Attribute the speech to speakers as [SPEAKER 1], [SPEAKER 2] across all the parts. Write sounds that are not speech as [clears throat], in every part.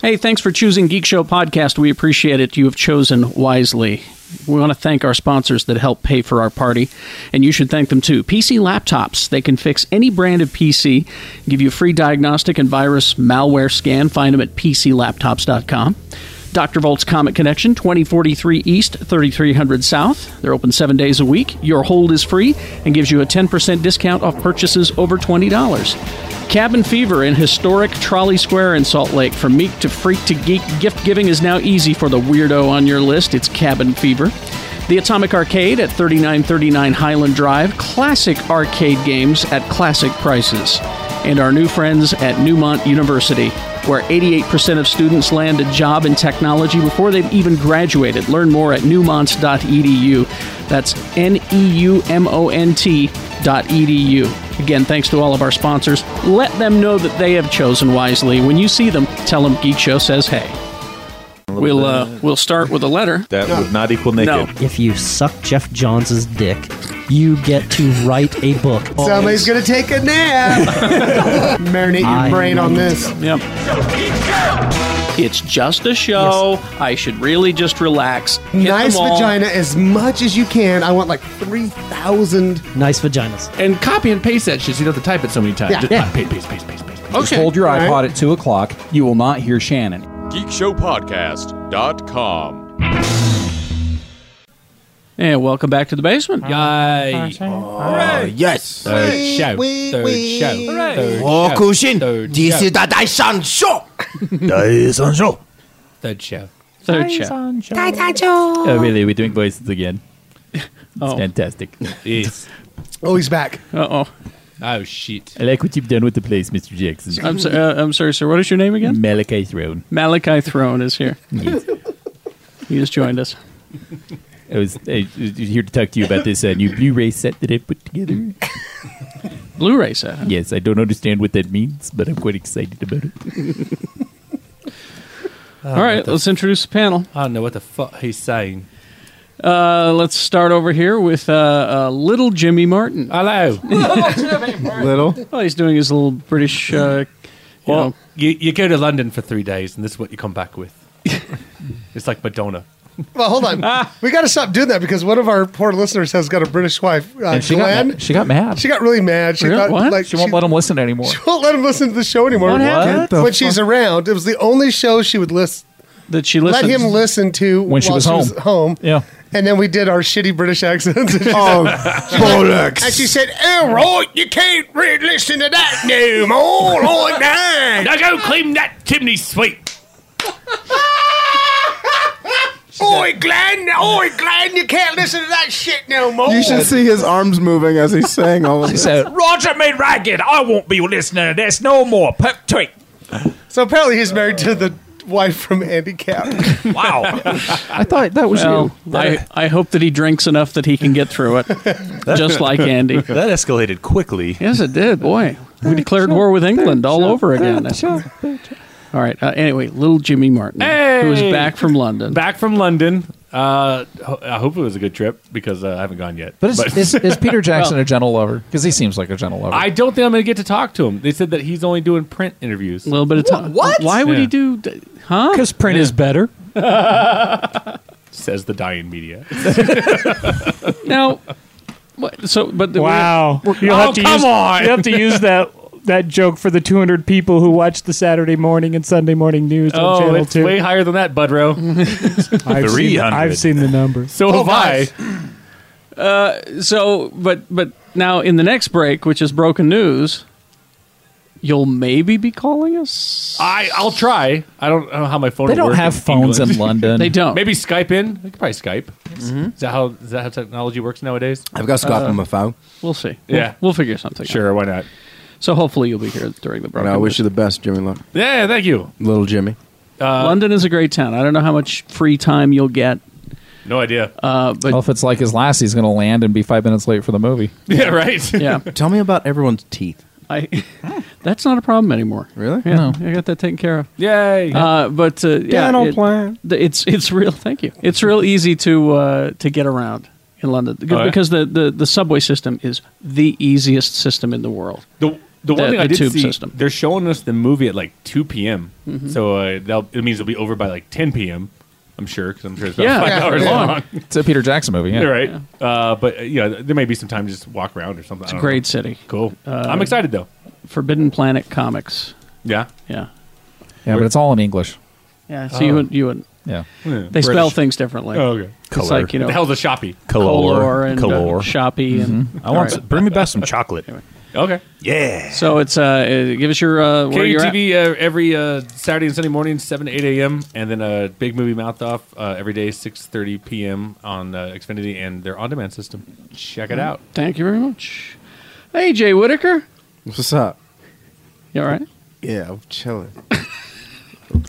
[SPEAKER 1] Hey, thanks for choosing Geek Show Podcast. We appreciate it. You have chosen wisely. We want to thank our sponsors that help pay for our party, and you should thank them too. PC Laptops. They can fix any brand of PC, give you a free diagnostic and virus malware scan. Find them at PCLaptops.com. Dr. Volt's Comet Connection, 2043 East, 3300 South. They're open seven days a week. Your hold is free and gives you a 10% discount off purchases over $20. Cabin Fever in historic Trolley Square in Salt Lake. From meek to freak to geek, gift giving is now easy for the weirdo on your list. It's Cabin Fever. The Atomic Arcade at 3939 Highland Drive. Classic arcade games at classic prices and our new friends at Newmont University, where 88% of students land a job in technology before they've even graduated. Learn more at newmont.edu. That's N E U M O N T dot edu. Again, thanks to all of our sponsors. Let them know that they have chosen wisely. When you see them, tell them Geek Show says hey. We'll uh, we'll start with
[SPEAKER 2] [laughs]
[SPEAKER 1] a letter.
[SPEAKER 3] That would not equal naked.
[SPEAKER 1] No.
[SPEAKER 4] If you suck Jeff Johns' dick, you get to write a book.
[SPEAKER 5] Somebody's gonna take a nap.
[SPEAKER 2] [laughs]
[SPEAKER 5] Marinate your
[SPEAKER 4] I
[SPEAKER 5] brain on
[SPEAKER 4] need
[SPEAKER 5] this.
[SPEAKER 1] Yep. It's just a show. I should really just relax. Hit them
[SPEAKER 5] Nice
[SPEAKER 1] all.
[SPEAKER 5] vagina as much as you can. I want like three thousand.
[SPEAKER 4] Nice vaginas.
[SPEAKER 6] and copy and paste that shit so you don't have to type it so many times.
[SPEAKER 5] Yeah.
[SPEAKER 6] Just
[SPEAKER 4] Yeah.
[SPEAKER 6] copy, paste, paste, paste, paste, paste.
[SPEAKER 2] Just hold your
[SPEAKER 5] All right.
[SPEAKER 2] iPod at 2 o'clock. You will not hear Shannon.
[SPEAKER 7] GeekShowPodcast.com.
[SPEAKER 1] And welcome back to the basement.
[SPEAKER 8] yes.
[SPEAKER 6] Third show.
[SPEAKER 5] wee,
[SPEAKER 6] Third
[SPEAKER 5] wee.
[SPEAKER 6] show.
[SPEAKER 5] Hooray.
[SPEAKER 6] Third show. Third show. Third show.
[SPEAKER 1] Third show.
[SPEAKER 8] Oh, really? We're doing voices again.
[SPEAKER 1] Oh.
[SPEAKER 8] It's
[SPEAKER 2] [laughs]
[SPEAKER 8] fantastic.
[SPEAKER 6] Yes.
[SPEAKER 5] Oh, he's back.
[SPEAKER 1] Uh oh.
[SPEAKER 6] Oh shit.
[SPEAKER 8] I like what you've done with the place, Mr. Jackson.
[SPEAKER 1] I'm, so, uh, I'm sorry, sir. What is your name again?
[SPEAKER 8] Malachi Throne.
[SPEAKER 1] Malachi Throne is here. he just joined us.
[SPEAKER 8] I was I, was here to talk to you about this uh, new Blu-ray set that I put together.
[SPEAKER 1] [laughs] Blu-ray set. huh?
[SPEAKER 8] Yes, I don't understand what that means, but I'm quite excited about
[SPEAKER 5] [laughs]
[SPEAKER 8] it.
[SPEAKER 1] All right, let's introduce the panel.
[SPEAKER 6] I don't know what the fuck he's saying.
[SPEAKER 1] Uh, let's start over here with uh, uh, little Jimmy Martin.
[SPEAKER 6] Hello.
[SPEAKER 2] Little?
[SPEAKER 1] Oh, he's doing his little British. Uh, you
[SPEAKER 6] well,
[SPEAKER 1] know,
[SPEAKER 6] you, you go to London for three days, and this is what you come back
[SPEAKER 2] [laughs]
[SPEAKER 6] with. it's like Madonna.
[SPEAKER 5] Well, hold on. we got to stop doing that because one of our poor listeners has got a British wife, uh,
[SPEAKER 2] And she got,
[SPEAKER 5] Glenn.
[SPEAKER 2] ma- she got mad.
[SPEAKER 5] she got really mad. She
[SPEAKER 1] Really?
[SPEAKER 5] thought
[SPEAKER 1] What?
[SPEAKER 5] like
[SPEAKER 2] She won't let him listen anymore.
[SPEAKER 5] [laughs] she won't let him listen to the show anymore.
[SPEAKER 1] What happened?
[SPEAKER 2] What the
[SPEAKER 5] when she's around, it was the only show she would listen.
[SPEAKER 1] that she listens.
[SPEAKER 5] Let him listen to
[SPEAKER 2] When she
[SPEAKER 5] while
[SPEAKER 2] was home.
[SPEAKER 5] home.
[SPEAKER 2] Yeah.
[SPEAKER 5] And then we did our shitty British accents.
[SPEAKER 2] [laughs] Oh,
[SPEAKER 5] And she said, "Oh, right, you can't re- listen to that no more like
[SPEAKER 2] [laughs]
[SPEAKER 5] that.
[SPEAKER 6] Now go clean that chimney sweep.
[SPEAKER 5] Oi, Glenn, oi, Glenn, you can't listen to that shit no more."
[SPEAKER 9] Oh.
[SPEAKER 10] You should see his arms moving as he's saying all of this.
[SPEAKER 2] So,
[SPEAKER 7] Roger me ragged. I won't be listening to this no more. Pep tweet.
[SPEAKER 5] So apparently, he's married to the wife from Handicap.
[SPEAKER 7] [laughs] Wow.
[SPEAKER 2] I thought that was
[SPEAKER 1] Well,
[SPEAKER 2] you.
[SPEAKER 1] I, I hope that he drinks enough that he can get through
[SPEAKER 9] [laughs]
[SPEAKER 1] it, just like Andy.
[SPEAKER 3] That escalated quickly.
[SPEAKER 1] Yes, it did. Boy, we declared war with England all over again. All right. Uh, anyway, little Jimmy Martin, who is
[SPEAKER 6] Hey!
[SPEAKER 1] back from London.
[SPEAKER 6] Back from London. Uh, ho- I hope it was a good trip because uh, I haven't gone yet.
[SPEAKER 2] But is, is, is
[SPEAKER 6] [laughs]
[SPEAKER 1] [laughs]
[SPEAKER 2] Peter Jackson a gentle lover? Because he seems like a gentle lover.
[SPEAKER 6] I don't think I'm going to get to talk to him. They said that he's only doing print interviews.
[SPEAKER 1] A little bit of time. What? Why would
[SPEAKER 6] Yeah.
[SPEAKER 1] he
[SPEAKER 6] [laughs]
[SPEAKER 1] do? d- Huh?
[SPEAKER 2] Because print is better.
[SPEAKER 6] says the dying media.
[SPEAKER 1] Now, what, so but
[SPEAKER 9] Wow. You'll
[SPEAKER 6] Oh,
[SPEAKER 9] have to
[SPEAKER 6] come
[SPEAKER 9] use,
[SPEAKER 6] on.
[SPEAKER 9] You have to use
[SPEAKER 1] [laughs]
[SPEAKER 9] that that joke for the 200 people who watch the Saturday morning and Sunday morning news on
[SPEAKER 6] Oh,
[SPEAKER 9] Channel
[SPEAKER 6] it's
[SPEAKER 9] 2.
[SPEAKER 6] way higher than that, Budrow.
[SPEAKER 9] I've, seen,
[SPEAKER 3] 300.
[SPEAKER 9] I've seen the
[SPEAKER 6] [laughs]
[SPEAKER 9] numbers.
[SPEAKER 6] So
[SPEAKER 1] Oh,
[SPEAKER 6] have I.
[SPEAKER 1] Uh, So but but now in the next break, which is broken news, you'll maybe be calling us.
[SPEAKER 6] I. I'll try. I don't know how my phone.
[SPEAKER 2] They
[SPEAKER 6] will
[SPEAKER 2] don't
[SPEAKER 6] work
[SPEAKER 2] have
[SPEAKER 6] in
[SPEAKER 2] phones
[SPEAKER 6] England.
[SPEAKER 2] in
[SPEAKER 6] [laughs]
[SPEAKER 2] London.
[SPEAKER 1] They don't. Mm-hmm.
[SPEAKER 6] Maybe Skype in. They could probably Skype. Is that how is that how technology works nowadays? Uh,
[SPEAKER 10] I've got Scott on my phone.
[SPEAKER 1] Uh, we'll see.
[SPEAKER 6] Yeah.
[SPEAKER 1] we'll, we'll figure something. out.
[SPEAKER 6] Sure, why not?
[SPEAKER 1] So hopefully you'll be here during the
[SPEAKER 10] And
[SPEAKER 1] broken.
[SPEAKER 10] I
[SPEAKER 1] news.
[SPEAKER 10] wish you the best, Jimmy. Lo-
[SPEAKER 6] Yeah, thank uh, you.
[SPEAKER 10] Little Jimmy.
[SPEAKER 1] London is a great town. I don't know how much free time you'll get.
[SPEAKER 6] No idea.
[SPEAKER 1] Uh, but
[SPEAKER 2] Well, if
[SPEAKER 9] [laughs]
[SPEAKER 2] it's like his last, he's going to land and be five minutes late for the movie.
[SPEAKER 8] [laughs]
[SPEAKER 6] yeah, right.
[SPEAKER 1] yeah,
[SPEAKER 10] Tell me about everyone's teeth.
[SPEAKER 1] I that's not a problem anymore. Really? Yeah,
[SPEAKER 6] No.
[SPEAKER 1] I got that taken care of.
[SPEAKER 6] Yay!
[SPEAKER 1] Uh, but uh, yeah,
[SPEAKER 6] Dental
[SPEAKER 1] it-
[SPEAKER 6] plan.
[SPEAKER 1] th- It's it's real. [laughs] Thank you. It's real easy to uh, to get around in London
[SPEAKER 6] Oh, yeah?
[SPEAKER 1] because the, the, the subway system is the easiest system in the world.
[SPEAKER 6] The, the one thing I did
[SPEAKER 1] tube
[SPEAKER 6] see,
[SPEAKER 1] system.
[SPEAKER 6] they're showing us the movie at like 2 p.m.
[SPEAKER 1] Mhm.
[SPEAKER 6] So uh, that'll, it means it'll be over by like 10 p.m. I'm sure because I'm sure it's about
[SPEAKER 8] Yeah.
[SPEAKER 6] five
[SPEAKER 8] Yeah.
[SPEAKER 6] hours
[SPEAKER 8] Yeah.
[SPEAKER 6] long.
[SPEAKER 8] It's a Peter Jackson movie, yeah.
[SPEAKER 6] You're right. Uh, but uh, yeah, there may be some time to just walk around or something.
[SPEAKER 1] It's
[SPEAKER 6] I
[SPEAKER 1] a
[SPEAKER 6] don't
[SPEAKER 1] great
[SPEAKER 6] know.
[SPEAKER 1] city. Uh,
[SPEAKER 6] Cool. I'm excited though.
[SPEAKER 1] Forbidden Planet comics.
[SPEAKER 6] Yeah.
[SPEAKER 1] Yeah.
[SPEAKER 8] Yeah, but it's all in English.
[SPEAKER 1] Yeah. So
[SPEAKER 8] Oh.
[SPEAKER 1] you would you would
[SPEAKER 8] Yeah.
[SPEAKER 1] They
[SPEAKER 8] Yeah.
[SPEAKER 1] spell
[SPEAKER 8] British.
[SPEAKER 1] things differently.
[SPEAKER 8] Oh, okay.
[SPEAKER 1] It's
[SPEAKER 8] Colour.
[SPEAKER 1] like you know
[SPEAKER 8] What the hell's
[SPEAKER 6] a shoppy?
[SPEAKER 1] Color, Mm-hmm. and Uh, shoppy and
[SPEAKER 11] Mm-hmm. I want.
[SPEAKER 1] All
[SPEAKER 11] some-
[SPEAKER 1] right.
[SPEAKER 11] bring me back some chocolate.
[SPEAKER 6] Okay.
[SPEAKER 11] Yeah.
[SPEAKER 1] So it's uh, uh give us your uh where you're at.
[SPEAKER 6] KUTV uh, every uh, Saturday and Sunday morning, seven to eight a.m. And then uh, Big Movie Mouth Off uh, every day, six thirty p.m. on uh, Xfinity and their on-demand system. Check
[SPEAKER 1] Mm-hmm.
[SPEAKER 6] it out.
[SPEAKER 1] Thank you very much. Hey Jay Whitaker.
[SPEAKER 10] What's up?
[SPEAKER 1] You all right?
[SPEAKER 10] Yeah, I'm chilling.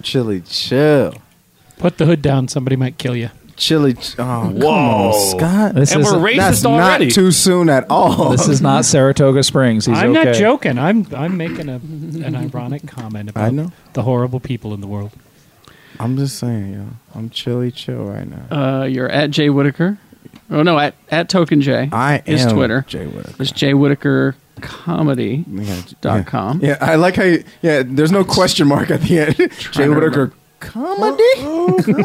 [SPEAKER 10] chilly, chill.
[SPEAKER 9] Put the hood down. Somebody might kill you.
[SPEAKER 10] Chilly. ch- Oh, come
[SPEAKER 9] Whoa.
[SPEAKER 10] on, Scott.
[SPEAKER 9] This And we're isn't- racist
[SPEAKER 10] That's
[SPEAKER 9] already.
[SPEAKER 10] not too soon at all.
[SPEAKER 8] This
[SPEAKER 10] [laughs]
[SPEAKER 8] is not Saratoga Springs. He's
[SPEAKER 9] I'm not
[SPEAKER 8] okay.
[SPEAKER 9] joking. I'm I'm making a, an ironic comment about
[SPEAKER 10] I know.
[SPEAKER 9] the horrible people in the world.
[SPEAKER 10] I'm just saying, yo. I'm chilly, chill right now.
[SPEAKER 1] Uh, you're at Jay Whitaker. Oh no, at at Token Jay. I is
[SPEAKER 10] am
[SPEAKER 1] Twitter.
[SPEAKER 10] Jay Whitaker.
[SPEAKER 1] It's Jay Whitaker comedy
[SPEAKER 9] Oh.
[SPEAKER 1] dot com.
[SPEAKER 10] Yeah, I like how. You, yeah, there's no question mark at the end. Jay
[SPEAKER 1] to
[SPEAKER 10] Whitaker. [laughs]
[SPEAKER 5] Comedy? Comedy?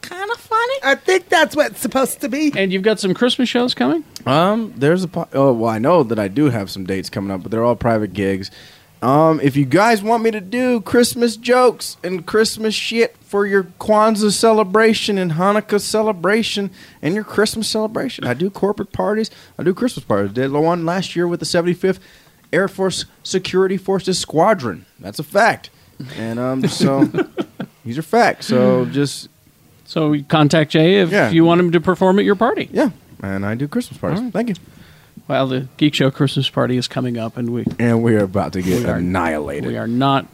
[SPEAKER 5] Kind of funny? I think that's what it's supposed to be.
[SPEAKER 1] And you've got some Christmas shows coming?
[SPEAKER 10] Um, there's a. Po- oh well, I know that I do have some dates coming up, but they're all private gigs. Um, if you guys want me to do Christmas jokes and Christmas shit for your Kwanzaa celebration and Hanukkah celebration and your Christmas celebration, I do corporate parties. I do Christmas parties. Did one last year with the 75th Air Force Security Forces Squadron. That's a fact.
[SPEAKER 9] [laughs]
[SPEAKER 10] And um, so these are facts. So just
[SPEAKER 1] so we contact Jay if
[SPEAKER 10] Yeah.
[SPEAKER 1] you want him to perform at your party.
[SPEAKER 10] Yeah, and I do Christmas parties. Thank you.
[SPEAKER 1] Well, the Geek Show Christmas party is coming up, and we
[SPEAKER 10] and we are about to get
[SPEAKER 1] are-
[SPEAKER 10] annihilated.
[SPEAKER 1] We are not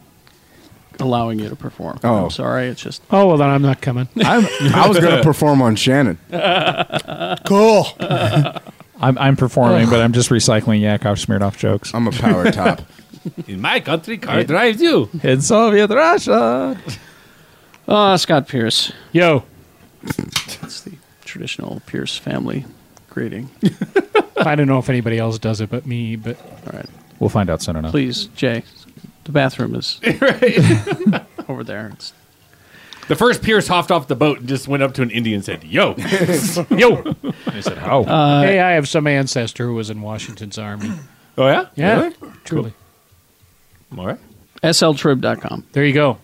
[SPEAKER 1] allowing you to perform.
[SPEAKER 10] Oh.
[SPEAKER 1] I'm sorry. It's just
[SPEAKER 9] Oh well, then I'm not coming.
[SPEAKER 10] [laughs] I'm, I was going to perform
[SPEAKER 9] [laughs]
[SPEAKER 10] on Shannon.
[SPEAKER 9] cool.
[SPEAKER 8] I'm, I'm performing,
[SPEAKER 9] [laughs]
[SPEAKER 8] but I'm just recycling Yakov smeared off jokes.
[SPEAKER 10] I'm a power
[SPEAKER 8] [laughs]
[SPEAKER 10] top.
[SPEAKER 6] In my
[SPEAKER 1] [laughs]
[SPEAKER 6] country, car drives you.
[SPEAKER 8] In Soviet Russia.
[SPEAKER 1] Ah, Scott Pierce.
[SPEAKER 9] Yo.
[SPEAKER 1] That's the traditional Pierce family greeting.
[SPEAKER 9] [laughs] I don't know if anybody else does it but me. But
[SPEAKER 1] all right,
[SPEAKER 8] We'll find out soon enough.
[SPEAKER 1] Please, Jay. The
[SPEAKER 9] [laughs]
[SPEAKER 1] bathroom is over there. It's
[SPEAKER 6] The first Pierce hopped off the boat and just went up to an Indian and said, "Yo,
[SPEAKER 8] [laughs]
[SPEAKER 6] yo."
[SPEAKER 8] I said, "How?"
[SPEAKER 6] Uh,
[SPEAKER 1] Uh,
[SPEAKER 9] hey, I have some ancestor who was in Washington's army.
[SPEAKER 6] Oh yeah,
[SPEAKER 9] yeah,
[SPEAKER 6] Really?
[SPEAKER 9] truly.
[SPEAKER 6] All right.
[SPEAKER 1] sltrib.com.
[SPEAKER 9] There you go.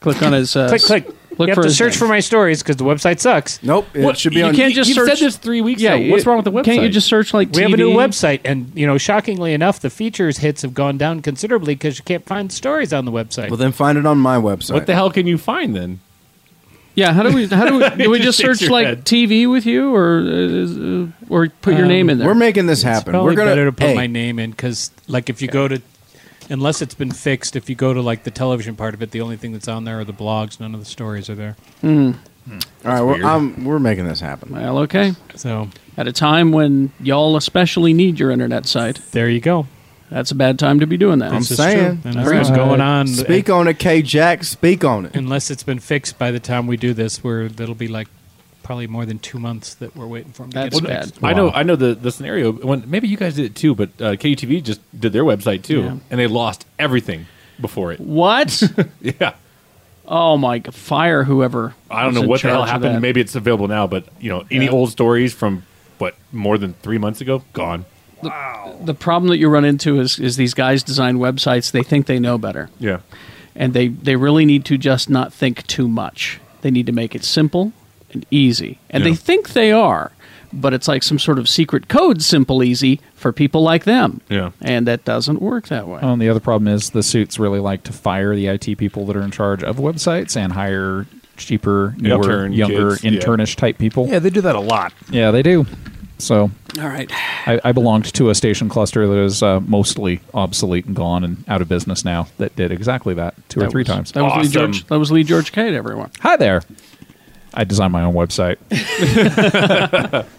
[SPEAKER 1] Click on his. Uh,
[SPEAKER 9] click, click.
[SPEAKER 1] Look
[SPEAKER 9] you
[SPEAKER 1] for
[SPEAKER 9] have to
[SPEAKER 1] his
[SPEAKER 9] search
[SPEAKER 1] name.
[SPEAKER 9] for my stories because the website sucks.
[SPEAKER 10] Nope, it
[SPEAKER 1] What? should be You on- can't just
[SPEAKER 6] You've
[SPEAKER 1] search-
[SPEAKER 6] said this three weeks
[SPEAKER 9] Yeah,
[SPEAKER 6] ago. What's
[SPEAKER 9] it-
[SPEAKER 6] wrong with the website?
[SPEAKER 1] can't you just search like
[SPEAKER 9] We have a new
[SPEAKER 1] TV?
[SPEAKER 9] website, and you know, shockingly enough, the features hits have gone down considerably because you can't find stories on the website.
[SPEAKER 10] Well, then find it on my website.
[SPEAKER 6] What the hell can you find then?
[SPEAKER 1] [laughs] Yeah, how do we? How do we?
[SPEAKER 9] [laughs]
[SPEAKER 1] Do we
[SPEAKER 6] It just
[SPEAKER 1] just
[SPEAKER 6] shakes
[SPEAKER 1] search
[SPEAKER 6] your
[SPEAKER 1] like
[SPEAKER 6] head.
[SPEAKER 1] TV with you, or uh, is- uh, or put your
[SPEAKER 9] Um,
[SPEAKER 1] name in there?
[SPEAKER 9] we're
[SPEAKER 10] making this
[SPEAKER 9] It's probably better to put my name in because, like, if you go to, unless it's been fixed, if you go to like the television part of it, the only thing that's on there are the blogs. None of the stories are there.
[SPEAKER 1] Mm-hmm. Hmm.
[SPEAKER 10] All right, we're, I'm, we're making this happen.
[SPEAKER 1] Well, okay.
[SPEAKER 9] So
[SPEAKER 1] at a time when y'all especially need your internet site,
[SPEAKER 9] there you go.
[SPEAKER 1] That's a bad time to be doing that.
[SPEAKER 10] I'm saying.
[SPEAKER 1] Bring it.
[SPEAKER 10] Speak on it, K Jack. Speak on it.
[SPEAKER 9] Unless it's been fixed by the time we do this, where that'll be like probably more than two months that we're waiting for them to get it fixed.
[SPEAKER 6] I know. I know the, the scenario. When maybe you guys did it too, but uh, KUTV just did their website too,
[SPEAKER 1] Yeah.
[SPEAKER 6] and they lost everything before it.
[SPEAKER 1] What?
[SPEAKER 6] [laughs] yeah.
[SPEAKER 1] Oh my! g- Fire whoever.
[SPEAKER 6] I don't
[SPEAKER 1] was
[SPEAKER 6] know
[SPEAKER 1] in
[SPEAKER 6] what the hell
[SPEAKER 1] charge of
[SPEAKER 6] happened.
[SPEAKER 1] that.
[SPEAKER 6] Maybe it's available now, but you know, any
[SPEAKER 1] Yeah.
[SPEAKER 6] old stories from what more than three months ago gone.
[SPEAKER 1] The problem that you run into is is these guys design websites. They think they know better.
[SPEAKER 6] Yeah.
[SPEAKER 1] and they they really need to just not think too much. They need to make it simple and easy, and they
[SPEAKER 6] Yeah.
[SPEAKER 1] think they are, but it's like some sort of secret code, simple, easy for people like them.
[SPEAKER 8] Yeah.
[SPEAKER 1] and that doesn't work that way.
[SPEAKER 8] Oh, and the other problem is the suits really like to fire the IT people that are in charge of websites and hire cheaper, newer,
[SPEAKER 11] Intern
[SPEAKER 8] younger,
[SPEAKER 11] kids, yeah.
[SPEAKER 8] internish type people.
[SPEAKER 11] Yeah, they do that a lot.
[SPEAKER 8] Yeah, they do. So,
[SPEAKER 1] all right,
[SPEAKER 8] I, I belonged to a station cluster that is uh, mostly obsolete and gone and out of business now. That did exactly that two or
[SPEAKER 1] That
[SPEAKER 8] three
[SPEAKER 1] was-
[SPEAKER 8] times.
[SPEAKER 1] That was Lee George. That was Lee George Cade. Everyone.
[SPEAKER 8] Hi there. I designed my own
[SPEAKER 1] [laughs]
[SPEAKER 8] website.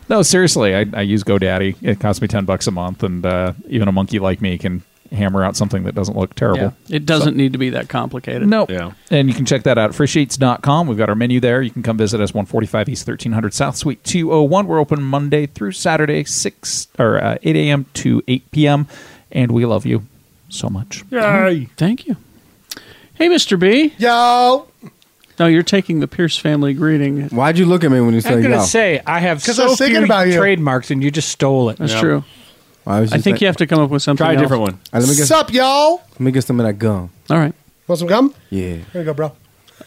[SPEAKER 8] no, seriously, I, I use GoDaddy. It costs me ten bucks a month, and uh, even a monkey like me can hammer out something that doesn't look terrible.
[SPEAKER 1] Yeah. It doesn't need to be that complicated.
[SPEAKER 8] Nope. And you can check that out at freesheets.com. We've got our menu there. You can come visit us 145 East 1300 South Suite 201. We're open Monday through Saturday 6 or uh, 8 a.m. to 8 p.m. And we love you so much.
[SPEAKER 1] Yay. Thank you. Hey, Mr. B.
[SPEAKER 5] Yo.
[SPEAKER 1] No, you're taking the Pierce family greeting.
[SPEAKER 10] Why'd you look at me when you
[SPEAKER 9] I'm gonna say I have
[SPEAKER 1] 'Cause
[SPEAKER 9] so
[SPEAKER 1] I was thinking
[SPEAKER 9] few
[SPEAKER 1] about you.
[SPEAKER 9] trademarks, and you just stole it.
[SPEAKER 1] That's true. I think you have to come up with something.
[SPEAKER 9] Try a
[SPEAKER 1] else.
[SPEAKER 9] different one.
[SPEAKER 10] All right, let me guess.
[SPEAKER 5] Sup, y'all?
[SPEAKER 10] Let me get some of that gum.
[SPEAKER 1] All right.
[SPEAKER 5] Want some gum?
[SPEAKER 10] Yeah.
[SPEAKER 5] Here you go, bro.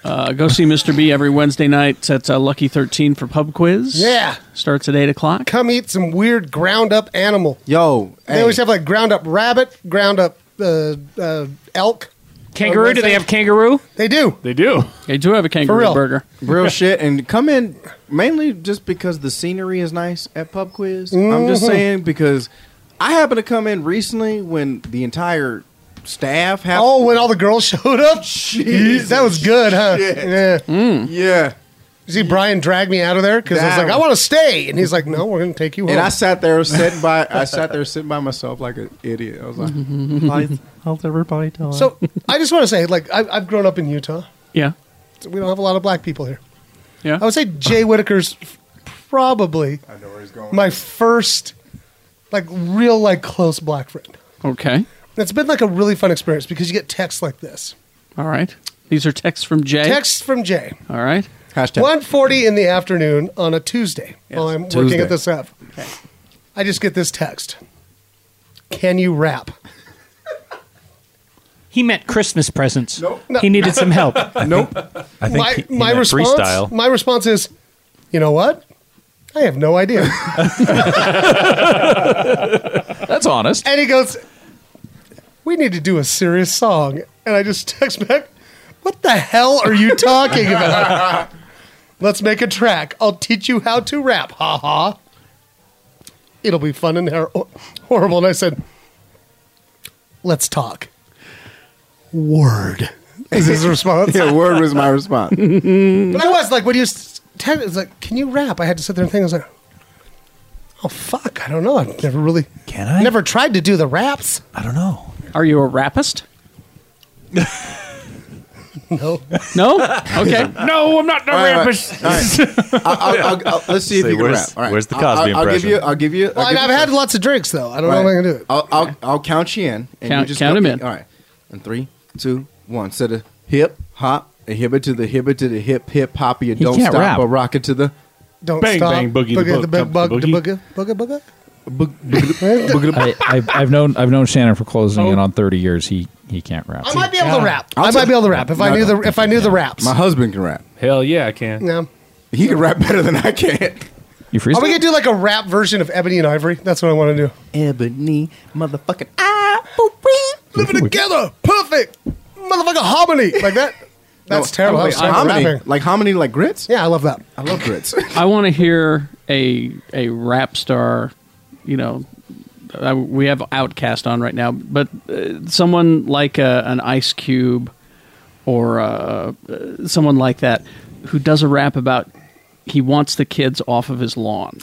[SPEAKER 1] Uh, go see Mr. B every Wednesday night at uh, Lucky 13 for pub quiz.
[SPEAKER 5] Yeah.
[SPEAKER 1] Starts at 8 o'clock.
[SPEAKER 5] Come eat some weird ground up animal.
[SPEAKER 10] Yo,
[SPEAKER 5] They always have like ground up rabbit, ground up uh, uh, elk.
[SPEAKER 9] Kangaroo? Do they have
[SPEAKER 1] kangaroo?
[SPEAKER 5] They do.
[SPEAKER 6] They do.
[SPEAKER 1] They do have a kangaroo
[SPEAKER 10] For real.
[SPEAKER 1] burger.
[SPEAKER 5] [laughs]
[SPEAKER 10] Real shit. And come in mainly just because the scenery is nice at Pub Quiz. I'm just
[SPEAKER 5] Mhm.
[SPEAKER 10] saying because I happened to come in recently when the entire staff happened.
[SPEAKER 5] Oh, when all the girls [laughs] showed up? Jeez, that was good, huh?
[SPEAKER 10] shit.
[SPEAKER 5] Yeah.
[SPEAKER 1] Mm.
[SPEAKER 10] Hmm. Yeah.
[SPEAKER 5] You see, Brian dragged me out of there because I was
[SPEAKER 10] That
[SPEAKER 5] like, I
[SPEAKER 10] was-
[SPEAKER 5] want to stay. And he's like, no, we're going to take you home.
[SPEAKER 10] And I sat there sitting by I sat there sitting by myself like an idiot.
[SPEAKER 5] [laughs]
[SPEAKER 10] I was
[SPEAKER 1] [laughs]
[SPEAKER 10] like, "How's- how's everybody doing?
[SPEAKER 5] So I just want to say, like, I've, I've grown up in Utah.
[SPEAKER 1] Yeah.
[SPEAKER 5] So we don't have a lot of black people here.
[SPEAKER 1] Yeah.
[SPEAKER 5] I would say Jay Whitaker's probably I know where he's going. my first, like, real, like, close black friend.
[SPEAKER 1] Okay.
[SPEAKER 5] And It's been like a really fun experience because you get texts like this.
[SPEAKER 1] All right. These are texts from Jay.
[SPEAKER 5] Texts from Jay.
[SPEAKER 1] All right.
[SPEAKER 10] Hashtag.
[SPEAKER 5] 1.40 in the afternoon on a Tuesday while I'm working
[SPEAKER 1] Tuesday.
[SPEAKER 5] at this app. I just get this text. Can you rap?
[SPEAKER 9] He meant Christmas presents.
[SPEAKER 5] No.
[SPEAKER 9] He needed some [laughs]
[SPEAKER 1] [laughs]
[SPEAKER 9] help.
[SPEAKER 5] Nope.
[SPEAKER 9] I
[SPEAKER 5] my my response my response is, you know what? I have no idea. [laughs]
[SPEAKER 8] That's honest.
[SPEAKER 5] And he goes, "We need to do a serious song." And I just text back, "What the hell are you talking about? Let's make a track. I'll teach you how to rap. Ha ha. It'll be fun and hor- horrible." And I said, "Let's talk." Word is his response.
[SPEAKER 10] yeah, word was my response.
[SPEAKER 5] [laughs] But
[SPEAKER 1] [laughs]
[SPEAKER 5] I was like, when you s- te- it was like, "Can you rap?" I had to sit there and think. I was like, "Oh fuck, I don't know. I've never really can I never tried to do the raps."
[SPEAKER 1] I don't know. Are you a rapist?
[SPEAKER 5] [laughs] No.
[SPEAKER 1] No?
[SPEAKER 5] [laughs]
[SPEAKER 6] [laughs]
[SPEAKER 1] Okay.
[SPEAKER 9] no, I'm not the
[SPEAKER 10] All right, all right. [laughs]
[SPEAKER 9] rapist.
[SPEAKER 10] All
[SPEAKER 1] [laughs]
[SPEAKER 10] right. I- I'll- I'll- I'll- let's see if
[SPEAKER 9] Say,
[SPEAKER 10] you can
[SPEAKER 9] where's-
[SPEAKER 10] rap. All right.
[SPEAKER 9] where's the
[SPEAKER 10] I'll- I'll-
[SPEAKER 9] Cosby
[SPEAKER 10] I'll give
[SPEAKER 9] impression?
[SPEAKER 10] you. I'll give you.
[SPEAKER 5] Well,
[SPEAKER 10] I'll
[SPEAKER 5] and
[SPEAKER 10] give
[SPEAKER 5] I've
[SPEAKER 10] you
[SPEAKER 5] had lots of drinks though. I don't know
[SPEAKER 10] Right.
[SPEAKER 5] if I can do it.
[SPEAKER 10] I'll, I'll, I'll count you in. And
[SPEAKER 5] Count-
[SPEAKER 10] you just
[SPEAKER 5] count
[SPEAKER 10] go-
[SPEAKER 5] 'em in.
[SPEAKER 10] All right. And three, two, one. Set a hip, hop, a hip to the hip to the hip, hip, hop, you
[SPEAKER 5] He
[SPEAKER 10] don't
[SPEAKER 5] can't
[SPEAKER 10] stop,
[SPEAKER 5] rap.
[SPEAKER 10] a rocket to the.
[SPEAKER 5] Don't
[SPEAKER 10] Bang,
[SPEAKER 5] stop.
[SPEAKER 10] bang, boogie, the
[SPEAKER 5] boogie,
[SPEAKER 10] book,
[SPEAKER 5] the big
[SPEAKER 10] come,
[SPEAKER 5] bug,
[SPEAKER 10] the
[SPEAKER 5] the boogie, boogie, boogie.
[SPEAKER 8] I, I've, I've known I've known Shannon for closing
[SPEAKER 10] Oh.
[SPEAKER 8] in on 30 years. He he can't rap.
[SPEAKER 5] I might be able to rap. I might be able to rap if I knew the if I knew the raps.
[SPEAKER 10] My husband can rap.
[SPEAKER 6] Hell yeah, I can. [laughs]
[SPEAKER 5] No.
[SPEAKER 10] He can rap better than I can.
[SPEAKER 8] You
[SPEAKER 5] Are we gonna do like a rap version of Ebony and Ivory? That's what I want to do.
[SPEAKER 10] Ebony, motherfucking
[SPEAKER 5] living together, perfect, motherfucker harmony like
[SPEAKER 1] [laughs]
[SPEAKER 5] that. That's terrible. I'm sorry for rapping.
[SPEAKER 10] Like hominy, like grits.
[SPEAKER 5] Yeah, I love that.
[SPEAKER 10] I love grits.
[SPEAKER 1] I want to hear a a rap star. You know, I, we have Outcast on right now, but uh, someone like uh, an Ice Cube or uh, uh, someone like that who does a rap about he wants the kids off of his lawn.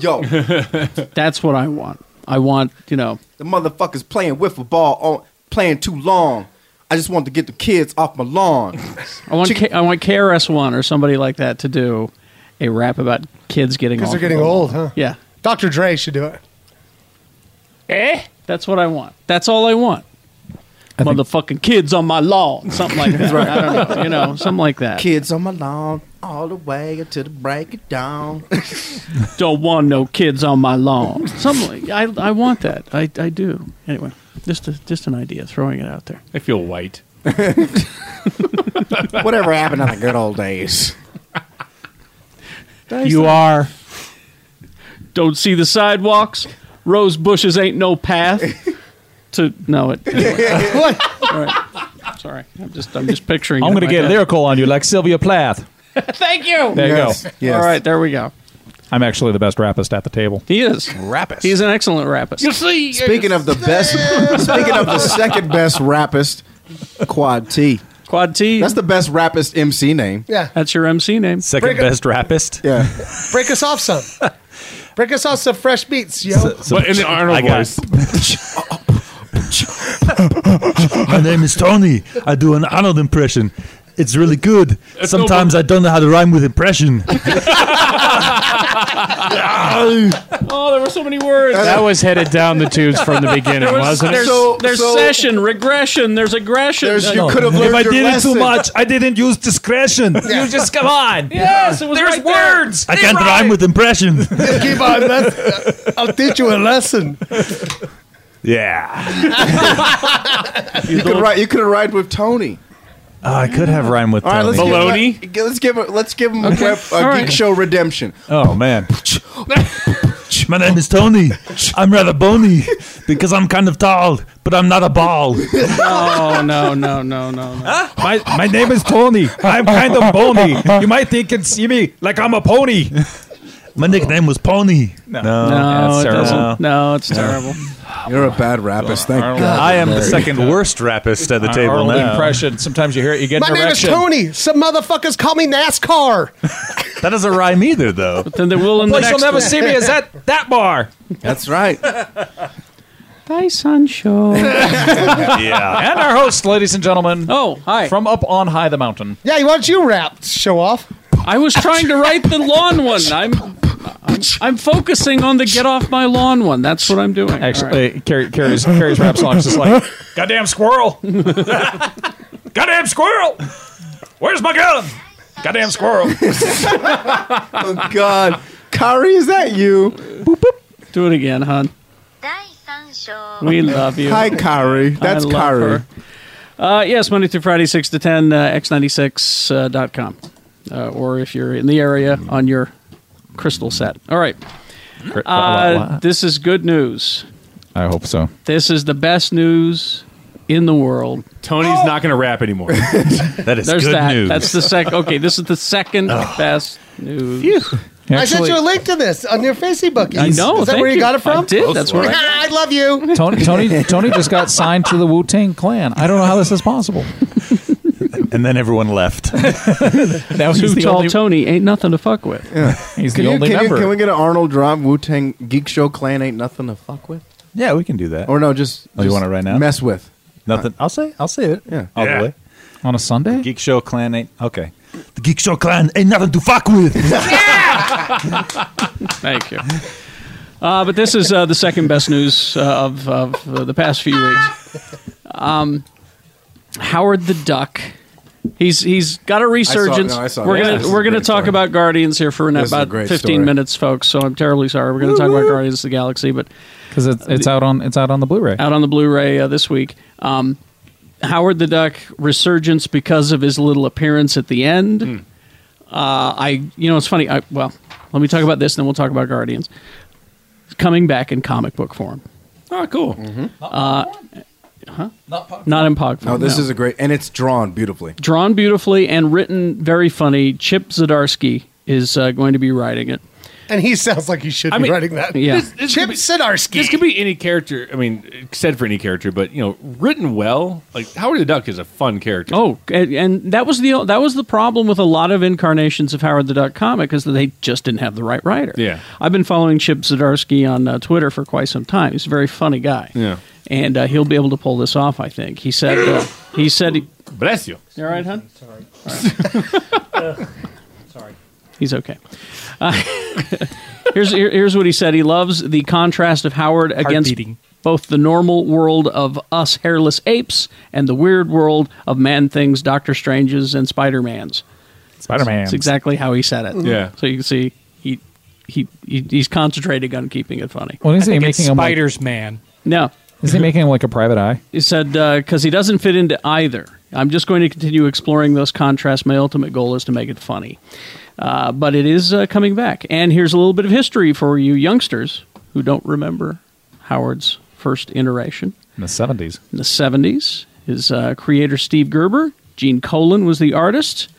[SPEAKER 10] Yo,
[SPEAKER 1] [laughs] That's what I want. I want you know.
[SPEAKER 10] The motherfuckers playing wiffle ball on playing too long. I just wanted to get the kids off my lawn.
[SPEAKER 1] I want K- I want KRS One or somebody like that to do a rap about kids getting
[SPEAKER 5] Because
[SPEAKER 1] off
[SPEAKER 5] they're
[SPEAKER 1] of
[SPEAKER 5] getting
[SPEAKER 1] the lawn.
[SPEAKER 5] old, huh?
[SPEAKER 1] Yeah.
[SPEAKER 5] Dr. Dre should do it.
[SPEAKER 1] Eh? That's what I want. That's all I want. Motherfucking kids on my lawn, something like that. [laughs] I don't know, you know, something like that.
[SPEAKER 10] Kids on my lawn all the way until the break of dawn.
[SPEAKER 1] Don't want no kids on my lawn. Something like, I, I want that. I, I do. Anyway, just a, just an idea, throwing it out there.
[SPEAKER 6] I feel white.
[SPEAKER 10] [laughs] Whatever happened to the good old days?
[SPEAKER 1] You are. Don't see the sidewalks. Rose bushes ain't
[SPEAKER 10] [laughs]
[SPEAKER 1] no path. To no, it. anyway. All right. Sorry, I'm just I'm just picturing.
[SPEAKER 8] I'm
[SPEAKER 1] it in
[SPEAKER 8] going to
[SPEAKER 1] my
[SPEAKER 8] get
[SPEAKER 1] head.
[SPEAKER 8] lyrical on you like Sylvia Plath.
[SPEAKER 1] [laughs] Thank you.
[SPEAKER 8] There you go.
[SPEAKER 1] All right, there we go.
[SPEAKER 8] I'm actually the best rapist at the table.
[SPEAKER 1] He is
[SPEAKER 8] rapist.
[SPEAKER 1] He's an excellent rapist.
[SPEAKER 10] You
[SPEAKER 1] see,
[SPEAKER 10] Speaking
[SPEAKER 1] [laughs]
[SPEAKER 10] of the best, speaking of the second best rapist, Quad T.
[SPEAKER 1] Quad T.
[SPEAKER 10] That's the best rapist MC name.
[SPEAKER 5] Yeah.
[SPEAKER 1] That's your MC name.
[SPEAKER 8] Second
[SPEAKER 5] Break it. best
[SPEAKER 8] rapist.
[SPEAKER 10] Yeah.
[SPEAKER 5] Break us off
[SPEAKER 1] [laughs]
[SPEAKER 5] some. Break us off some fresh beats, yo.
[SPEAKER 6] but in the Arnold voice.
[SPEAKER 12] My name is Tony. I do an Arnold impression. It's really good.
[SPEAKER 7] It's
[SPEAKER 12] Sometimes I don't know how to rhyme with impression.
[SPEAKER 1] oh, there were so many words.
[SPEAKER 9] That was headed down the tubes from the beginning,
[SPEAKER 1] [laughs] There was-
[SPEAKER 9] wasn't it?
[SPEAKER 1] there's, there's session, regression, there's aggression.
[SPEAKER 9] There's-
[SPEAKER 1] Uh,
[SPEAKER 9] you could have
[SPEAKER 12] if
[SPEAKER 9] learned
[SPEAKER 12] I
[SPEAKER 9] your
[SPEAKER 12] did it
[SPEAKER 9] lesson.
[SPEAKER 12] too much, I didn't use discretion.
[SPEAKER 1] Yeah. You just-
[SPEAKER 5] [laughs]
[SPEAKER 1] come on. [laughs] Yes, it was
[SPEAKER 5] There's
[SPEAKER 1] right there. words.
[SPEAKER 12] I can't rhyme with impression.
[SPEAKER 5] Keep on.
[SPEAKER 1] [laughs]
[SPEAKER 5] That's, I'll teach you a lesson.
[SPEAKER 12] yeah.
[SPEAKER 10] you could ride. You could have ride with Tony.
[SPEAKER 12] Ah, I could have rhymed with
[SPEAKER 10] All right,
[SPEAKER 12] Tony.
[SPEAKER 10] let's Give, let, us give. a- Let's give him
[SPEAKER 12] Okay.
[SPEAKER 10] a, web- a
[SPEAKER 12] All
[SPEAKER 10] geek
[SPEAKER 12] right.
[SPEAKER 10] show redemption.
[SPEAKER 12] Oh man. My name is Tony. I'm rather bony because I'm kind of tall, but I'm not a ball.
[SPEAKER 1] No, Oh, no, no, no, no, no.
[SPEAKER 8] My, my name is Tony. I'm kind of bony. You might think and see me like I'm a pony.
[SPEAKER 12] My nickname was Pony.
[SPEAKER 8] No,
[SPEAKER 12] No,
[SPEAKER 1] No,
[SPEAKER 12] that's
[SPEAKER 1] it
[SPEAKER 12] terrible.
[SPEAKER 1] doesn't. No, it's
[SPEAKER 12] No.
[SPEAKER 1] terrible.
[SPEAKER 10] You're a bad rapist. Thank God.
[SPEAKER 3] I am the
[SPEAKER 10] Very
[SPEAKER 3] second
[SPEAKER 10] good.
[SPEAKER 3] worst rapist at the
[SPEAKER 8] Uh,
[SPEAKER 3] table
[SPEAKER 8] Arnold
[SPEAKER 3] now. [laughs]
[SPEAKER 8] impression. Sometimes you hear it, you get
[SPEAKER 5] My
[SPEAKER 8] an
[SPEAKER 5] name is
[SPEAKER 8] erection.
[SPEAKER 5] Tony. Some motherfuckers call me NASCAR.
[SPEAKER 3] That doesn't rhyme either, though. But
[SPEAKER 1] then they will
[SPEAKER 8] Place you'll never see me is at that bar.
[SPEAKER 10] That's right.
[SPEAKER 1] Bye,
[SPEAKER 8] [laughs]
[SPEAKER 1] Sancho.
[SPEAKER 8] yeah. And our host, ladies and gentlemen.
[SPEAKER 1] Oh, hi.
[SPEAKER 8] From up on high the mountain.
[SPEAKER 5] Yeah, why don't you rap? Show off.
[SPEAKER 1] I was trying to write the lawn one. I'm, I'm, I'm focusing on the get off my lawn one. That's what I'm doing. All right.
[SPEAKER 8] Actually, Carrie, Carrie's, Carrie's rap song is just like,
[SPEAKER 7] [laughs] Goddamn
[SPEAKER 1] [laughs]
[SPEAKER 7] squirrel! Goddamn squirrel! Where's my gun? Goddamn squirrel!
[SPEAKER 10] [laughs] oh God, Kari, is that you?
[SPEAKER 1] do it again, hon. We love you.
[SPEAKER 10] Hi, Kari.
[SPEAKER 1] I
[SPEAKER 10] That's
[SPEAKER 1] love
[SPEAKER 10] Kari.
[SPEAKER 1] her. Uh, yes, Monday through Friday, 6 to 10, uh, x96.com. Uh, dot com. uh, or if you're in the area
[SPEAKER 6] Mm.
[SPEAKER 1] on your crystal set. All right.
[SPEAKER 8] Cri-
[SPEAKER 1] Uh, this is good news.
[SPEAKER 8] I hope so.
[SPEAKER 1] This is the best news in the world. Oh!
[SPEAKER 6] Tony's not going to rap
[SPEAKER 1] [laughs]
[SPEAKER 6] anymore. that
[SPEAKER 1] There's that. That's the second. Okay, this is the second
[SPEAKER 6] Oh.
[SPEAKER 1] best news.
[SPEAKER 5] I sent you a link to this on your Facebook.
[SPEAKER 1] I know,
[SPEAKER 5] Is that
[SPEAKER 1] thank
[SPEAKER 5] where you,
[SPEAKER 1] you.
[SPEAKER 5] got it
[SPEAKER 1] I
[SPEAKER 5] from? Oh,
[SPEAKER 1] did, that's where I got
[SPEAKER 5] [laughs] I love you.
[SPEAKER 8] Tony, Tony, Tony just got signed to the Wu Tang Clan. I don't know how this is possible.
[SPEAKER 3] And then everyone left.
[SPEAKER 8] Now
[SPEAKER 1] Too
[SPEAKER 8] he's the
[SPEAKER 1] tall
[SPEAKER 8] only-
[SPEAKER 1] Tony ain't nothing to fuck with.
[SPEAKER 3] [laughs]
[SPEAKER 8] He's
[SPEAKER 10] Can you- can you- can we get an Arnold Drop Wu Tang Geek Show Clan ain't nothing to fuck with?
[SPEAKER 3] Yeah, we can do that.
[SPEAKER 10] Or no, just,
[SPEAKER 3] Oh, you
[SPEAKER 10] just
[SPEAKER 3] want it right now?
[SPEAKER 10] Mess with
[SPEAKER 3] Nothing. I'll say. I'll say it.
[SPEAKER 10] Yeah.
[SPEAKER 3] All
[SPEAKER 10] Yeah.
[SPEAKER 3] the way.
[SPEAKER 8] On a Sunday.
[SPEAKER 3] Geek Show Clan ain't okay.
[SPEAKER 12] The Geek Show clan ain't nothing to fuck
[SPEAKER 1] [laughs]
[SPEAKER 12] with.
[SPEAKER 1] Thank you. Uh, but this is uh, the second best news uh, of, of uh, the past few weeks. Um, Howard the Duck. He's he's got a resurgence.
[SPEAKER 10] no, I saw
[SPEAKER 1] we're
[SPEAKER 10] that.
[SPEAKER 1] gonna
[SPEAKER 10] This is
[SPEAKER 1] we're
[SPEAKER 10] a
[SPEAKER 1] gonna
[SPEAKER 10] great
[SPEAKER 1] talk
[SPEAKER 10] story.
[SPEAKER 1] about Guardians here for in
[SPEAKER 10] This is a
[SPEAKER 1] about
[SPEAKER 10] great
[SPEAKER 1] fifteen
[SPEAKER 10] story.
[SPEAKER 1] minutes, folks. So I'm terribly sorry. We're gonna talk about Guardians of the Galaxy, but
[SPEAKER 8] because it's, it's out on it's out on the Blu-ray.
[SPEAKER 1] out on the Blu-ray uh, this week. Um, Howard the Duck resurgence because of his little appearance at the end. Uh, I, you know, it's funny. I, well, let me talk about this, and then we'll talk about Guardians coming back in comic book form. Oh, cool.
[SPEAKER 10] Mm-hmm.
[SPEAKER 1] Uh, huh? Not, in
[SPEAKER 10] No,
[SPEAKER 1] pog form.
[SPEAKER 10] Oh, this is a great, and it's drawn beautifully.
[SPEAKER 1] drawn beautifully and written very funny. Chip Zdarsky is uh, going to be writing it.
[SPEAKER 5] [laughs] And he sounds like he should
[SPEAKER 6] I
[SPEAKER 5] be
[SPEAKER 6] mean,
[SPEAKER 5] writing that. [laughs]
[SPEAKER 1] yeah.
[SPEAKER 6] This, this Chip Zdarsky. This could be any character. I mean, said for any character, but you know, written well. Like Howard the Duck is a fun character.
[SPEAKER 1] Oh, and, and that was the that was the problem with a lot of incarnations of Howard the Duck comic is that they just didn't have the right writer.
[SPEAKER 6] Yeah.
[SPEAKER 1] I've been following Chip Zdarsky on uh, Twitter for quite some time. He's a very funny guy,
[SPEAKER 6] Yeah.
[SPEAKER 1] and uh, he'll be able to pull this off. I think he said. Uh, he said. He,
[SPEAKER 6] Bless you.
[SPEAKER 1] You all right, hon?
[SPEAKER 5] Sorry.
[SPEAKER 10] Uh,
[SPEAKER 1] Sorry. He's okay. Uh, [laughs] here's here- here's what he said. He loves the contrast of Howard against both the normal world of us hairless apes and the weird world of man things, Doctor Stranges, and Spider Mans.
[SPEAKER 8] Spider-Mans.
[SPEAKER 1] That's exactly how he said it.
[SPEAKER 8] Yeah.
[SPEAKER 1] So you can see he he, he he's concentrating on keeping it funny.
[SPEAKER 8] Well, isn't he I think it's making him, like-
[SPEAKER 1] Spider's Man? No.
[SPEAKER 8] Is he making like a private eye?
[SPEAKER 1] He said, because he doesn't fit into either. I'm just going to continue exploring those contrasts. My ultimate goal is to make it funny. Uh, but it is uh, coming back. And here's a little bit of history for you youngsters who don't remember Howard's first iteration.
[SPEAKER 8] In the seventies.
[SPEAKER 1] In the 70s, his uh, creator, Steve Gerber, Gene Colan was the artist.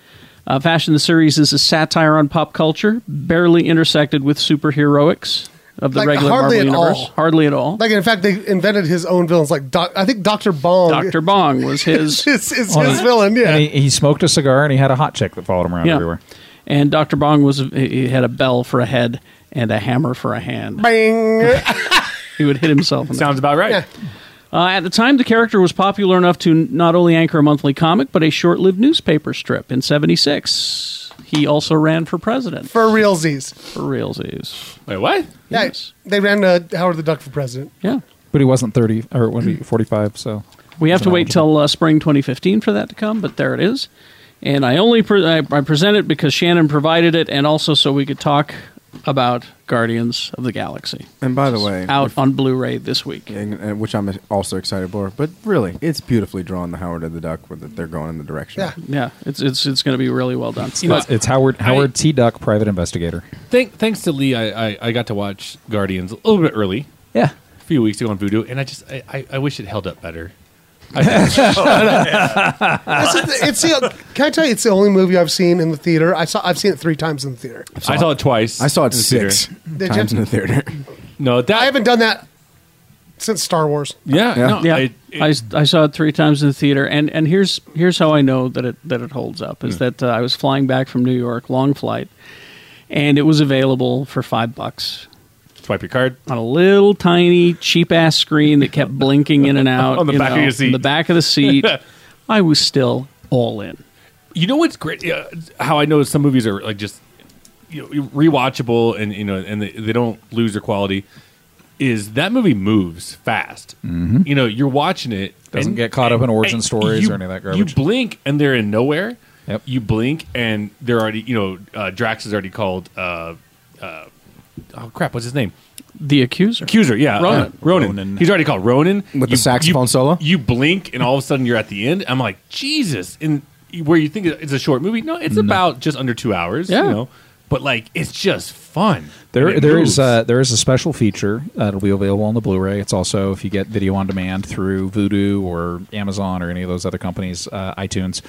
[SPEAKER 1] Uh, fashioned the series as a satire on pop culture, barely intersected with superheroics of the
[SPEAKER 5] Like,
[SPEAKER 1] regular Marvel
[SPEAKER 5] hardly at
[SPEAKER 1] universe.
[SPEAKER 5] all.
[SPEAKER 1] Hardly at all.
[SPEAKER 5] Like in fact, they invented his own villains. Like doc, I think Doctor Bong.
[SPEAKER 1] Dr. Bong
[SPEAKER 5] [laughs]
[SPEAKER 1] was his.
[SPEAKER 5] It's, it's
[SPEAKER 8] Well,
[SPEAKER 5] his
[SPEAKER 8] he-
[SPEAKER 5] villain. Yeah.
[SPEAKER 8] And he, he smoked a cigar and he had a hot chick that followed him around everywhere.
[SPEAKER 1] And Dr. Bong was he had a bell for a head and a hammer for a hand.
[SPEAKER 5] Bang.
[SPEAKER 1] [laughs] He would hit himself. Sounds
[SPEAKER 6] about right.
[SPEAKER 1] Uh, at the time, the character was popular enough to n- not only anchor a monthly comic, but a short lived newspaper strip in 76. He also ran for president.
[SPEAKER 5] For realsies.
[SPEAKER 1] For realsies. Wait, what?
[SPEAKER 5] Yeah, they ran uh, Howard the Duck for president.
[SPEAKER 1] Yeah.
[SPEAKER 8] But he wasn't 30, or when he 45, so.
[SPEAKER 1] We have to wait till uh, spring 2015 for that to come, but there it is. And I only pre- I, I present it because Shannon provided it, and also so we could talk about Guardians of the Galaxy.
[SPEAKER 10] And by the way,
[SPEAKER 1] out on Blu-ray this week,
[SPEAKER 10] and, and which I'm also excited for. But really, it's beautifully drawn. The Howard of the Duck, where they're going in the direction.
[SPEAKER 1] Yeah, yeah, it's it's it's going to be really well done.
[SPEAKER 8] it's, it's Howard Howard T. Duck, private investigator.
[SPEAKER 6] Thank, thanks to Lee, I, I, I got to watch Guardians a little bit early.
[SPEAKER 8] Yeah.
[SPEAKER 6] A few weeks ago on Voodoo, and I just I, I, I wish it held up
[SPEAKER 10] [laughs]
[SPEAKER 6] better. I
[SPEAKER 5] That's the- it's the, can I tell you? It's the only movie I've seen in the theater. I saw. I've seen it three times in the theater.
[SPEAKER 6] [laughs] I saw it twice.
[SPEAKER 10] I saw it
[SPEAKER 6] in the
[SPEAKER 10] Oh, six
[SPEAKER 6] theater.
[SPEAKER 10] times in the theater.
[SPEAKER 6] No,
[SPEAKER 5] I haven't done that since Star Wars.
[SPEAKER 6] Yeah, no,
[SPEAKER 1] yeah.
[SPEAKER 6] I-
[SPEAKER 1] I, s- I saw it three times in the theater, and, and here's here's how I know that it that it holds up
[SPEAKER 6] Hmm.
[SPEAKER 1] is that uh, I was flying back from New York, long flight, and it was available for five bucks.
[SPEAKER 6] Swipe your card
[SPEAKER 1] on a little tiny cheap ass screen that kept blinking in and
[SPEAKER 6] [laughs]
[SPEAKER 1] out
[SPEAKER 6] On the
[SPEAKER 1] you
[SPEAKER 6] back of
[SPEAKER 1] know,
[SPEAKER 6] your seat.
[SPEAKER 1] on The back of the
[SPEAKER 6] [laughs]
[SPEAKER 1] seat. I was still all in.
[SPEAKER 6] You know what's great? Uh, how I know some movies are like just you know, rewatchable and you know and they, they don't lose their quality. Is that movie moves fast?
[SPEAKER 8] Mhm.
[SPEAKER 6] You know, you're watching it
[SPEAKER 8] Doesn't get caught up in origin
[SPEAKER 6] and
[SPEAKER 8] stories
[SPEAKER 6] you-
[SPEAKER 8] or any of that
[SPEAKER 6] You
[SPEAKER 8] garbage.
[SPEAKER 6] blink and they're in nowhere. You blink and they're already you know uh, Drax is already called. Uh, uh, oh crap! What's his name?
[SPEAKER 1] The accuser.
[SPEAKER 6] Accuser. Yeah,
[SPEAKER 1] Ronan.
[SPEAKER 6] Uh, Ronan. He's already called Ronan
[SPEAKER 10] With the
[SPEAKER 6] saxophone solo. You blink, and all of a sudden you're at the end. I'm like, Jesus! And where you think it's a short movie, no, it's
[SPEAKER 10] Mm.
[SPEAKER 6] about just under two hours.
[SPEAKER 8] Yeah.
[SPEAKER 6] You know, but like it's just fun. And
[SPEAKER 8] There,
[SPEAKER 6] it
[SPEAKER 8] there
[SPEAKER 6] moves.
[SPEAKER 8] is uh, there is a special feature that'll be available on the Blu-ray. It's also if you get video on demand through Vudu or Amazon or any of those other companies, uh, iTunes,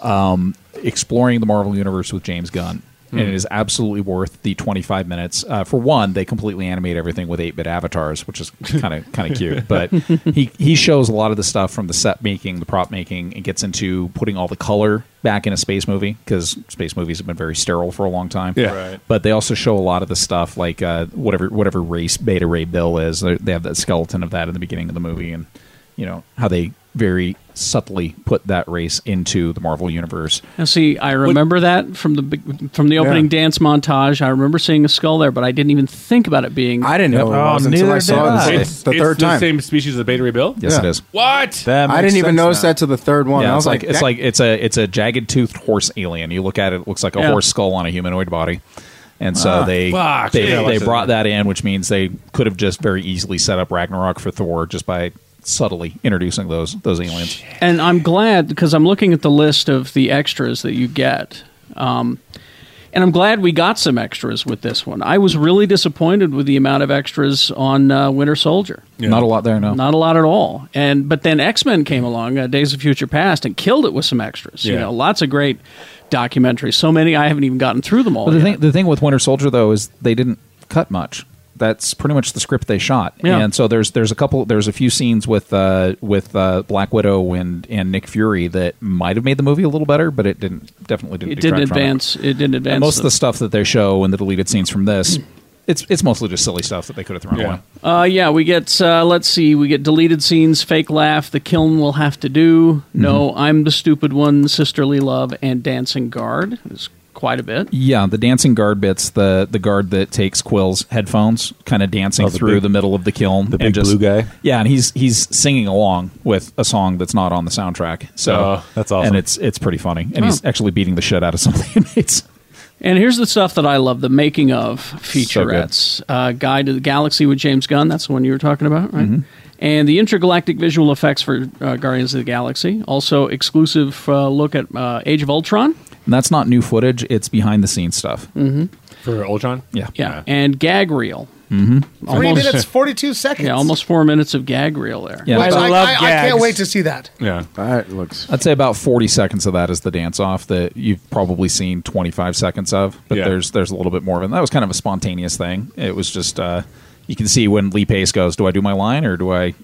[SPEAKER 8] um, exploring the Marvel universe with James Gunn, and
[SPEAKER 11] Hmm.
[SPEAKER 8] it is absolutely worth the twenty five minutes. Uh, for one, they completely animate everything with eight bit avatars,
[SPEAKER 6] [laughs]
[SPEAKER 8] which is kind of kind of cute. But he he shows a lot of the stuff from the set making, the prop making, and gets into putting all the color back in a space movie because space movies have been very sterile for a long time
[SPEAKER 11] Yeah. Right.
[SPEAKER 8] but they also show a lot of the stuff like uh, whatever whatever race Beta Ray Bill is. They they have that skeleton of that in the beginning of the movie, and you know how they very subtly put that race into the Marvel universe.
[SPEAKER 1] Now, see, I remember that from the big- from the opening dance montage. I remember seeing a skull there, but I didn't even think about it being.
[SPEAKER 10] I didn't know what it was Oh, until I neither saw did it the- I.
[SPEAKER 6] It's,
[SPEAKER 10] the
[SPEAKER 6] it's
[SPEAKER 10] third time.
[SPEAKER 6] same species as the Beta Ray Bill.
[SPEAKER 8] Yes, it is.
[SPEAKER 6] What?
[SPEAKER 10] I didn't even notice that till the third one.
[SPEAKER 8] Yeah,
[SPEAKER 10] I was
[SPEAKER 8] it's like,
[SPEAKER 10] like,
[SPEAKER 8] it's
[SPEAKER 10] that-
[SPEAKER 8] like it's a it's a jagged toothed horse alien. You look at it, it looks like a
[SPEAKER 10] Yeah.
[SPEAKER 8] horse skull on a humanoid body. And so
[SPEAKER 10] Ah,
[SPEAKER 8] they
[SPEAKER 10] fuck,
[SPEAKER 8] they,
[SPEAKER 10] yeah.
[SPEAKER 8] they brought that in, which means they could have just very easily set up Ragnarok for Thor just by subtly introducing those those aliens.
[SPEAKER 1] And I'm glad because I'm looking at the list of the extras that you get. Um, and I'm glad we got some extras with this one. I was really disappointed with the amount of extras on uh, Winter Soldier.
[SPEAKER 8] Not a lot there, no.
[SPEAKER 1] Not a lot at all. And but then X Men came along, uh, Days of Future Past, and killed it with some extras. You
[SPEAKER 8] Yeah.
[SPEAKER 1] know, lots of great documentaries. So many I haven't even gotten through them all.
[SPEAKER 8] Well, the
[SPEAKER 1] yet.
[SPEAKER 8] thing the thing with Winter Soldier though is they didn't cut much. That's pretty much the script they shot.
[SPEAKER 1] Yeah.
[SPEAKER 8] And so there's there's a couple there's a few scenes with uh, with uh, Black Widow and, and Nick Fury that might have made the movie a little better, but it didn't definitely didn't
[SPEAKER 1] it didn't
[SPEAKER 8] detract from
[SPEAKER 1] advance. It. didn't
[SPEAKER 8] And
[SPEAKER 1] advance. Hmm.
[SPEAKER 8] most of
[SPEAKER 1] the-
[SPEAKER 8] the stuff that they show and the deleted scenes from this, it's it's mostly just silly stuff that they could have thrown away.
[SPEAKER 1] Uh, yeah, we get, uh, let's see, we get deleted scenes, fake laugh, the kiln will have to do,
[SPEAKER 8] Mm-hmm.
[SPEAKER 1] no, I'm the stupid one, sisterly love, and dancing guard. There's quite
[SPEAKER 8] [laughs]
[SPEAKER 1] a bit.
[SPEAKER 8] Yeah, the dancing guard bits the the guard that takes Quill's headphones, kind of dancing
[SPEAKER 1] Oh, the
[SPEAKER 8] through
[SPEAKER 1] big-
[SPEAKER 8] the middle of the kiln. The
[SPEAKER 1] big blue
[SPEAKER 8] guy. Yeah, and he's he's singing along with a song that's not on the soundtrack. So
[SPEAKER 1] Oh, that's awesome.
[SPEAKER 8] And it's it's pretty funny, and he's
[SPEAKER 1] Oh.
[SPEAKER 8] actually beating the shit out of some of the inmates.
[SPEAKER 1] And here's the stuff that I love the making of featurettes uh, Guide to the Galaxy with James Gunn, that's the one you were talking about, right?
[SPEAKER 8] Mhm.
[SPEAKER 1] And the intergalactic visual effects for uh, Guardians of the Galaxy. Also, exclusive uh, look at uh, Age of Ultron.
[SPEAKER 8] And [laughs] that's not new footage; it's behind the scenes stuff.
[SPEAKER 5] Mm.
[SPEAKER 1] Mm-hmm.
[SPEAKER 6] for Ultron.
[SPEAKER 8] Yeah,
[SPEAKER 1] Yeah. And gag reel.
[SPEAKER 8] Mm-hmm.
[SPEAKER 5] Three minutes, forty-two seconds.
[SPEAKER 1] Yeah, almost four minutes of gag reel there.
[SPEAKER 8] Yeah.
[SPEAKER 5] Which
[SPEAKER 8] I
[SPEAKER 5] I,
[SPEAKER 8] love
[SPEAKER 5] I, I can't
[SPEAKER 8] gags.
[SPEAKER 5] wait to see that.
[SPEAKER 6] Yeah,
[SPEAKER 10] that looks.
[SPEAKER 8] I'd say about forty seconds of that is the dance off that you've probably seen twenty five seconds of, but there's there's a little bit more of it. And that was kind of a spontaneous thing. It was just uh, you can see when Lee Pace goes, do I do my line or do I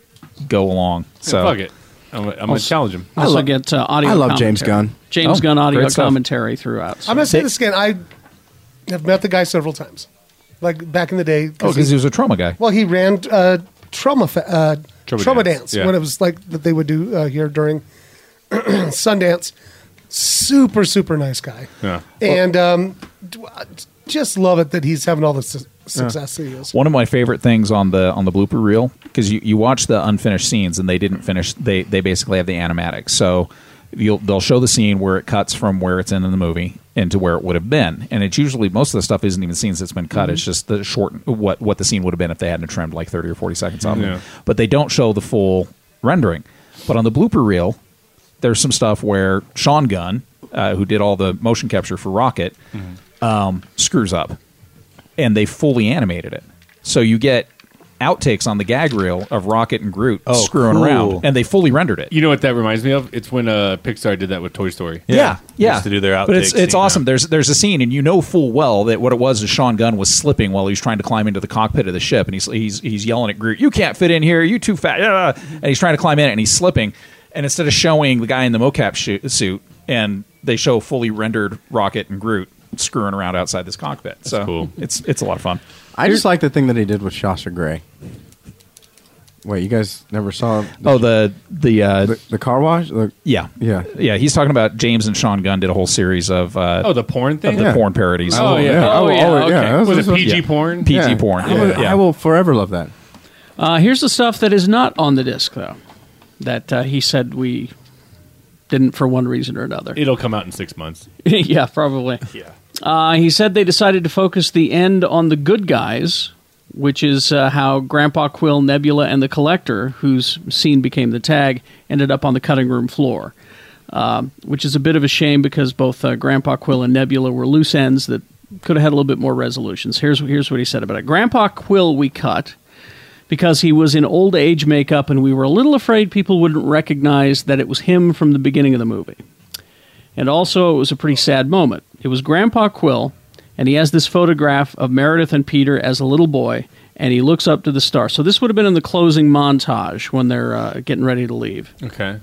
[SPEAKER 8] go along? So
[SPEAKER 6] fuck it. I'm, I'm gonna
[SPEAKER 8] Also-
[SPEAKER 6] challenge him.
[SPEAKER 8] I Also love-
[SPEAKER 1] get uh, audio.
[SPEAKER 8] I love James
[SPEAKER 1] commentary.
[SPEAKER 8] Gunn.
[SPEAKER 1] James
[SPEAKER 8] Oh,
[SPEAKER 1] Gunn audio
[SPEAKER 8] great stuff.
[SPEAKER 1] commentary throughout. so.
[SPEAKER 5] I'm gonna say this again. I have met the guy several times, like back in the day.
[SPEAKER 8] Oh, because he was a trauma guy.
[SPEAKER 5] well, he ran uh, trauma fe- uh,
[SPEAKER 6] Trouba
[SPEAKER 5] Trouble
[SPEAKER 6] dance,
[SPEAKER 5] dance,
[SPEAKER 6] yeah.
[SPEAKER 5] when it was like that they would do uh, here during [clears throat] Sundance. Super, super nice guy.
[SPEAKER 8] Yeah.
[SPEAKER 5] And um, d- I just love it that he's having all the su- success that he is.
[SPEAKER 8] One of my favorite things on the on the blooper reel because you, you watch the unfinished scenes and they didn't finish. They they basically have the animatics. So you'll they'll show the scene where it cuts from where it's in the movie into where it would have been, and it's usually most of the stuff isn't even scenes that's been cut. It's
[SPEAKER 11] Mhm.
[SPEAKER 8] just the short what what the scene would have been if they hadn't trimmed like thirty or forty seconds off.
[SPEAKER 11] Yeah.
[SPEAKER 8] it. But they don't show the full rendering. But on the blooper reel, there's some stuff where Sean Gunn, uh, who did all the motion capture for Rocket, um, screws up, and they fully animated it. So you get outtakes on the gag reel of Rocket and Groot
[SPEAKER 6] Oh,
[SPEAKER 8] screwing
[SPEAKER 6] cool.
[SPEAKER 8] around, and they fully rendered it.
[SPEAKER 6] You know what that reminds me of? It's when uh, Pixar did that with Toy Story.
[SPEAKER 8] Yeah, yeah. But it's it's awesome. There's there's a scene, and you know full well that what it was is Sean Gunn was slipping while he was trying to climb into the cockpit of the ship, and he's he's he's yelling at Groot, "You can't fit in here. You too fat." Yeah. And he's trying to climb in, and he's slipping. And instead of showing the guy in the mocap shoot, suit, and they show fully rendered Rocket and Groot screwing around outside this cockpit. so
[SPEAKER 10] cool.
[SPEAKER 8] it's it's a lot of fun.
[SPEAKER 10] I just like the thing that he did with Shasha Gray. Wait, you guys never saw?
[SPEAKER 8] oh, the the uh,
[SPEAKER 10] the, car wash. The,
[SPEAKER 8] yeah,
[SPEAKER 10] yeah,
[SPEAKER 8] yeah. He's talking about James and Sean Gunn did a whole series of uh,
[SPEAKER 6] Oh, the porn thing?
[SPEAKER 8] of the
[SPEAKER 6] Yeah.
[SPEAKER 8] porn parodies.
[SPEAKER 6] Oh, Oh, yeah. yeah. Oh, yeah. Okay. Was it
[SPEAKER 8] this was-
[SPEAKER 6] PG
[SPEAKER 8] yeah.
[SPEAKER 6] porn?
[SPEAKER 8] PG
[SPEAKER 6] Yeah.
[SPEAKER 8] porn.
[SPEAKER 10] I, will,
[SPEAKER 8] yeah.
[SPEAKER 10] I will forever love that.
[SPEAKER 1] Uh, here's the stuff that is not on the disc, though, that uh, he said we didn't for one reason or another.
[SPEAKER 6] It'll come out in six months.
[SPEAKER 1] [laughs] yeah, probably.
[SPEAKER 6] [laughs] Yeah.
[SPEAKER 1] Uh, he said they decided to focus the end on the good guys, which is uh, how Grandpa Quill, Nebula, and the Collector, whose scene became the tag, ended up on the cutting room floor. Um, which is a bit of a shame because both uh, Grandpa Quill and Nebula were loose ends that could have had a little bit more resolutions. Here's here's what he said about it. Grandpa Quill, we cut because he was in old age makeup, and we were a little afraid people wouldn't recognize that it was him from the beginning of the movie. And also, it was a pretty sad moment. It was Grandpa Quill, and he has this photograph of Meredith and Peter as a little boy, and he looks up to the star. So, this would have been in the closing montage when they're uh, getting ready to leave.
[SPEAKER 6] Okay.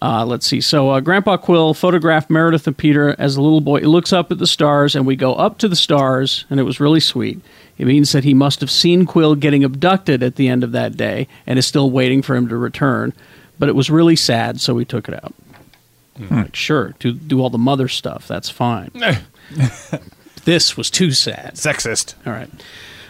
[SPEAKER 1] Uh, let's see. So, uh, Grandpa Quill photographed Meredith and Peter as a little boy. He looks up at the stars, and we go up to the stars, and it was really sweet. It means that he must have seen Quill getting abducted at the end of that day and is still waiting for him to return. But it was really sad, so we took it out.
[SPEAKER 13] Hmm.
[SPEAKER 1] Like, sure, do, do all the mother stuff. That's fine. this was too sad.
[SPEAKER 12] Sexist.
[SPEAKER 1] All right.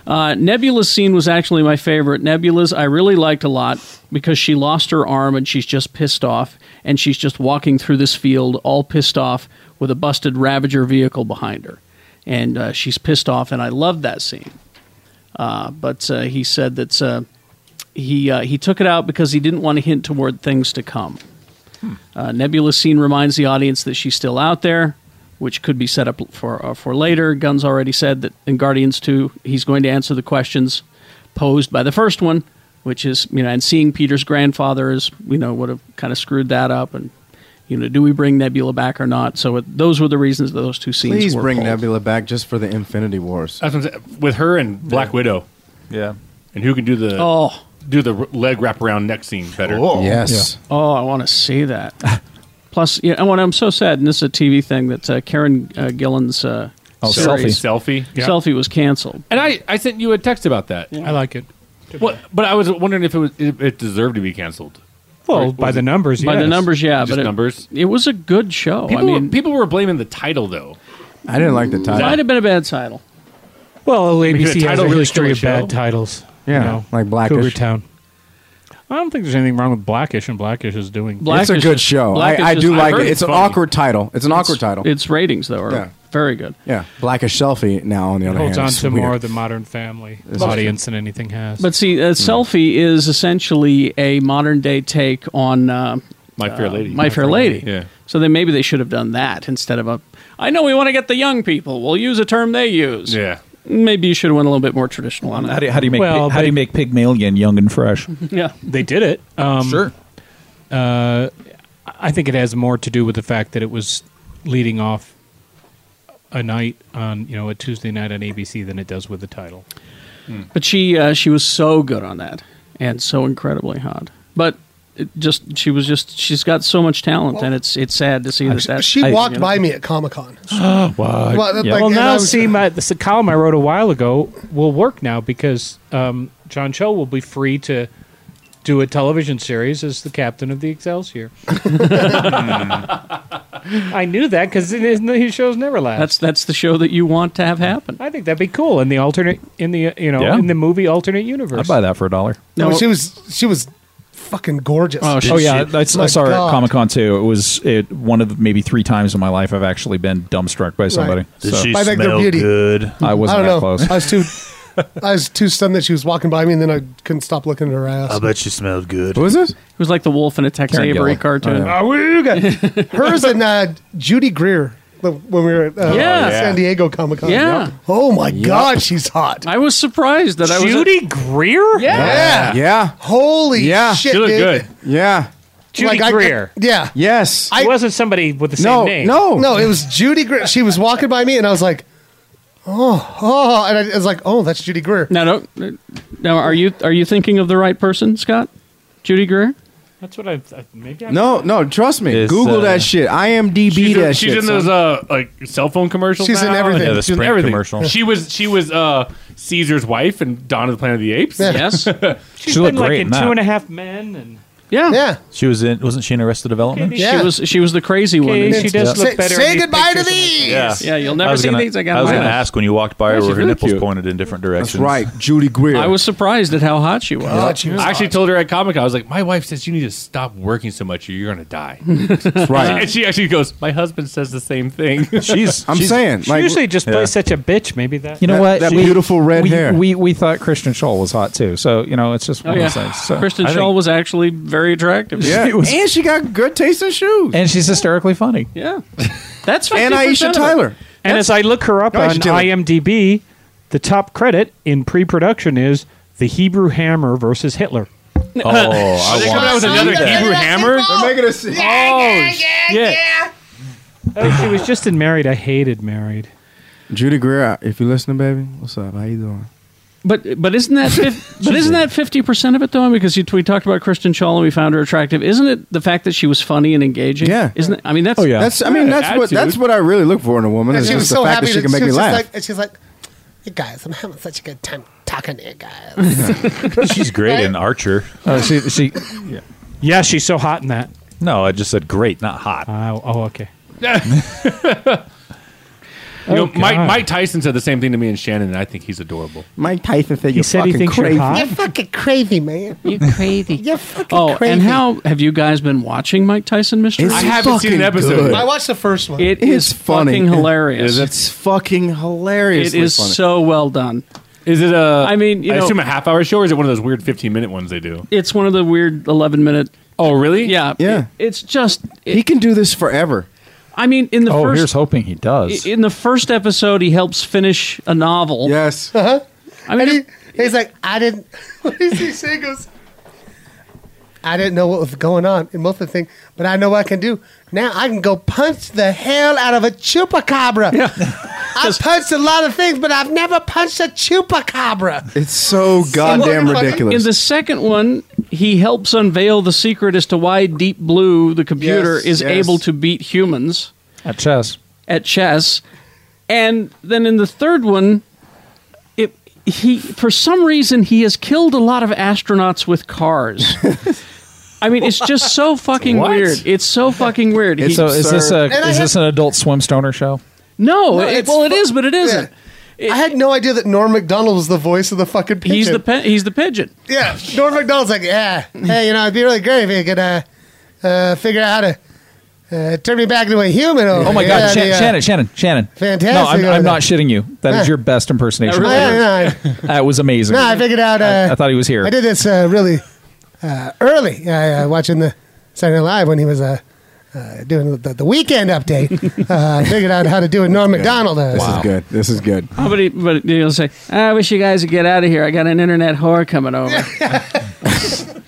[SPEAKER 1] Uh, Nebula's scene was actually my favorite. Nebula's I really liked a lot because she lost her arm and she's just pissed off, and she's just walking through this field all pissed off with a busted Ravager vehicle behind her, and uh, she's pissed off, and I loved that scene. Uh, but uh, he said that uh, he uh, he took it out because he didn't want to hint toward things to come.
[SPEAKER 10] Hmm.
[SPEAKER 1] Uh, Nebula's scene reminds the audience that she's still out there, which could be set up for uh, for later. Gunn's already said that in Guardians 2, he's going to answer the questions posed by the first one, which is, you know, and seeing Peter's grandfather is, you know, would have kind of screwed that up. And, you know, do we bring Nebula back or not? So it, those were the reasons that those two scenes
[SPEAKER 10] Please
[SPEAKER 1] were
[SPEAKER 10] bring
[SPEAKER 1] pulled.
[SPEAKER 10] Nebula back just for the Infinity Wars.
[SPEAKER 6] That's what I'm saying. With her and Black Widow.
[SPEAKER 3] Yeah.
[SPEAKER 6] And who can do the
[SPEAKER 1] oh
[SPEAKER 6] do the r- leg wrap around neck scene better?
[SPEAKER 1] Oh, I want to
[SPEAKER 8] [laughs]
[SPEAKER 1] see that. Plus, yeah, and what I'm so sad, and this is a TV thing that uh, Karen uh, Gillan's uh,
[SPEAKER 6] Oh,
[SPEAKER 1] series-
[SPEAKER 6] Selfie. Selfie, yeah.
[SPEAKER 1] selfie was canceled.
[SPEAKER 6] And I, I sent you a text about that.
[SPEAKER 9] I like it.
[SPEAKER 6] What, but I was wondering if it was if it deserved to be canceled.
[SPEAKER 9] Well,
[SPEAKER 6] Or
[SPEAKER 9] by
[SPEAKER 6] was
[SPEAKER 9] the numbers,
[SPEAKER 6] by the
[SPEAKER 9] yes.
[SPEAKER 6] numbers, yeah,
[SPEAKER 9] Just
[SPEAKER 6] but it,
[SPEAKER 9] numbers?
[SPEAKER 1] It was a good show.
[SPEAKER 6] People,
[SPEAKER 1] I mean,
[SPEAKER 6] were, people were blaming the title though.
[SPEAKER 10] I didn't like the title.
[SPEAKER 1] might have been a bad title.
[SPEAKER 9] Well, ABC
[SPEAKER 6] Because a
[SPEAKER 9] has
[SPEAKER 6] title
[SPEAKER 9] a
[SPEAKER 6] really
[SPEAKER 9] history
[SPEAKER 6] killed
[SPEAKER 9] of
[SPEAKER 6] the show.
[SPEAKER 9] bad titles.
[SPEAKER 10] Yeah, like Blackish.
[SPEAKER 9] Cougar Town. I don't think there's anything wrong with Blackish, and Blackish is doing.
[SPEAKER 10] it's a good show. I, I do like it. It's an awkward title. It's an awkward title.
[SPEAKER 1] It's ratings though are
[SPEAKER 10] Yeah.
[SPEAKER 1] very good.
[SPEAKER 10] yeah, Blackish selfie. Now on the
[SPEAKER 9] It
[SPEAKER 10] other
[SPEAKER 9] holds
[SPEAKER 10] hand,
[SPEAKER 9] on
[SPEAKER 10] it's
[SPEAKER 9] to
[SPEAKER 10] weird.
[SPEAKER 9] more of the Modern Family
[SPEAKER 10] It's-
[SPEAKER 9] audience than anything has.
[SPEAKER 1] But see,
[SPEAKER 8] Hmm.
[SPEAKER 1] uh, selfie is essentially a modern day take on uh,
[SPEAKER 6] My Fair
[SPEAKER 1] uh,
[SPEAKER 6] Lady.
[SPEAKER 1] My Fair Lady.
[SPEAKER 6] Yeah.
[SPEAKER 1] So then maybe they should have done that instead of a. I know we want to get the young people. We'll use a term they use.
[SPEAKER 6] Yeah.
[SPEAKER 1] Maybe you should have went a little bit more traditional on that.
[SPEAKER 8] How do, how do you make how do you make Pygmalion young and fresh?
[SPEAKER 1] Yeah,
[SPEAKER 9] they did it. Um, sure. Uh, I think it has more to do with the fact that it was leading off a night on you know a Tuesday night on ABC than it does with the title.
[SPEAKER 1] But she uh, she was so good on that and so incredibly hot. But it just she was just she's got so much talent and it's it's sad to see that that
[SPEAKER 5] She walked
[SPEAKER 1] you know.
[SPEAKER 5] by me at Comic Con.
[SPEAKER 1] [gasps]
[SPEAKER 9] well,
[SPEAKER 5] Well, that- Yeah. like, and
[SPEAKER 9] now
[SPEAKER 5] I was-
[SPEAKER 9] see my the column I wrote a while ago will work now because um, John Cho will be free to do a television series as the captain of the
[SPEAKER 5] [laughs]
[SPEAKER 9] Excelsior. I knew that because his shows never last.
[SPEAKER 1] That's that's the show that you want to have happen.
[SPEAKER 9] I think that'd be cool in the alternate in the uh, you know
[SPEAKER 8] Yeah.
[SPEAKER 9] in the movie alternate universe.
[SPEAKER 8] I'd buy that for a dollar.
[SPEAKER 5] No, she was she was fucking gorgeous.
[SPEAKER 8] Oh, yeah, I, I saw her at Comic Con too. It was it, one of maybe three times in my life I've actually been dumbstruck by somebody.
[SPEAKER 5] Right. Did she By, like, their smell beauty. good?
[SPEAKER 8] I wasn't
[SPEAKER 5] I
[SPEAKER 8] that
[SPEAKER 5] don't know.
[SPEAKER 8] close.
[SPEAKER 5] I was too. I was too stunned that she was walking by me, and then I couldn't stop looking at her ass.
[SPEAKER 1] bet you smelled good. Who is this? It was like the wolf in a Tex
[SPEAKER 5] Karen
[SPEAKER 1] Avery
[SPEAKER 5] Gillan.
[SPEAKER 1] cartoon.
[SPEAKER 5] Oh, yeah. Hers and uh, Judy Greer the- when we were at uh,
[SPEAKER 1] Yeah.
[SPEAKER 5] San Diego Comic Con.
[SPEAKER 1] Yeah.
[SPEAKER 5] Oh my
[SPEAKER 1] Yep.
[SPEAKER 5] God, she's hot.
[SPEAKER 1] I was surprised that I was
[SPEAKER 9] Judy Greer.
[SPEAKER 5] Yeah.
[SPEAKER 10] Yeah.
[SPEAKER 5] Holy
[SPEAKER 10] yeah.
[SPEAKER 5] shit, She looked dude. good.
[SPEAKER 10] Yeah.
[SPEAKER 9] Judy
[SPEAKER 5] Like, I-
[SPEAKER 9] Greer.
[SPEAKER 5] yeah.
[SPEAKER 10] Yes.
[SPEAKER 9] it wasn't somebody with the same
[SPEAKER 5] no,
[SPEAKER 9] name.
[SPEAKER 5] no, no. It was Judy Greer. She was walking by me, and I was like, oh, oh, and I was like, oh, that's Judy Greer.
[SPEAKER 1] Now, don't, now, are you are you thinking of the right person, Scott? Judy Greer.
[SPEAKER 9] That's what I I- maybe. I
[SPEAKER 10] No, no, trust me.
[SPEAKER 1] It's,
[SPEAKER 10] Google
[SPEAKER 1] uh,
[SPEAKER 10] that shit. IMDb
[SPEAKER 6] She's, in,
[SPEAKER 10] that
[SPEAKER 6] she's
[SPEAKER 10] shit.
[SPEAKER 6] in those uh, like cell phone commercials.
[SPEAKER 10] She's in
[SPEAKER 6] now.
[SPEAKER 10] everything. Yeah, the
[SPEAKER 6] She's in
[SPEAKER 10] Sprint
[SPEAKER 6] everything.
[SPEAKER 10] commercial.
[SPEAKER 6] She was she was uh, Caesar's wife and Dawn of the Planet of the Apes. [laughs]
[SPEAKER 9] Yeah. Yes.
[SPEAKER 6] she
[SPEAKER 9] She's been like in Two and a Half Men and
[SPEAKER 1] Yeah.
[SPEAKER 5] Yeah.
[SPEAKER 3] She was in. Wasn't she in Arrested Development?
[SPEAKER 1] She was she was the crazy one.
[SPEAKER 9] Okay,
[SPEAKER 1] in-
[SPEAKER 9] she does look better. in these pictures than-
[SPEAKER 3] Yeah,
[SPEAKER 1] Yeah, you'll never
[SPEAKER 3] I was
[SPEAKER 1] see
[SPEAKER 3] gonna-
[SPEAKER 1] these again.
[SPEAKER 3] I was
[SPEAKER 1] Wow.
[SPEAKER 3] going to ask when you walked by
[SPEAKER 1] Yeah,
[SPEAKER 3] her,
[SPEAKER 1] she's
[SPEAKER 3] were her
[SPEAKER 1] really
[SPEAKER 3] nipples
[SPEAKER 1] cute.
[SPEAKER 3] pointed in different directions?
[SPEAKER 10] Judy Greer.
[SPEAKER 1] I was surprised at how hot she was.
[SPEAKER 6] I actually told her at Comic Con, I was like, "My wife says you need to stop working so much, or you're going to die."
[SPEAKER 10] Right.
[SPEAKER 6] and she actually goes, "My husband says the same thing."
[SPEAKER 10] [laughs] She's- I'm she's- saying,
[SPEAKER 9] She usually just plays such a bitch. Maybe that.
[SPEAKER 8] You know what? We- we,
[SPEAKER 9] hair.
[SPEAKER 8] We, we thought Christian Scholl was hot too. So you know, it's just
[SPEAKER 1] Oh,
[SPEAKER 8] one
[SPEAKER 1] yeah.
[SPEAKER 8] of those things. So
[SPEAKER 1] Kristen
[SPEAKER 8] I think-
[SPEAKER 1] Schaal was actually very attractive.
[SPEAKER 8] Yeah. She was-
[SPEAKER 10] and she got good taste in shoes.
[SPEAKER 8] and she's hysterically funny.
[SPEAKER 1] Yeah. That's
[SPEAKER 10] And
[SPEAKER 9] 50%
[SPEAKER 10] Aisha
[SPEAKER 9] of it.
[SPEAKER 10] Tyler.
[SPEAKER 9] And as I look her up
[SPEAKER 10] No, Aisha
[SPEAKER 9] on
[SPEAKER 10] Tyler.
[SPEAKER 9] IMDb, the top credit in pre-production is the Hebrew Hammer versus Hitler. [laughs]
[SPEAKER 8] Oh, I
[SPEAKER 6] they coming out with another Hebrew Hammer?
[SPEAKER 10] They're making
[SPEAKER 5] [laughs]
[SPEAKER 10] us.
[SPEAKER 6] Oh,
[SPEAKER 9] yeah. she was just in Married. I hated Married.
[SPEAKER 10] Judy Greer, if you listening, baby, what's up? How you doing?
[SPEAKER 1] But but isn't that fif- but isn't that fifty percent of it though? Because you, we talked about Kristen Schaal and we found her attractive. Isn't it the fact that she was funny and engaging?
[SPEAKER 10] Yeah.
[SPEAKER 1] Isn't it, I mean that's
[SPEAKER 10] That's. I mean, that's what. That's what I really look for in a woman.
[SPEAKER 5] And
[SPEAKER 10] Is
[SPEAKER 5] she was
[SPEAKER 10] just the
[SPEAKER 5] so
[SPEAKER 10] fact
[SPEAKER 5] happy
[SPEAKER 10] that she
[SPEAKER 5] that
[SPEAKER 10] can make
[SPEAKER 5] she
[SPEAKER 10] me
[SPEAKER 5] was just
[SPEAKER 10] laugh.
[SPEAKER 5] Like, and she's like, you guys, I'm having such a good time talking to you guys.
[SPEAKER 3] [laughs] she's great in Archer.
[SPEAKER 8] Oh, she, she,
[SPEAKER 3] yeah.
[SPEAKER 9] yeah, she's so hot in that.
[SPEAKER 3] No, I just said great, not hot.
[SPEAKER 1] uh,
[SPEAKER 6] [laughs]
[SPEAKER 9] oh, okay.
[SPEAKER 6] You know,
[SPEAKER 9] Oh,
[SPEAKER 6] Mike,
[SPEAKER 9] God.
[SPEAKER 6] Mike Tyson said the same thing to me and Shannon, and I think he's adorable.
[SPEAKER 10] Mike Tyson said
[SPEAKER 9] He "You're said he fucking thinks you're crazy." hot?
[SPEAKER 5] You're fucking crazy, man.
[SPEAKER 1] You're crazy.
[SPEAKER 5] You're fucking
[SPEAKER 1] Oh,
[SPEAKER 5] crazy.
[SPEAKER 1] and how have you guys been watching Mike Tyson Mystery?
[SPEAKER 10] It's I haven't seen an fucking episode. good.
[SPEAKER 5] I watched the first one.
[SPEAKER 1] It
[SPEAKER 10] It's
[SPEAKER 1] is fucking hilarious.
[SPEAKER 10] It's fucking hilarious.
[SPEAKER 1] It is so well done.
[SPEAKER 6] Is it a?
[SPEAKER 1] I mean, you
[SPEAKER 6] I
[SPEAKER 1] know,
[SPEAKER 6] assume a half hour show, or is it one of those weird fifteen minute ones they do?
[SPEAKER 1] it's one of the weird eleven minute.
[SPEAKER 6] Oh, really?
[SPEAKER 1] Yeah,
[SPEAKER 10] Yeah.
[SPEAKER 1] It- it's just. It,
[SPEAKER 10] He can do this forever.
[SPEAKER 1] I mean, in the
[SPEAKER 8] oh,
[SPEAKER 1] first
[SPEAKER 8] here's hoping he
[SPEAKER 1] [laughs]
[SPEAKER 8] does.
[SPEAKER 1] I- In the first episode, he helps finish a novel.
[SPEAKER 10] Yes.
[SPEAKER 5] Uh-huh.
[SPEAKER 1] I mean,
[SPEAKER 5] He's like, I didn't. [laughs] What does he say? He goes, I didn't know what was going on in most of the thing, but I know what I can do. Now I can go punch the hell out of a chupacabra. [laughs] I've punched a lot of things, but I've never punched a chupacabra.
[SPEAKER 10] It's so goddamn ridiculous.
[SPEAKER 1] in the second one, he helps unveil the secret as to why Deep Blue, the computer,
[SPEAKER 10] Yes,
[SPEAKER 1] is
[SPEAKER 10] yes.
[SPEAKER 1] able to beat humans
[SPEAKER 8] at chess.
[SPEAKER 1] At chess, and then in the third one, it he for some reason he has killed a lot of astronauts with cars. I mean, it's just so fucking
[SPEAKER 8] What?
[SPEAKER 1] weird. It's so fucking weird. He-
[SPEAKER 8] so is this a
[SPEAKER 5] And I
[SPEAKER 8] is
[SPEAKER 5] have-
[SPEAKER 8] this an adult swim stoner show?
[SPEAKER 1] no? it- well, it
[SPEAKER 5] fu-
[SPEAKER 1] is, but it isn't.
[SPEAKER 5] Yeah. I had no idea that Norm Macdonald was the voice of the fucking pigeon.
[SPEAKER 1] He's the pe- he's the pigeon.
[SPEAKER 5] Yeah, Norm Macdonald's like, yeah, hey, you know, it'd be really great if you could uh, uh, figure out how to uh, turn me back into a human. Over.
[SPEAKER 8] Oh my
[SPEAKER 5] yeah,
[SPEAKER 8] God, Shan-
[SPEAKER 5] the, uh,
[SPEAKER 8] Shannon, Shannon, Shannon!
[SPEAKER 5] Fantastic
[SPEAKER 8] No, I'm,
[SPEAKER 5] over
[SPEAKER 8] I'm
[SPEAKER 5] there.
[SPEAKER 8] not shitting you. That is
[SPEAKER 5] Yeah.
[SPEAKER 8] your best impersonation.
[SPEAKER 5] Yeah, really. Yeah,
[SPEAKER 8] That was amazing.
[SPEAKER 5] No, I figured out. Uh,
[SPEAKER 8] I, I thought he was here.
[SPEAKER 5] I did this uh, really uh, early. I uh, watching the Saturday Night Live when he was uh, uh, doing the, the weekend
[SPEAKER 8] [laughs]
[SPEAKER 5] update. uh, I figured out how to do a Norm Macdonald. Uh,
[SPEAKER 10] This is good. This is good.
[SPEAKER 1] Oh, but, he, but he'll say, "Ah, I wish you guys would get out of here. I got an internet whore coming over.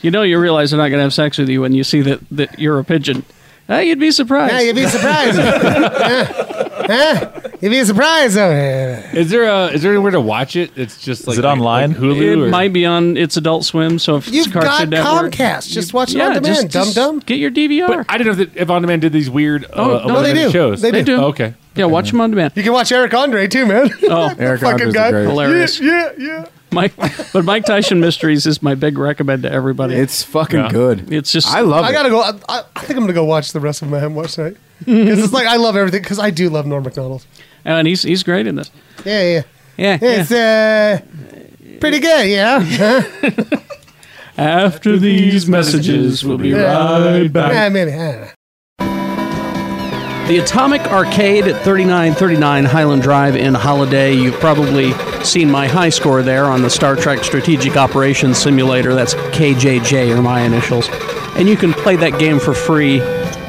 [SPEAKER 1] you know, you realize they're not going to have sex with you when you see that, that you're a pigeon. Ah, you'd be surprised.
[SPEAKER 5] Yeah, you'd be surprised. Huh? Huh? You'd be surprised. Over here.
[SPEAKER 6] Is there a? Is there anywhere to watch it? It's just like
[SPEAKER 1] it online?
[SPEAKER 6] like Hulu.
[SPEAKER 1] It
[SPEAKER 6] or-
[SPEAKER 1] might be on It's Adult Swim, so if
[SPEAKER 5] You've
[SPEAKER 1] it's Cartoon
[SPEAKER 5] got
[SPEAKER 1] Network.
[SPEAKER 5] Comcast. Just watch it
[SPEAKER 1] yeah,
[SPEAKER 5] on demand.
[SPEAKER 1] just-
[SPEAKER 5] dumb
[SPEAKER 1] just
[SPEAKER 5] dumb.
[SPEAKER 1] Get your DVR.
[SPEAKER 6] But I didn't know if, if on demand did these weird. Uh,
[SPEAKER 1] Oh, no, they
[SPEAKER 6] eliminated
[SPEAKER 1] do.
[SPEAKER 6] Shows.
[SPEAKER 1] They They do. do.
[SPEAKER 6] Oh, okay.
[SPEAKER 1] yeah, watch them on demand.
[SPEAKER 5] You can watch Eric Andre too, man.
[SPEAKER 1] [laughs] Oh,
[SPEAKER 5] Fucking guy.
[SPEAKER 1] Hilarious.
[SPEAKER 5] Yeah, yeah, yeah.
[SPEAKER 1] Mike, but Mike Tyson Mysteries is my big recommend to everybody.
[SPEAKER 10] It's fucking good.
[SPEAKER 1] It's just
[SPEAKER 5] I gotta go. I, I, I think I'm gonna go watch the rest of my watch tonight. 'Cause it's like I love everything. Because I do love Norm Macdonald.
[SPEAKER 1] and he's he's great in this.
[SPEAKER 5] Yeah, yeah,
[SPEAKER 1] yeah.
[SPEAKER 5] It's uh, pretty good. Yeah.
[SPEAKER 1] After these messages, we'll be
[SPEAKER 5] Yeah.
[SPEAKER 1] right back.
[SPEAKER 5] Yeah, maybe. I don't know.
[SPEAKER 1] The Atomic Arcade at 3939 Highland Drive in Holiday. You've probably seen my high score there on the Star Trek Strategic Operations Simulator. That's KJJ, or my initials. And you can play that game for free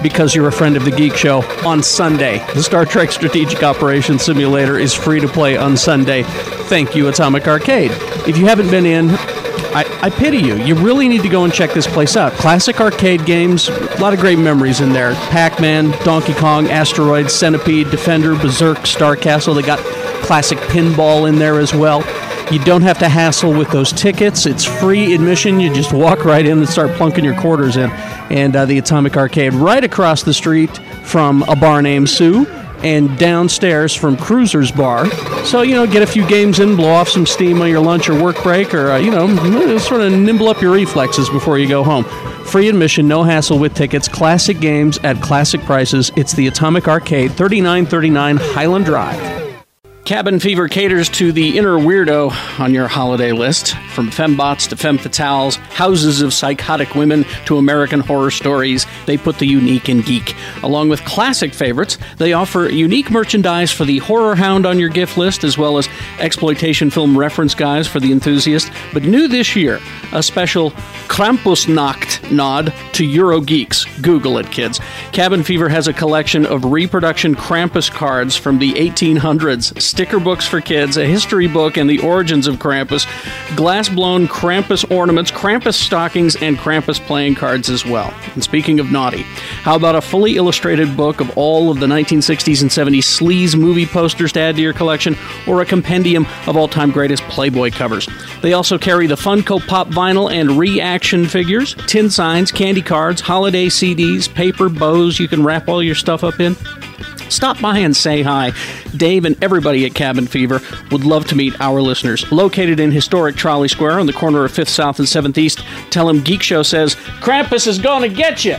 [SPEAKER 1] because you're a friend of the Geek Show on Sunday. The Star Trek Strategic Operations Simulator is free to play on Sunday. Thank you, Atomic Arcade. If you haven't been in, I, I pity you. You really need to go and check this place out. Classic arcade games, a lot of great memories in there. Pac Man, Donkey Kong, Asteroid, Centipede, Defender, Berserk, Star Castle. They got classic pinball in there as well. You don't have to hassle with those tickets. It's free admission. You just walk right in and start plunking your quarters in. And uh, the Atomic Arcade right across the street from a bar named Sue and downstairs from Cruiser's Bar. So, you know, get a few games in, blow off some steam on your lunch or work break, or, uh, you know, sort of nimble up your reflexes before you go home. Free admission, no hassle with tickets, classic games at classic prices. It's the Atomic Arcade, 3939 Highland Drive. Cabin Fever caters to the inner weirdo on your holiday list. From fembots to femme fatales, houses of psychotic women to American horror stories, they put the unique in geek. Along with classic favorites, they offer unique merchandise for the horror hound on your gift list, as well as exploitation film reference guides for the enthusiast. But new this year, a special Krampusnacht nod to Eurogeeks. Google it, kids. Cabin Fever has a collection of reproduction Krampus cards from the 1800s, sticker books for kids, a history book and the origins of Krampus, glass blown Krampus ornaments, Krampus stockings, and Krampus playing cards as well. And speaking of naughty, how about a fully illustrated book of all of the 1960s and 70s sleaze movie posters to add to your collection, or a compendium of all time greatest Playboy covers? They also carry the Funko Pop vinyl and reaction figures, tin signs, candy cards, holiday CDs, paper bows you can wrap all your stuff up in. Stop by and say hi. Dave and everybody at Cabin Fever would love to meet our listeners. Located in historic Trolley Square on the corner of 5th South and 7th East, tell them Geek Show says, Krampus is gonna get you!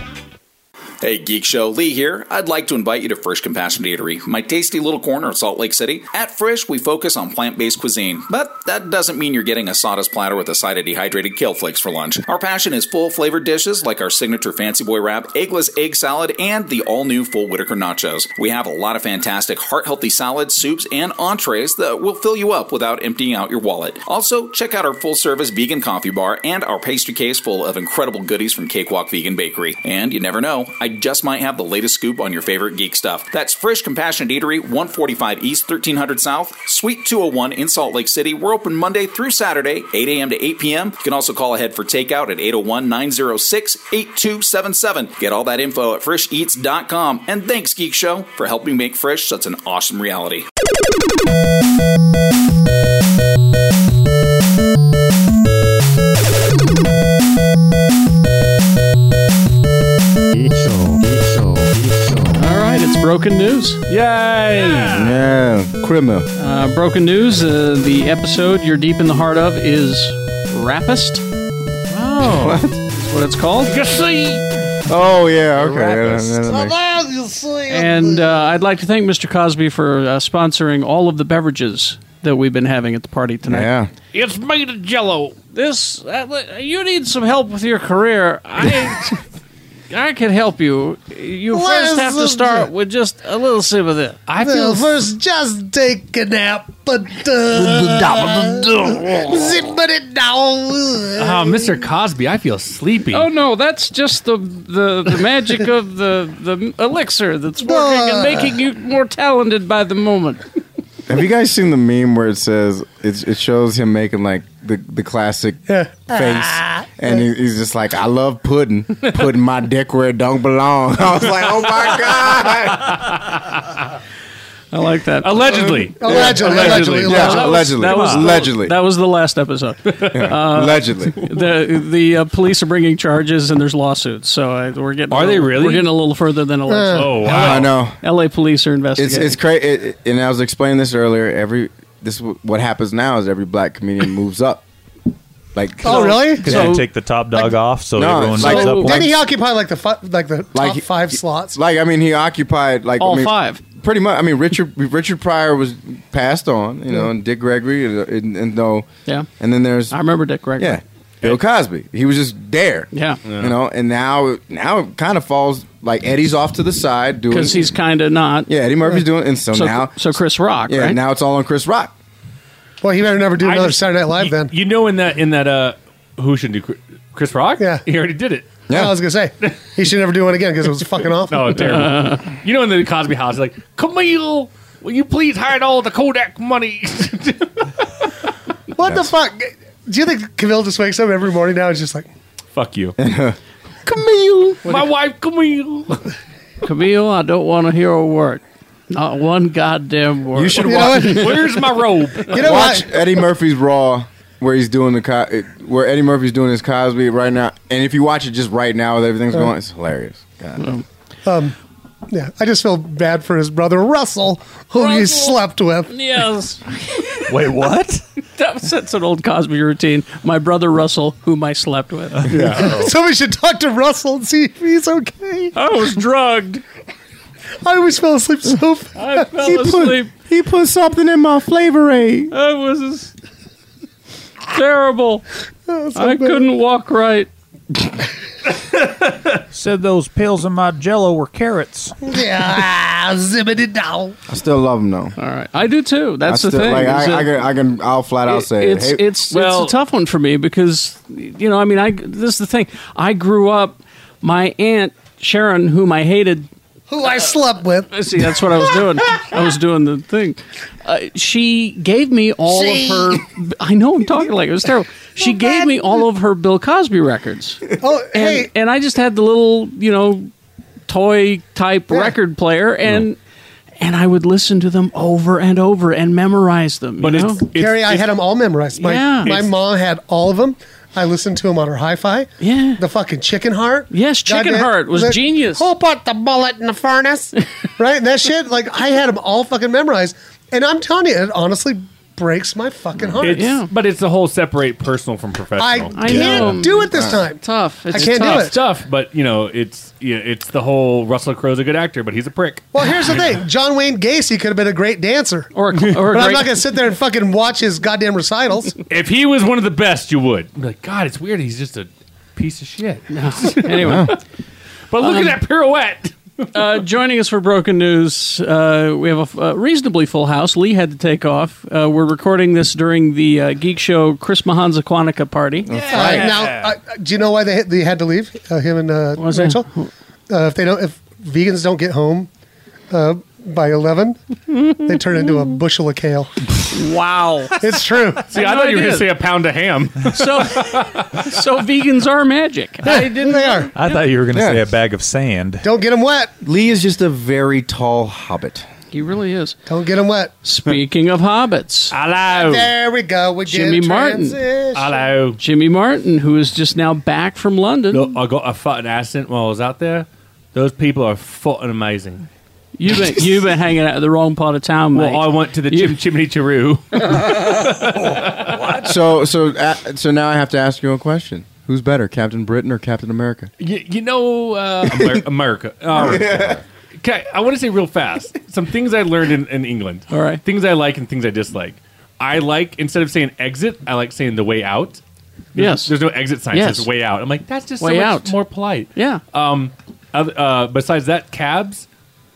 [SPEAKER 8] Hey, Geek Show, Lee here. I'd like to invite you to Frisch Compassion Eatery, my tasty little corner of Salt Lake City. At Frisch, we focus on plant based cuisine, but that doesn't mean you're getting a sawdust platter with a side of dehydrated kale flakes for lunch. Our passion is full flavored dishes like our signature Fancy Boy Wrap, eggless egg salad, and the all new Full Whitaker Nachos. We have a lot of fantastic heart healthy salads, soups, and entrees that will fill you up without emptying out your wallet. Also, check out our full service vegan coffee bar and our pastry case full of incredible goodies from Cakewalk Vegan Bakery. And you never know, I just might have the latest scoop on your favorite geek stuff. That's Frisch Compassionate Eatery, 145 East, 1300 South, Suite 201 in Salt Lake City. We're open Monday through Saturday, 8 a.m. to 8 p.m. You can also call ahead for takeout at 801 906 8277. Get all that info at frisheats.com. And thanks, Geek Show, for helping make Frisch such an awesome reality.
[SPEAKER 1] All right, it's broken news. Yay!
[SPEAKER 10] Yeah, criminal.
[SPEAKER 1] Uh, broken news. Uh, the episode you're deep in the heart of is Rapist. Oh, [laughs] what? That's what it's called.
[SPEAKER 5] You see?
[SPEAKER 10] Oh yeah, okay. Yeah, that- that makes-
[SPEAKER 5] Hello, you see?
[SPEAKER 1] And uh, I'd like to thank Mr. Cosby for uh, sponsoring all of the beverages that we've been having at the party tonight.
[SPEAKER 10] Yeah.
[SPEAKER 1] It's made of jello. This, uh, you need some help with your career.
[SPEAKER 6] [laughs]
[SPEAKER 1] I, I can help you. You
[SPEAKER 5] What
[SPEAKER 1] first
[SPEAKER 5] is
[SPEAKER 1] have to
[SPEAKER 5] this?
[SPEAKER 1] start with just a little sip of this. I
[SPEAKER 5] well, first, just take a nap, but uh, zip it down.
[SPEAKER 6] Oh, Mr. Cosby, I feel sleepy.
[SPEAKER 1] Oh no, that's just the the, the magic of the, the elixir that's working
[SPEAKER 10] uh,
[SPEAKER 1] and making you more talented by the moment.
[SPEAKER 10] Have you guys seen the meme where it says it's, it shows him making like the the classic face, and he, he's just like, "I love pudding, putting my dick where it don't belong." [laughs] I was like, "Oh my
[SPEAKER 1] I like that.
[SPEAKER 6] Allegedly.
[SPEAKER 10] Uh, Allegedly, allegedly,
[SPEAKER 1] Yeah.
[SPEAKER 10] allegedly. Yeah,
[SPEAKER 1] That was, that was
[SPEAKER 10] allegedly.
[SPEAKER 1] The, that was the last episode.
[SPEAKER 10] [laughs]
[SPEAKER 1] Uh,
[SPEAKER 10] Yeah, allegedly.
[SPEAKER 1] The the uh, police are bringing charges and there's lawsuits. So uh, we're getting
[SPEAKER 10] Are they really?
[SPEAKER 1] We're getting a little further than a
[SPEAKER 10] Uh,
[SPEAKER 1] lawsuit.
[SPEAKER 10] Oh, wow. I know.
[SPEAKER 1] L.A. police are
[SPEAKER 10] god!" it's
[SPEAKER 1] investigating.
[SPEAKER 10] it's crazy. It, and I was explaining this earlier. Every this w- what happens now is every black comedian moves up. Like
[SPEAKER 5] Oh, really?
[SPEAKER 3] Because they take the top dog off, so
[SPEAKER 10] No,
[SPEAKER 3] everyone
[SPEAKER 10] it's
[SPEAKER 3] like,
[SPEAKER 10] like-
[SPEAKER 3] up. one.
[SPEAKER 10] Like-
[SPEAKER 5] Didn't he occupy like the fi- like the
[SPEAKER 10] Like
[SPEAKER 5] top five slots?
[SPEAKER 10] Like I mean, he occupied like
[SPEAKER 5] All
[SPEAKER 10] I mean,
[SPEAKER 5] five.
[SPEAKER 10] Pretty much. I mean, Richard Richard Pryor was passed on, you know,
[SPEAKER 5] Yeah.
[SPEAKER 10] and Dick Gregory, and, and, and no,
[SPEAKER 1] Yeah.
[SPEAKER 10] and then there's I
[SPEAKER 1] remember Dick Gregory.
[SPEAKER 10] Yeah, Bill Cosby. He was just there.
[SPEAKER 1] Yeah.
[SPEAKER 10] you know, and now now it kind of falls like Eddie's off to the side doing
[SPEAKER 1] because he's kind of not.
[SPEAKER 10] yeah Eddie Murphy's doing, and so, now
[SPEAKER 1] so Chris Rock,
[SPEAKER 10] yeah
[SPEAKER 1] right?
[SPEAKER 10] now it's all on Chris Rock.
[SPEAKER 5] Well, he better never do
[SPEAKER 6] I
[SPEAKER 5] another
[SPEAKER 6] just-
[SPEAKER 5] Saturday Night Live
[SPEAKER 6] you,
[SPEAKER 5] then.
[SPEAKER 6] You know, in that in that uh, who should do Chri- Chris Rock? Yeah, he already did it.
[SPEAKER 5] I was gonna say he should never do one again because it was fucking awful.
[SPEAKER 6] Oh,
[SPEAKER 1] [laughs]
[SPEAKER 6] terrible! you know, in the Cosby House, like Camille, will you please hide all the Kodak money?
[SPEAKER 5] What the fuck? Do you think Camille just wakes up every morning now and is just like
[SPEAKER 3] Fuck you.
[SPEAKER 5] Camille?
[SPEAKER 6] My wife Camille.
[SPEAKER 1] [laughs] Camille, I don't want to hear a word. Not one goddamn word.
[SPEAKER 10] You should You know watch- what?
[SPEAKER 6] Where's my robe?
[SPEAKER 10] watch Eddie Murphy's Raw where he's doing the co- it- where Eddie Murphy's doing his Cosby right now, and if you watch it just right now with everything's
[SPEAKER 5] Uh.
[SPEAKER 10] going, it's hilarious. God.
[SPEAKER 5] Um, yeah, I just feel bad for his brother Russell, who he slept with.
[SPEAKER 1] Yes.
[SPEAKER 3] Wait, what?
[SPEAKER 1] [laughs] that was, that's an old Cosby routine. My brother Russell, whom I slept
[SPEAKER 10] [laughs]
[SPEAKER 1] with.
[SPEAKER 5] [laughs]
[SPEAKER 1] [laughs]
[SPEAKER 5] so we should talk to Russell and see if he's okay.
[SPEAKER 1] I was drugged.
[SPEAKER 5] I always fell asleep so fast.
[SPEAKER 6] [laughs]
[SPEAKER 10] [laughs]
[SPEAKER 1] I fell He put- asleep.
[SPEAKER 10] he put something in my flavor aid.
[SPEAKER 1] I was as- terrible. I couldn't walk
[SPEAKER 3] [laughs]
[SPEAKER 1] right.
[SPEAKER 12] Said those pills in my jello were carrots.
[SPEAKER 5] Yeah, [laughs] zibbity dow.
[SPEAKER 10] I still love him though. All
[SPEAKER 1] right, I do too. That's
[SPEAKER 10] I
[SPEAKER 1] the thing,
[SPEAKER 10] Like
[SPEAKER 1] is
[SPEAKER 10] I, I,
[SPEAKER 1] that-
[SPEAKER 10] can, I can, I'll flat out
[SPEAKER 1] It-
[SPEAKER 10] say
[SPEAKER 1] it's
[SPEAKER 10] it. Hey-
[SPEAKER 1] it's it's a tough one for me because you know I mean I this is the thing I grew up my aunt Sharon whom I hated
[SPEAKER 5] who I slept with
[SPEAKER 1] see that's what I was doing I was doing the thing uh, she gave me all
[SPEAKER 5] See?
[SPEAKER 1] of her I know I'm talking like it was terrible she gave me all of her Bill Cosby records
[SPEAKER 5] [laughs] Oh,
[SPEAKER 1] and
[SPEAKER 5] hey,
[SPEAKER 1] and I just had the little you know toy type record player and. And I would listen to them over and over and memorize them.
[SPEAKER 6] But
[SPEAKER 1] you
[SPEAKER 6] it's-
[SPEAKER 1] know?
[SPEAKER 5] Carrie, I had them all memorized. My,
[SPEAKER 1] Yeah.
[SPEAKER 5] my
[SPEAKER 1] It's-
[SPEAKER 5] mom had all of them. I listened to them on her hi-fi.
[SPEAKER 1] Yeah,
[SPEAKER 5] the fucking chicken heart.
[SPEAKER 1] Yes, Chicken
[SPEAKER 5] Goddamn-
[SPEAKER 1] Heart was
[SPEAKER 5] the-
[SPEAKER 1] genius.
[SPEAKER 5] Who put the bullet in the
[SPEAKER 1] [laughs]
[SPEAKER 5] furnace? right, and that shit. Like I had them all fucking memorized, and I'm telling you, it honestly breaks my fucking heart.
[SPEAKER 6] It's, But it's the whole separate personal from professional.
[SPEAKER 5] I I can't know. do it this time.
[SPEAKER 1] Tough.
[SPEAKER 5] It's I can't do
[SPEAKER 6] tough
[SPEAKER 5] it.
[SPEAKER 6] Stuff, but you know, it's yeah, it's the whole Russell Crowe's a good actor, but he's a prick.
[SPEAKER 5] Well, here's the
[SPEAKER 1] [laughs]
[SPEAKER 5] thing: John Wayne Gacy could have been a great dancer,
[SPEAKER 1] or,
[SPEAKER 6] or a
[SPEAKER 5] but I'm
[SPEAKER 6] great-
[SPEAKER 5] not going to sit there and fucking watch his goddamn recitals.
[SPEAKER 6] [laughs] If he was one of the best, you would. I'm like, God, it's weird. He's just a piece of shit.
[SPEAKER 1] Anyway.
[SPEAKER 6] [laughs] but look
[SPEAKER 1] Um,
[SPEAKER 6] at that pirouette.
[SPEAKER 1] uh, joining us for broken news, uh, we have a f- a, reasonably full house. Lee had to take off. Uh, we're recording this during the uh, geek show Chris Mahanza Quantica party.
[SPEAKER 5] Uh, now, uh, do you know why they they had to leave? Uh, him and uh,
[SPEAKER 1] was that?
[SPEAKER 5] Rachel. Uh, if they don't, if vegans don't get home uh, by eleven, they turn into a bushel of kale.
[SPEAKER 1] Wow,
[SPEAKER 5] it's
[SPEAKER 1] [laughs]
[SPEAKER 5] true.
[SPEAKER 6] See, I,
[SPEAKER 5] No
[SPEAKER 6] thought you were
[SPEAKER 5] idea.
[SPEAKER 6] going to say a pound of [laughs] ham.
[SPEAKER 1] so, so vegans are magic.
[SPEAKER 6] [laughs]
[SPEAKER 1] I didn't.
[SPEAKER 5] They are.
[SPEAKER 3] I thought you were going to
[SPEAKER 10] Yeah.
[SPEAKER 3] say a bag of sand.
[SPEAKER 5] Don't get him wet.
[SPEAKER 10] Lee is just a very tall hobbit.
[SPEAKER 1] He really is.
[SPEAKER 5] Don't get him wet.
[SPEAKER 1] Speaking of hobbits,
[SPEAKER 6] hello.
[SPEAKER 5] There we go. We
[SPEAKER 1] Jimmy
[SPEAKER 5] get
[SPEAKER 1] Martin. Uh,
[SPEAKER 5] transition.
[SPEAKER 6] Hello.
[SPEAKER 1] Jimmy Martin, who is just now back from London.
[SPEAKER 6] I got a fucking accent while I was out there. Those people are fucking amazing.
[SPEAKER 1] You've been you've been hanging out at the wrong part of town, mate.
[SPEAKER 6] Well, I went to the Chim- Chimney [laughs] Chiroo.
[SPEAKER 10] [laughs] so, so, uh, so now I have to ask you a question: Who's better, Captain Britain or Captain America?
[SPEAKER 6] You, you know, uh, [laughs] Amer- America. Uh, okay, I want to say real fast some things I learned in, in England.
[SPEAKER 1] All right.
[SPEAKER 6] Things I like and things I dislike. I like, instead of saying exit, I like saying the way out. There's-
[SPEAKER 1] Yes.
[SPEAKER 6] There's no exit sign. Yes.
[SPEAKER 1] Yes.
[SPEAKER 6] It's way out. I'm like, that's just
[SPEAKER 1] Way
[SPEAKER 6] so much
[SPEAKER 1] out.
[SPEAKER 6] more polite.
[SPEAKER 1] Yeah.
[SPEAKER 6] Um, oth- uh, besides that, cabs,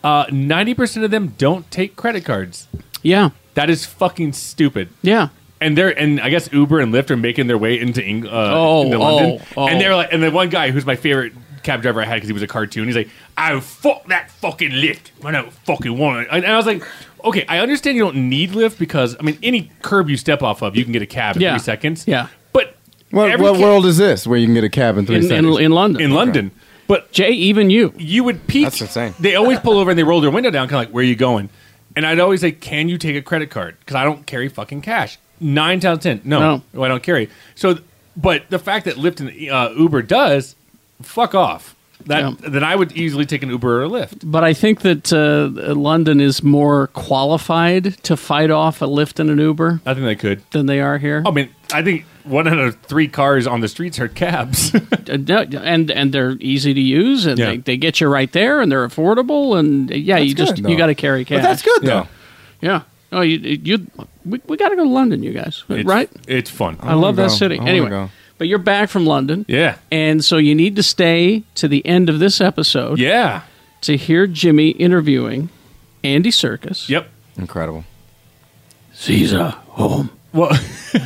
[SPEAKER 6] uh, 90% of them don't take credit cards.
[SPEAKER 1] Yeah.
[SPEAKER 6] That is fucking stupid.
[SPEAKER 1] Yeah.
[SPEAKER 6] And they're and I guess Uber and Lyft are making their way into Eng- uh,
[SPEAKER 1] Oh,
[SPEAKER 6] into London.
[SPEAKER 1] oh, oh.
[SPEAKER 6] And they're like, and the one guy who's my favorite cab driver I had because he was a cartoon. He's like, "I fuck that fucking Lyft. I don't fucking want it." And and I was like, "Okay, I understand you don't need Lyft because I mean, any curb you step off of, you can get a cab in
[SPEAKER 1] Yeah.
[SPEAKER 6] three seconds.
[SPEAKER 1] Yeah.
[SPEAKER 6] But
[SPEAKER 10] What,
[SPEAKER 6] every
[SPEAKER 10] what
[SPEAKER 6] ca-
[SPEAKER 10] world is this where you can get a cab in three
[SPEAKER 1] in, in,
[SPEAKER 10] seconds?
[SPEAKER 1] in London.
[SPEAKER 6] in London, but
[SPEAKER 1] Jay, even you,
[SPEAKER 6] you would peek.
[SPEAKER 10] That's insane.
[SPEAKER 6] They always pull over and they roll their window down, kind of like, "Where are you going?" And I'd always say, "Can you take a credit card?" Because I don't carry fucking cash. Nine times out of ten, no,
[SPEAKER 1] No.
[SPEAKER 6] Well, I don't carry. So, but the fact that Lyft and uh, Uber does, fuck off. That then I would easily take an Uber or a Lyft.
[SPEAKER 1] But I think that uh, London is more qualified to fight off a Lyft and an Uber
[SPEAKER 6] I think they could.
[SPEAKER 1] than they are here.
[SPEAKER 6] I mean, I think one out of three cars on the streets are cabs. [laughs]
[SPEAKER 1] Uh, no, and and they're easy to use, and
[SPEAKER 6] Yeah.
[SPEAKER 1] they, they get you right there, and they're affordable, and uh, yeah, you
[SPEAKER 6] good,
[SPEAKER 1] just
[SPEAKER 6] though.
[SPEAKER 1] you got to carry
[SPEAKER 6] But
[SPEAKER 1] cash.
[SPEAKER 6] that's good, though.
[SPEAKER 1] Yeah. Oh, you you we, we got to go to London, you guys,
[SPEAKER 6] It's-
[SPEAKER 1] right?
[SPEAKER 6] It's fun.
[SPEAKER 1] I, love that city. Anyway, but you're back from London.
[SPEAKER 6] Yeah.
[SPEAKER 1] And so you need to stay to the end of this episode.
[SPEAKER 6] Yeah.
[SPEAKER 1] To hear Jimmy interviewing Andy Circus.
[SPEAKER 6] Yep.
[SPEAKER 10] Incredible.
[SPEAKER 1] Caesar home.
[SPEAKER 6] Well,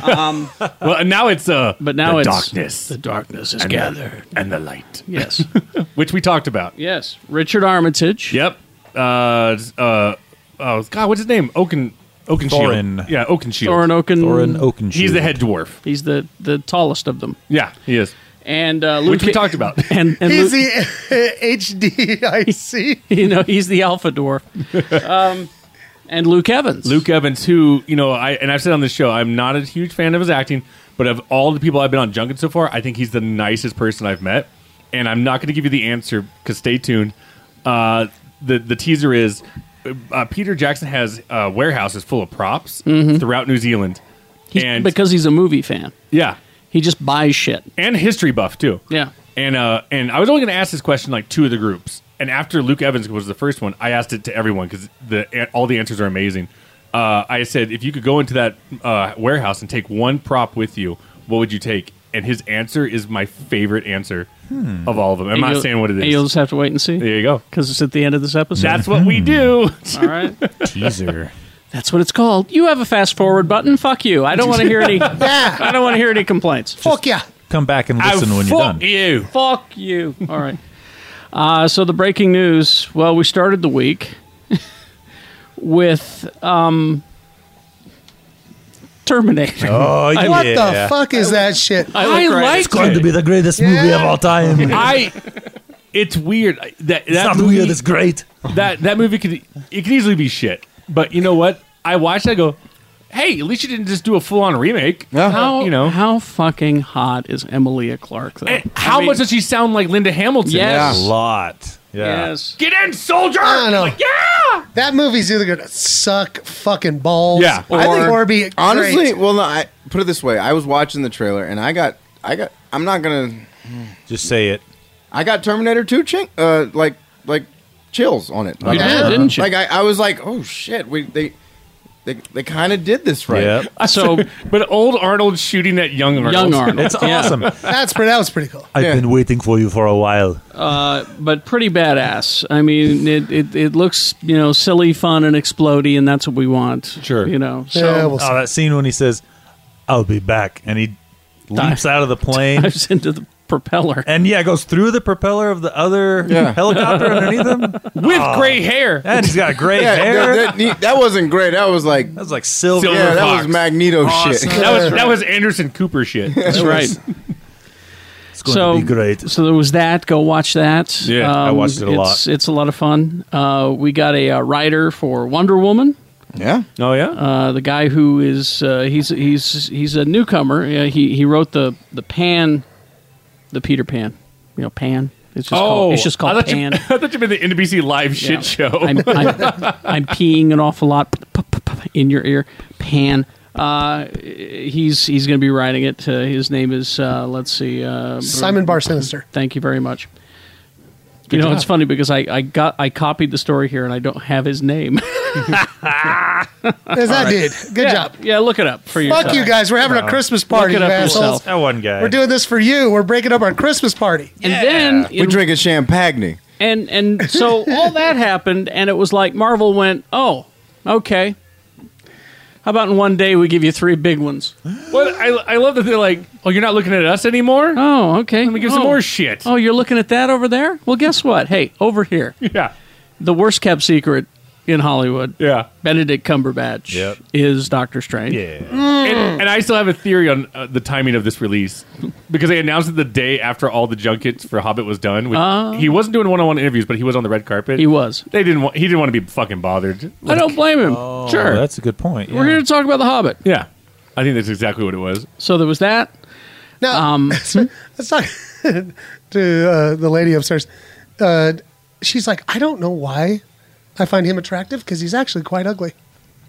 [SPEAKER 6] [laughs]
[SPEAKER 1] um,
[SPEAKER 6] well, now it's uh,
[SPEAKER 1] but [laughs] now
[SPEAKER 6] the
[SPEAKER 1] it's
[SPEAKER 6] darkness.
[SPEAKER 1] The darkness is
[SPEAKER 6] And the-
[SPEAKER 1] gathered,
[SPEAKER 6] and the light.
[SPEAKER 1] Yes.
[SPEAKER 6] [laughs] which we talked about.
[SPEAKER 1] Yes, Richard Armitage.
[SPEAKER 6] Yep. Uh, uh, oh God, what's his name? Oaken Oakenshield.
[SPEAKER 3] Thorin.
[SPEAKER 6] Yeah, Oakenshield.
[SPEAKER 1] Thorin Oaken.
[SPEAKER 3] Thorin Oakenshield.
[SPEAKER 6] He's the head dwarf.
[SPEAKER 1] He's the the tallest of them.
[SPEAKER 6] Yeah, he is.
[SPEAKER 1] And uh, Luke
[SPEAKER 6] Which we talked about.
[SPEAKER 1] [laughs] And, and
[SPEAKER 5] he's
[SPEAKER 1] Luke-
[SPEAKER 5] the
[SPEAKER 1] [laughs]
[SPEAKER 5] HDIC.
[SPEAKER 1] you know he's the
[SPEAKER 6] [laughs]
[SPEAKER 1] alpha dwarf. Um, and Luke Evans.
[SPEAKER 6] Luke Evans, who you know, I and I've said on this show, I'm not a huge fan of his acting, but of all the people I've been on Junket so far, I think he's the nicest person I've met. And I'm not going to give you the answer because stay tuned. Uh, the the teaser is uh, Peter Jackson has uh, warehouses full of props
[SPEAKER 1] Mhm.
[SPEAKER 6] throughout New Zealand,
[SPEAKER 1] He's-
[SPEAKER 6] and
[SPEAKER 1] because he's a movie fan.
[SPEAKER 6] yeah,
[SPEAKER 1] he just buys shit
[SPEAKER 6] and history buff too.
[SPEAKER 1] Yeah.
[SPEAKER 6] And uh, and I was only going to ask this question like two of the groups, and after Luke Evans was the first one, I asked it to everyone because the all the answers are amazing. Uh, I said, if you could go into that uh, warehouse and take one prop with you, what would you take? And his answer is my favorite answer
[SPEAKER 1] Hmm.
[SPEAKER 6] of all of them. I'm
[SPEAKER 1] And
[SPEAKER 6] not
[SPEAKER 1] you'll-
[SPEAKER 6] saying what it
[SPEAKER 1] and you'll
[SPEAKER 6] is.
[SPEAKER 1] just have to wait and see.
[SPEAKER 6] There you go.
[SPEAKER 1] Because it's at the end of this episode.
[SPEAKER 6] That's what we do.
[SPEAKER 1] [laughs] All right.
[SPEAKER 6] Teaser.
[SPEAKER 1] That's what it's called. You have a fast forward button. Fuck you. I don't want to hear
[SPEAKER 3] [laughs]
[SPEAKER 6] [laughs]
[SPEAKER 1] any. I don't want to hear any complaints. Fuck yeah.
[SPEAKER 3] Come back and listen when you're done.
[SPEAKER 6] you.
[SPEAKER 1] Fuck you. All right. Uh, so the breaking news. Well, we started the week [laughs] with um, Terminator. [laughs]
[SPEAKER 12] Oh, yeah.
[SPEAKER 5] What the fuck is that shit?
[SPEAKER 12] like It's going to be the greatest movie of all time.
[SPEAKER 6] [laughs] I. It's weird. I- That
[SPEAKER 12] It's
[SPEAKER 6] that
[SPEAKER 12] not
[SPEAKER 6] movie,
[SPEAKER 12] weird, it's great.
[SPEAKER 6] That that movie could it could easily be shit. But you know what? I watched. it, I go, hey, at least you didn't just do a full on remake.
[SPEAKER 1] How
[SPEAKER 6] you know?
[SPEAKER 1] how fucking hot is Emilia Clarke? Though?
[SPEAKER 6] How much does she sound like Linda Hamilton?
[SPEAKER 1] Yes. Yeah. A
[SPEAKER 6] lot.
[SPEAKER 1] Yes.
[SPEAKER 6] Get in, soldier!
[SPEAKER 5] I don't know.
[SPEAKER 6] yeah!
[SPEAKER 5] That movie's either going to suck fucking balls
[SPEAKER 10] Yeah,
[SPEAKER 5] or, be
[SPEAKER 10] honestly.
[SPEAKER 5] great.
[SPEAKER 10] Well, no, I put it this way: I was watching the trailer and I got, I got, I'm not gonna
[SPEAKER 3] Just say it.
[SPEAKER 10] I got Terminator Two, chink, uh, like like chills on it.
[SPEAKER 3] You
[SPEAKER 10] Like,
[SPEAKER 3] did,
[SPEAKER 10] I-
[SPEAKER 3] didn't you?
[SPEAKER 10] Like I, I was like, oh shit, we they they they kind of did this right. [laughs]
[SPEAKER 6] So, but old Arnold shooting that young Arnold.
[SPEAKER 10] Young Arnold. It's Yeah. awesome.
[SPEAKER 5] [laughs] That's pretty, that was pretty cool.
[SPEAKER 12] I've been waiting for you for a while.
[SPEAKER 1] Uh, but pretty badass. I mean, it, it, it looks you know silly, fun, and explodey, and that's what we want. Sure, you know.
[SPEAKER 12] oh,
[SPEAKER 1] So
[SPEAKER 12] that scene when he says, "I'll be back," and he leaps out of the plane,
[SPEAKER 1] dives into the propeller,
[SPEAKER 12] and yeah, goes through the propeller of the other
[SPEAKER 10] Yeah.
[SPEAKER 1] [laughs]
[SPEAKER 12] helicopter underneath him
[SPEAKER 6] with
[SPEAKER 10] gray
[SPEAKER 6] hair.
[SPEAKER 12] And Oh. he's got gray
[SPEAKER 10] Yeah,
[SPEAKER 12] hair.
[SPEAKER 10] That, that, that wasn't great. That was like that
[SPEAKER 12] was like silver.
[SPEAKER 10] Yeah, that
[SPEAKER 12] fox.
[SPEAKER 10] was Magneto shit.
[SPEAKER 6] That was that
[SPEAKER 10] [laughs]
[SPEAKER 6] was Anderson Cooper shit.
[SPEAKER 1] That's right.
[SPEAKER 12] It's
[SPEAKER 10] going to be great.
[SPEAKER 1] So there was that. Go watch that. Um,
[SPEAKER 12] Yeah, I watched it a
[SPEAKER 1] it's,
[SPEAKER 12] lot.
[SPEAKER 1] It's a lot of fun. Uh, we got a, uh writer for Wonder Woman.
[SPEAKER 10] Yeah.
[SPEAKER 6] Oh yeah.
[SPEAKER 1] Uh, the guy who is uh, he's he's he's a newcomer. Uh, he he wrote the the Pan, the Peter Pan. You know, Pan. It's just called, it's just
[SPEAKER 6] Oh, I
[SPEAKER 1] called
[SPEAKER 6] thought you-
[SPEAKER 1] Pan.
[SPEAKER 6] I thought you meant [laughs] the NBC live shit
[SPEAKER 1] Yeah.
[SPEAKER 6] show.
[SPEAKER 1] I'm, I'm, I'm peeing an awful lot in your ear, pan. Uh, he's he's going to be writing it. Uh, his name is uh, let's see, uh,
[SPEAKER 5] Simon Bar Sinister.
[SPEAKER 1] Thank you very much.
[SPEAKER 5] Good
[SPEAKER 1] you know,
[SPEAKER 5] job.
[SPEAKER 1] it's funny because I, I got I copied the story here and I don't have his name.
[SPEAKER 5] There's that
[SPEAKER 1] All right.
[SPEAKER 5] dude. Good
[SPEAKER 1] Yeah.
[SPEAKER 5] job.
[SPEAKER 1] Yeah, look it up for yourself.
[SPEAKER 5] Fuck you guys. We're having a Christmas party,
[SPEAKER 1] Look it
[SPEAKER 5] you
[SPEAKER 1] up
[SPEAKER 5] assholes.
[SPEAKER 1] yourself.
[SPEAKER 12] That one guy.
[SPEAKER 5] We're doing this for you. We're breaking up our Christmas party.
[SPEAKER 1] And then
[SPEAKER 10] we drinking champagne.
[SPEAKER 1] And and
[SPEAKER 6] [laughs]
[SPEAKER 1] so all that happened, and it was like Marvel went, oh, okay. How about in one day we give you three big ones?
[SPEAKER 6] Well, I, I love that they're like, oh, you're not looking at us anymore.
[SPEAKER 1] Oh, okay.
[SPEAKER 6] Let me give some
[SPEAKER 1] Oh.
[SPEAKER 6] more shit.
[SPEAKER 1] Oh, you're looking at that over there? Well, guess what? Hey, over here.
[SPEAKER 6] Yeah.
[SPEAKER 1] The worst kept secret in Hollywood.
[SPEAKER 6] Yeah.
[SPEAKER 1] Benedict Cumberbatch
[SPEAKER 6] Yep.
[SPEAKER 1] is Doctor Strange.
[SPEAKER 12] Yeah.
[SPEAKER 6] And, and I still have a theory on uh, the timing of this release because they announced it the day after all the junkets for Hobbit was done. Which
[SPEAKER 1] Oh.
[SPEAKER 6] He wasn't doing one-on-one interviews, but he was on the red carpet.
[SPEAKER 1] He was.
[SPEAKER 6] They didn't. Want, he didn't want to be fucking bothered.
[SPEAKER 1] I don't blame him. Oh,
[SPEAKER 3] Oh,
[SPEAKER 1] sure.
[SPEAKER 12] Oh, that's a good point.
[SPEAKER 1] We're here to talk about The Hobbit.
[SPEAKER 6] Yeah, I think that's exactly what it was.
[SPEAKER 5] [laughs]
[SPEAKER 1] So there was that.
[SPEAKER 5] Now,
[SPEAKER 1] um,
[SPEAKER 5] let's talk. to uh, the lady upstairs. Uh, she's like, I don't know why I find him attractive because he's actually quite ugly.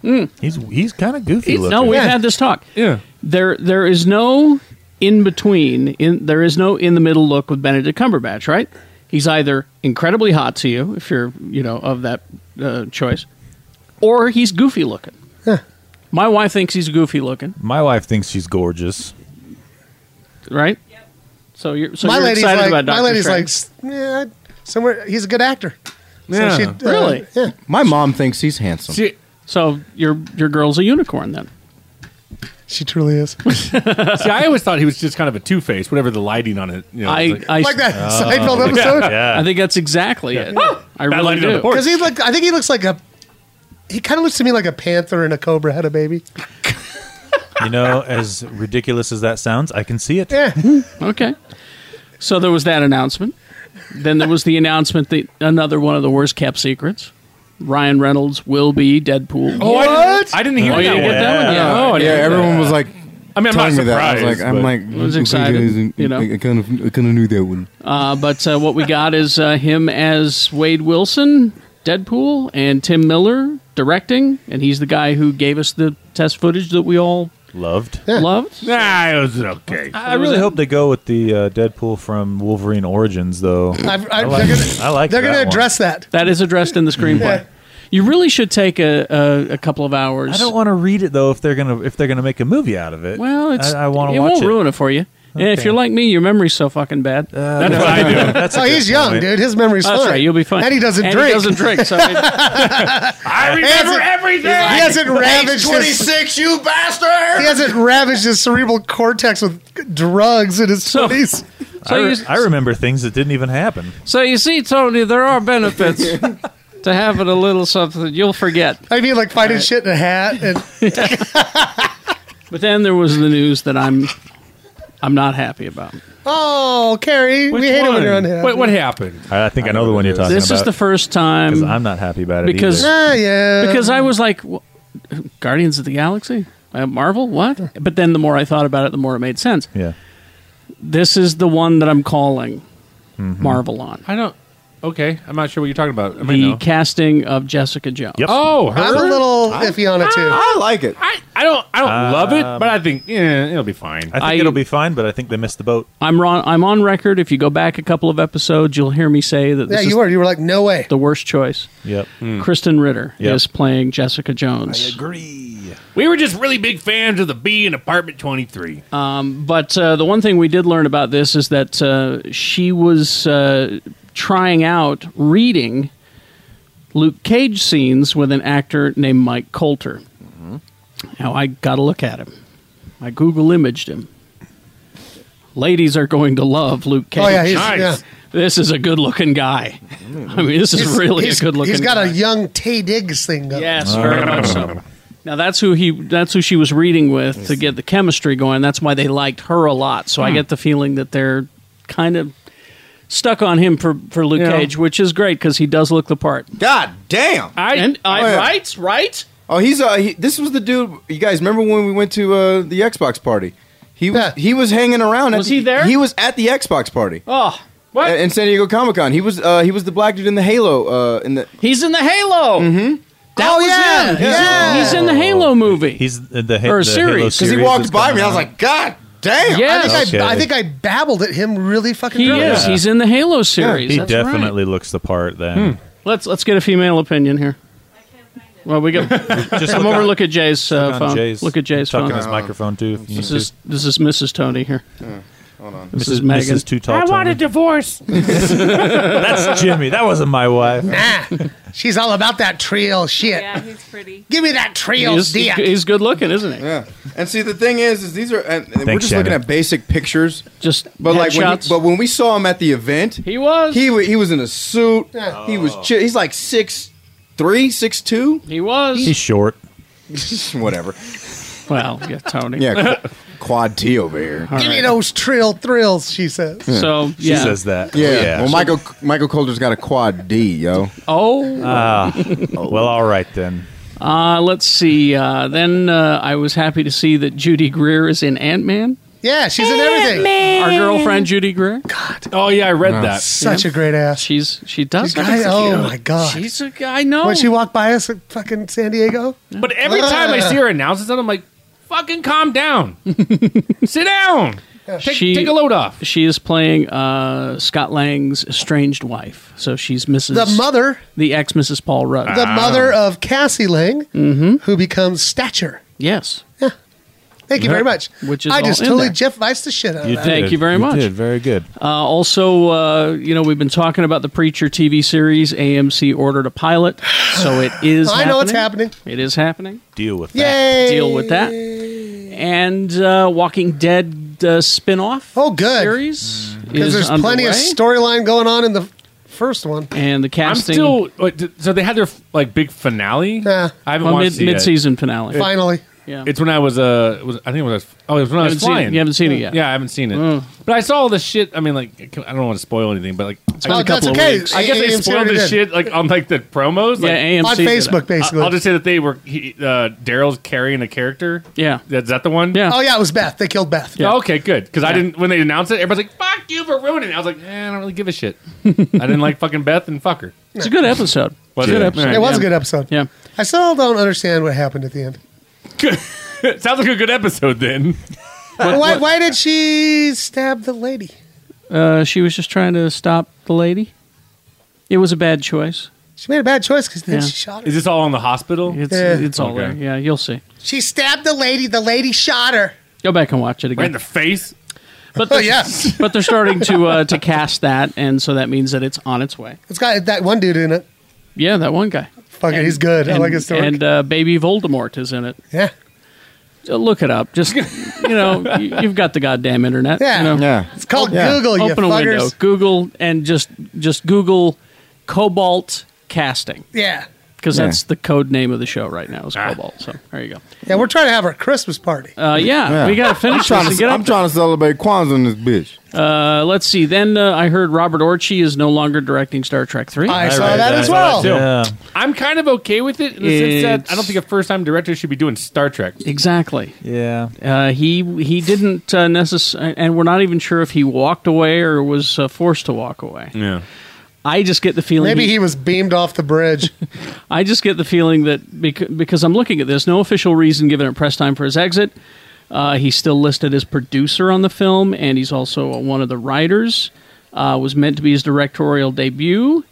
[SPEAKER 3] He's he's kind of goofy
[SPEAKER 1] It's- no,
[SPEAKER 3] looking.
[SPEAKER 1] we've
[SPEAKER 3] Yeah.
[SPEAKER 1] had this talk. Yeah. There there is no in between. In there is no in the middle look with Benedict Cumberbatch, right? He's either incredibly hot to you if you're, you know, of that uh, choice, or he's goofy looking. My wife thinks he's goofy looking,
[SPEAKER 3] My wife thinks she's gorgeous.
[SPEAKER 1] right? So you're so
[SPEAKER 5] my
[SPEAKER 1] you're
[SPEAKER 5] lady's
[SPEAKER 1] excited
[SPEAKER 5] like,
[SPEAKER 1] about Dr.
[SPEAKER 5] my lady's
[SPEAKER 1] Strange.
[SPEAKER 5] like, "S- yeah, somewhere he's a good actor.
[SPEAKER 10] Yeah.
[SPEAKER 5] she, uh,
[SPEAKER 1] Really?
[SPEAKER 5] Yeah.
[SPEAKER 10] My mom thinks he's handsome.
[SPEAKER 1] so your [laughs] your girl's a unicorn then.
[SPEAKER 5] She truly is.
[SPEAKER 6] [laughs] See, I always thought he was just kind of a two face, whatever the lighting on it. You know,
[SPEAKER 1] I,
[SPEAKER 6] it's
[SPEAKER 1] I [laughs]
[SPEAKER 6] Oh.
[SPEAKER 1] I think that's exactly it. I
[SPEAKER 6] Bad
[SPEAKER 1] really
[SPEAKER 6] lighting on the
[SPEAKER 1] do.
[SPEAKER 6] porch.
[SPEAKER 5] Because he look, I think he looks like a. He kind of looks to me like a panther and a cobra had a baby.
[SPEAKER 3] You know, as ridiculous as that sounds, I can see it.
[SPEAKER 1] okay. So there was that announcement. Then there was the announcement that another one of the worst kept secrets. Ryan Reynolds will be Deadpool.
[SPEAKER 6] Oh, I didn't- I didn't hear
[SPEAKER 1] Oh, you
[SPEAKER 6] that
[SPEAKER 1] didn't
[SPEAKER 6] one.
[SPEAKER 1] get that one.
[SPEAKER 6] Yeah.
[SPEAKER 1] Oh, I didn't
[SPEAKER 10] yeah,
[SPEAKER 1] get that.
[SPEAKER 10] everyone was like,
[SPEAKER 6] I mean, I'm
[SPEAKER 10] telling
[SPEAKER 6] not
[SPEAKER 10] me that. I was
[SPEAKER 6] surprised,
[SPEAKER 10] like, I'm
[SPEAKER 6] but-
[SPEAKER 10] like,
[SPEAKER 1] I was excited, you know.
[SPEAKER 10] I kind of, I kind of knew that one.
[SPEAKER 1] Uh, but uh, what we got is uh, him as Wade Wilson, Deadpool, and Tim Miller directing, and he's the guy who gave us the test footage that we all
[SPEAKER 3] loved.
[SPEAKER 1] Loved.
[SPEAKER 6] Nah, it was okay.
[SPEAKER 3] I really hope they go with the uh, Deadpool from Wolverine Origins, though.
[SPEAKER 5] I've, I,
[SPEAKER 3] I like,
[SPEAKER 5] they're
[SPEAKER 3] that.
[SPEAKER 5] gonna,
[SPEAKER 3] I like
[SPEAKER 5] they're
[SPEAKER 3] that
[SPEAKER 5] going to
[SPEAKER 3] one.
[SPEAKER 5] address that.
[SPEAKER 1] That is addressed in the screenplay. You really should take a, a, a couple of hours.
[SPEAKER 3] I don't want to read it though if they're gonna if they're gonna make a movie out of it.
[SPEAKER 1] Well, it's,
[SPEAKER 3] I, I want
[SPEAKER 1] it
[SPEAKER 3] to watch
[SPEAKER 1] won't
[SPEAKER 3] it.
[SPEAKER 1] ruin it for you. And if
[SPEAKER 3] Okay.
[SPEAKER 1] you're like me, your memory's so fucking bad.
[SPEAKER 3] That's what I do. Uh, [laughs] That's a
[SPEAKER 5] oh,
[SPEAKER 3] good
[SPEAKER 5] he's young,
[SPEAKER 3] point.
[SPEAKER 5] dude. His memory's
[SPEAKER 1] That's
[SPEAKER 5] fine.
[SPEAKER 1] right, you'll be fine.
[SPEAKER 5] And he doesn't
[SPEAKER 1] And he
[SPEAKER 5] drink.
[SPEAKER 1] doesn't drink,
[SPEAKER 5] [laughs]
[SPEAKER 1] so it-
[SPEAKER 6] I remember everything. He
[SPEAKER 5] hasn't ravaged his-
[SPEAKER 6] you bastard.
[SPEAKER 5] he hasn't ravaged his cerebral cortex with drugs in his 20s.
[SPEAKER 3] I, re- I remember things that didn't even happen.
[SPEAKER 1] So you see, Tony, there are benefits to having a little something you'll forget.
[SPEAKER 5] I mean, like finding
[SPEAKER 1] All right.
[SPEAKER 5] shit in a hat.
[SPEAKER 1] [laughs]
[SPEAKER 5] And
[SPEAKER 1] But then there was the news that I'm I'm not happy about.
[SPEAKER 5] [laughs] oh, Carrie, we hate it when you're on him.
[SPEAKER 6] happened?
[SPEAKER 3] I, I think I, know the one you're talking
[SPEAKER 1] this
[SPEAKER 3] about.
[SPEAKER 1] is the first time
[SPEAKER 3] 'cause I'm not happy about it
[SPEAKER 1] because
[SPEAKER 3] either.
[SPEAKER 5] yeah.
[SPEAKER 1] because I was like "Wha- Guardians of the Galaxy, uh, Marvel, what? But then the more I thought about it, the more it made sense.
[SPEAKER 3] Yeah.
[SPEAKER 1] This is the one that I'm calling
[SPEAKER 3] Mm-hmm.
[SPEAKER 1] Marvel on.
[SPEAKER 6] I don't. Okay, I'm not sure what you're talking about. I
[SPEAKER 1] the
[SPEAKER 6] might know.
[SPEAKER 1] casting of Jessica Jones.
[SPEAKER 6] Oh, her?
[SPEAKER 5] I'm a little iffy on it, too.
[SPEAKER 6] I Ah!
[SPEAKER 10] like it.
[SPEAKER 6] I, I don't. I don't love it,
[SPEAKER 3] Um,
[SPEAKER 6] but I think yeah, it'll be fine.
[SPEAKER 3] I think it'll be fine, but I think they missed the boat.
[SPEAKER 1] I'm on. I'm on record. If you go back a couple of episodes, you'll hear me say that. This
[SPEAKER 5] Yeah,
[SPEAKER 1] is
[SPEAKER 5] you were. You were like, no way.
[SPEAKER 1] The worst [laughs] choice.
[SPEAKER 3] Yep.
[SPEAKER 6] Hmm.
[SPEAKER 1] Kristen Ritter
[SPEAKER 6] Yep.
[SPEAKER 1] is playing Jessica Jones.
[SPEAKER 6] agree. We were just really big fans of the B in Apartment 23.
[SPEAKER 1] Um, but uh, the one thing we did learn about this is that uh, she was uh, trying out reading Luke Cage scenes with an actor named Mike Coulter.
[SPEAKER 5] Mm-hmm.
[SPEAKER 1] Now I got to look at him. I Google imaged him. Ladies are going to love Luke Cage.
[SPEAKER 5] Oh, yeah, he's- Nice. yeah.
[SPEAKER 1] This is a good-looking guy. I mean, this is
[SPEAKER 5] He's-
[SPEAKER 1] really
[SPEAKER 5] he's-
[SPEAKER 1] a good-looking.
[SPEAKER 5] He's got
[SPEAKER 1] guy.
[SPEAKER 5] a young Tay Diggs thing going.
[SPEAKER 1] Yes, very much so. Now that's who he that's who she was reading with to get the chemistry going. That's why they liked her a lot. So I
[SPEAKER 6] Hmm.
[SPEAKER 1] get the feeling that they're kind of stuck on him for for Luke
[SPEAKER 6] Yeah.
[SPEAKER 1] Cage, which is great because he does look the part.
[SPEAKER 10] God damn!
[SPEAKER 6] I,
[SPEAKER 1] and uh, I
[SPEAKER 10] Oh, yeah.
[SPEAKER 1] right right.
[SPEAKER 10] Oh, he's uh, he, this was the dude. You guys remember when we went to uh, the Xbox party? He was he was hanging around. at
[SPEAKER 1] Was
[SPEAKER 10] the,
[SPEAKER 1] he there?
[SPEAKER 10] He was at the Xbox party.
[SPEAKER 1] Oh,
[SPEAKER 10] what? In San Diego Comic Con, he was uh, he was the black dude in the Halo. Uh, in the
[SPEAKER 1] he's in the Halo. Mm-hmm. That
[SPEAKER 10] oh
[SPEAKER 1] was
[SPEAKER 10] yeah,
[SPEAKER 1] him. He's- he's in the Halo movie.
[SPEAKER 3] He's the
[SPEAKER 1] Or a series. 'Cause he
[SPEAKER 10] Because he walked by me, I was like, God damn!
[SPEAKER 5] I
[SPEAKER 1] Yes.
[SPEAKER 5] think,
[SPEAKER 3] Okay.
[SPEAKER 5] I, I think I babbled at him really fucking.
[SPEAKER 1] He
[SPEAKER 5] drunk.
[SPEAKER 1] is. He's in the Halo series.
[SPEAKER 3] he
[SPEAKER 1] That's right.
[SPEAKER 3] definitely looks the part then.
[SPEAKER 1] Let's let's get a female opinion here. Well, we
[SPEAKER 3] [laughs]
[SPEAKER 1] got.
[SPEAKER 3] Just
[SPEAKER 1] come
[SPEAKER 3] look
[SPEAKER 1] over.
[SPEAKER 3] on-
[SPEAKER 1] look at Jay's
[SPEAKER 3] look
[SPEAKER 1] uh,
[SPEAKER 3] on
[SPEAKER 1] phone.
[SPEAKER 3] Jay's-
[SPEAKER 1] look at Jay's
[SPEAKER 3] tuck in
[SPEAKER 1] phone.
[SPEAKER 3] his microphone, too, if you
[SPEAKER 1] This
[SPEAKER 3] need
[SPEAKER 1] is this is Mrs. Tony here.
[SPEAKER 10] Hold on.
[SPEAKER 1] This
[SPEAKER 3] Mrs.
[SPEAKER 1] is Megan.
[SPEAKER 3] Mrs. Too Tall Tony.
[SPEAKER 6] divorce.
[SPEAKER 3] [laughs] Hmm.
[SPEAKER 5] [laughs]
[SPEAKER 3] That's Jimmy. That wasn't my wife.
[SPEAKER 5] She's all about that trio shit. Yeah, he's pretty. Give me that trio
[SPEAKER 1] He's-
[SPEAKER 5] dick.
[SPEAKER 1] he's good looking, isn't he?
[SPEAKER 10] Yeah. And see, the thing is, is these are and, and we're
[SPEAKER 3] Thanks,
[SPEAKER 10] just
[SPEAKER 3] Shannon.
[SPEAKER 10] looking at basic pictures.
[SPEAKER 1] Just
[SPEAKER 10] but like, when
[SPEAKER 1] headshots.
[SPEAKER 10] he, but when we saw him at the event,
[SPEAKER 1] he was
[SPEAKER 10] he wa- he was in a suit.
[SPEAKER 5] Yeah.
[SPEAKER 10] He was chi- he's like six three, six two.
[SPEAKER 1] He was.
[SPEAKER 3] He's short.
[SPEAKER 10] [laughs] Whatever.
[SPEAKER 1] Well, yeah, Tony.
[SPEAKER 10] Yeah,
[SPEAKER 1] [laughs]
[SPEAKER 10] qu- quad T over here.
[SPEAKER 5] Give me those trill thrills, she says.
[SPEAKER 1] So,
[SPEAKER 10] She yeah. says
[SPEAKER 3] that. Oh,
[SPEAKER 10] Yeah.
[SPEAKER 3] Yeah.
[SPEAKER 10] Well, Michael Michael Coulter's got a quad D, yo.
[SPEAKER 1] Oh.
[SPEAKER 3] Ah. well, all right then.
[SPEAKER 1] Uh, let's see. Uh, then uh, I was happy to see that Judy Greer is in Ant Man.
[SPEAKER 5] Yeah, she's in everything.
[SPEAKER 1] Our girlfriend Judy Greer. God.
[SPEAKER 6] Oh yeah, I read
[SPEAKER 5] No.
[SPEAKER 6] that.
[SPEAKER 5] Such a great ass.
[SPEAKER 1] She's she does.
[SPEAKER 5] She's
[SPEAKER 1] have a
[SPEAKER 5] got- oh,
[SPEAKER 1] cute-
[SPEAKER 5] my God.
[SPEAKER 1] She's a, I know.
[SPEAKER 5] When she walked by us at fucking San Diego.
[SPEAKER 6] But every time I see her announce it, I'm like, fucking calm down.
[SPEAKER 1] [laughs]
[SPEAKER 6] Sit down. Take,
[SPEAKER 1] She-
[SPEAKER 6] take a load off.
[SPEAKER 1] She is playing uh, Scott Lang's estranged wife, so she's Mrs.
[SPEAKER 5] The mother.
[SPEAKER 1] the ex Mrs. Paul Rudd,
[SPEAKER 5] The mother of Cassie Lang,
[SPEAKER 1] Mm-hmm.
[SPEAKER 5] who becomes Stature.
[SPEAKER 1] Yes.
[SPEAKER 5] Yeah. Thank you
[SPEAKER 1] Yeah.
[SPEAKER 5] very much.
[SPEAKER 1] Which is
[SPEAKER 5] I
[SPEAKER 1] all
[SPEAKER 5] just
[SPEAKER 1] in
[SPEAKER 5] totally
[SPEAKER 1] there.
[SPEAKER 5] Jeff Weiss the shit out of that.
[SPEAKER 1] Thank you very
[SPEAKER 8] You
[SPEAKER 1] much.
[SPEAKER 8] did. Very good.
[SPEAKER 1] Uh, also, uh, you know, we've been talking about the Preacher TV series. AMC ordered a pilot, so it is.
[SPEAKER 5] I know it's happening.
[SPEAKER 1] It is happening.
[SPEAKER 3] Deal with
[SPEAKER 5] Yay!
[SPEAKER 1] Deal with that. And uh, Walking Dead uh, spin off.
[SPEAKER 5] Oh, good.
[SPEAKER 1] Series.
[SPEAKER 5] Because
[SPEAKER 1] is
[SPEAKER 5] there's plenty of
[SPEAKER 1] underway.
[SPEAKER 5] storyline going on in the first one.
[SPEAKER 1] And the casting.
[SPEAKER 6] I'm still. wait, d- So they had their like big finale. Yeah, I haven't
[SPEAKER 1] Well,
[SPEAKER 6] watched
[SPEAKER 1] mid-
[SPEAKER 6] it yet.
[SPEAKER 1] mid-season finale.
[SPEAKER 6] It-
[SPEAKER 1] Finally. Yeah.
[SPEAKER 6] It's when I was uh, was, I think it was oh, it was when I was
[SPEAKER 1] Haven't seen it.
[SPEAKER 6] flying.
[SPEAKER 1] You haven't seen it yet. Mm.
[SPEAKER 6] Yeah, I haven't seen it. But I saw all the shit. I mean, like I don't want to spoil anything, but like
[SPEAKER 5] been a Oh, couple that's of okay. weeks.
[SPEAKER 6] I guess they
[SPEAKER 5] AMC
[SPEAKER 6] spoiled
[SPEAKER 5] already
[SPEAKER 6] the
[SPEAKER 5] did.
[SPEAKER 6] shit like on like the promos. Like,
[SPEAKER 5] Yeah, On AMC did Facebook, it. basically.
[SPEAKER 6] I- I'll just say that they were he, uh, Daryl's carrying a character.
[SPEAKER 1] Yeah,
[SPEAKER 6] is that the one?
[SPEAKER 5] Oh, yeah, it was Beth. They killed Beth.
[SPEAKER 6] Oh, okay, good. Because I didn't when they announced it, everybody's like, "Fuck you for ruining it." I was like, eh, "I don't really give a shit." I didn't like fucking Beth and fuck her.
[SPEAKER 1] It's a good episode.
[SPEAKER 6] Was
[SPEAKER 1] It's a good
[SPEAKER 6] it?
[SPEAKER 1] episode.
[SPEAKER 5] It was a
[SPEAKER 1] Yeah.
[SPEAKER 5] good episode.
[SPEAKER 1] Yeah.
[SPEAKER 5] I still don't understand what happened at the end.
[SPEAKER 6] [laughs] Sounds like a good episode then.
[SPEAKER 5] why, why did she stab the lady?
[SPEAKER 1] Uh, she was just trying to stop the lady. It was a bad choice.
[SPEAKER 5] She made a bad choice because then
[SPEAKER 1] Yeah.
[SPEAKER 5] she shot her.
[SPEAKER 6] Is this all in the hospital?
[SPEAKER 1] It's,
[SPEAKER 5] Yeah.
[SPEAKER 1] it's all
[SPEAKER 6] Okay.
[SPEAKER 1] there. Yeah, you'll see.
[SPEAKER 5] She stabbed the lady. The lady shot her.
[SPEAKER 1] Go back and watch it again.
[SPEAKER 6] Right in the face.
[SPEAKER 5] [laughs]
[SPEAKER 1] But
[SPEAKER 5] Oh,
[SPEAKER 1] they're,
[SPEAKER 5] yes.
[SPEAKER 1] but they're starting to uh, to cast that, and so that means that it's on its way.
[SPEAKER 5] It's got that one dude in it.
[SPEAKER 1] Yeah, that one guy.
[SPEAKER 5] Fuck it, he's good. I
[SPEAKER 1] And-
[SPEAKER 5] like his story.
[SPEAKER 1] And uh, Baby Voldemort is in it. Uh,
[SPEAKER 5] Yeah.
[SPEAKER 1] Look it up. Just you know, [laughs] you, you've got the goddamn internet.
[SPEAKER 5] Yeah.
[SPEAKER 1] you know?
[SPEAKER 5] Yeah. It's called Yeah. Google, you
[SPEAKER 1] Open a window.
[SPEAKER 5] fuckers.
[SPEAKER 1] Google and just just Google Cobalt casting.
[SPEAKER 5] yeah.
[SPEAKER 1] because
[SPEAKER 5] Yeah.
[SPEAKER 1] that's the code name of the show right now is
[SPEAKER 5] Ah.
[SPEAKER 1] Cobalt. So there you go.
[SPEAKER 5] Yeah, we're trying to have our Christmas party.
[SPEAKER 1] Uh, yeah, we gotta
[SPEAKER 10] I'm
[SPEAKER 1] finish
[SPEAKER 10] trying,
[SPEAKER 1] this and
[SPEAKER 10] to,
[SPEAKER 1] get up
[SPEAKER 10] I'm trying to celebrate Kwanzaa in this bitch.
[SPEAKER 1] Uh, let's see. Then uh, I heard Robert Orci is no longer directing Star Trek Three.
[SPEAKER 5] I I saw read that that. as I saw that well. too.
[SPEAKER 6] I'm kind of okay with it in the sense that I don't think a first time director should be doing Star Trek.
[SPEAKER 1] Exactly.
[SPEAKER 8] Yeah.
[SPEAKER 1] Uh, he he didn't uh, necessarily, and we're not even sure if he walked away or was uh, forced to walk away.
[SPEAKER 6] Yeah.
[SPEAKER 1] I just get the feeling
[SPEAKER 5] Maybe he was beamed off the bridge.
[SPEAKER 1] [laughs] I just get the feeling that because, because I'm looking at this, no official reason given at press time for his exit. Uh, he's still listed as producer on the film, and he's also one of the writers. Uh, was meant to be his directorial debut.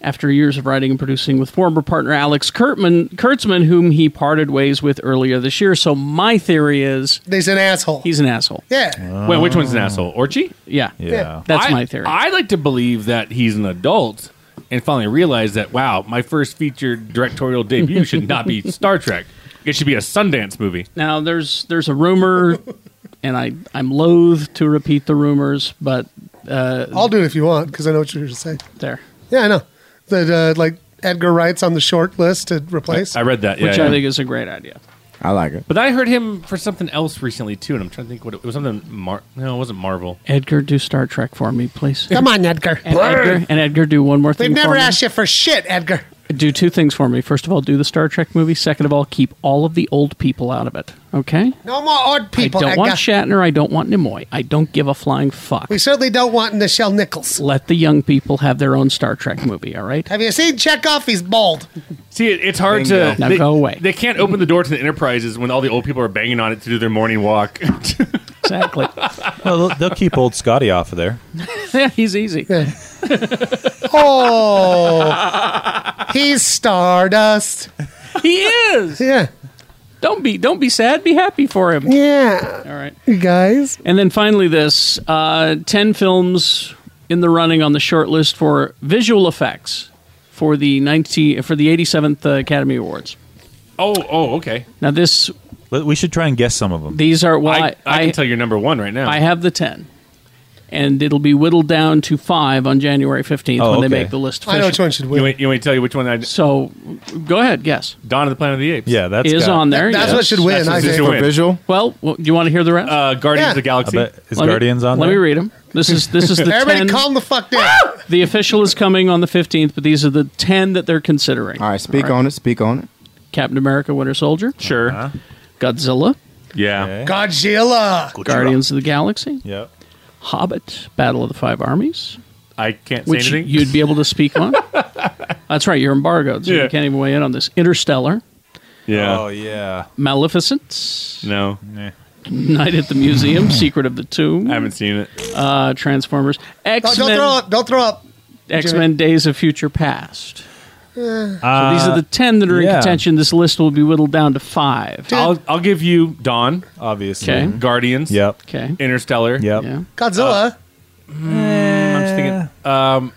[SPEAKER 1] After years of writing and producing with former partner Alex Kurtzman, Kurtzman, whom he parted ways with earlier this year, so my theory is
[SPEAKER 5] he's an asshole.
[SPEAKER 1] He's an asshole.
[SPEAKER 5] Yeah.
[SPEAKER 6] Wait, which one's an asshole? Orchie?
[SPEAKER 1] Yeah. That's
[SPEAKER 6] I-
[SPEAKER 1] my theory.
[SPEAKER 6] I like to believe that he's an adult and finally realized that wow, my first featured directorial debut should not be Star Trek. It should be a Sundance movie.
[SPEAKER 1] Now there's there's
[SPEAKER 5] [laughs]
[SPEAKER 1] a rumor, and I I'm loath to repeat the rumors, but uh,
[SPEAKER 5] I'll do it if you want because I know what you're going to say.
[SPEAKER 1] There.
[SPEAKER 5] Yeah, I know. That, uh, like, Edgar Wright's on the short list to replace.
[SPEAKER 6] I, I read that, yeah,
[SPEAKER 1] which
[SPEAKER 6] yeah.
[SPEAKER 1] I think is a great idea.
[SPEAKER 10] I like it.
[SPEAKER 6] But I heard him for something else recently too, and I'm trying to think what it, it was. Something Mar- no, it wasn't Marvel.
[SPEAKER 1] Edgar, do Star Trek for me, please.
[SPEAKER 5] Come on, Edgar.
[SPEAKER 1] And Edgar, and Edgar, do one more
[SPEAKER 5] We've
[SPEAKER 1] thing.
[SPEAKER 5] never
[SPEAKER 1] for
[SPEAKER 5] asked you for shit, Edgar.
[SPEAKER 1] Me. Do two things for me. First of all, do the Star Trek movie. Second of all, keep all of the old people out of it. Okay.
[SPEAKER 5] No more odd people,
[SPEAKER 1] I don't
[SPEAKER 5] Edgar.
[SPEAKER 1] want Shatner. I don't want Nimoy. I don't give a flying fuck.
[SPEAKER 5] we certainly don't want Nichelle Nichols.
[SPEAKER 1] Let the young people have their own Star Trek movie. All right.
[SPEAKER 5] Have you seen Chekhov? He's bald.
[SPEAKER 6] See, it, it's hard
[SPEAKER 1] Bingo.
[SPEAKER 6] to
[SPEAKER 1] Now
[SPEAKER 6] they,
[SPEAKER 1] go away.
[SPEAKER 6] They can't open the door to the enterprises when all the old people are banging on it to do their morning walk. [laughs]
[SPEAKER 1] exactly.
[SPEAKER 3] Well, they'll, they'll keep old Scotty off of there.
[SPEAKER 1] [laughs] yeah, he's easy.
[SPEAKER 5] Oh, he's Stardust.
[SPEAKER 1] He
[SPEAKER 5] [laughs]
[SPEAKER 1] is.
[SPEAKER 5] Yeah.
[SPEAKER 1] Don't be don't be sad. Be happy for him.
[SPEAKER 5] Yeah.
[SPEAKER 1] All right.
[SPEAKER 5] You guys.
[SPEAKER 1] And then finally, this uh, 10 films in the running on the short list for visual effects for the 90, for the 87th uh, Academy Awards.
[SPEAKER 6] oh, oh, okay.
[SPEAKER 1] Now, this,
[SPEAKER 3] We should try and guess some of them.
[SPEAKER 1] these are, well, I,
[SPEAKER 6] I, can tell you're number one right now.
[SPEAKER 1] I have the 10. And it'll be whittled down to five on January 15th
[SPEAKER 6] Oh,
[SPEAKER 1] when they
[SPEAKER 6] okay.
[SPEAKER 1] make the list.
[SPEAKER 6] I know which
[SPEAKER 1] official.
[SPEAKER 5] one should
[SPEAKER 6] You want, you want me to tell you which one I
[SPEAKER 1] So, go ahead, guess.
[SPEAKER 6] Dawn of the Planet of the Apes.
[SPEAKER 3] Yeah, that's
[SPEAKER 1] is on there. yes. Well, well, do you want to hear the rest?
[SPEAKER 6] Uh, Guardians of the Galaxy.
[SPEAKER 3] I bet- is Guardians
[SPEAKER 1] me,
[SPEAKER 3] on
[SPEAKER 1] Let
[SPEAKER 3] there?
[SPEAKER 1] me read them. This is this
[SPEAKER 5] [laughs]
[SPEAKER 1] is the
[SPEAKER 5] Everybody
[SPEAKER 1] 10
[SPEAKER 5] calm the fuck down.
[SPEAKER 1] [laughs] The official is coming on the 15th, but these are the 10 that they're considering. All right,
[SPEAKER 10] Speak on it. Speak on it.
[SPEAKER 3] Uh-huh.
[SPEAKER 1] Captain America Winter Soldier.
[SPEAKER 6] Sure.
[SPEAKER 1] Godzilla.
[SPEAKER 14] Yeah.
[SPEAKER 5] Godzilla.
[SPEAKER 1] Guardians of the Galaxy.
[SPEAKER 3] Yep.
[SPEAKER 1] Hobbit, Battle of the Five Armies.
[SPEAKER 6] I can't say
[SPEAKER 1] which
[SPEAKER 6] anything.
[SPEAKER 1] you'd be able to
[SPEAKER 6] [laughs]
[SPEAKER 1] speak on. That's right, you're embargoed, so
[SPEAKER 6] Yeah.
[SPEAKER 1] you can't even weigh in on this. Interstellar,
[SPEAKER 6] Yeah.
[SPEAKER 3] Oh yeah.
[SPEAKER 1] Maleficent,
[SPEAKER 6] No.
[SPEAKER 1] Night at
[SPEAKER 6] [laughs]
[SPEAKER 1] the Museum, Secret of the Tomb. I
[SPEAKER 6] haven't seen it.
[SPEAKER 1] Uh, Transformers, X
[SPEAKER 5] No, don't throw
[SPEAKER 1] Men,
[SPEAKER 5] up. Don't throw up.
[SPEAKER 1] X Men: Days of Future Past.
[SPEAKER 5] Eh.
[SPEAKER 1] so these are the ten that are in
[SPEAKER 6] Uh, yeah.
[SPEAKER 1] contention. This list will be whittled down to five.
[SPEAKER 6] I'll I'll give you Dawn, obviously.
[SPEAKER 1] 'Kay.
[SPEAKER 6] Guardians. Yep.
[SPEAKER 1] Okay.
[SPEAKER 6] Interstellar. Yep.
[SPEAKER 5] Godzilla.
[SPEAKER 3] Hmm.
[SPEAKER 6] I'm just thinking. Um,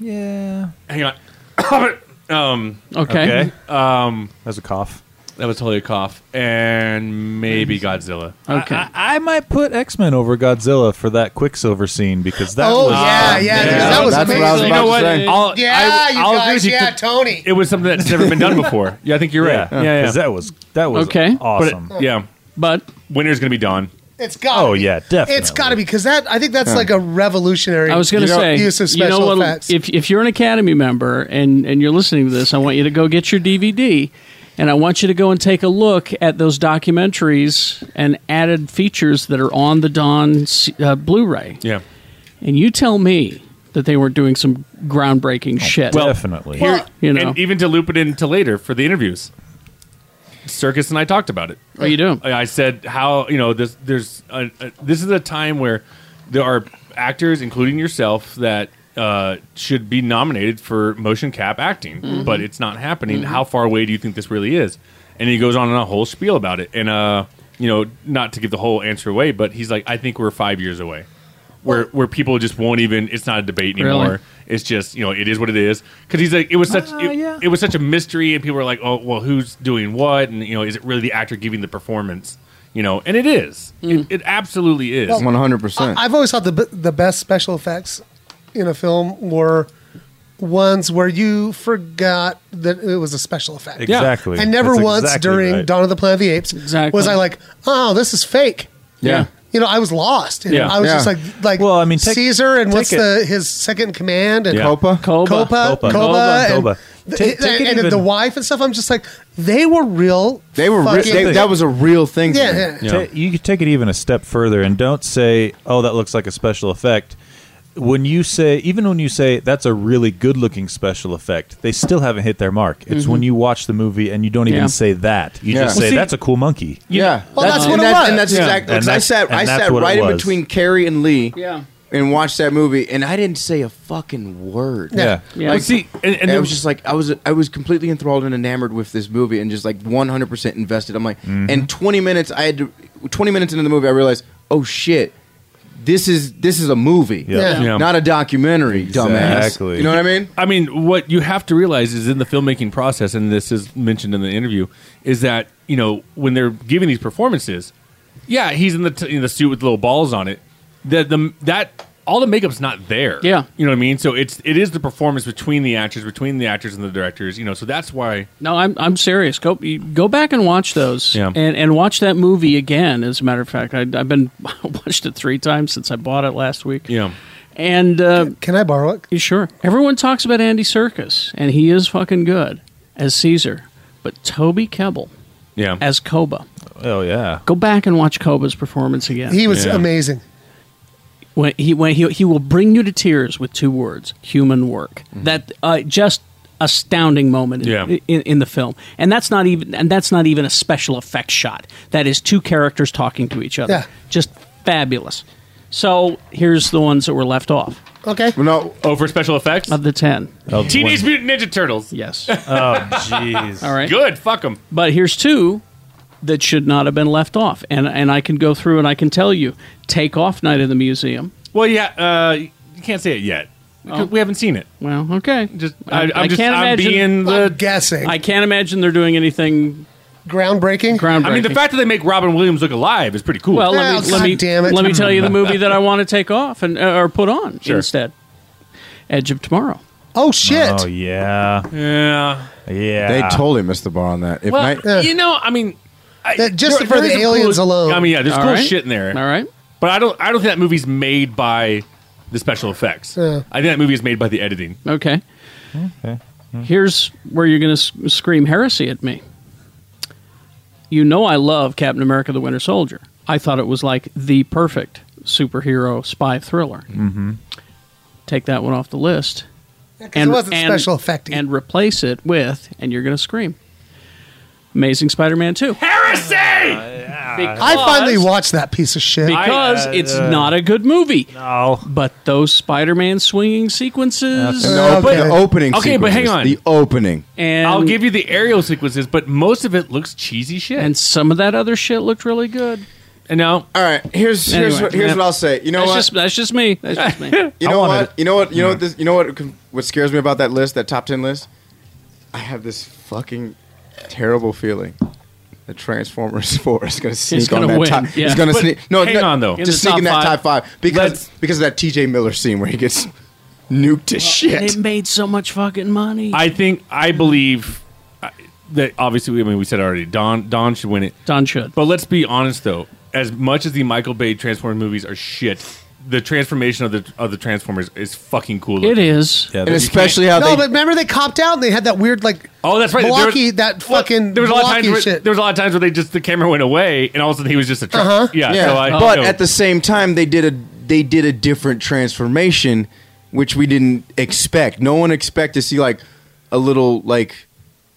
[SPEAKER 8] Yeah.
[SPEAKER 6] hang on. [coughs] Hobbit. um.
[SPEAKER 1] Okay.
[SPEAKER 6] Um.
[SPEAKER 3] That was a cough.
[SPEAKER 6] That was totally a cough, and maybe Godzilla.
[SPEAKER 1] Okay.
[SPEAKER 3] I, I, I might put X Men over Godzilla for that Quicksilver scene because that
[SPEAKER 5] oh
[SPEAKER 3] was.
[SPEAKER 5] yeah, yeah, because that was amazing.
[SPEAKER 6] you know what? I'll,
[SPEAKER 5] yeah,
[SPEAKER 6] I,
[SPEAKER 5] you
[SPEAKER 6] I'll agree
[SPEAKER 5] guys.
[SPEAKER 6] with you.
[SPEAKER 5] Yeah, Tony.
[SPEAKER 6] It was something that's never been done before. [laughs] Yeah, I think you're right.
[SPEAKER 3] Yeah,
[SPEAKER 6] Yeah, yeah.
[SPEAKER 3] 'cause that was- that was
[SPEAKER 6] okay.
[SPEAKER 3] awesome.
[SPEAKER 6] But it- yeah,
[SPEAKER 1] but
[SPEAKER 6] winner's gonna be Dawn.
[SPEAKER 5] It's got.
[SPEAKER 3] Oh, yeah, definitely.
[SPEAKER 5] It's got to be because that. I think that's
[SPEAKER 1] Yeah.
[SPEAKER 5] like a revolutionary.
[SPEAKER 1] I was going to
[SPEAKER 5] you know,
[SPEAKER 1] say,
[SPEAKER 5] use of special
[SPEAKER 1] you know what?
[SPEAKER 5] effects.
[SPEAKER 1] If if you're an Academy member and and you're listening to this, I want you to go get your DVD, and I want you to go and take a look at those documentaries and added features that are on the Dawn uh, Blu-ray.
[SPEAKER 6] Yeah.
[SPEAKER 1] And you tell me that they weren't doing some groundbreaking
[SPEAKER 6] Oh,
[SPEAKER 1] shit.
[SPEAKER 6] Here,
[SPEAKER 1] Oh, you know.
[SPEAKER 6] and even to loop it into later for the interviews. Circus and I talked about it.
[SPEAKER 1] Oh, you do.
[SPEAKER 6] I I said how you know this. There's a, a, this is a time where there are actors, including yourself, that uh, should be nominated for motion cap acting,
[SPEAKER 1] Mm-hmm.
[SPEAKER 3] Mhm.
[SPEAKER 6] but it's not happening.
[SPEAKER 3] Mhm.
[SPEAKER 6] How far away do you think this really is? And he goes on a whole spiel about it, and uh, you know, not to give the whole answer away, but he's like, I think we're five years away. Where, where people just won't even it's not a debate
[SPEAKER 3] Really?
[SPEAKER 6] anymore it's just you know it is what it is because he's like it was such
[SPEAKER 3] Ah,
[SPEAKER 6] it,
[SPEAKER 3] yeah.
[SPEAKER 6] it was such a mystery and people were like oh well who's doing what and you know is it really the actor giving the performance you know and it is it, it absolutely is
[SPEAKER 5] Well,
[SPEAKER 10] 100%.
[SPEAKER 5] I, have always thought the b- the best special effects in a film were ones where you forgot that it was a special effect.
[SPEAKER 3] Exactly.
[SPEAKER 5] And never
[SPEAKER 3] That's
[SPEAKER 5] once
[SPEAKER 3] exactly
[SPEAKER 5] during
[SPEAKER 3] right.
[SPEAKER 5] Dawn of the Planet of the Apes was I like, oh, this is fake.
[SPEAKER 3] Yeah.
[SPEAKER 5] You know, I was lost. you know,
[SPEAKER 3] Yeah.
[SPEAKER 5] I was
[SPEAKER 3] Yeah.
[SPEAKER 5] just like, like well, I mean, Caesar and what's
[SPEAKER 3] take it-
[SPEAKER 5] the his second in command and
[SPEAKER 3] Yeah. Copa?
[SPEAKER 5] Copa, Copa,
[SPEAKER 3] Copa.
[SPEAKER 5] Copa, and,
[SPEAKER 3] Copa.
[SPEAKER 5] the-
[SPEAKER 3] Take- take it
[SPEAKER 5] and
[SPEAKER 3] even-
[SPEAKER 5] the wife and stuff. I'm just like, they were real.
[SPEAKER 10] They were
[SPEAKER 5] fucking-
[SPEAKER 10] real thing.
[SPEAKER 5] to Yeah, me. yeah.
[SPEAKER 3] Ta- you could take it even a step further and don't say, "Oh, that looks like a special effect." When you say, even when you say that's a really good-looking special effect, they still haven't hit their mark. It's
[SPEAKER 6] Mm-hmm.
[SPEAKER 10] Mhm.
[SPEAKER 3] when you watch the movie and you don't even
[SPEAKER 10] Yeah.
[SPEAKER 3] say that. You
[SPEAKER 10] Yeah.
[SPEAKER 3] just
[SPEAKER 10] Well,
[SPEAKER 3] say
[SPEAKER 10] see-
[SPEAKER 3] that's a [laughs] cool monkey.
[SPEAKER 10] Yeah,
[SPEAKER 3] Well, that's
[SPEAKER 10] and
[SPEAKER 3] what it was.
[SPEAKER 10] And that's
[SPEAKER 3] Yeah.
[SPEAKER 10] exactly.
[SPEAKER 3] And
[SPEAKER 10] Because I
[SPEAKER 3] that's-
[SPEAKER 10] sat, I
[SPEAKER 3] and that's
[SPEAKER 10] sat
[SPEAKER 3] what it
[SPEAKER 10] right in
[SPEAKER 3] was.
[SPEAKER 10] between Carrie and Lee.
[SPEAKER 1] Yeah.
[SPEAKER 10] And watched that movie, and I didn't say a fucking word.
[SPEAKER 3] Yeah. Yeah.
[SPEAKER 10] Like,
[SPEAKER 3] Well, see,
[SPEAKER 10] and,
[SPEAKER 3] and- and
[SPEAKER 10] I
[SPEAKER 3] there
[SPEAKER 10] was
[SPEAKER 3] was-
[SPEAKER 10] just like, I was, I was completely enthralled and enamored with this movie, and just like 100 percent invested. I'm like,
[SPEAKER 3] Mm-hmm.
[SPEAKER 10] and 20 minutes, I had to, 20 minutes into the movie, I realized, oh shit. This is this is a movie,
[SPEAKER 6] Yeah. Yeah.
[SPEAKER 10] not a documentary, dumbass. You know what I mean?
[SPEAKER 6] I mean, what you have to realize is in the filmmaking process, and this is mentioned in the interview, is that you know when they're giving these performances, yeah, he's in the t- in the suit with little balls on it. That the that all the makeup's not there.
[SPEAKER 1] Yeah.
[SPEAKER 6] you know what I mean. So it's it is the performance between the actors, between the actors and the directors. You know, so that's why.
[SPEAKER 1] No, I'm I'm serious. Go you- go back and watch those,
[SPEAKER 6] Yeah.
[SPEAKER 1] and and watch that movie again. As a matter of fact, I, I've been [laughs] watched it three times since I bought it last week.
[SPEAKER 6] Yeah.
[SPEAKER 1] And uh, can,
[SPEAKER 5] I borrow it?
[SPEAKER 1] Sure. Everyone talks about Andy Circus, and he is fucking good as Caesar, but Toby Kebbell
[SPEAKER 6] Yeah.
[SPEAKER 1] as Koba.
[SPEAKER 3] Oh yeah.
[SPEAKER 1] Go back and watch Koba's performance again.
[SPEAKER 5] He was amazing.
[SPEAKER 1] When he when he he will bring you to tears with two words: human work. That uh, just astounding moment in,
[SPEAKER 6] Yeah.
[SPEAKER 1] in, in the film, and that's not even and that's not even a special effects shot. That is two characters talking to each other.
[SPEAKER 5] Yeah.
[SPEAKER 1] Just fabulous. So here's the ones that were left off
[SPEAKER 5] Okay.
[SPEAKER 10] no.
[SPEAKER 6] Oh, for special effects
[SPEAKER 1] of the ten.
[SPEAKER 6] Teenage Mutant Ninja Turtles.
[SPEAKER 1] Yes.
[SPEAKER 6] Oh, jeez.
[SPEAKER 1] All right.
[SPEAKER 6] Good. Fuck them.
[SPEAKER 1] But here's two that should not have been left off, and and I can go through and I can tell you: Take Off Night in the Museum.
[SPEAKER 6] Well, yeah, uh, you can't say it yet. 'Cause
[SPEAKER 1] Oh.
[SPEAKER 6] We haven't seen it.
[SPEAKER 1] Well, okay.
[SPEAKER 6] Just I, I'm just I'm being the
[SPEAKER 5] guessing.
[SPEAKER 1] I can't imagine they're doing anything
[SPEAKER 5] groundbreaking.
[SPEAKER 1] Groundbreaking.
[SPEAKER 6] I mean, the fact that they make Robin Williams look alive is pretty cool.
[SPEAKER 1] Well, let me let me let me tell you the movie that I want to take off and uh, or put on
[SPEAKER 6] Sure.
[SPEAKER 1] instead. Edge of Tomorrow.
[SPEAKER 5] Oh shit!
[SPEAKER 3] Oh yeah.
[SPEAKER 6] Yeah.
[SPEAKER 3] Yeah.
[SPEAKER 10] They totally missed the bar on that. If
[SPEAKER 6] well,
[SPEAKER 10] night-
[SPEAKER 6] you know, I mean, I,
[SPEAKER 5] That- just for the
[SPEAKER 6] is some
[SPEAKER 5] aliens
[SPEAKER 6] cool-
[SPEAKER 5] alone.
[SPEAKER 6] I mean, yeah, there's
[SPEAKER 5] All
[SPEAKER 6] cool
[SPEAKER 5] right.
[SPEAKER 6] shit in there.
[SPEAKER 1] All right,
[SPEAKER 6] but I don't I don't think that movie's made by the special effects.
[SPEAKER 1] Yeah.
[SPEAKER 6] I think that movie is made by the editing.
[SPEAKER 1] Okay.
[SPEAKER 10] Hmm.
[SPEAKER 1] Here's where you're going to s- scream heresy at me. you know I love Captain America: The Winter Soldier. I thought it was like the perfect superhero spy thriller.
[SPEAKER 3] Mm-hmm.
[SPEAKER 1] Take that one off the list,
[SPEAKER 5] 'cause it wasn't special effecty.
[SPEAKER 1] and replace it with, and you're going to scream, Amazing Spider-Man Two.
[SPEAKER 6] Heresy!
[SPEAKER 5] I finally watched that piece of shit.
[SPEAKER 1] because
[SPEAKER 6] uh,
[SPEAKER 1] it's
[SPEAKER 10] uh,
[SPEAKER 1] not a good movie.
[SPEAKER 3] No,
[SPEAKER 1] but those Spider-Man swinging sequences,
[SPEAKER 5] Uh,
[SPEAKER 10] No, but the opening.
[SPEAKER 6] Okay, but hang
[SPEAKER 10] sequences,
[SPEAKER 6] on.
[SPEAKER 10] The opening.
[SPEAKER 1] and
[SPEAKER 6] I'll give you the aerial sequences, but most of it looks cheesy shit.
[SPEAKER 1] and some of that other shit looked really good.
[SPEAKER 6] And now,
[SPEAKER 10] all right, here's here's what, here's what I'll say. You know
[SPEAKER 1] that's
[SPEAKER 10] what?
[SPEAKER 1] Just, that's just me. That's just me.
[SPEAKER 10] [laughs] you know what? You know what? You know what? This, you know what? What scares me about that list, that top ten list? I have this fucking terrible feeling. The Transformers [laughs] Four is going to sneak
[SPEAKER 6] gonna
[SPEAKER 10] on that
[SPEAKER 6] win,
[SPEAKER 10] top.
[SPEAKER 6] yeah.
[SPEAKER 10] It's going to
[SPEAKER 6] But
[SPEAKER 10] sneak. No,
[SPEAKER 6] hang
[SPEAKER 10] no,
[SPEAKER 6] on, though. In the
[SPEAKER 10] Just sneak
[SPEAKER 6] top
[SPEAKER 10] in
[SPEAKER 6] five,
[SPEAKER 10] that top five because
[SPEAKER 6] let's-
[SPEAKER 10] because of that T.J. Miller scene where he gets [laughs] nuked to shit.
[SPEAKER 1] And it made so much fucking money.
[SPEAKER 6] I think I believe uh, that obviously. I mean, we said already. Don Don should win it.
[SPEAKER 1] Don should.
[SPEAKER 6] But let's be honest though. As much as the Michael Bay Transformers movies are shit, the transformation of the of the Transformers is fucking cool.
[SPEAKER 1] It is,
[SPEAKER 6] Yeah, And you especially can't- how
[SPEAKER 5] no,
[SPEAKER 6] they-
[SPEAKER 5] but remember they copped out and they had that weird like
[SPEAKER 6] Oh, that's right. There was-
[SPEAKER 5] Milwaukee that fucking
[SPEAKER 6] There was a lot of times.
[SPEAKER 5] Milwaukee
[SPEAKER 6] Where,
[SPEAKER 5] shit.
[SPEAKER 6] There was a lot of times where they just the camera went away, and all of a sudden he was just a truck. Uh-huh. [laughs] Yeah. So I,
[SPEAKER 10] Uh-huh. but
[SPEAKER 6] you know,
[SPEAKER 10] at the same time, they did a they did a different transformation, which we didn't expect. No one expect to see like a little like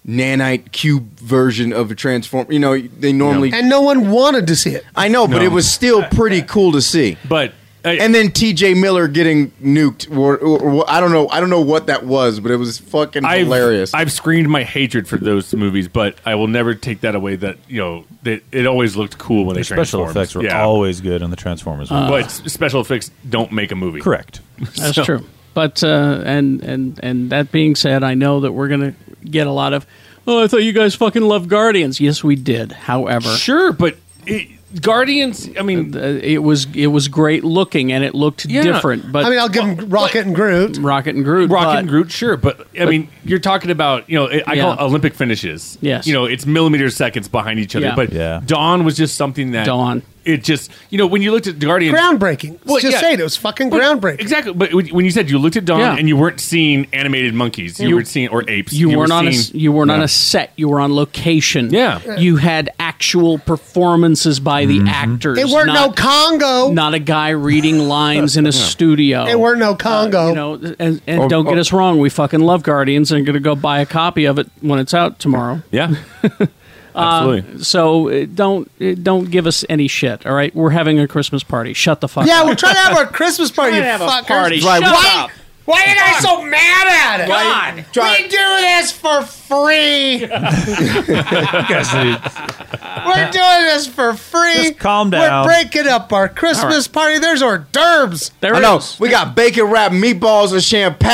[SPEAKER 10] nanite cube version of a transform. You know, they normally.
[SPEAKER 5] and no one wanted to see it.
[SPEAKER 10] I know, but
[SPEAKER 5] No.
[SPEAKER 10] it was
[SPEAKER 6] [laughs]
[SPEAKER 10] still pretty cool to see.
[SPEAKER 6] But.
[SPEAKER 10] and then T.J. Miller getting nuked, or, or, or- I don't know, I don't know what that was, but it was fucking
[SPEAKER 6] I've, [laughs]
[SPEAKER 10] hilarious.
[SPEAKER 6] I've screamed my hatred for those movies, but I will never take that away. That you know, that it always looked cool when
[SPEAKER 3] Their
[SPEAKER 6] they
[SPEAKER 3] special
[SPEAKER 6] transformed.
[SPEAKER 3] effects were
[SPEAKER 6] yeah.
[SPEAKER 3] always good on the Transformers.
[SPEAKER 1] Uh,
[SPEAKER 6] but s- special effects don't make a movie. [laughs]
[SPEAKER 3] Correct.
[SPEAKER 1] That's
[SPEAKER 6] So-
[SPEAKER 1] true. But uh, and and and that being said, I know that we're gonna get a lot of. Oh, I thought you guys fucking loved Guardians. Yes, we did. However, uh,
[SPEAKER 6] sure, but it, Guardians. I mean,
[SPEAKER 1] it was it was great looking and it looked different. But
[SPEAKER 5] I mean, I'll give him Rocket and Groot.
[SPEAKER 1] Rocket and Groot.
[SPEAKER 6] Rocket
[SPEAKER 1] but-
[SPEAKER 6] and Groot, sure, but I
[SPEAKER 1] but-
[SPEAKER 6] mean, you're talking about you know, it, I call
[SPEAKER 1] Yeah.
[SPEAKER 6] it Olympic finishes.
[SPEAKER 1] Yes.
[SPEAKER 6] you know, it's millimeter seconds behind each other.
[SPEAKER 1] Yeah.
[SPEAKER 6] But
[SPEAKER 1] Yeah.
[SPEAKER 6] Dawn was just something that
[SPEAKER 1] Dawn.
[SPEAKER 6] It just you know when you looked at Guardians,
[SPEAKER 5] groundbreaking. Let's
[SPEAKER 6] Well,
[SPEAKER 5] just
[SPEAKER 6] yeah.
[SPEAKER 5] say it, it was fucking
[SPEAKER 6] But-
[SPEAKER 5] groundbreaking.
[SPEAKER 6] Exactly, but when when you said you looked at Dawn
[SPEAKER 1] Yeah.
[SPEAKER 6] and you weren't seeing animated monkeys, you,
[SPEAKER 1] You-
[SPEAKER 6] were seeing or apes.
[SPEAKER 1] You, weren't
[SPEAKER 6] were
[SPEAKER 1] on a,
[SPEAKER 6] seeing-
[SPEAKER 1] s- you weren't on
[SPEAKER 6] Yeah.
[SPEAKER 1] a set. You were on location.
[SPEAKER 6] Yeah. Mm-hmm.
[SPEAKER 1] you had actual performances by the actors.
[SPEAKER 5] It weren't
[SPEAKER 1] not,
[SPEAKER 5] no Congo.
[SPEAKER 1] not a guy reading
[SPEAKER 5] [laughs]
[SPEAKER 1] lines in a studio.
[SPEAKER 5] It
[SPEAKER 6] Uh,
[SPEAKER 5] weren't no Congo.
[SPEAKER 1] you know, and, and
[SPEAKER 5] Or-
[SPEAKER 1] don't
[SPEAKER 6] Oh,
[SPEAKER 1] get
[SPEAKER 5] or-
[SPEAKER 1] us wrong, we fucking love Guardians and are going to go buy a copy of it when it's out tomorrow.
[SPEAKER 6] Yeah, uh,
[SPEAKER 1] absolutely. so uh, don't uh, don't give us any shit. All right, we're having a Christmas party. Shut the fuck.
[SPEAKER 5] [laughs] yeah,
[SPEAKER 1] up.
[SPEAKER 5] we're trying to have
[SPEAKER 1] [laughs]
[SPEAKER 5] our Christmas party.
[SPEAKER 1] Trying
[SPEAKER 5] you
[SPEAKER 1] to have a
[SPEAKER 5] fuckers.
[SPEAKER 1] party. Right, Shut
[SPEAKER 5] why,
[SPEAKER 1] up.
[SPEAKER 5] Why are you guys so mad at it?
[SPEAKER 13] Why-
[SPEAKER 5] God, we do this for free.
[SPEAKER 10] [laughs]
[SPEAKER 5] We're doing this for free.
[SPEAKER 13] Just calm down.
[SPEAKER 5] We're breaking up our Christmas party. There's hors d'oeuvres.
[SPEAKER 10] I know we got bacon wrap meatballs and champagne.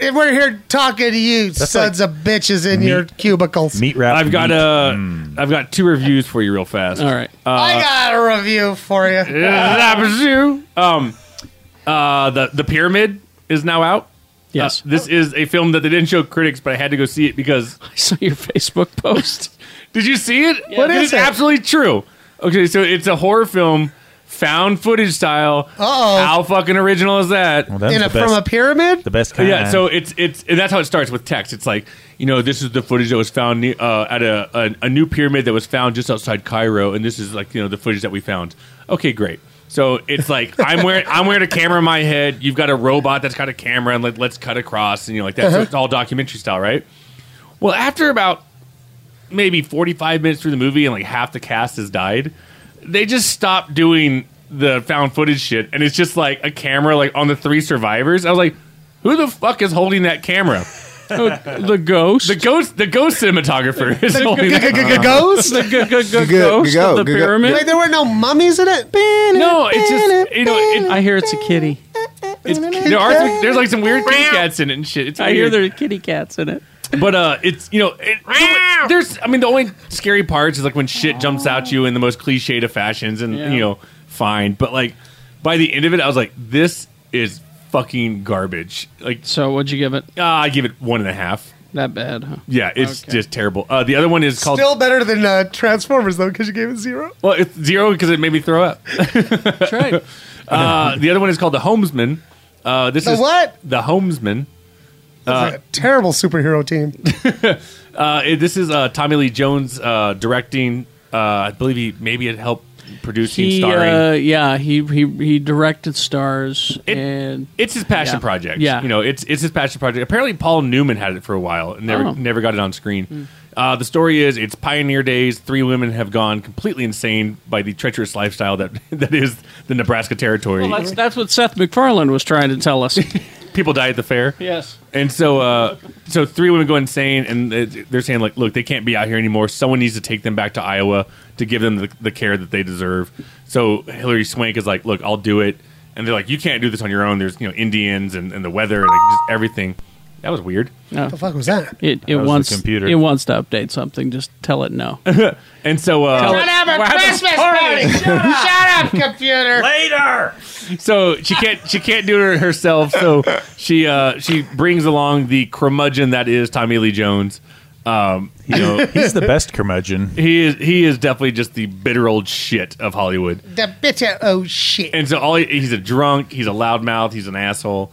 [SPEAKER 5] And We're here talking to you,
[SPEAKER 6] That's
[SPEAKER 5] sons of bitches, in your cubicles.
[SPEAKER 3] Meat Mm. wrap.
[SPEAKER 6] I've got uh, I've got two reviews for you real fast. All
[SPEAKER 1] right,
[SPEAKER 6] uh,
[SPEAKER 5] I got a review for
[SPEAKER 6] [laughs]
[SPEAKER 5] you.
[SPEAKER 6] that was you. Um, uh, the the pyramid is now out. Uh,
[SPEAKER 1] Yes,
[SPEAKER 6] this is a film that they didn't show critics, but I had to go see it
[SPEAKER 1] [laughs]
[SPEAKER 6] because I
[SPEAKER 1] saw your Facebook post.
[SPEAKER 6] [laughs] Did you see it?
[SPEAKER 1] Yeah. What
[SPEAKER 6] This
[SPEAKER 1] is it?
[SPEAKER 6] Absolutely true. Okay, so it's a horror film, found footage style.
[SPEAKER 5] Uh-oh.
[SPEAKER 6] How fucking original is that?
[SPEAKER 5] in a, from a pyramid?
[SPEAKER 3] The best
[SPEAKER 6] Yeah, so it's it's and that's how it starts with text. It's like you know this is the footage that was found ne- uh, at a, a a new pyramid that was found just outside Cairo, and this is like you know the footage that we found. Okay, great. So it's like [laughs] I'm wearing I'm wearing a camera in my head. You've got a robot that's got a camera, and like let's cut across, and you know like that. So
[SPEAKER 12] Uh-huh.
[SPEAKER 6] it's all documentary style, right? Well, after about maybe 45 minutes through the movie and like half the cast has died, they just stopped doing the found footage shit and it's just like a camera like on the three survivors. I was like, who the fuck is holding that
[SPEAKER 5] [laughs]
[SPEAKER 6] camera?
[SPEAKER 1] the ghost,
[SPEAKER 6] the ghost, the ghost cinematographer is
[SPEAKER 5] Oh, The
[SPEAKER 6] holding
[SPEAKER 5] g-
[SPEAKER 6] that.
[SPEAKER 5] g- g- ghost?
[SPEAKER 1] the g- g-
[SPEAKER 6] Go-
[SPEAKER 1] g-
[SPEAKER 6] go-
[SPEAKER 1] ghost
[SPEAKER 6] go-
[SPEAKER 1] of
[SPEAKER 6] go- go-
[SPEAKER 1] the pyramid.
[SPEAKER 5] Wait, there were no mummies in it?
[SPEAKER 6] No, it's just you know. It,
[SPEAKER 1] I hear it's a kitty.
[SPEAKER 6] It's, there are some, there's like some weird kitty cats in it and shit. It's
[SPEAKER 1] I hear
[SPEAKER 6] weird.
[SPEAKER 1] there are kitty cats in it.
[SPEAKER 6] But uh, it's you know, it, the- there's I mean, the only scary parts is like when shit jumps at you in the most cliched of fashions, and
[SPEAKER 1] Yeah.
[SPEAKER 6] you know, fine. But like by the end of it, I was like, this is fucking garbage. Like,
[SPEAKER 1] so what'd you give it?
[SPEAKER 6] Uh, I give it one and a half.
[SPEAKER 1] That bad? Huh?
[SPEAKER 6] Yeah, it's just terrible. Uh, the other one is called
[SPEAKER 5] Still better than uh, Transformers, though, because you gave it zero.
[SPEAKER 6] well, it's zero because it made me throw up. That's [laughs]
[SPEAKER 1] right.
[SPEAKER 6] Uh, the other one is called the Homesman. Uh, this
[SPEAKER 5] The
[SPEAKER 6] is
[SPEAKER 5] what?
[SPEAKER 6] The Homesman. Uh,
[SPEAKER 5] Terrible superhero team.
[SPEAKER 6] uh, it- this is uh, Tommy Lee Jones uh, directing. Uh, I believe he maybe it helped producing,
[SPEAKER 1] He,
[SPEAKER 6] starring.
[SPEAKER 1] uh, yeah, he, he he directed stars and
[SPEAKER 6] it's his passion
[SPEAKER 1] yeah.
[SPEAKER 6] project.
[SPEAKER 1] Yeah,
[SPEAKER 6] you know, it's it's his passion project. Apparently, Paul Newman had it for a while and never
[SPEAKER 1] Oh.
[SPEAKER 6] never got it on screen.
[SPEAKER 1] Hmm.
[SPEAKER 6] Uh, the story is it's pioneer days. Three women have gone completely insane by the treacherous lifestyle that [laughs] that is the Nebraska Territory.
[SPEAKER 1] well, that's that's what Seth MacFarlane was trying to tell us.
[SPEAKER 6] [laughs] People die at the fair.
[SPEAKER 1] yes,
[SPEAKER 6] And so, uh, so three women go insane, and it- they're saying like, "Look, they can't be out here anymore. Someone needs to take them back to Iowa to give them the, the care that they deserve." So Hillary Swank is like, "Look, I'll do it," and they're like, "You can't do this on your own. There's you know Indians and, and the weather and like, just everything." That was weird.
[SPEAKER 1] No.
[SPEAKER 5] the fuck was that?
[SPEAKER 1] It it
[SPEAKER 6] That was the
[SPEAKER 1] wants
[SPEAKER 6] computer.
[SPEAKER 1] it wants to update something. Just tell it no.
[SPEAKER 6] [laughs] and so uh,
[SPEAKER 1] Tell
[SPEAKER 13] Not have a Christmas party. Shut up.
[SPEAKER 6] [laughs]
[SPEAKER 13] computer. Later.
[SPEAKER 6] so she can't she can't do it herself. So she uh, she brings along the curmudgeon that is Tommy Lee Jones. Um, you know,
[SPEAKER 3] [laughs] He's the best curmudgeon.
[SPEAKER 6] He is he is definitely just the bitter old shit of Hollywood.
[SPEAKER 5] The bitter oh shit.
[SPEAKER 6] And so all he, he's a drunk, he's a loudmouth, he's an asshole.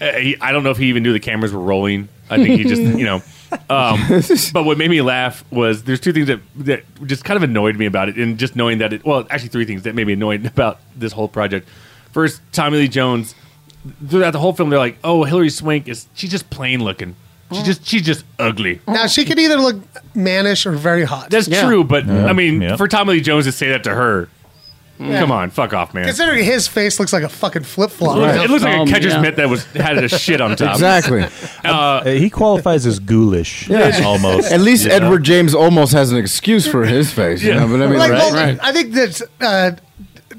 [SPEAKER 6] Uh, he, I don't know if he even knew the cameras were rolling. I think he just you know. Um, but what made me laugh was there's two things that that just kind of annoyed me about it, and just knowing that it well actually three things that made me annoyed [laughs] about this whole project. First, Tommy Lee Jones. Throughout the whole film, they're like, "Oh, Hillary Swank is she's just plain looking. She just she's just ugly."
[SPEAKER 5] Now she could either look mannish or very hot.
[SPEAKER 6] That's true, but
[SPEAKER 5] Yeah.
[SPEAKER 6] I mean,
[SPEAKER 5] Yeah.
[SPEAKER 6] for Tommy Lee Jones to say that to her,
[SPEAKER 5] Yeah.
[SPEAKER 6] come on, fuck off, man.
[SPEAKER 5] Considering his face looks like a fucking flip flop.
[SPEAKER 6] It looks
[SPEAKER 3] Um,
[SPEAKER 6] like a catcher's mitt that was
[SPEAKER 3] [laughs]
[SPEAKER 6] had a shit on top.
[SPEAKER 10] Exactly.
[SPEAKER 6] [laughs] Uh,
[SPEAKER 3] Um, he qualifies as
[SPEAKER 6] [laughs]
[SPEAKER 3] ghoulish, almost.
[SPEAKER 10] At least
[SPEAKER 3] you know?
[SPEAKER 10] Edward James almost has an excuse for
[SPEAKER 5] [laughs]
[SPEAKER 10] his face. You know, but I mean,
[SPEAKER 5] Like, well, I think that uh,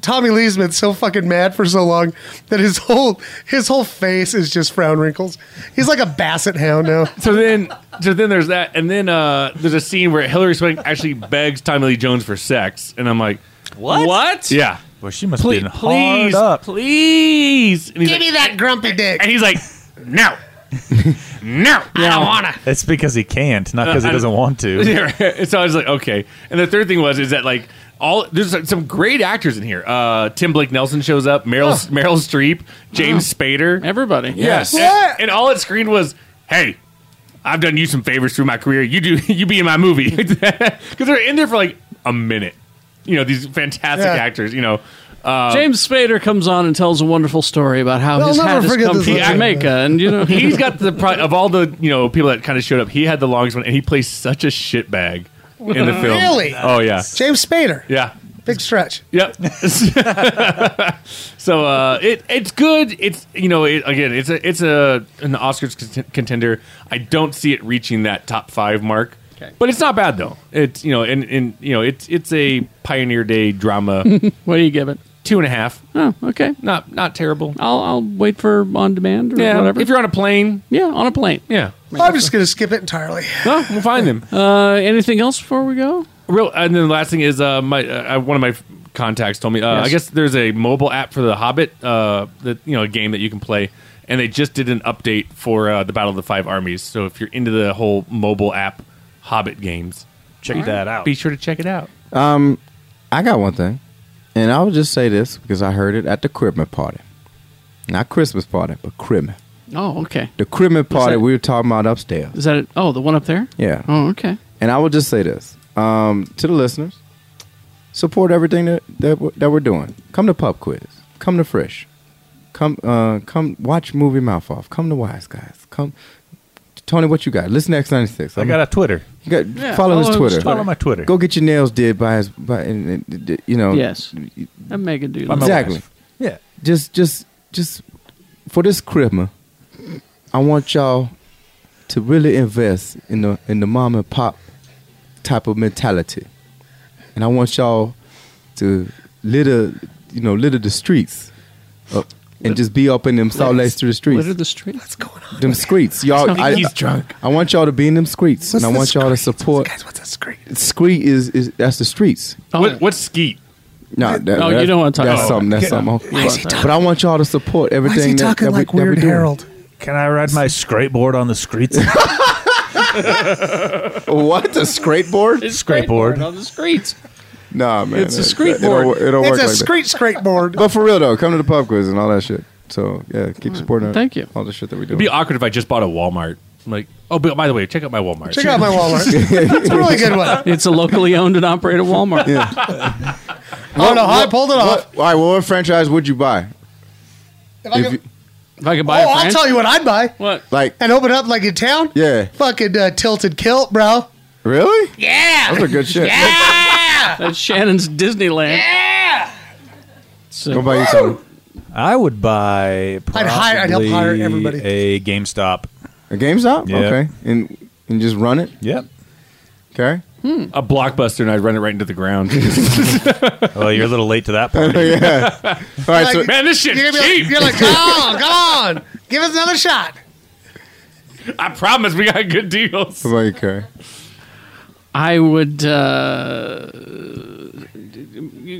[SPEAKER 5] Tommy Lee's been so fucking mad for so long that his whole his whole face is just frown wrinkles. He's like a basset hound now.
[SPEAKER 6] [laughs] So then, so then there's that, and then uh, there's a scene where Hillary Swank actually begs Tommy Lee Jones for sex, and I'm like,
[SPEAKER 1] What? What?
[SPEAKER 6] Yeah.
[SPEAKER 3] Well, she must
[SPEAKER 6] please,
[SPEAKER 3] been
[SPEAKER 6] please,
[SPEAKER 3] hard up.
[SPEAKER 6] please. And he's like-
[SPEAKER 5] me that grumpy dick.
[SPEAKER 6] And he's like, no, no, I don't wanna.
[SPEAKER 3] It's because he can't, not because
[SPEAKER 6] Uh, [laughs]
[SPEAKER 3] he
[SPEAKER 6] I-
[SPEAKER 3] doesn't want to.
[SPEAKER 6] Yeah, right. so I was like, okay. And the third thing was is that like all there's like, some great actors in here. Uh, Tim Blake Nelson shows up, Meryl Meryl Streep, James Spader,
[SPEAKER 1] everybody.
[SPEAKER 6] Yes,
[SPEAKER 1] Yes.
[SPEAKER 6] And, and all it screened was, hey. I've done you some favors through my career. You do, [laughs] you be in my movie because they're in there for like a minute. You know these fantastic
[SPEAKER 1] Yeah.
[SPEAKER 6] actors. You know, uh,
[SPEAKER 1] James Spader comes on and tells a wonderful story about how
[SPEAKER 6] They'll
[SPEAKER 1] his hat
[SPEAKER 6] never
[SPEAKER 1] has
[SPEAKER 6] forget
[SPEAKER 1] come
[SPEAKER 6] this
[SPEAKER 1] from
[SPEAKER 6] legend. [laughs]
[SPEAKER 1] Jamaica, and you know
[SPEAKER 6] he's got the pro- of all the you know people that kind of showed up. He had the longest one, and he plays such a shitbag [laughs] in the film.
[SPEAKER 5] Really?
[SPEAKER 6] Oh yeah,
[SPEAKER 5] James Spader.
[SPEAKER 6] yeah.
[SPEAKER 5] Big stretch. [laughs]
[SPEAKER 6] Yep. so uh, it it's good. It's you know it, again it's a it's a an Oscars cont- contender. I don't see it reaching that top five mark, but it's not bad though. It's you know and, and you know it's it's a Pioneer Day drama. [laughs]
[SPEAKER 1] [laughs] what do you give it?
[SPEAKER 6] Two and a half.
[SPEAKER 1] Oh, okay.
[SPEAKER 6] Not not terrible.
[SPEAKER 1] I'll I'll wait for on demand or
[SPEAKER 6] Yeah,
[SPEAKER 1] whatever.
[SPEAKER 6] if you're on a plane,
[SPEAKER 1] yeah, on a plane.
[SPEAKER 6] Yeah.
[SPEAKER 5] I'm just gonna skip it
[SPEAKER 1] [laughs]
[SPEAKER 5] entirely.
[SPEAKER 6] No, we'll find them.
[SPEAKER 1] Uh, anything else before we go?
[SPEAKER 6] Real, and then the last thing is, uh, my uh, one of my f- contacts told me. Uh,
[SPEAKER 1] Yes.
[SPEAKER 6] I guess there's a mobile app for the Hobbit, uh, that you know, a game that you can play, and they just did an update for uh, the Battle of the Five Armies. So if you're into the whole mobile app Hobbit games,
[SPEAKER 3] check
[SPEAKER 6] be-
[SPEAKER 3] that out.
[SPEAKER 6] Be sure to check it out.
[SPEAKER 10] Um, I got one thing, and I'll just say this because I heard it at the Christmas party, not Christmas party, but Christmas.
[SPEAKER 1] Oh, okay.
[SPEAKER 10] The Christmas
[SPEAKER 1] What's
[SPEAKER 10] party
[SPEAKER 1] that?
[SPEAKER 10] we were talking about upstairs.
[SPEAKER 1] Is that it? Oh, the one up there.
[SPEAKER 10] Yeah.
[SPEAKER 5] Hmm.
[SPEAKER 1] Oh, okay.
[SPEAKER 10] And I will just say this um, to the listeners: support everything that that, we're- that we're doing. Come to pub quiz. Come to Frisch. Come, uh, come watch movie mouth off. Come to Wise Guys. Come, Tony. What you got? Listen to X ninety six.
[SPEAKER 3] I got a Twitter.
[SPEAKER 10] You got,
[SPEAKER 3] Yeah, follow
[SPEAKER 10] follow, his
[SPEAKER 3] his
[SPEAKER 10] Twitter.
[SPEAKER 3] Twitter. Follow my Twitter.
[SPEAKER 10] Go get your nails did by his by. and- and- and- and, You know.
[SPEAKER 1] yes. I'm mega dude.
[SPEAKER 10] Exactly.
[SPEAKER 3] Yeah.
[SPEAKER 10] Just, just, just for this Christmas, I want y'all to really invest in the in the mom and pop type of mentality, and I want y'all to litter, you know, litter the streets, up, and just be up in them salt lakes through the streets.
[SPEAKER 1] Litter the streets. What's going on?
[SPEAKER 10] Them screets,
[SPEAKER 1] [laughs]
[SPEAKER 10] y'all.
[SPEAKER 1] I think he's drunk.
[SPEAKER 10] I want y'all to be in them screets,
[SPEAKER 1] What's
[SPEAKER 10] and I
[SPEAKER 1] the
[SPEAKER 10] want y'all to support. Guys,
[SPEAKER 5] what's a screet?
[SPEAKER 10] Screet is, is that's the streets.
[SPEAKER 6] What, what's skeet?
[SPEAKER 10] No, that,
[SPEAKER 6] No, you
[SPEAKER 10] that-
[SPEAKER 6] don't wanna talk
[SPEAKER 10] That's
[SPEAKER 6] about
[SPEAKER 10] something.
[SPEAKER 6] it.
[SPEAKER 10] That's
[SPEAKER 6] Yeah.
[SPEAKER 10] something.
[SPEAKER 6] Why is he
[SPEAKER 10] But-
[SPEAKER 6] talking-
[SPEAKER 10] But I want y'all to support everything. that- that, we- that we, do.
[SPEAKER 3] Can I ride my skateboard on the streets?
[SPEAKER 10] [laughs] what the skateboard?
[SPEAKER 3] Skateboard.
[SPEAKER 1] on the streets.
[SPEAKER 10] Nah, man.
[SPEAKER 1] It's a
[SPEAKER 10] that-
[SPEAKER 1] screet
[SPEAKER 10] that- It'll,
[SPEAKER 1] board.
[SPEAKER 10] it'll
[SPEAKER 5] it's
[SPEAKER 10] work
[SPEAKER 5] a
[SPEAKER 10] like that. [laughs]
[SPEAKER 5] screech screech board.
[SPEAKER 10] But for real though, come to the pub quiz and all that shit. So yeah, keep supporting.
[SPEAKER 6] Thank you.
[SPEAKER 10] All the shit that we do.
[SPEAKER 6] It'd be awkward if I just bought a Walmart. I'm like, oh, but by the way, check out my Walmart.
[SPEAKER 5] Check out my
[SPEAKER 6] [laughs]
[SPEAKER 5] Walmart. It's a really good one.
[SPEAKER 1] It's a locally owned and operated Walmart.
[SPEAKER 5] Oh, no, I pulled it off.
[SPEAKER 10] all right, well, what franchise would you buy?
[SPEAKER 5] If I could-
[SPEAKER 10] you-
[SPEAKER 1] if I could
[SPEAKER 5] oh, I'll tell you what I'd buy.
[SPEAKER 1] What?
[SPEAKER 10] Like,
[SPEAKER 5] And open up like in town.
[SPEAKER 10] yeah,
[SPEAKER 5] Fucking uh, tilted kilt, bro.
[SPEAKER 10] really?
[SPEAKER 5] Yeah.
[SPEAKER 10] Those are good shit.
[SPEAKER 1] That's Shannon's Disneyland. So,
[SPEAKER 10] What about you, Tony?
[SPEAKER 3] I would buy.
[SPEAKER 5] I'd hire- I'd help
[SPEAKER 3] probably
[SPEAKER 5] hire everybody.
[SPEAKER 3] A GameStop.
[SPEAKER 10] A GameStop?
[SPEAKER 3] Yeah.
[SPEAKER 10] Okay, and and just run it.
[SPEAKER 3] Yep.
[SPEAKER 10] Okay.
[SPEAKER 5] Hmm.
[SPEAKER 6] A blockbuster, and I'd run it right into the ground.
[SPEAKER 3] [laughs] well, you're a little late
[SPEAKER 6] [laughs]
[SPEAKER 3] to that
[SPEAKER 10] party. yeah. All right. so,
[SPEAKER 6] man, this shit
[SPEAKER 5] You're, gonna be
[SPEAKER 6] cheap.
[SPEAKER 5] like, you're like, come on, [laughs] come on, give us another shot.
[SPEAKER 6] I promise we got good deals.
[SPEAKER 10] what about you, Kerry?
[SPEAKER 1] I would. Uh,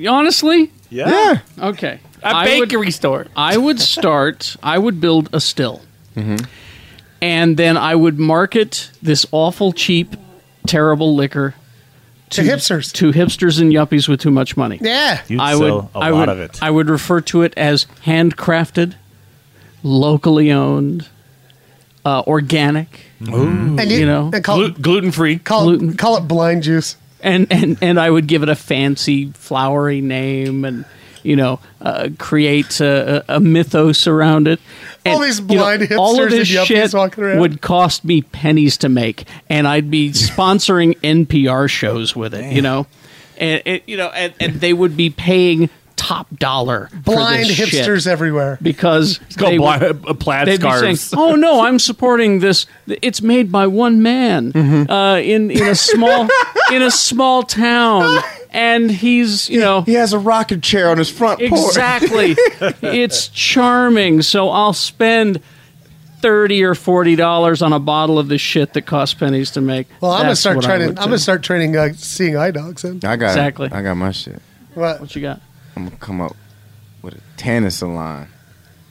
[SPEAKER 1] honestly?
[SPEAKER 10] Yeah.
[SPEAKER 1] Okay.
[SPEAKER 6] A bakery store.
[SPEAKER 1] I would start, I would build a still.
[SPEAKER 3] Mm-hmm.
[SPEAKER 1] And then I would market this awful, cheap, terrible liquor
[SPEAKER 5] to, hipsters.
[SPEAKER 1] To hipsters and yuppies with too much money.
[SPEAKER 5] Yeah.
[SPEAKER 3] You'd
[SPEAKER 1] I would,
[SPEAKER 3] sell a
[SPEAKER 1] I
[SPEAKER 3] lot
[SPEAKER 1] would-
[SPEAKER 3] of it.
[SPEAKER 1] I would refer to it as handcrafted, locally owned, uh, organic.
[SPEAKER 5] And
[SPEAKER 1] you, know,
[SPEAKER 5] and call it,
[SPEAKER 6] gluten free,
[SPEAKER 5] call it, call it blind juice.
[SPEAKER 1] and and and I would give it a fancy flowery name and you know uh, create a, a a mythos around it.
[SPEAKER 5] All
[SPEAKER 1] And,
[SPEAKER 5] these
[SPEAKER 1] you know,
[SPEAKER 5] blind
[SPEAKER 1] all of
[SPEAKER 5] hipsters
[SPEAKER 1] this
[SPEAKER 5] and yuppies
[SPEAKER 1] shit
[SPEAKER 5] walking around.
[SPEAKER 1] would cost me pennies to make, and I'd be sponsoring [laughs] NPR shows with it. You know, and it, you know, and, and they would be paying top dollar for
[SPEAKER 5] Blind
[SPEAKER 1] this shit
[SPEAKER 5] hipsters everywhere.
[SPEAKER 1] because it's
[SPEAKER 6] called
[SPEAKER 1] they
[SPEAKER 6] bla-
[SPEAKER 1] would-
[SPEAKER 6] uh, plaid
[SPEAKER 1] they'd be
[SPEAKER 6] scarves.
[SPEAKER 1] [laughs] saying, "Oh no, I'm supporting this. It's made by one man
[SPEAKER 10] Mm-hmm.
[SPEAKER 1] uh, in in a small in a small town, and he's you know
[SPEAKER 10] He has a rocking chair on his front porch.
[SPEAKER 1] exactly. it's charming. So I'll spend." Thirty or forty dollars on a bottle of this shit that costs pennies to make.
[SPEAKER 5] Well, I'm gonna
[SPEAKER 1] That's
[SPEAKER 5] start
[SPEAKER 1] what I
[SPEAKER 5] training. I'm
[SPEAKER 1] would do.
[SPEAKER 5] gonna start training uh, seeing eye dogs. Then.
[SPEAKER 10] I got
[SPEAKER 1] Exactly.
[SPEAKER 10] I got my shit.
[SPEAKER 5] What?
[SPEAKER 1] What you got?
[SPEAKER 10] I'm gonna come up with a tanning salon.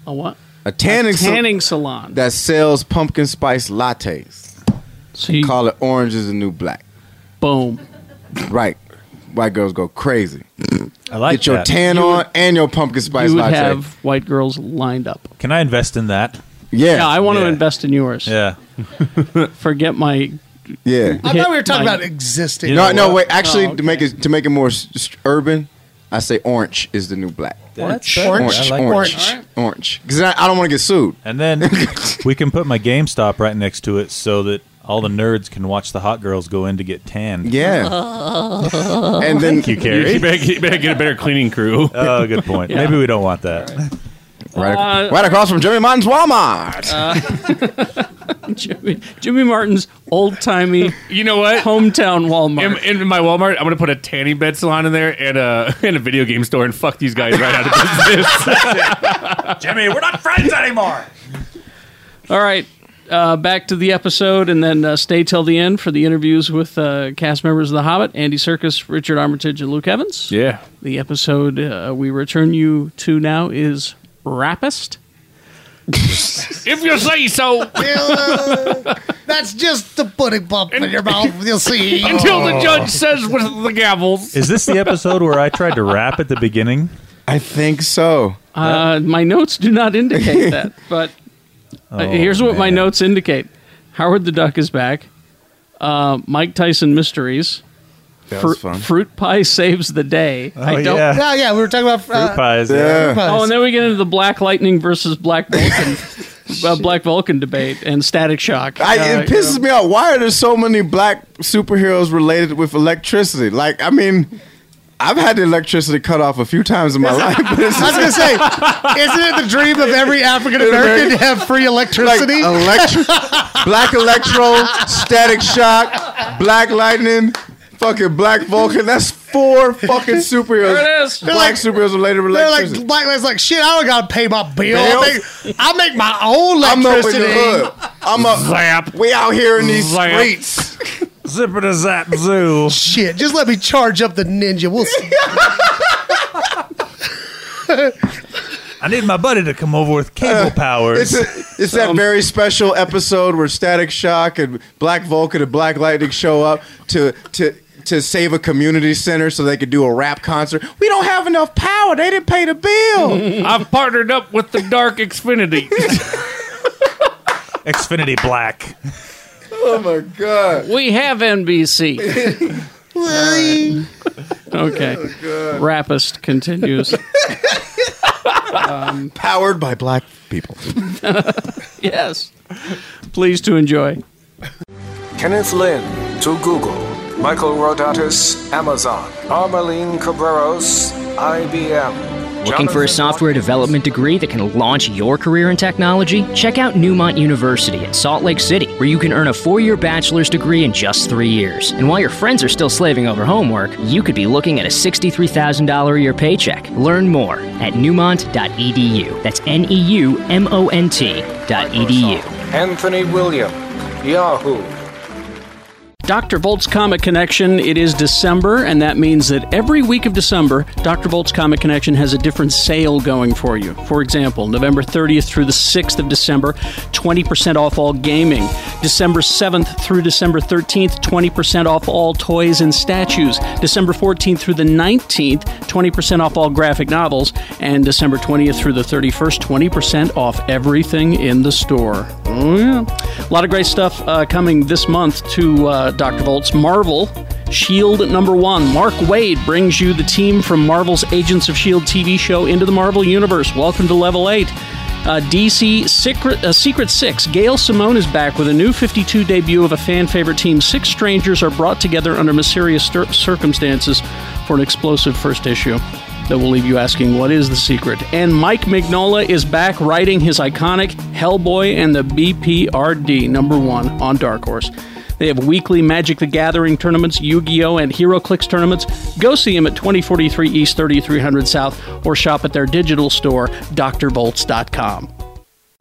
[SPEAKER 1] A what?
[SPEAKER 10] A tanning,
[SPEAKER 1] A
[SPEAKER 10] sal-
[SPEAKER 1] tanning salon.
[SPEAKER 10] that sells pumpkin spice lattes.
[SPEAKER 1] So you
[SPEAKER 10] call it Orange is the New Black.
[SPEAKER 1] Boom.
[SPEAKER 10] Right. White girls go crazy.
[SPEAKER 3] I like
[SPEAKER 10] Get your
[SPEAKER 3] that.
[SPEAKER 10] tan
[SPEAKER 1] You
[SPEAKER 10] on
[SPEAKER 1] would-
[SPEAKER 10] and your pumpkin spice
[SPEAKER 1] you would
[SPEAKER 10] latte.
[SPEAKER 1] have white girls lined up.
[SPEAKER 3] Can I invest in that?
[SPEAKER 10] yeah.
[SPEAKER 1] I want to invest in yours.
[SPEAKER 3] Yeah.
[SPEAKER 1] [laughs] Forget my [laughs]
[SPEAKER 10] Yeah.
[SPEAKER 5] I thought we were talking
[SPEAKER 1] Hit
[SPEAKER 5] about
[SPEAKER 1] my-
[SPEAKER 5] existing.
[SPEAKER 10] no, no, wait. Actually,
[SPEAKER 5] Oh, okay.
[SPEAKER 10] to make it to make it more s- s- urban, I say Orange is the New Black.
[SPEAKER 3] That's better.
[SPEAKER 10] orange,
[SPEAKER 3] I like that.
[SPEAKER 10] orange,
[SPEAKER 3] All
[SPEAKER 10] orange. Because I, I don't want to get sued.
[SPEAKER 3] And
[SPEAKER 10] [laughs]
[SPEAKER 3] then we can put my GameStop right next to it so that all the nerds can watch the hot girls go in to get tanned.
[SPEAKER 10] Yeah. [laughs]
[SPEAKER 5] Oh.
[SPEAKER 10] and then
[SPEAKER 3] Thank you, Carrie.
[SPEAKER 6] You better, get- you better get a better cleaning crew.
[SPEAKER 3] [laughs] Oh, good point.
[SPEAKER 6] Yeah.
[SPEAKER 3] Maybe we don't want that.
[SPEAKER 10] Right, ac-
[SPEAKER 1] Uh,
[SPEAKER 10] right across from Jimmy Martin's Walmart.
[SPEAKER 1] [laughs] Jimmy, Jimmy Martin's old timey
[SPEAKER 6] You know what?
[SPEAKER 1] hometown Walmart.
[SPEAKER 6] In, in my Walmart, I'm gonna put a tanning bed salon in there and a [laughs] and a video game store and fuck these guys right out of
[SPEAKER 8] [laughs]
[SPEAKER 12] [laughs]
[SPEAKER 6] business.
[SPEAKER 12] Jimmy, we're not friends anymore.
[SPEAKER 1] All right, uh, back to the episode, and then uh, stay till the end for the interviews with uh, cast members of The Hobbit: Andy Serkis, Richard Armitage, and Luke Evans.
[SPEAKER 6] yeah.
[SPEAKER 1] The episode uh, we return you to now is Rapist.
[SPEAKER 6] If you say so.
[SPEAKER 5] That's just the pudding pop in your mouth. You'll see.
[SPEAKER 6] Until the judge says with the gavels.
[SPEAKER 3] Is this the episode where I tried to rap at the beginning?
[SPEAKER 10] I think so.
[SPEAKER 1] Uh, my notes do not indicate that, but uh,
[SPEAKER 3] Oh,
[SPEAKER 1] here's what my
[SPEAKER 3] man.
[SPEAKER 1] notes indicate: Howard the Duck is back. Uh, Mike Tyson mysteries.
[SPEAKER 10] That
[SPEAKER 1] Fru-
[SPEAKER 10] was fun.
[SPEAKER 1] Fruit pie saves the day.
[SPEAKER 10] Oh,
[SPEAKER 1] I don't.
[SPEAKER 5] Oh, Yeah, yeah. We were talking about uh,
[SPEAKER 3] pies.
[SPEAKER 10] Yeah.
[SPEAKER 5] pies.
[SPEAKER 1] Oh, and then we get into the Black Lightning versus
[SPEAKER 10] [laughs]
[SPEAKER 1] Black Vulcan, uh, Black Vulcan debate and Static Shock.
[SPEAKER 10] I,
[SPEAKER 1] Uh,
[SPEAKER 10] it pisses me off. Why are there so many black superheroes related with electricity? Like, I mean, I've had the electricity cut off a few times in
[SPEAKER 5] [laughs]
[SPEAKER 10] my life, but it's
[SPEAKER 5] I was gonna say, isn't it the dream of every African American to have free
[SPEAKER 10] like
[SPEAKER 5] electricity?
[SPEAKER 10] electro,
[SPEAKER 5] [laughs]
[SPEAKER 10] black electro, static shock, black lightning, fucking black Vulcan. That's four fucking superheroes.
[SPEAKER 1] There it is.
[SPEAKER 10] Black
[SPEAKER 5] like-
[SPEAKER 10] superheroes related with
[SPEAKER 5] They're like,
[SPEAKER 10] electricity.
[SPEAKER 5] black man's like, shit, I don't gotta pay my
[SPEAKER 10] Bill?
[SPEAKER 5] bill. I, make, I make my own
[SPEAKER 10] I'm up in the
[SPEAKER 5] electricity.
[SPEAKER 10] hood. I'm up.
[SPEAKER 6] Zap.
[SPEAKER 10] We out here in these
[SPEAKER 6] Zap.
[SPEAKER 10] streets.
[SPEAKER 12] Zipper to zap zoo.
[SPEAKER 5] Shit, just let me charge up the
[SPEAKER 10] [laughs]
[SPEAKER 5] ninja. We'll see. [laughs]
[SPEAKER 12] I need my buddy to come over with cable powers.
[SPEAKER 10] [laughs] It's, a, it's that very special episode where Static Shock and Black Vulcan and Black Lightning show up to to to save a community center so they could do a rap concert. We don't have enough power. They didn't pay the
[SPEAKER 5] [laughs]
[SPEAKER 10] bill.
[SPEAKER 6] I've partnered up with the Dark Xfinity.
[SPEAKER 3] Xfinity Black.
[SPEAKER 10] oh my god.
[SPEAKER 1] We
[SPEAKER 10] [laughs]
[SPEAKER 1] have NBC.
[SPEAKER 5] Why?
[SPEAKER 1] [laughs] Okay.
[SPEAKER 10] God.
[SPEAKER 1] Rapist continues. Um,
[SPEAKER 10] Powered by black people.
[SPEAKER 1] [laughs] yes. Please to enjoy.
[SPEAKER 14] [laughs] Kenneth Lin to Google, Michael Rodatis, Amazon, Armeline Cabreros, IBM.
[SPEAKER 4] Looking for a software development degree that can launch your career in technology? Check out Newmont University in Salt Lake City, where you can earn a four year bachelor's degree in just three years. And while your friends are still slaving over homework, you could be looking at a $63,000 a year paycheck. Learn more at newmont.edu. That's N E U M O N T dot E edu.
[SPEAKER 14] Anthony William, Yahoo.
[SPEAKER 1] Dr. Volt's Comic Connection, it is December, and that means that every week of December, Dr. Volt's Comic Connection has a different sale going for you. For example, November 30th through the 6th of December, 20% off all gaming. December 7th through December 13th, 20% off all toys and statues. December 14th through the 19th, 20% off all graphic novels. And December 20th through the 31st, 20% off everything in the store. Oh, yeah. A lot of great stuff uh, coming this month to uh, Dr. Volt's Marvel. Shield number one. Mark Wade brings you the team from Marvel's Agents of Shield TV show into the Marvel Universe. Welcome to Level 8. Uh, DC Secret, uh, Secret Six. Gail Simone is back with a new 52 debut of a fan favorite team. Six strangers are brought together under mysterious cir- circumstances for an explosive first issue that will leave you asking, what is the secret? And Mike Mignola is back writing his iconic Hellboy and the BPRD number one on Dark Horse. They have weekly Magic the Gathering tournaments, Yu Gi Oh! and HeroClix tournaments. Go see them at 2043 East, 3300 South, or shop at their digital store, drvolts.com.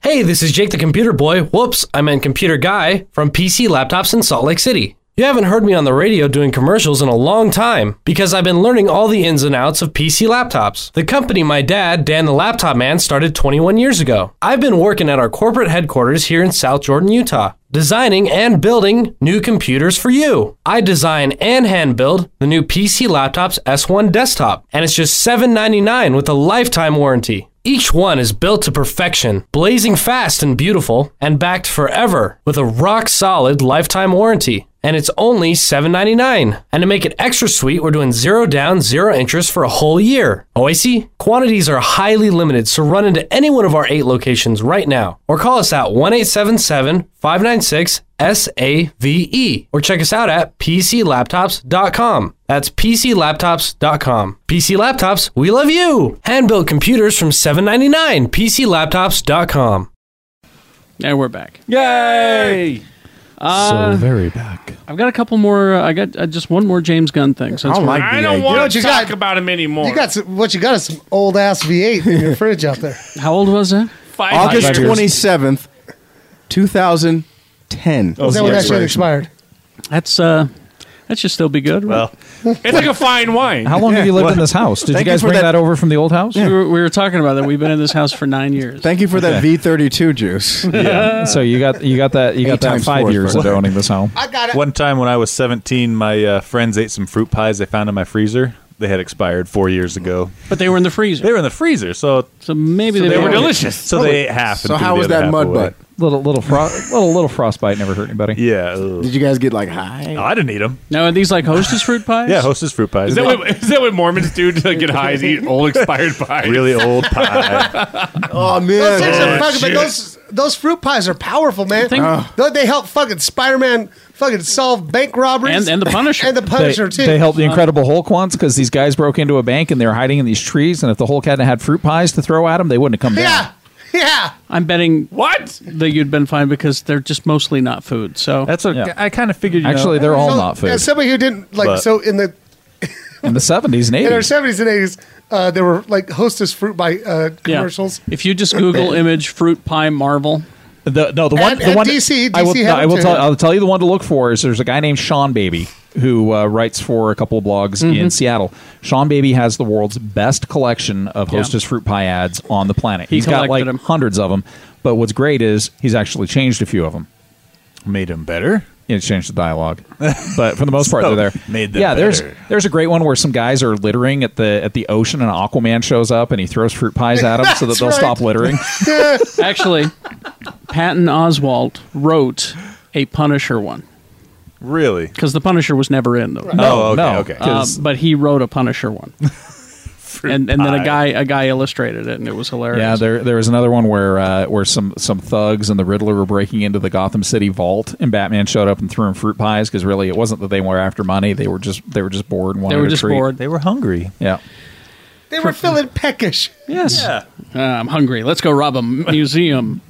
[SPEAKER 15] Hey, this is Jake the Computer Boy. Whoops, I meant Computer Guy from PC Laptops in Salt Lake City. You haven't heard me on the radio doing commercials in a long time because I've been learning all the ins and outs of PC laptops. The company my dad, Dan the Laptop Man, started 21 years ago. I've been working at our corporate headquarters here in South Jordan, Utah, designing and building new computers for you. I design and hand build the new PC Laptops S1 desktop, and it's just $7.99 with a lifetime warranty. Each one is built to perfection, blazing fast and beautiful, and backed forever with a rock solid lifetime warranty. And it's only $7.99. And to make it extra sweet, we're doing zero down, zero interest for a whole year. OIC? Quantities are highly limited, so run into any one of our eight locations right now. Or call us at 1 877 596 SAVE. E, Or check us out at PCLaptops.com. That's PCLaptops.com. PC Laptops, we love you! Hand built computers from $7.99. PCLaptops.com.
[SPEAKER 1] And we're back.
[SPEAKER 3] Yay!
[SPEAKER 1] Uh,
[SPEAKER 15] very
[SPEAKER 1] back. I've got a couple more. Uh, I got uh, just one more James Gunn thing. Since we're-
[SPEAKER 6] Oh, I don't want to talk about him anymore.
[SPEAKER 5] You got some, what you got is some old ass V8 in your fridge out
[SPEAKER 8] [laughs]
[SPEAKER 5] there.
[SPEAKER 1] How old was that?
[SPEAKER 6] Five
[SPEAKER 10] August
[SPEAKER 1] years.
[SPEAKER 10] twenty seventh, two thousand ten.
[SPEAKER 1] Oh, Is that when that shit
[SPEAKER 3] [laughs]
[SPEAKER 5] expired?
[SPEAKER 1] That's uh, that should still be good. Well,
[SPEAKER 6] It's like a fine wine.
[SPEAKER 8] How long have you lived in this
[SPEAKER 1] [laughs]
[SPEAKER 8] house? Did you guys bring that. over from the old house?
[SPEAKER 1] We, were, we were talking about that. We've been in this house for nine years.
[SPEAKER 10] Thank you for that
[SPEAKER 8] Okay.
[SPEAKER 10] V thirty two juice.
[SPEAKER 8] Yeah. so you got you got that you
[SPEAKER 10] Eight
[SPEAKER 8] got that
[SPEAKER 10] times
[SPEAKER 8] five
[SPEAKER 10] four is
[SPEAKER 8] years of
[SPEAKER 10] better.
[SPEAKER 8] owning this home.
[SPEAKER 5] I got
[SPEAKER 3] One time when I was 17, my uh, friends ate some fruit pies they found in my freezer. They had expired four years ago.
[SPEAKER 1] But they were in the freezer.
[SPEAKER 3] They were in the freezer, [laughs] so
[SPEAKER 1] so maybe
[SPEAKER 3] they, were delicious. So they ate half. and threw the other half away.
[SPEAKER 8] Little little fro- little little frostbite never hurt anybody.
[SPEAKER 3] Yeah.
[SPEAKER 10] Did you guys get like high?
[SPEAKER 3] Oh, I didn't eat them.
[SPEAKER 1] Now are these like hostess
[SPEAKER 3] [laughs]
[SPEAKER 1] fruit pies?
[SPEAKER 3] Yeah, Hostess fruit pies.
[SPEAKER 6] Is that, what, is that what Mormons do to get high? Is eat old expired pie?
[SPEAKER 3] Really old pie.
[SPEAKER 10] oh man,
[SPEAKER 5] Those things
[SPEAKER 6] Oh,
[SPEAKER 5] are fucking, but
[SPEAKER 6] shit.
[SPEAKER 5] those those fruit pies are powerful, man.
[SPEAKER 1] Think- Oh.
[SPEAKER 5] They- They help fucking Spider Man fucking solve bank robberies
[SPEAKER 8] And- and the
[SPEAKER 1] Punisher
[SPEAKER 5] and the Punisher
[SPEAKER 8] they,
[SPEAKER 5] too.
[SPEAKER 8] they helped the Incredible Hulk once because these guys broke into a bank and they were hiding in these trees. And if the Hulk hadn't had fruit pies to throw at them, they wouldn't have come down.
[SPEAKER 5] Yeah.
[SPEAKER 1] I'm betting
[SPEAKER 6] what
[SPEAKER 1] that you'd been fine because they're just mostly not food. So that's
[SPEAKER 3] what I kind of figured.
[SPEAKER 8] you know- Actually, they're all not food.
[SPEAKER 5] As somebody who didn't like
[SPEAKER 8] But-
[SPEAKER 5] so in the
[SPEAKER 8] In the seventies and
[SPEAKER 5] in our
[SPEAKER 8] eighties,
[SPEAKER 5] seventies and eighties, uh, there were like hostess fruit pie uh, commercials.
[SPEAKER 1] If you just
[SPEAKER 5] [clears throat] [laughs]
[SPEAKER 1] Google image fruit pie Marvel.
[SPEAKER 8] The, no, the
[SPEAKER 5] one- And- the and one- DC
[SPEAKER 8] I will,
[SPEAKER 5] DC
[SPEAKER 8] no, I
[SPEAKER 5] had
[SPEAKER 8] will
[SPEAKER 5] them
[SPEAKER 8] tell.
[SPEAKER 5] too.
[SPEAKER 8] I'll tell you the one to look for is there's a guy named Sean Baby who uh, writes for a couple of blogs in
[SPEAKER 11] Mhm.
[SPEAKER 8] Seattle. Sean Baby has the world's best collection of
[SPEAKER 11] Yeah.
[SPEAKER 8] Hostess fruit pie ads on the planet.
[SPEAKER 11] He
[SPEAKER 8] He's got like
[SPEAKER 11] collected
[SPEAKER 8] hundreds of them. But what's great is he's actually changed a few of them.
[SPEAKER 3] Made them better.
[SPEAKER 8] you know, change the dialogue. But for the most
[SPEAKER 3] [laughs]
[SPEAKER 8] part,
[SPEAKER 3] So,
[SPEAKER 8] they're there.
[SPEAKER 3] made them
[SPEAKER 8] yeah, there's
[SPEAKER 3] better.
[SPEAKER 8] there's a great one where some guys are littering at the at the ocean, and Aquaman shows up and he throws fruit pies at [laughs] them so that
[SPEAKER 1] That's
[SPEAKER 8] they'll
[SPEAKER 1] right.
[SPEAKER 8] stop littering.
[SPEAKER 1] [laughs] Actually, Patton Oswalt wrote a Punisher one.
[SPEAKER 3] Really?
[SPEAKER 1] Because the Punisher was never in though.
[SPEAKER 3] Oh, okay, okay.
[SPEAKER 8] Um,
[SPEAKER 1] Uh,
[SPEAKER 3] 'Cause-
[SPEAKER 1] but he wrote a Punisher
[SPEAKER 8] [laughs]
[SPEAKER 1] one. and and then a
[SPEAKER 8] pie.
[SPEAKER 1] guy a guy illustrated it and it was hilarious.
[SPEAKER 8] Yeah, there there was another one where uh, where some some thugs and the Riddler were breaking into the Gotham City vault, and Batman showed up and threw them fruit pies because really it wasn't that they were after money; they were just they were just bored and wanted
[SPEAKER 1] They were
[SPEAKER 8] a
[SPEAKER 1] just
[SPEAKER 8] treat.
[SPEAKER 1] bored.
[SPEAKER 3] They were hungry.
[SPEAKER 8] Yeah,
[SPEAKER 5] They were feeling peckish.
[SPEAKER 8] Yes.
[SPEAKER 1] Uh, I'm hungry. Let's go rob a m- museum.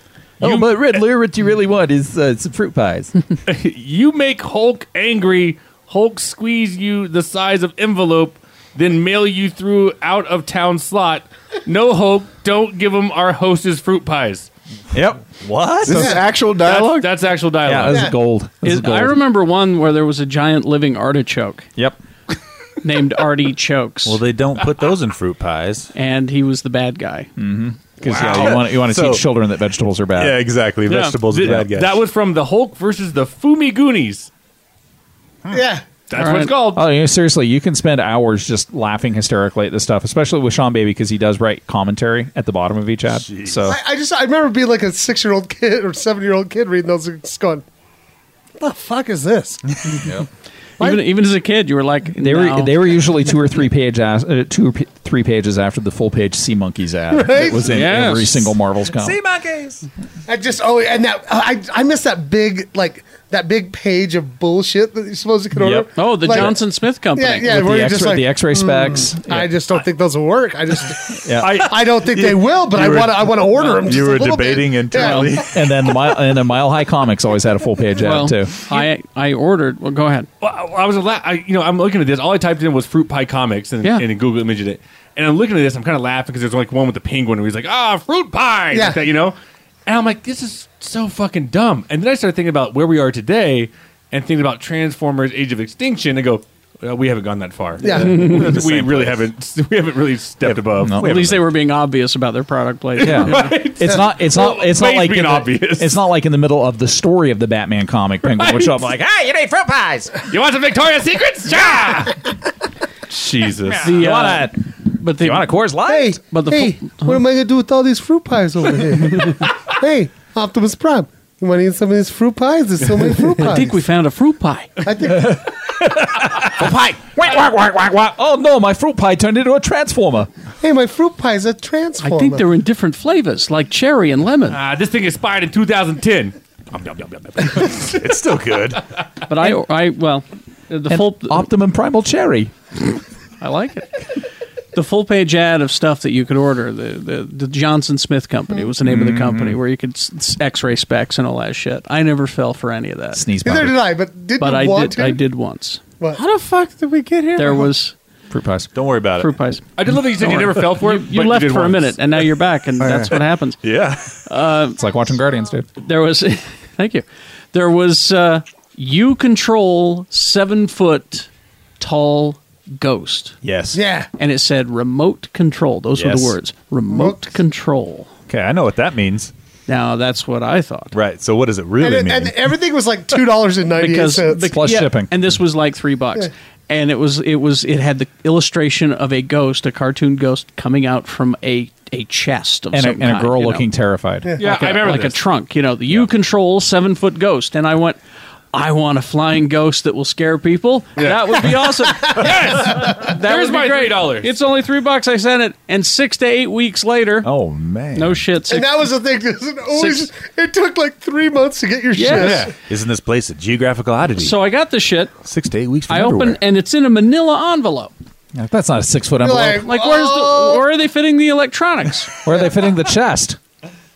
[SPEAKER 8] [laughs] oh, but Riddler, what you really want is uh, some fruit pies.
[SPEAKER 6] [laughs] you make Hulk angry. Hulk squeeze you the size of envelope, then mail you through out of town slot. No Hulk, don't give him our hostess fruit pies.
[SPEAKER 8] Yep.
[SPEAKER 3] What?
[SPEAKER 10] This is actual
[SPEAKER 6] dialogue. That's, actual dialogue.
[SPEAKER 1] Is- I remember one where there was a giant living artichoke.
[SPEAKER 8] Yep.
[SPEAKER 1] named Artie Chokes.
[SPEAKER 3] Well, they don't put those in fruit pies.
[SPEAKER 1] And he was the bad guy.
[SPEAKER 8] Mm-hmm.
[SPEAKER 6] Wow.
[SPEAKER 8] Because yeah, you want you want to
[SPEAKER 6] So-
[SPEAKER 8] teach children that vegetables are bad.
[SPEAKER 3] Yeah, exactly.
[SPEAKER 6] Yeah. Th- That was from the Hulk versus the Fumi Goonies.
[SPEAKER 5] Yeah.
[SPEAKER 6] That's what it's called.
[SPEAKER 8] Oh, yeah, seriously, you can spend hours just laughing hysterically at this stuff, especially with Sean Baby because he does write commentary at the bottom of each ad. So
[SPEAKER 5] I, I just I remember being like a six year old kid or seven year old kid reading those and just going, What the fuck is
[SPEAKER 1] [laughs]
[SPEAKER 5] this?
[SPEAKER 1] Even, even as a kid, you were like,
[SPEAKER 8] They
[SPEAKER 1] "No."
[SPEAKER 8] were they were usually two or three page as, uh, two or p- three pages after the full page Sea Monkeys ad that
[SPEAKER 5] Right?
[SPEAKER 8] was in
[SPEAKER 5] Yes.
[SPEAKER 8] every single Marvel's comic.
[SPEAKER 5] monkeys. I just oh and that I I miss that big like that big page of bullshit that you're supposed to get
[SPEAKER 8] Yep.
[SPEAKER 5] over.
[SPEAKER 1] Oh, the
[SPEAKER 5] Like-
[SPEAKER 1] Johnson Smith Company.
[SPEAKER 5] Yeah, yeah.
[SPEAKER 8] With
[SPEAKER 5] where
[SPEAKER 8] the
[SPEAKER 5] you're
[SPEAKER 8] X-
[SPEAKER 5] just like,
[SPEAKER 8] the X-ray
[SPEAKER 5] "Mm,
[SPEAKER 8] specs."
[SPEAKER 5] I just don't think those will work. I just
[SPEAKER 8] Yeah.
[SPEAKER 5] I, I don't think they will, but I want to I want to order them. just a little bit. Yeah. [laughs]
[SPEAKER 8] and then the mile, and then Mile High Comics always had a full page ad
[SPEAKER 1] Well,
[SPEAKER 8] too.
[SPEAKER 1] I I ordered. Well, go ahead.
[SPEAKER 6] Well, I, I was a la- I, you know I'm looking at this. All I typed in was fruit pie comics and,
[SPEAKER 1] Yeah.
[SPEAKER 6] and it Google imaged it. And I'm looking at this. I'm kind of laughing because there's like one with the penguin where he's like ah fruit pie
[SPEAKER 5] Yeah.
[SPEAKER 6] like that you know. And I'm like this is so fucking dumb. And then I started thinking about where we are today and thinking about Transformers: Age of Extinction and go. "Well, we haven't gone that far.
[SPEAKER 1] Yeah. We're in the
[SPEAKER 6] [laughs] we
[SPEAKER 1] same
[SPEAKER 6] really
[SPEAKER 1] place.
[SPEAKER 6] haven't. [laughs] We haven't really stepped above. We
[SPEAKER 1] At
[SPEAKER 6] haven't
[SPEAKER 1] least they were being obvious about their product placement.
[SPEAKER 8] Yeah,
[SPEAKER 1] [laughs] You know?
[SPEAKER 8] it's not. It's not.
[SPEAKER 1] Well,
[SPEAKER 8] It's not
[SPEAKER 1] ways
[SPEAKER 8] like
[SPEAKER 1] being
[SPEAKER 8] in the, [laughs]
[SPEAKER 1] obvious.
[SPEAKER 8] It's not like in the middle of the story of the Batman comic. Penguin would show up like,
[SPEAKER 7] hey, you need fruit pies.
[SPEAKER 6] You want some Victoria's Secrets? Yeah. Jesus.
[SPEAKER 8] The,
[SPEAKER 5] You
[SPEAKER 8] uh,
[SPEAKER 5] wanna-
[SPEAKER 1] but the,
[SPEAKER 8] you want a Coors Light?
[SPEAKER 5] Hey,
[SPEAKER 1] but the uh-huh.
[SPEAKER 5] hey, what am I gonna do with all these fruit pies over here? [laughs] hey, Optimus Prime, you want to eat some of these fruit pies? There's so many fruit pies.
[SPEAKER 1] [laughs] I think we found a fruit pie.
[SPEAKER 5] [laughs] I think
[SPEAKER 8] pie. Whack, whack, whack, whack, whack. Oh no, my fruit pie turned into a transformer.
[SPEAKER 5] hey, my fruit pies are transformed.
[SPEAKER 1] I think they're in different flavors, like cherry and lemon.
[SPEAKER 6] Uh, this thing expired in 2010.
[SPEAKER 8] [laughs]
[SPEAKER 6] it's still good.
[SPEAKER 1] But I, I well, uh, the
[SPEAKER 6] [laughs]
[SPEAKER 8] And
[SPEAKER 1] full
[SPEAKER 8] Optimum Primal Cherry.
[SPEAKER 1] I like it. The full page ad of stuff that you could order. The the, the Johnson Smith Company was the name of the company where you could s- s- X-ray specs and all that shit. I never fell for any of that.
[SPEAKER 8] Sneeze.
[SPEAKER 5] Neither did I, but did
[SPEAKER 1] but
[SPEAKER 5] you
[SPEAKER 1] I
[SPEAKER 5] want
[SPEAKER 1] did.
[SPEAKER 5] to?
[SPEAKER 1] I did once.
[SPEAKER 5] What? How the fuck did we get here?
[SPEAKER 1] There was
[SPEAKER 8] fruit pies.
[SPEAKER 3] Don't worry about it.
[SPEAKER 1] Fruit pies.
[SPEAKER 6] Uh-huh. I did love that you said you never fell for it.
[SPEAKER 1] You,
[SPEAKER 6] but you
[SPEAKER 1] left
[SPEAKER 6] did
[SPEAKER 1] for a
[SPEAKER 6] once.
[SPEAKER 1] minute, and now you're
[SPEAKER 6] [laughs]
[SPEAKER 1] back, and
[SPEAKER 6] Oh,
[SPEAKER 1] that's
[SPEAKER 6] yeah.
[SPEAKER 1] what happens.
[SPEAKER 3] Yeah,
[SPEAKER 1] uh,
[SPEAKER 8] it's like watching Guardians, dude.
[SPEAKER 1] There was, [laughs] thank you. There was uh, you control seven foot tall ghost.
[SPEAKER 3] Yes.
[SPEAKER 5] Yeah.
[SPEAKER 1] And it said remote control. Those were
[SPEAKER 3] Yes.
[SPEAKER 1] the words. Remote control.
[SPEAKER 3] Okay, I know what that means.
[SPEAKER 1] Now that's what I thought.
[SPEAKER 3] Right. So what does it really
[SPEAKER 5] and, it-
[SPEAKER 3] mean?
[SPEAKER 5] and everything was like two dollars and ninety eight
[SPEAKER 1] because
[SPEAKER 5] cents
[SPEAKER 1] bec- yeah, and this was like three bucks
[SPEAKER 5] Yeah.
[SPEAKER 1] and it was it was it had the illustration of a ghost a cartoon ghost coming out from a a chest of
[SPEAKER 8] And a-
[SPEAKER 1] some
[SPEAKER 8] and a
[SPEAKER 1] kind,
[SPEAKER 8] girl
[SPEAKER 1] you know?
[SPEAKER 8] looking terrified. Yeah.
[SPEAKER 6] Yeah,
[SPEAKER 1] like a-
[SPEAKER 6] I remember
[SPEAKER 1] like
[SPEAKER 6] this.
[SPEAKER 1] a trunk you know the you control seven foot ghost and i went I want a flying ghost that will scare people.
[SPEAKER 6] [laughs]
[SPEAKER 1] That would be awesome. yes, that
[SPEAKER 6] Here's
[SPEAKER 1] would be
[SPEAKER 6] my
[SPEAKER 1] great.
[SPEAKER 6] $3.
[SPEAKER 1] It's only three bucks. I sent it, and six to eight weeks later.
[SPEAKER 3] Oh man,
[SPEAKER 1] no shit.
[SPEAKER 5] and
[SPEAKER 1] six-
[SPEAKER 5] that was the thing. [laughs] 'cause It, always, it took like three months to get
[SPEAKER 1] [laughs]
[SPEAKER 5] your
[SPEAKER 1] Yes.
[SPEAKER 5] shit.
[SPEAKER 3] Isn't this place a geographical oddity?
[SPEAKER 1] So I got the shit.
[SPEAKER 3] Six to eight weeks.
[SPEAKER 1] I opened, and it's in a Manila envelope.
[SPEAKER 8] That's not a six foot envelope.
[SPEAKER 1] Like, where's the where are they fitting the electronics?
[SPEAKER 8] Where are they fitting the chest?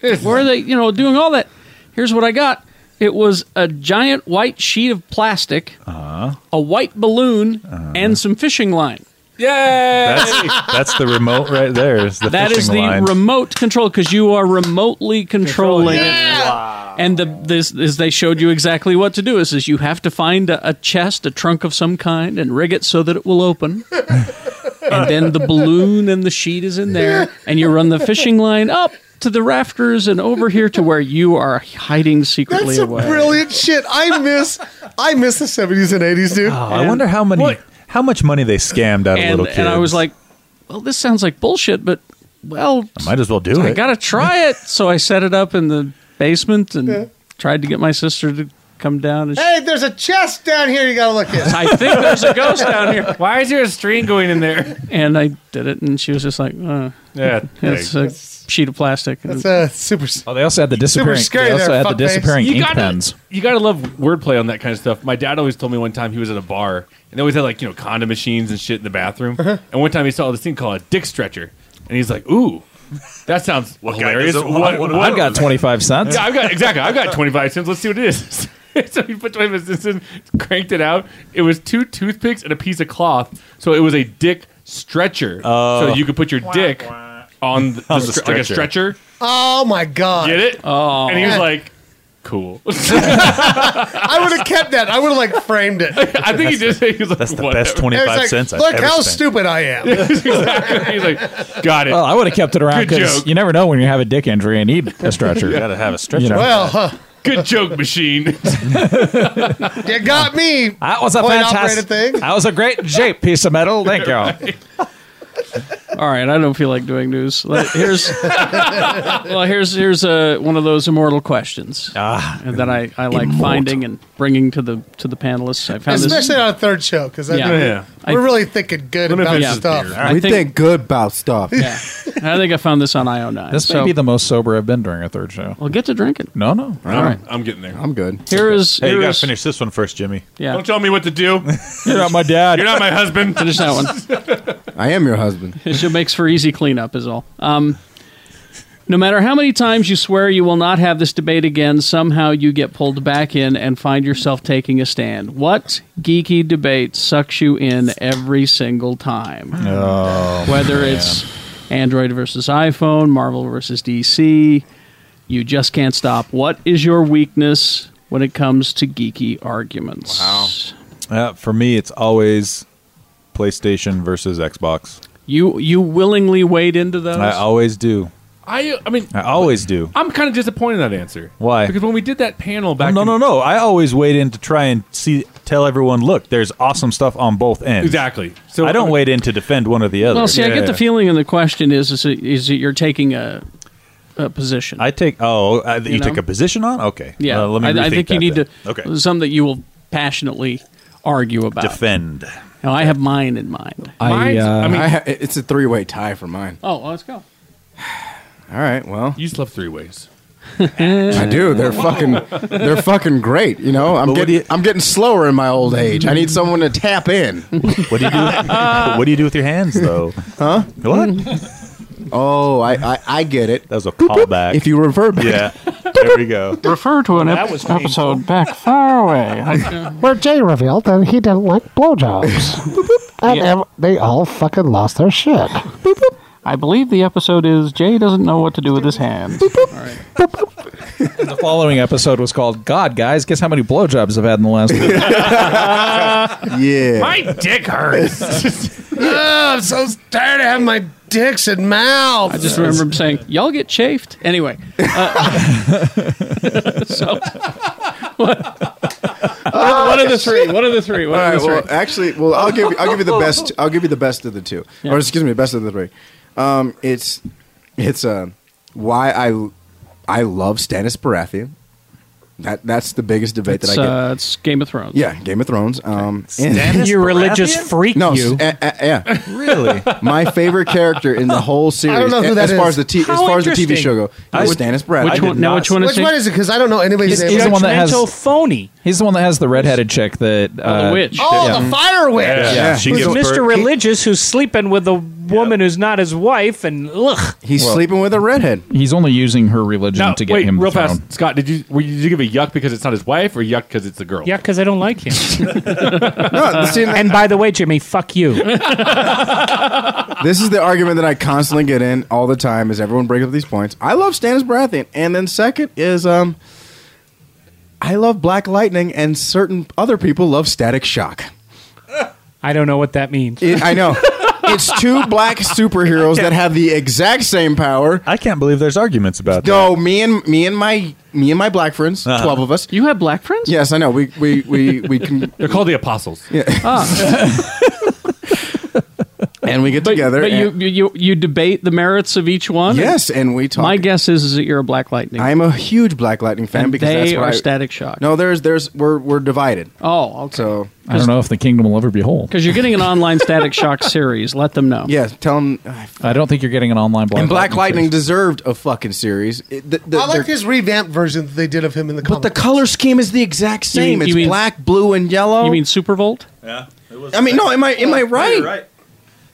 [SPEAKER 1] where are they, you know, doing all that? Here's what I got. It was a giant white sheet of plastic, a white balloon, and some fishing line.
[SPEAKER 6] Yay!
[SPEAKER 3] That's, that's the remote right there. Is the
[SPEAKER 1] that is
[SPEAKER 3] fishing
[SPEAKER 1] the
[SPEAKER 3] line.
[SPEAKER 1] remote control because you are remotely controlling it. And the this is they showed you exactly what to do. Is is you have to find a, a chest, a trunk of some kind, and rig it so that it will open. and then the balloon and the sheet is in there, and you run the fishing line up to the rafters and over here to where you are hiding secretly
[SPEAKER 5] That's
[SPEAKER 1] away.
[SPEAKER 5] some brilliant shit. I miss, I miss the seventies and eighties,
[SPEAKER 1] Oh,
[SPEAKER 5] dude.
[SPEAKER 3] Oh, I wonder how many, how much money they scammed out
[SPEAKER 1] and,
[SPEAKER 3] of little kids.
[SPEAKER 1] and I was like, well, this sounds like bullshit, but well,
[SPEAKER 3] I might as well do
[SPEAKER 1] I
[SPEAKER 3] it.
[SPEAKER 1] gotta
[SPEAKER 3] [laughs]
[SPEAKER 1] try it. so I set it up in the basement and tried to get my sister to come down. And
[SPEAKER 5] Hey, there's a chest down here. You gotta look at.
[SPEAKER 1] I think there's a ghost down here. [laughs] Why is there a string going in there? And I did it, and she was just like, uh,
[SPEAKER 3] Yeah,
[SPEAKER 1] it's a sheet of plastic.
[SPEAKER 5] That's a super.
[SPEAKER 8] Oh, they also had the
[SPEAKER 6] Super
[SPEAKER 8] disappearing.
[SPEAKER 6] scary
[SPEAKER 8] they also
[SPEAKER 6] there,
[SPEAKER 8] had the
[SPEAKER 6] fuckface.
[SPEAKER 8] disappearing
[SPEAKER 6] You
[SPEAKER 8] ink
[SPEAKER 6] gotta-
[SPEAKER 8] pens.
[SPEAKER 6] You gotta love wordplay on that kind of stuff. My dad always told me one time he was at a bar and they always had like you know condom machines and shit in the bathroom. And one time he saw this thing called a dick stretcher, and he's like, "Ooh, that [laughs] sounds hilarious."
[SPEAKER 8] doesn't want one of I've got those? 25 cents.
[SPEAKER 6] Yeah, I've got exactly. I've got twenty five cents. Let's see what it is. [laughs] so he put twenty five cents in, cranked it out. It was two toothpicks and a piece of cloth. So it was a dick stretcher.
[SPEAKER 3] Oh.
[SPEAKER 6] So you could put your dick [laughs] on the, the
[SPEAKER 3] On
[SPEAKER 8] [laughs]
[SPEAKER 3] the
[SPEAKER 6] stre- like a
[SPEAKER 3] stretcher.
[SPEAKER 6] stretcher.
[SPEAKER 5] Oh my god!
[SPEAKER 6] Get it?
[SPEAKER 1] Oh.
[SPEAKER 6] And he was like, "Cool."
[SPEAKER 5] I would have kept that. I would have like framed
[SPEAKER 6] [laughs]
[SPEAKER 5] it.
[SPEAKER 6] I think he did say he was like,
[SPEAKER 3] That's the best twenty
[SPEAKER 5] It's
[SPEAKER 3] five
[SPEAKER 5] like,
[SPEAKER 3] cents. I've
[SPEAKER 5] Look
[SPEAKER 3] ever
[SPEAKER 5] how
[SPEAKER 3] spent.
[SPEAKER 5] stupid
[SPEAKER 6] [laughs]
[SPEAKER 5] I am.
[SPEAKER 6] He's like, got it.
[SPEAKER 8] Well, I would have kept it around
[SPEAKER 6] Good
[SPEAKER 8] because
[SPEAKER 6] joke.
[SPEAKER 8] you never know when you have a dick injury and need a stretcher.
[SPEAKER 6] You gotta have a
[SPEAKER 8] You know.
[SPEAKER 6] good joke [laughs] machine.
[SPEAKER 5] you got me.
[SPEAKER 8] That was a
[SPEAKER 5] Point
[SPEAKER 8] fantastic
[SPEAKER 5] operated thing.
[SPEAKER 8] That was a great shape piece of metal. Thank
[SPEAKER 6] [laughs]
[SPEAKER 8] you.
[SPEAKER 1] [laughs] All right, I don't feel like doing news. Let-
[SPEAKER 5] [laughs]
[SPEAKER 1] Here's well, here's here's uh, one of those immortal questions ah, that I, I like
[SPEAKER 5] Immortal.
[SPEAKER 1] finding and bringing to the to the panelists. I found this-
[SPEAKER 5] Especially on a third show because
[SPEAKER 1] Yeah. Yeah.
[SPEAKER 5] we're
[SPEAKER 1] I-
[SPEAKER 5] really thinking good
[SPEAKER 1] Let me
[SPEAKER 5] about
[SPEAKER 1] finish this
[SPEAKER 5] stuff.
[SPEAKER 1] beer. I We think- think
[SPEAKER 5] good about stuff.
[SPEAKER 1] Yeah. I think I found this on IO9.
[SPEAKER 8] [laughs] This may
[SPEAKER 1] So-
[SPEAKER 8] be the most sober I've been during a third show.
[SPEAKER 1] Well, get to drinking.
[SPEAKER 8] No, no.
[SPEAKER 6] I'm,
[SPEAKER 8] All right.
[SPEAKER 6] I'm getting there.
[SPEAKER 8] I'm good.
[SPEAKER 1] Here is-
[SPEAKER 3] Hey,
[SPEAKER 1] here
[SPEAKER 3] you gotta
[SPEAKER 1] is-
[SPEAKER 3] finish this one first, Jimmy.
[SPEAKER 1] Yeah.
[SPEAKER 6] Don't tell me what to do.
[SPEAKER 8] You're not my dad.
[SPEAKER 6] You're not my husband.
[SPEAKER 1] Finish that one.
[SPEAKER 10] I am your husband.
[SPEAKER 1] it just makes for easy cleanup, is all. Um, no matter how many times you swear you will not have this debate again, somehow you get pulled back in and find yourself taking a stand. What geeky debate sucks you in every single time? Whether
[SPEAKER 8] man.
[SPEAKER 1] it's Android versus iPhone, Marvel versus DC, you just can't stop. What is your weakness when it comes to geeky arguments?
[SPEAKER 3] Uh, for me, it's always PlayStation versus Xbox.
[SPEAKER 1] You you willingly wade into those?
[SPEAKER 3] I always do.
[SPEAKER 6] [laughs] I I mean,
[SPEAKER 3] I always do.
[SPEAKER 6] I'm kind of disappointed in that answer.
[SPEAKER 3] Why?
[SPEAKER 6] Because when we did that panel back,
[SPEAKER 3] no,
[SPEAKER 6] in-
[SPEAKER 3] no, no. I always wade in to try and see, tell everyone, look, there's awesome stuff on both ends.
[SPEAKER 6] Exactly.
[SPEAKER 3] So I don't wade in to defend one or the other.
[SPEAKER 1] Well, see, I get the feeling in the question is is, it, is it you're taking a, a position.
[SPEAKER 3] I take. Oh, uh, you,
[SPEAKER 1] You know?
[SPEAKER 3] took a position on? Okay.
[SPEAKER 1] Yeah,
[SPEAKER 3] Uh, let me.
[SPEAKER 1] I, I
[SPEAKER 3] rethink
[SPEAKER 1] think you
[SPEAKER 3] that
[SPEAKER 1] need
[SPEAKER 3] then.
[SPEAKER 1] to
[SPEAKER 3] Okay.
[SPEAKER 1] some that you will passionately argue about.
[SPEAKER 3] Defend.
[SPEAKER 1] Now, I have mine in mind.
[SPEAKER 10] I,
[SPEAKER 1] Mine's-
[SPEAKER 10] I mean, it's a three way tie for
[SPEAKER 1] [laughs]
[SPEAKER 10] mine.
[SPEAKER 1] oh, well, let's go.
[SPEAKER 10] All right, well,
[SPEAKER 6] you slept three ways.
[SPEAKER 10] I do. They're fucking. They're fucking great. You know, I'm getting. I'm getting slower in my old age. I need someone to tap
[SPEAKER 3] [laughs]
[SPEAKER 10] in.
[SPEAKER 3] What do you do? what do you do with your hands, though?
[SPEAKER 10] Huh?
[SPEAKER 3] What?
[SPEAKER 10] Oh, I, I, I get it.
[SPEAKER 3] That was a callback.
[SPEAKER 10] If you revert back.
[SPEAKER 3] Yeah.
[SPEAKER 10] [laughs]
[SPEAKER 3] There we go.
[SPEAKER 16] Refer to an
[SPEAKER 3] That
[SPEAKER 16] ep-
[SPEAKER 3] was painful.
[SPEAKER 16] episode back far
[SPEAKER 6] [laughs]
[SPEAKER 16] away I- where Jay revealed that he didn't like
[SPEAKER 5] [laughs]
[SPEAKER 16] blowjobs. and ev- they all fucking lost their shit.
[SPEAKER 6] [laughs]
[SPEAKER 1] I believe the episode is Jay doesn't know what to do with his
[SPEAKER 10] [laughs]
[SPEAKER 1] hand.
[SPEAKER 8] [laughs] The following episode was called God, guys. Guess how many blowjobs I've had in the last week?
[SPEAKER 10] [laughs] yeah.
[SPEAKER 13] My dick
[SPEAKER 5] [laughs]
[SPEAKER 13] hurts.
[SPEAKER 5] Ugh, Oh, I'm so tired of having my dicks and mouths.
[SPEAKER 1] I just remember him saying, "Y'all get chafed." Anyway, uh, [laughs] so [laughs] what, what are the three? What are the three? What
[SPEAKER 10] All
[SPEAKER 1] are
[SPEAKER 10] right.
[SPEAKER 1] the three?
[SPEAKER 10] Well, actually, well, I'll give you, I'll give you the best. I'll give you the best of the two,
[SPEAKER 1] Yeah.
[SPEAKER 10] or excuse me, best of the three. Um, it's it's uh, why I I love Stannis Baratheon. That that's the biggest debate
[SPEAKER 1] It's,
[SPEAKER 10] that I get.
[SPEAKER 1] uh, it's Game of Thrones.
[SPEAKER 10] yeah, Game of Thrones. Um,
[SPEAKER 1] Stannis You religious Baratheon? freak,
[SPEAKER 10] No,
[SPEAKER 1] you.
[SPEAKER 10] s- a- a-
[SPEAKER 5] [laughs]
[SPEAKER 10] yeah,
[SPEAKER 3] really.
[SPEAKER 10] My favorite character in the whole series,
[SPEAKER 5] I don't know who
[SPEAKER 10] a-
[SPEAKER 5] that
[SPEAKER 10] as far
[SPEAKER 5] is.
[SPEAKER 10] as the t- as
[SPEAKER 5] How
[SPEAKER 10] far as the TV
[SPEAKER 5] interesting.
[SPEAKER 10] show go,
[SPEAKER 5] I
[SPEAKER 10] is
[SPEAKER 5] would-
[SPEAKER 10] Stannis Baratheon.
[SPEAKER 1] Which one- now which one
[SPEAKER 5] Which one is it? Because I don't know anybody's
[SPEAKER 8] He's,
[SPEAKER 5] name.
[SPEAKER 8] he's the one that has
[SPEAKER 5] Judgmental
[SPEAKER 8] phony. He's the one that has the redheaded chick that uh,
[SPEAKER 5] witch. Oh, the fire witch. Yeah. Yeah. She
[SPEAKER 9] Who's
[SPEAKER 5] gives
[SPEAKER 9] Mr.
[SPEAKER 5] birth-
[SPEAKER 9] Religious who's sleeping with a woman who's not his wife, and ugh.
[SPEAKER 10] He's sleeping with a redhead.
[SPEAKER 8] He's only using her religion to get
[SPEAKER 6] wait,
[SPEAKER 8] him
[SPEAKER 6] real
[SPEAKER 8] the throne.
[SPEAKER 6] fast, Scott. Did you were you, did you give a yuck because it's not his wife, or yuck because it's the girl?
[SPEAKER 9] Yeah, because I don't like him.
[SPEAKER 10] see,
[SPEAKER 9] and by the way, Jimmy, fuck you.
[SPEAKER 10] this is the argument that I constantly get in all the time. Is everyone brings up these points? I love Stannis Baratheon, and then second is um, I love Black Lightning, and certain other people love Static Shock.
[SPEAKER 9] I don't know what that means.
[SPEAKER 10] It- I know. it's two black superheroes that have the exact same power.
[SPEAKER 3] I can't believe there's arguments about
[SPEAKER 10] no, me and me and my me and my black friends,
[SPEAKER 3] Uh-huh.
[SPEAKER 10] twelve of us.
[SPEAKER 1] You have black friends?
[SPEAKER 10] Yes, I know. We we we we can.
[SPEAKER 6] They're called the apostles.
[SPEAKER 10] Yeah.
[SPEAKER 1] Ah,
[SPEAKER 10] and we get together.
[SPEAKER 1] But
[SPEAKER 10] and-
[SPEAKER 1] you, you you debate the merits of each one.
[SPEAKER 10] Yes, and we talk.
[SPEAKER 1] My guess is, is that you're a Black Lightning.
[SPEAKER 10] I'm a huge Black Lightning fan
[SPEAKER 1] And
[SPEAKER 10] because
[SPEAKER 1] they
[SPEAKER 10] that's what
[SPEAKER 1] are
[SPEAKER 10] I-
[SPEAKER 1] Static Shock.
[SPEAKER 10] No, there's there's we're we're divided.
[SPEAKER 1] Oh, okay.
[SPEAKER 10] So
[SPEAKER 8] I don't know if the kingdom will ever be whole.
[SPEAKER 1] Because you're getting an online Static
[SPEAKER 10] [laughs]
[SPEAKER 1] Shock series. Let them know.
[SPEAKER 10] Yeah, tell "Ah, them.
[SPEAKER 8] I don't think you're getting an online black.
[SPEAKER 10] and Black Lightning
[SPEAKER 8] series.
[SPEAKER 10] deserved a fucking series. It- the- the-
[SPEAKER 5] I
[SPEAKER 10] they're-
[SPEAKER 5] liked his revamped version that they did of him in the comic. But
[SPEAKER 10] the color scheme is the exact same.
[SPEAKER 5] mean-
[SPEAKER 10] it's
[SPEAKER 5] you mean-
[SPEAKER 10] black, blue, and yellow.
[SPEAKER 1] You mean Supervolt?
[SPEAKER 3] Yeah. It was
[SPEAKER 10] I mean, no. Am I am I right?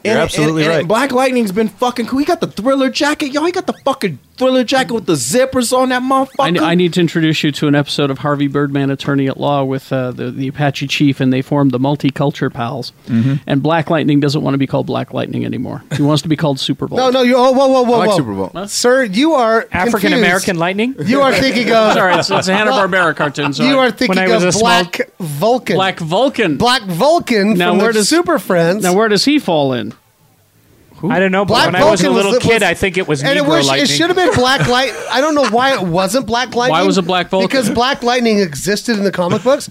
[SPEAKER 3] You're absolutely
[SPEAKER 10] and,
[SPEAKER 3] right.
[SPEAKER 10] Black Lightning's been fucking cool. He got the thriller jacket, y'all. He got the fucking thriller jacket with the zippers on that
[SPEAKER 1] I,
[SPEAKER 10] motherfucker.
[SPEAKER 1] I need to introduce you to an episode of Harvey Birdman, Attorney at Law, with uh, the, the Apache Chief, and they formed the Multiculture Pals.
[SPEAKER 5] Mhm.
[SPEAKER 1] And Black Lightning doesn't want to be called Black Lightning anymore. He wants to be called Supervolt.
[SPEAKER 5] No, no, you. Oh, whoa, whoa, whoa,
[SPEAKER 1] I like
[SPEAKER 5] whoa.
[SPEAKER 1] Super Bowl.
[SPEAKER 5] sir. You are
[SPEAKER 1] African American
[SPEAKER 5] confused.
[SPEAKER 1] lightning?
[SPEAKER 5] You are thinking of.
[SPEAKER 1] [laughs] Sorry, it's, it's a Hanna
[SPEAKER 5] [laughs]
[SPEAKER 1] Barbera cartoon. Sorry.
[SPEAKER 5] You are thinking of Black Vulcan.
[SPEAKER 1] Black Vulcan.
[SPEAKER 5] Black Vulcan
[SPEAKER 1] Now
[SPEAKER 5] from
[SPEAKER 1] where
[SPEAKER 5] the
[SPEAKER 1] does-
[SPEAKER 5] Super Friends.
[SPEAKER 1] Now, where does he fall in?
[SPEAKER 9] I don't know, but
[SPEAKER 5] Black
[SPEAKER 9] when I was a
[SPEAKER 5] Vulcan was-
[SPEAKER 9] little
[SPEAKER 5] was-
[SPEAKER 9] kid, I think it was
[SPEAKER 5] and
[SPEAKER 9] Negro
[SPEAKER 5] it, was,
[SPEAKER 9] Lightning.
[SPEAKER 5] it should have been Black Light. I don't know why it wasn't Black Lightning.
[SPEAKER 1] was it Black Vulcan?
[SPEAKER 5] Because Black Lightning existed in the comic books,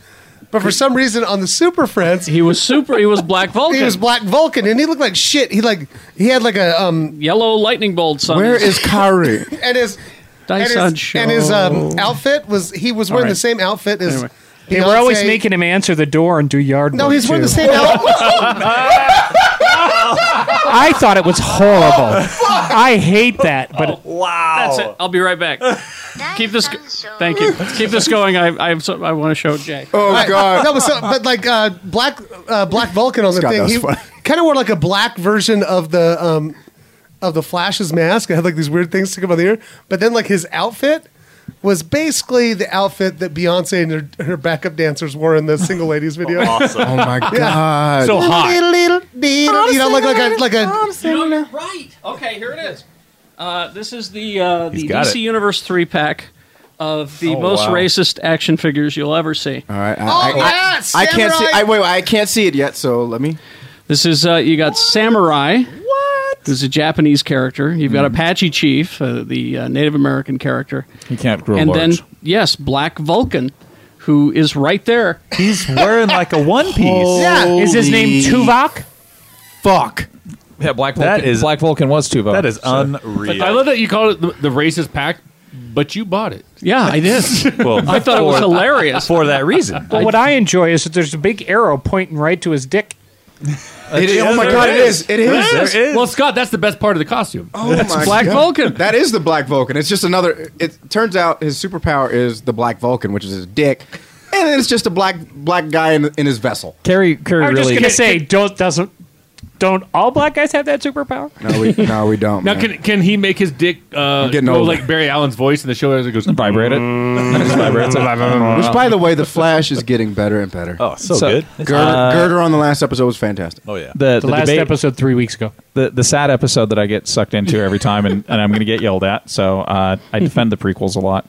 [SPEAKER 5] but for some reason on the Super Friends,
[SPEAKER 1] he was super. He was Black
[SPEAKER 5] [laughs]
[SPEAKER 1] Vulcan.
[SPEAKER 5] He was Black Vulcan, and he looked like shit. He like he had like a um.
[SPEAKER 1] Yellow lightning bolts. On his-
[SPEAKER 10] Kyrie?
[SPEAKER 5] and his and
[SPEAKER 1] Dyson
[SPEAKER 5] his,
[SPEAKER 1] Show.
[SPEAKER 5] and his um outfit was he was wearing
[SPEAKER 9] All right.
[SPEAKER 5] the same outfit as.
[SPEAKER 9] Anyway. They were always making him answer the door and do yard
[SPEAKER 5] No,
[SPEAKER 9] work,
[SPEAKER 5] he's wearing
[SPEAKER 9] too. [laughs]
[SPEAKER 5] the same outfit. [laughs]
[SPEAKER 9] I thought it was horrible. I hate that,
[SPEAKER 5] Oh,
[SPEAKER 9] but
[SPEAKER 1] wow. That's it. I'll be right back. Keep this. Thank you. Keep this going. I I, have some- I want to show Jay.
[SPEAKER 5] Right. No, but, so, but like uh, black uh, black Vulcan on the
[SPEAKER 1] Scott, that
[SPEAKER 5] thing,
[SPEAKER 1] was
[SPEAKER 5] he
[SPEAKER 1] funny.
[SPEAKER 5] kind of wore like a black version of the um, of the Flash's mask. It had like these weird things sticking out the ear, but then like his outfit was basically the outfit that Beyonce and her, her backup dancers wore in the single
[SPEAKER 10] [laughs]
[SPEAKER 5] ladies video.
[SPEAKER 10] Awesome. Oh my God. So hot.
[SPEAKER 5] Diddle, diddle, diddle, You know, like like a like a
[SPEAKER 1] You know, you're right. Okay, here it is. Uh, this is the uh,
[SPEAKER 10] He's
[SPEAKER 1] the
[SPEAKER 10] got
[SPEAKER 1] DC
[SPEAKER 10] it.
[SPEAKER 1] Universe three pack of the
[SPEAKER 10] Oh,
[SPEAKER 1] most
[SPEAKER 10] wow.
[SPEAKER 1] racist action figures you'll ever see.
[SPEAKER 10] All right. I,
[SPEAKER 1] Oh,
[SPEAKER 10] I,
[SPEAKER 1] yes,
[SPEAKER 10] I, I can't see.
[SPEAKER 1] Samurai!
[SPEAKER 10] I wait, wait. I can't see it yet. So let me.
[SPEAKER 1] This is uh, you got Samurai. What? Who's a Japanese character? You've got
[SPEAKER 10] Mm-hmm.
[SPEAKER 1] Apache Chief, uh, the uh, Native American character.
[SPEAKER 8] He can't grow
[SPEAKER 1] and
[SPEAKER 8] large.
[SPEAKER 1] then yes, Black Vulcan, who is right there.
[SPEAKER 8] He's wearing like a one piece.
[SPEAKER 1] Yeah.
[SPEAKER 9] Is his name Tuvok?
[SPEAKER 10] Fuck.
[SPEAKER 8] Yeah, Black
[SPEAKER 6] That
[SPEAKER 8] Vulcan.
[SPEAKER 6] is-
[SPEAKER 8] Black Vulcan was Tuvo.
[SPEAKER 6] That is
[SPEAKER 8] unreal.
[SPEAKER 6] I love that you called it the, the racist pack, but you bought it.
[SPEAKER 1] Yeah, I did.
[SPEAKER 6] [laughs] Well, I thought it was for- hilarious. for that reason.
[SPEAKER 9] But what I enjoy is that there's a big arrow pointing right to his dick.
[SPEAKER 10] It is- oh my God, it is. It is. There is.
[SPEAKER 6] Well, Scott, that's the best part of the costume.
[SPEAKER 10] Oh my God. That is the Black Vulcan. It's just another. It turns out his superpower is the Black Vulcan, which is his dick, and then it's just a black black guy in, in his vessel.
[SPEAKER 8] Carrie, Carrie
[SPEAKER 9] I'm just gonna
[SPEAKER 8] [laughs]
[SPEAKER 9] say, don't doesn't don't all black guys have that superpower? [laughs]
[SPEAKER 10] No, we no, we don't.
[SPEAKER 6] Now,
[SPEAKER 10] man.
[SPEAKER 6] can can he make his dick uh,
[SPEAKER 10] getting
[SPEAKER 6] go
[SPEAKER 10] old.
[SPEAKER 6] like Barry Allen's voice in the show as it goes
[SPEAKER 8] vibrate it?
[SPEAKER 6] [laughs]
[SPEAKER 8] [laughs] vibrates it.
[SPEAKER 10] Which, by the way, the Flash is getting better and better. Oh,
[SPEAKER 8] so So- good.
[SPEAKER 10] Girder,
[SPEAKER 8] Uh,
[SPEAKER 10] Girder on the last episode was fantastic. Oh yeah,
[SPEAKER 8] The, the debate-
[SPEAKER 9] three weeks ago.
[SPEAKER 8] The the sad episode that I get sucked into every time, and, and I'm going to get yelled at. So uh, I defend the prequels a lot.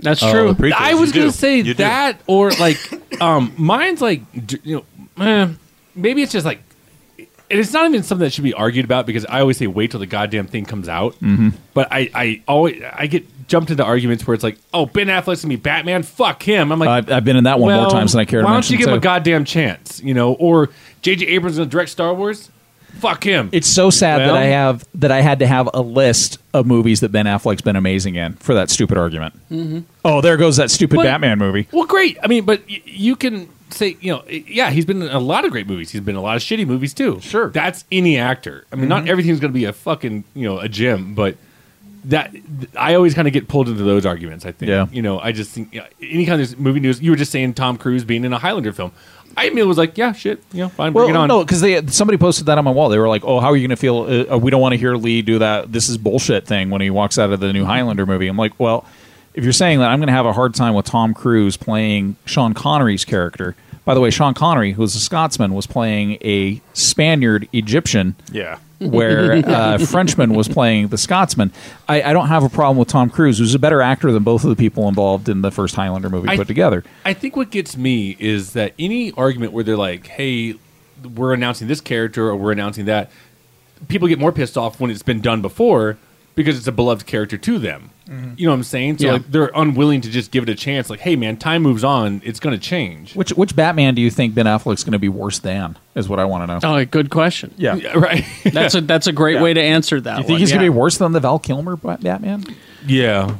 [SPEAKER 1] That's
[SPEAKER 8] Oh,
[SPEAKER 6] true.
[SPEAKER 8] the prequels,
[SPEAKER 6] I was
[SPEAKER 8] you do.
[SPEAKER 6] gonna say
[SPEAKER 8] You do.
[SPEAKER 6] that, or like, um, mine's like, d- you know, eh, maybe it's just like, and it's not even something that should be argued about because I always say wait till the goddamn thing comes out.
[SPEAKER 8] Mhm.
[SPEAKER 6] But I, I always, I get jumped into arguments where it's like, oh, Ben Affleck's gonna be Batman, fuck him. I'm like,
[SPEAKER 8] I've, I've been in that one
[SPEAKER 6] well,
[SPEAKER 8] more times than I care to
[SPEAKER 6] Why don't
[SPEAKER 8] mention.
[SPEAKER 6] you give
[SPEAKER 8] too.
[SPEAKER 6] him a goddamn chance, you know? Or J.J. Abrams gonna direct Star Wars, fuck him.
[SPEAKER 8] It's so sad
[SPEAKER 6] Well-
[SPEAKER 8] that I have that I had to have a list of movies that Ben Affleck's been amazing in for that stupid argument.
[SPEAKER 6] Mm-hmm.
[SPEAKER 8] Oh, there goes that stupid
[SPEAKER 6] But-
[SPEAKER 8] Batman movie.
[SPEAKER 6] Well, great. I mean, but y- you can say, you know, i- yeah, he's been in a lot of great movies. He's been in a lot of shitty movies too. Sure, that's any actor. I mean, not
[SPEAKER 8] Mhm.
[SPEAKER 6] everything's going to be a fucking you know a gem, but that th- I always kind of get pulled into those arguments. I think.
[SPEAKER 8] Yeah.
[SPEAKER 6] You know, I just think yeah, any kind of movie news. You were just saying Tom Cruise being in a Highlander film. I mean, it was like, yeah, shit, you know, fine, bring it
[SPEAKER 8] well,
[SPEAKER 6] on.
[SPEAKER 8] no, because they somebody posted that on my wall. They were like, "Oh, how are you going to feel? Uh, uh, we don't want to hear Lee do that. This is bullshit thing when he walks out of the new Highlander movie." I'm like, "Well, if you're saying that, I'm going to have a hard time with Tom Cruise playing Sean Connery's character." By the way, Sean Connery, who's a Scotsman, was playing a Spaniard Egyptian.
[SPEAKER 6] Yeah.
[SPEAKER 8] where
[SPEAKER 1] [laughs]
[SPEAKER 8] uh, Frenchman was playing the Scotsman. I, I don't have a problem with Tom Cruise, who's a better actor than both of the people involved in the first Highlander movie
[SPEAKER 6] I-
[SPEAKER 8] put together.
[SPEAKER 6] I think what gets me is that any argument where they're like, "Hey, we're announcing this character or we're announcing that, people get more pissed off when it's been done before because it's a beloved character to them. You know what I'm saying? So
[SPEAKER 3] Yeah.
[SPEAKER 6] like, they're unwilling to just give it a chance. Like, hey man, time moves on. It's going to change.
[SPEAKER 8] Which which Batman do you think Ben Affleck's going to be worse than? Is what I want to know.
[SPEAKER 1] Oh, good question. [laughs]
[SPEAKER 8] Yeah.
[SPEAKER 6] right.
[SPEAKER 1] that's a that's a great
[SPEAKER 8] Yeah.
[SPEAKER 1] way to answer that.
[SPEAKER 8] you think
[SPEAKER 1] one,
[SPEAKER 8] he's going to
[SPEAKER 1] yeah.
[SPEAKER 8] be worse than the Val Kilmer Bat- Batman?
[SPEAKER 6] Yeah.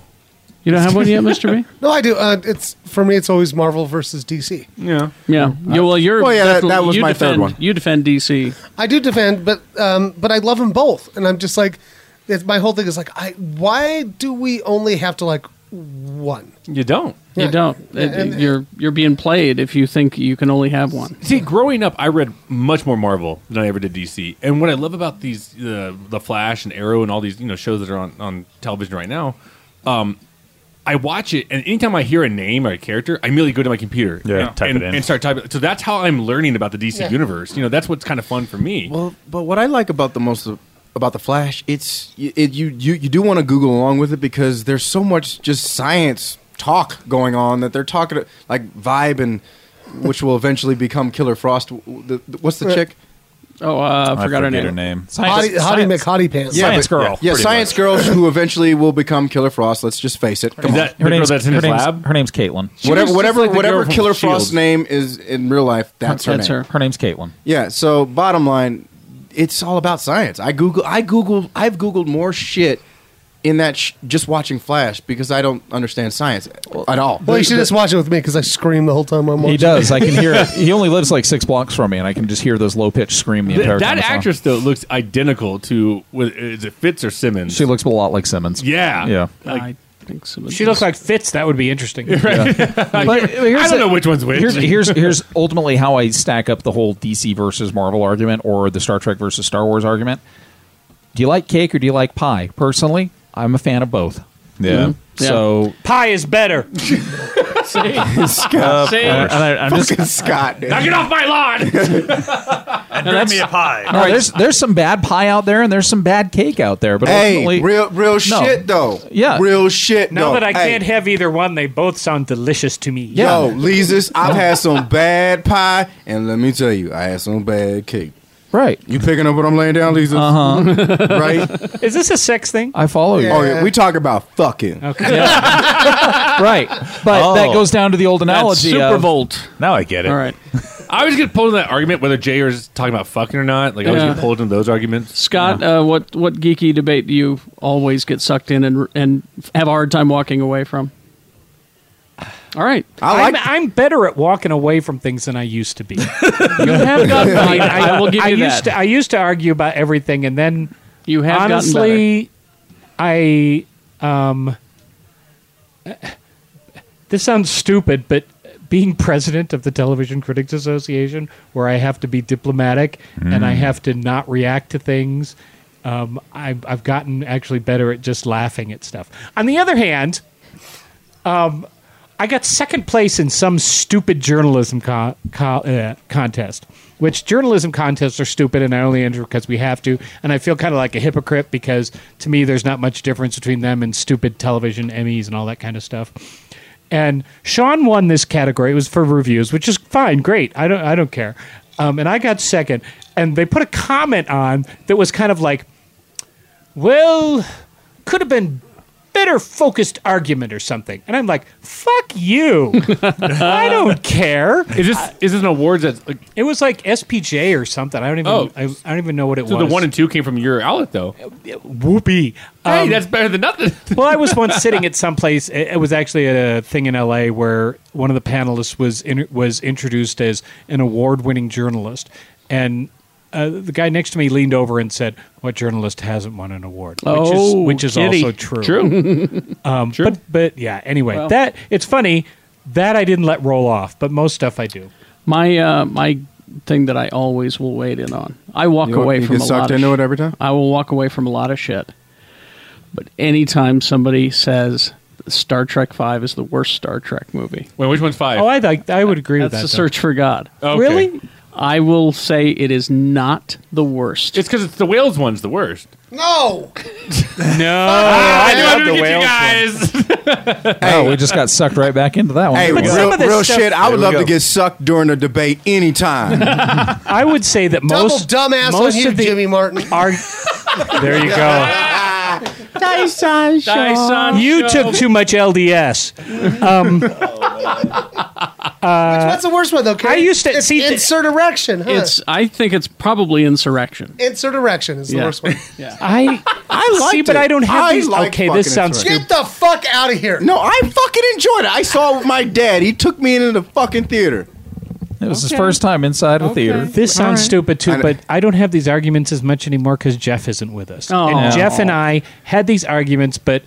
[SPEAKER 1] You don't have one yet, Mister B?
[SPEAKER 5] [laughs] No, I do. Uh, it's for me. It's always Marvel versus DC.
[SPEAKER 6] Yeah.
[SPEAKER 1] Yeah. yeah well, you're.
[SPEAKER 5] Well, yeah, that-
[SPEAKER 1] definitely-
[SPEAKER 5] that was
[SPEAKER 1] you
[SPEAKER 5] my third
[SPEAKER 1] defend,
[SPEAKER 5] one.
[SPEAKER 1] You defend DC.
[SPEAKER 5] I do defend, but um, but I love them both, and I'm just like, it's, my whole thing is like, I why do we only have to like one?
[SPEAKER 6] You don't.
[SPEAKER 1] You don't. It-
[SPEAKER 5] and-
[SPEAKER 1] you're you're being played if you think you can only have one.
[SPEAKER 6] See, growing up, I read much more Marvel than I ever did DC. And what I love about these, uh, the Flash and Arrow and all these, you know, shows that are on, on television right now, um, I watch it, and anytime I hear a name or a character, I immediately go to my computer,
[SPEAKER 3] Yeah,
[SPEAKER 6] and,
[SPEAKER 3] type it
[SPEAKER 6] and-
[SPEAKER 3] in.
[SPEAKER 6] and start typing. So that's how I'm learning about the DC
[SPEAKER 10] Yeah.
[SPEAKER 6] universe. You know, that's what's kind of fun for me.
[SPEAKER 10] Well, but what I like about the most of- about the Flash, it's y- it, you you you do want to Google along with it because there's so much just science talk going on that they're talking like vibe and which will eventually become Killer Frost. W- w- The, the- what's the
[SPEAKER 5] Uh,
[SPEAKER 10] chick?
[SPEAKER 1] Oh, uh,
[SPEAKER 5] I forgot her forget name. her name. Hottie- Hottie McHottie Pants.
[SPEAKER 10] but-
[SPEAKER 5] Science girl,
[SPEAKER 10] Yeah,
[SPEAKER 5] pretty
[SPEAKER 10] science
[SPEAKER 5] much.
[SPEAKER 10] girl who eventually will become Killer Frost. Let's just face it. Come on.
[SPEAKER 8] her name's, her name's, Her name's Caitlin.
[SPEAKER 10] Whatever, whatever, whatever Killer Frost's name is in real life, that's her name.
[SPEAKER 8] Her name's Caitlin.
[SPEAKER 10] Yeah. So bottom line, it's all about science. I Google. I Google. I've Googled more shit in that sh- just watching Flash because I don't understand science at all.
[SPEAKER 5] Well, you should just watch it with me because I scream the whole time I'm watching.
[SPEAKER 8] He does. I can
[SPEAKER 6] [laughs]
[SPEAKER 8] hear it. He only lives like six blocks from me, and I can just hear those low pitched scream the
[SPEAKER 6] Th-
[SPEAKER 8] entire time.
[SPEAKER 6] that
[SPEAKER 8] it's on.
[SPEAKER 6] actress though looks identical to with is it Fitz or Simmons?
[SPEAKER 8] She looks a lot like Simmons.
[SPEAKER 6] Yeah.
[SPEAKER 8] Yeah.
[SPEAKER 6] Like,
[SPEAKER 1] think Simmons.
[SPEAKER 9] She looks like Fitz. That would be interesting. [laughs]
[SPEAKER 8] But here's
[SPEAKER 6] I don't
[SPEAKER 8] the- [laughs]
[SPEAKER 6] know which one's which. [laughs]
[SPEAKER 8] Here's, here's here's ultimately how I stack up the whole DC versus Marvel argument or the Star Trek versus Star Wars argument. Do you like cake or do you like pie? Personally, I'm a fan of both.
[SPEAKER 3] Yeah. Mhm. Yeah.
[SPEAKER 8] So
[SPEAKER 9] pie is
[SPEAKER 6] [laughs]
[SPEAKER 9] better.
[SPEAKER 8] Scott. See? Uh, And I- I'm just- Fucking
[SPEAKER 10] Scott.
[SPEAKER 6] Knock it off Oh, my lawn.
[SPEAKER 10] [laughs]
[SPEAKER 6] and
[SPEAKER 3] bring me a pie.
[SPEAKER 8] No, there's there's some bad pie out there and there's some bad cake out there, but ultimately,
[SPEAKER 10] hey, real real
[SPEAKER 8] No.
[SPEAKER 10] shit though.
[SPEAKER 8] Yeah.
[SPEAKER 10] real [laughs] shit.
[SPEAKER 9] Now
[SPEAKER 10] though.
[SPEAKER 9] that I
[SPEAKER 10] Hey,
[SPEAKER 9] can't have either one, they both sound delicious to me.
[SPEAKER 10] Yo, Leezus, I've had some bad pie, and let me tell you, I had some bad cake.
[SPEAKER 8] Right.
[SPEAKER 10] You picking up what I'm laying down, Leezus?
[SPEAKER 9] Uh-huh.
[SPEAKER 10] [laughs]
[SPEAKER 1] [laughs]
[SPEAKER 10] right.
[SPEAKER 9] Is this a sex thing?
[SPEAKER 8] I follow
[SPEAKER 10] Oh, yeah, we talk about fucking.
[SPEAKER 9] Okay.
[SPEAKER 8] right. But
[SPEAKER 9] Oh.
[SPEAKER 8] that goes down to the old
[SPEAKER 6] That's
[SPEAKER 8] analogy
[SPEAKER 6] Super
[SPEAKER 8] of
[SPEAKER 6] Volt.
[SPEAKER 8] Now I get
[SPEAKER 6] it.
[SPEAKER 8] All right.
[SPEAKER 6] I always get pulled in that argument whether Jay is talking about fucking or not. Like I always
[SPEAKER 1] Yeah.
[SPEAKER 6] get pulled into those arguments.
[SPEAKER 1] Scott, uh, what what geeky debate do you always get sucked in and and have a hard time walking away from? All right.
[SPEAKER 9] I'm, I'm better at walking away from things than I used to be. [laughs] you
[SPEAKER 1] have [laughs] gotten better. I will give you
[SPEAKER 9] used
[SPEAKER 1] that.
[SPEAKER 9] To, I used to argue about everything, and then
[SPEAKER 1] you have gotten
[SPEAKER 9] honestly, I um, this sounds stupid, but being president of the Television Critics Association, where I have to be diplomatic and I
[SPEAKER 8] Mm.
[SPEAKER 9] have to not react to things, um, I've, I've gotten actually better at just laughing at stuff. On the other hand, um, I got second place in some stupid journalism co- co- uh, contest, which journalism contests are stupid, and I only enter because we have to. And I feel kind of like a hypocrite because to me, there's not much difference between them and stupid television Emmys and all that kind of stuff. And Sean won this category. It was for reviews, which is fine, great. I don't, I don't care. Um, and I got second. And they put a comment on that was kind of like, well, could have been better focused argument or something. And I'm like, fuck you. I don't care.
[SPEAKER 6] Is this is this an awards that's like
[SPEAKER 9] it was like SPJ or something. I don't even
[SPEAKER 6] Oh.
[SPEAKER 9] I, I don't even know what it
[SPEAKER 6] So
[SPEAKER 9] was.
[SPEAKER 6] the one and two came from your outlet though.
[SPEAKER 9] Whoopee.
[SPEAKER 6] Hey,
[SPEAKER 9] Um,
[SPEAKER 6] that's better than nothing.
[SPEAKER 9] well, I was once
[SPEAKER 6] [laughs]
[SPEAKER 9] sitting at some place. It, it was actually at a thing in LA where one of the panelists was in, was introduced as an award-winning journalist, and uh, the guy next to me leaned over and said, "What journalist hasn't won an award?" Which
[SPEAKER 1] Oh,
[SPEAKER 9] is, which is
[SPEAKER 1] kitty.
[SPEAKER 9] also true.
[SPEAKER 1] True.
[SPEAKER 9] [laughs]
[SPEAKER 1] [laughs]
[SPEAKER 9] um, But, but yeah. Anyway,
[SPEAKER 1] Well.
[SPEAKER 9] that it's funny that I didn't let roll off, but most stuff I do.
[SPEAKER 1] My uh, my thing that I always will wait in on. I walk
[SPEAKER 10] You know,
[SPEAKER 1] away
[SPEAKER 10] you
[SPEAKER 1] from
[SPEAKER 10] get
[SPEAKER 1] a
[SPEAKER 10] sucked
[SPEAKER 1] lot
[SPEAKER 10] into
[SPEAKER 1] of
[SPEAKER 10] it every time.
[SPEAKER 1] I will walk away from a lot of shit. But anytime somebody says Star Trek Five is the worst Star Trek movie,
[SPEAKER 6] Wait, which one's five?
[SPEAKER 9] Oh, I like. I would agree
[SPEAKER 1] that's
[SPEAKER 9] with that.
[SPEAKER 1] the
[SPEAKER 9] though.
[SPEAKER 1] search for God.
[SPEAKER 9] Okay. Really?
[SPEAKER 1] I will say it is not the worst.
[SPEAKER 6] It's because it's the whales one's the worst.
[SPEAKER 5] [laughs]
[SPEAKER 1] [laughs]
[SPEAKER 5] No.
[SPEAKER 6] No,
[SPEAKER 5] I
[SPEAKER 6] I knew
[SPEAKER 5] love
[SPEAKER 6] I knew
[SPEAKER 5] the
[SPEAKER 6] it
[SPEAKER 5] whales
[SPEAKER 6] was you guys.
[SPEAKER 8] [laughs] Oh, we just got sucked right back into that one.
[SPEAKER 10] Hey,
[SPEAKER 8] There we go.
[SPEAKER 10] real, real shit. I
[SPEAKER 8] There
[SPEAKER 10] would
[SPEAKER 8] we
[SPEAKER 10] love
[SPEAKER 8] go.
[SPEAKER 10] to get sucked during a debate anytime.
[SPEAKER 9] I would say that
[SPEAKER 5] Double
[SPEAKER 9] most
[SPEAKER 5] dumbass
[SPEAKER 9] most
[SPEAKER 5] on you,
[SPEAKER 9] of the
[SPEAKER 5] Jimmy Martin.
[SPEAKER 9] there you go.
[SPEAKER 5] Dyson
[SPEAKER 9] You took too much LDS. Um,
[SPEAKER 1] [laughs]
[SPEAKER 9] uh,
[SPEAKER 5] What's the worst one though? Kerry?
[SPEAKER 9] I used to-
[SPEAKER 5] it's
[SPEAKER 9] see, th-
[SPEAKER 5] insert erection. Huh?
[SPEAKER 1] It's. I think it's probably insurrection.
[SPEAKER 5] insert erection is the
[SPEAKER 1] Yeah.
[SPEAKER 5] worst one.
[SPEAKER 9] I I
[SPEAKER 5] liked
[SPEAKER 9] but
[SPEAKER 5] it.
[SPEAKER 9] I don't have
[SPEAKER 10] I
[SPEAKER 9] these.
[SPEAKER 10] like
[SPEAKER 9] okay, this
[SPEAKER 10] fucking
[SPEAKER 9] sounds
[SPEAKER 10] insurrection.
[SPEAKER 9] stupid.
[SPEAKER 5] Get the fuck out of here.
[SPEAKER 10] no, I fucking enjoyed it. I saw it with my dad. He took me into the fucking theater.
[SPEAKER 8] It was his first time inside a theater.
[SPEAKER 9] This sounds stupid too,
[SPEAKER 8] I-
[SPEAKER 9] but I don't have these arguments as much anymore because Jeff isn't with us.
[SPEAKER 8] Oh.
[SPEAKER 9] And Jeff and
[SPEAKER 8] Aw.
[SPEAKER 9] I had these arguments, but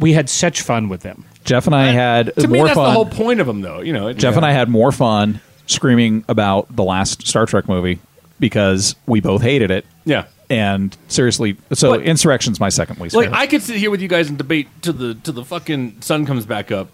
[SPEAKER 9] we had such fun with them.
[SPEAKER 8] Jeff and I had
[SPEAKER 9] to me,
[SPEAKER 8] more
[SPEAKER 9] that's the
[SPEAKER 8] fun.
[SPEAKER 9] whole
[SPEAKER 6] Point of them though, you know. it-
[SPEAKER 8] Jeff and I had more fun screaming about the last Star Trek movie because we both hated it.
[SPEAKER 6] Yeah.
[SPEAKER 8] And seriously, so Insurrection's my second least
[SPEAKER 6] Like
[SPEAKER 8] favorite.
[SPEAKER 6] I could sit here with you guys and debate to the to the fucking sun comes back up.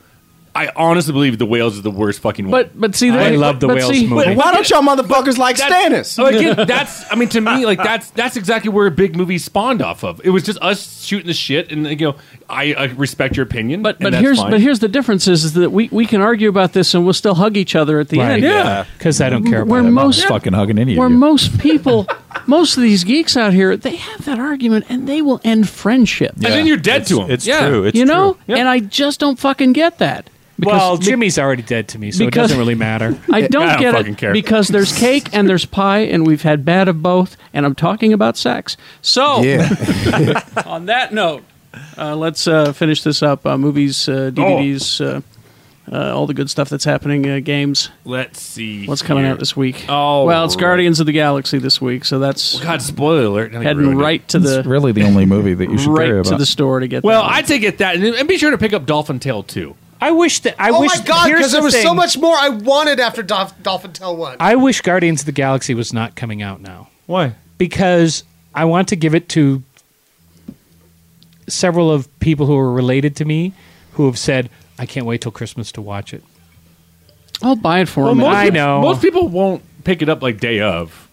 [SPEAKER 6] I honestly believe the whales is the worst fucking one.
[SPEAKER 1] But but see,
[SPEAKER 6] I
[SPEAKER 1] they-
[SPEAKER 6] love the
[SPEAKER 1] but
[SPEAKER 6] whales
[SPEAKER 1] see-
[SPEAKER 6] movie.
[SPEAKER 10] Why don't y'all motherfuckers like Stannis?
[SPEAKER 6] So again, that's I mean to me like that's that's exactly where big movies spawned off of. It was just us shooting the shit, and you know I, I respect your opinion, but
[SPEAKER 1] But here's but here's the difference is, is that we, we can argue about this and we'll still hug each other at the
[SPEAKER 6] Right,
[SPEAKER 1] end.
[SPEAKER 6] yeah.
[SPEAKER 9] 'Cause I don't care about
[SPEAKER 1] where
[SPEAKER 9] them. I'm
[SPEAKER 1] most
[SPEAKER 9] just fucking
[SPEAKER 8] hugging any of
[SPEAKER 1] where
[SPEAKER 8] you.
[SPEAKER 1] most people, [laughs] most of these geeks out here, they have that argument and they will end friendship.
[SPEAKER 9] And then Yeah. you're dead to 'em. It's true, it's
[SPEAKER 1] you know,
[SPEAKER 9] true. Yeah.
[SPEAKER 1] and I just don't fucking get that. Because-
[SPEAKER 9] well,
[SPEAKER 1] be-
[SPEAKER 9] Jimmy's already dead to me, so
[SPEAKER 1] because-
[SPEAKER 9] it doesn't really matter.
[SPEAKER 1] I don't, get it because there's cake and there's pie and we've had bad of both and I'm talking about sex. So [laughs] on that note, uh, let's uh, finish this up. Uh, movies, uh, DVDs,
[SPEAKER 6] Oh.
[SPEAKER 1] uh, uh, all the good stuff that's happening. Uh, games.
[SPEAKER 6] Let's see
[SPEAKER 1] What's coming
[SPEAKER 6] here.
[SPEAKER 1] out this week?
[SPEAKER 6] Oh,
[SPEAKER 1] well, it's
[SPEAKER 6] right.
[SPEAKER 1] Guardians of the Galaxy this week, so that's
[SPEAKER 6] God, spoiler alert! Now you
[SPEAKER 1] heading
[SPEAKER 6] ruined it.
[SPEAKER 1] right to the
[SPEAKER 8] It's really the only movie that you should
[SPEAKER 1] right
[SPEAKER 8] care about.
[SPEAKER 1] to the store to get.
[SPEAKER 6] Well,
[SPEAKER 1] that.
[SPEAKER 6] I take it that, and, and be sure to pick up Dolphin Tale too.
[SPEAKER 9] I wish that I
[SPEAKER 5] oh
[SPEAKER 9] wish
[SPEAKER 5] my god,
[SPEAKER 9] here's
[SPEAKER 5] because
[SPEAKER 9] the
[SPEAKER 5] there was so
[SPEAKER 9] thing.
[SPEAKER 5] much more I wanted after Dolph- Dolphin Tell One.
[SPEAKER 9] I wish Guardians of the Galaxy was not coming out now.
[SPEAKER 6] Why?
[SPEAKER 9] Because I want to give it to several of people who are related to me who have said, I can't wait till Christmas to watch it.
[SPEAKER 1] I'll buy it for
[SPEAKER 9] Well,
[SPEAKER 1] him.
[SPEAKER 9] most
[SPEAKER 1] I
[SPEAKER 9] peop-
[SPEAKER 1] know.
[SPEAKER 6] Most people won't pick it up like day of.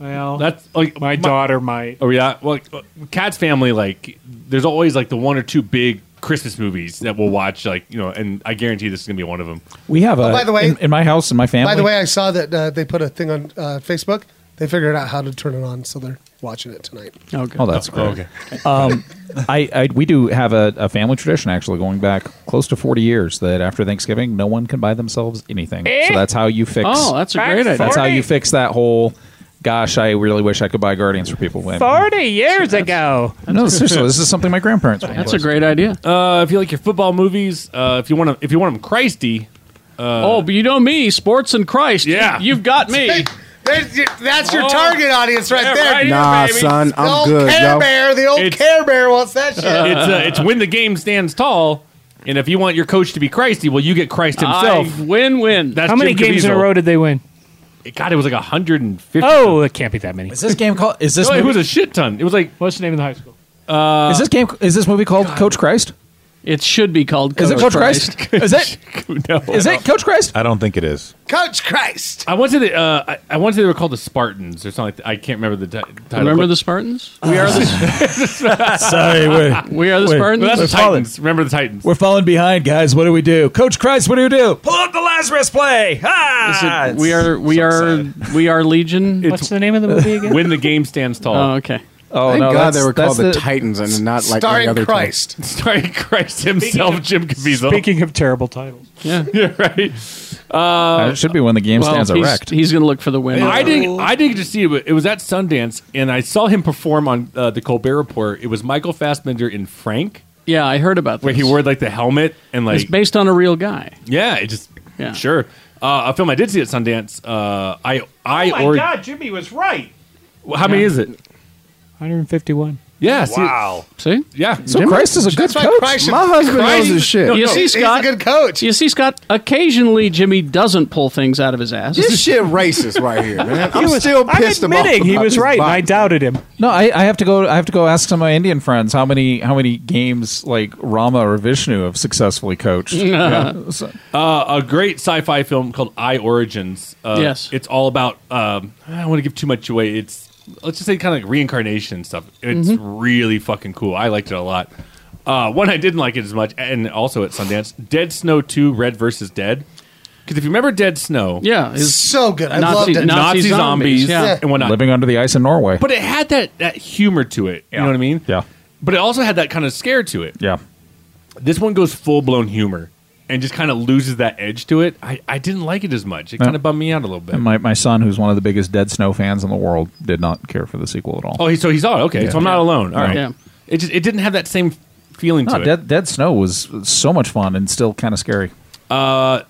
[SPEAKER 9] Well,
[SPEAKER 6] that's like
[SPEAKER 9] my, daughter might.
[SPEAKER 6] Oh yeah, well, like, uh, Cat's family like there's always like the one or two big Christmas movies that we'll watch like you know, and I guarantee this is gonna be one of them.
[SPEAKER 8] we have a
[SPEAKER 10] Oh,
[SPEAKER 5] by the way-
[SPEAKER 8] in, in my house and my family.
[SPEAKER 5] By the way, I saw that uh, they put a thing on uh, Facebook. They figured out how to turn it on, so they're watching it tonight.
[SPEAKER 1] Okay.
[SPEAKER 8] Oh, that's
[SPEAKER 6] Oh,
[SPEAKER 8] great.
[SPEAKER 6] okay.
[SPEAKER 8] Um, I, I we do have a, a family tradition actually going back close to forty years that after Thanksgiving no one can buy themselves anything.
[SPEAKER 1] Eh?
[SPEAKER 8] So that's how you fix.
[SPEAKER 1] Oh, that's a great idea.
[SPEAKER 8] That's how
[SPEAKER 1] 40.
[SPEAKER 8] you fix that whole. Gosh, I really wish I could buy Guardians for people. When
[SPEAKER 9] 40 years ago.
[SPEAKER 8] no, seriously, this is something my grandparents.
[SPEAKER 6] That's
[SPEAKER 1] [laughs] a great idea.
[SPEAKER 6] Uh, if you like your football movies, uh, if you want them, if you want them Christy. Uh,
[SPEAKER 1] oh, but you know me, sports and Christ.
[SPEAKER 6] Yeah,
[SPEAKER 1] you've got me.
[SPEAKER 5] There's your- that's your
[SPEAKER 6] Oh.
[SPEAKER 5] target audience right
[SPEAKER 6] Yeah,
[SPEAKER 5] there.
[SPEAKER 6] right here, Nah, baby. son,
[SPEAKER 5] The
[SPEAKER 6] I'm
[SPEAKER 5] old
[SPEAKER 6] good,
[SPEAKER 5] Care
[SPEAKER 6] yo.
[SPEAKER 5] Bear, the old
[SPEAKER 6] It's-
[SPEAKER 5] Care Bear wants that shit.
[SPEAKER 6] it's uh, [laughs] it's when the game stands tall, and if you want your coach to be Christy, well, you get Christ himself.
[SPEAKER 1] win win.
[SPEAKER 6] That's
[SPEAKER 9] How many
[SPEAKER 6] Jim
[SPEAKER 9] games in a
[SPEAKER 6] Caviezel.
[SPEAKER 9] row did they win?
[SPEAKER 6] God, it was like 150.
[SPEAKER 9] Oh, it can't be that many.
[SPEAKER 8] Is this game called? Is this?
[SPEAKER 6] No, it
[SPEAKER 8] movie,
[SPEAKER 6] was a shit ton. It was like
[SPEAKER 9] what's the name of the high school?
[SPEAKER 6] Uh,
[SPEAKER 8] is this game? Is this movie called Coach Christ?
[SPEAKER 1] It should be called.
[SPEAKER 8] Is it Coach Christ? is it?
[SPEAKER 6] No.
[SPEAKER 8] Is it Coach Christ?
[SPEAKER 3] I don't think it is.
[SPEAKER 5] Coach Christ.
[SPEAKER 6] I wanted to. Uh, I, I wanted they were called the Spartans or something. Like that. I can't remember the ti- title.
[SPEAKER 1] [laughs] Remember
[SPEAKER 6] but- [laughs]
[SPEAKER 1] the Spartans? We are the.
[SPEAKER 8] [laughs] Sorry, we're-
[SPEAKER 1] we are the
[SPEAKER 8] we're-
[SPEAKER 1] Spartans.
[SPEAKER 8] That's the We're falling. Titans.
[SPEAKER 6] Remember the Titans.
[SPEAKER 8] We're falling behind, guys. What do we do? Coach Christ, what do we do? Pull up the Lazarus play. Ah!
[SPEAKER 1] we are we are we are Legion.
[SPEAKER 9] [laughs] What's the name of the movie again?
[SPEAKER 6] When the game stands tall.
[SPEAKER 1] Oh, okay.
[SPEAKER 8] Oh
[SPEAKER 10] Thank
[SPEAKER 8] no,
[SPEAKER 10] God
[SPEAKER 8] that's-
[SPEAKER 10] they were
[SPEAKER 8] that's
[SPEAKER 10] called the, Titans and not like any other
[SPEAKER 6] [laughs] starring Christ himself, Jim Caviezel.
[SPEAKER 9] Speaking of terrible titles.
[SPEAKER 1] Yeah,
[SPEAKER 6] [laughs] yeah, right. Uh,
[SPEAKER 8] It should be when the game
[SPEAKER 6] Well,
[SPEAKER 8] stands
[SPEAKER 6] he's-
[SPEAKER 8] erect.
[SPEAKER 1] He's going to look for the win.
[SPEAKER 6] I didn't. I didn't get to see it, but it was at Sundance, and I saw him perform on uh, the Colbert Report. It was Michael Fassbender in Frank,
[SPEAKER 1] Yeah, I heard about this.
[SPEAKER 6] where he wore like the helmet and like
[SPEAKER 1] it's based on a real
[SPEAKER 9] Oh
[SPEAKER 1] guy.
[SPEAKER 6] yeah, it just sure. Uh, a film I did see at Sundance. Uh, I I or
[SPEAKER 1] Oh
[SPEAKER 9] Jimmy was right.
[SPEAKER 6] Well, how many
[SPEAKER 9] Yeah.
[SPEAKER 6] is it?
[SPEAKER 9] 151.
[SPEAKER 3] Yeah.
[SPEAKER 6] Wow.
[SPEAKER 1] See?
[SPEAKER 3] Yeah.
[SPEAKER 6] So Christ is a
[SPEAKER 5] That's why Christ- Christ- No,
[SPEAKER 1] You
[SPEAKER 5] no,
[SPEAKER 1] see,
[SPEAKER 5] he's a
[SPEAKER 1] Scott,
[SPEAKER 5] good coach.
[SPEAKER 1] You see, Scott. Occasionally, Jimmy doesn't pull things out of his
[SPEAKER 10] [laughs]
[SPEAKER 1] ass.
[SPEAKER 10] This
[SPEAKER 6] [laughs]
[SPEAKER 10] shit racist right here, man. I'm still pissed about about this bot.
[SPEAKER 8] doubted him. No, I, I have to go. I have to go ask some of my Indian friends how many how many games like Rama or Vishnu have successfully coached.
[SPEAKER 6] [laughs]
[SPEAKER 8] [laughs] Yeah. So-
[SPEAKER 6] Uh, a great sci-fi film called I Origins. Uh,
[SPEAKER 8] Yes.
[SPEAKER 6] it's all about. Um, I don't want to give too much away. It's let's just say kind of like reincarnation and stuff. It's
[SPEAKER 17] Mhm.
[SPEAKER 6] really fucking cool. I liked it a lot. Uh, one I didn't like it as much, and also at Sundance, Dead Snow Two: Red versus Dead. Because if you remember Dead Snow,
[SPEAKER 1] yeah,
[SPEAKER 5] so good. I
[SPEAKER 6] Nazi,
[SPEAKER 5] loved it.
[SPEAKER 6] Nazi zombies, and whatnot.
[SPEAKER 8] living under the ice in Norway.
[SPEAKER 6] But it had that that humor to it. You know what I mean?
[SPEAKER 8] Yeah.
[SPEAKER 6] But it also had that kind of scare to it.
[SPEAKER 8] Yeah.
[SPEAKER 6] This one goes full blown humor and just kind of loses that edge to it. I, I didn't like it as much. It
[SPEAKER 8] Yeah.
[SPEAKER 6] kind of bummed me out a little bit.
[SPEAKER 8] and my, my son, who's one of the biggest Dead Snow fans in the world, did not care for the sequel at all.
[SPEAKER 6] Oh, he, so he saw it. Okay,
[SPEAKER 8] Yeah.
[SPEAKER 6] so I'm not alone. All
[SPEAKER 8] Yeah.
[SPEAKER 6] right.
[SPEAKER 8] Yeah.
[SPEAKER 6] It just it didn't have that same feeling
[SPEAKER 8] No,
[SPEAKER 6] to it.
[SPEAKER 8] Dead, Dead Snow was so much fun and still kind of scary.
[SPEAKER 6] Uh,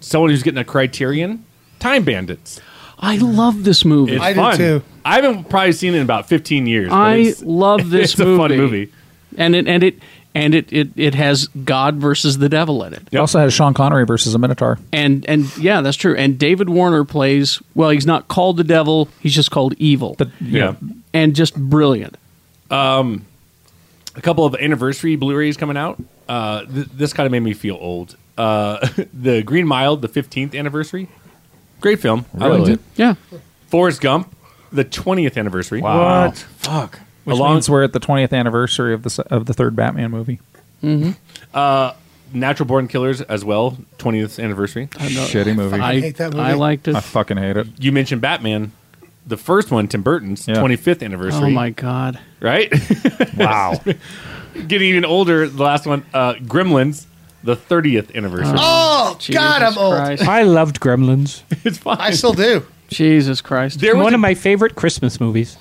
[SPEAKER 6] someone who's getting a Criterion, Time Bandits.
[SPEAKER 1] I love this movie.
[SPEAKER 6] It's fun. I haven't probably seen it in about 15 years. but
[SPEAKER 1] I
[SPEAKER 6] it's- [laughs]
[SPEAKER 1] love this
[SPEAKER 6] it's
[SPEAKER 1] movie.
[SPEAKER 6] a fun movie.
[SPEAKER 1] and it and it and it, it it has God versus the devil in it.
[SPEAKER 8] It also has Sean Connery versus a Minotaur.
[SPEAKER 1] And and yeah, that's true. And David Warner plays well. He's not called the devil. He's just called evil.
[SPEAKER 6] yeah.
[SPEAKER 1] and just brilliant.
[SPEAKER 6] Um, a couple of anniversary Blu-rays coming out. Uh, th- this kind of made me feel old. Uh, [laughs] the Green Mile, the 15th anniversary, great film. I liked
[SPEAKER 8] Really?
[SPEAKER 6] it.
[SPEAKER 1] Yeah.
[SPEAKER 6] Forrest Gump, the 20th anniversary.
[SPEAKER 8] Wow. What?
[SPEAKER 6] Fuck.
[SPEAKER 8] Which
[SPEAKER 6] Along-
[SPEAKER 8] means we're at the 20th anniversary of the s- of the third Batman movie.
[SPEAKER 6] Mm-hmm. Uh, Natural Born Killers as well, 20th anniversary.
[SPEAKER 8] Shitty movie. I fucking hate it.
[SPEAKER 6] You mentioned Batman, the first one, Tim Burton's
[SPEAKER 8] Yeah.
[SPEAKER 6] 25th anniversary.
[SPEAKER 1] Oh my god!
[SPEAKER 6] Right? [laughs] wow. Getting even older, the last one, uh, Gremlins, the 30th anniversary.
[SPEAKER 5] Oh, God, I'm old.
[SPEAKER 9] I loved Gremlins.
[SPEAKER 6] [laughs] it's fine.
[SPEAKER 5] I still do.
[SPEAKER 1] Jesus Christ!
[SPEAKER 6] There was
[SPEAKER 9] One
[SPEAKER 6] a-
[SPEAKER 9] of my favorite Christmas movies.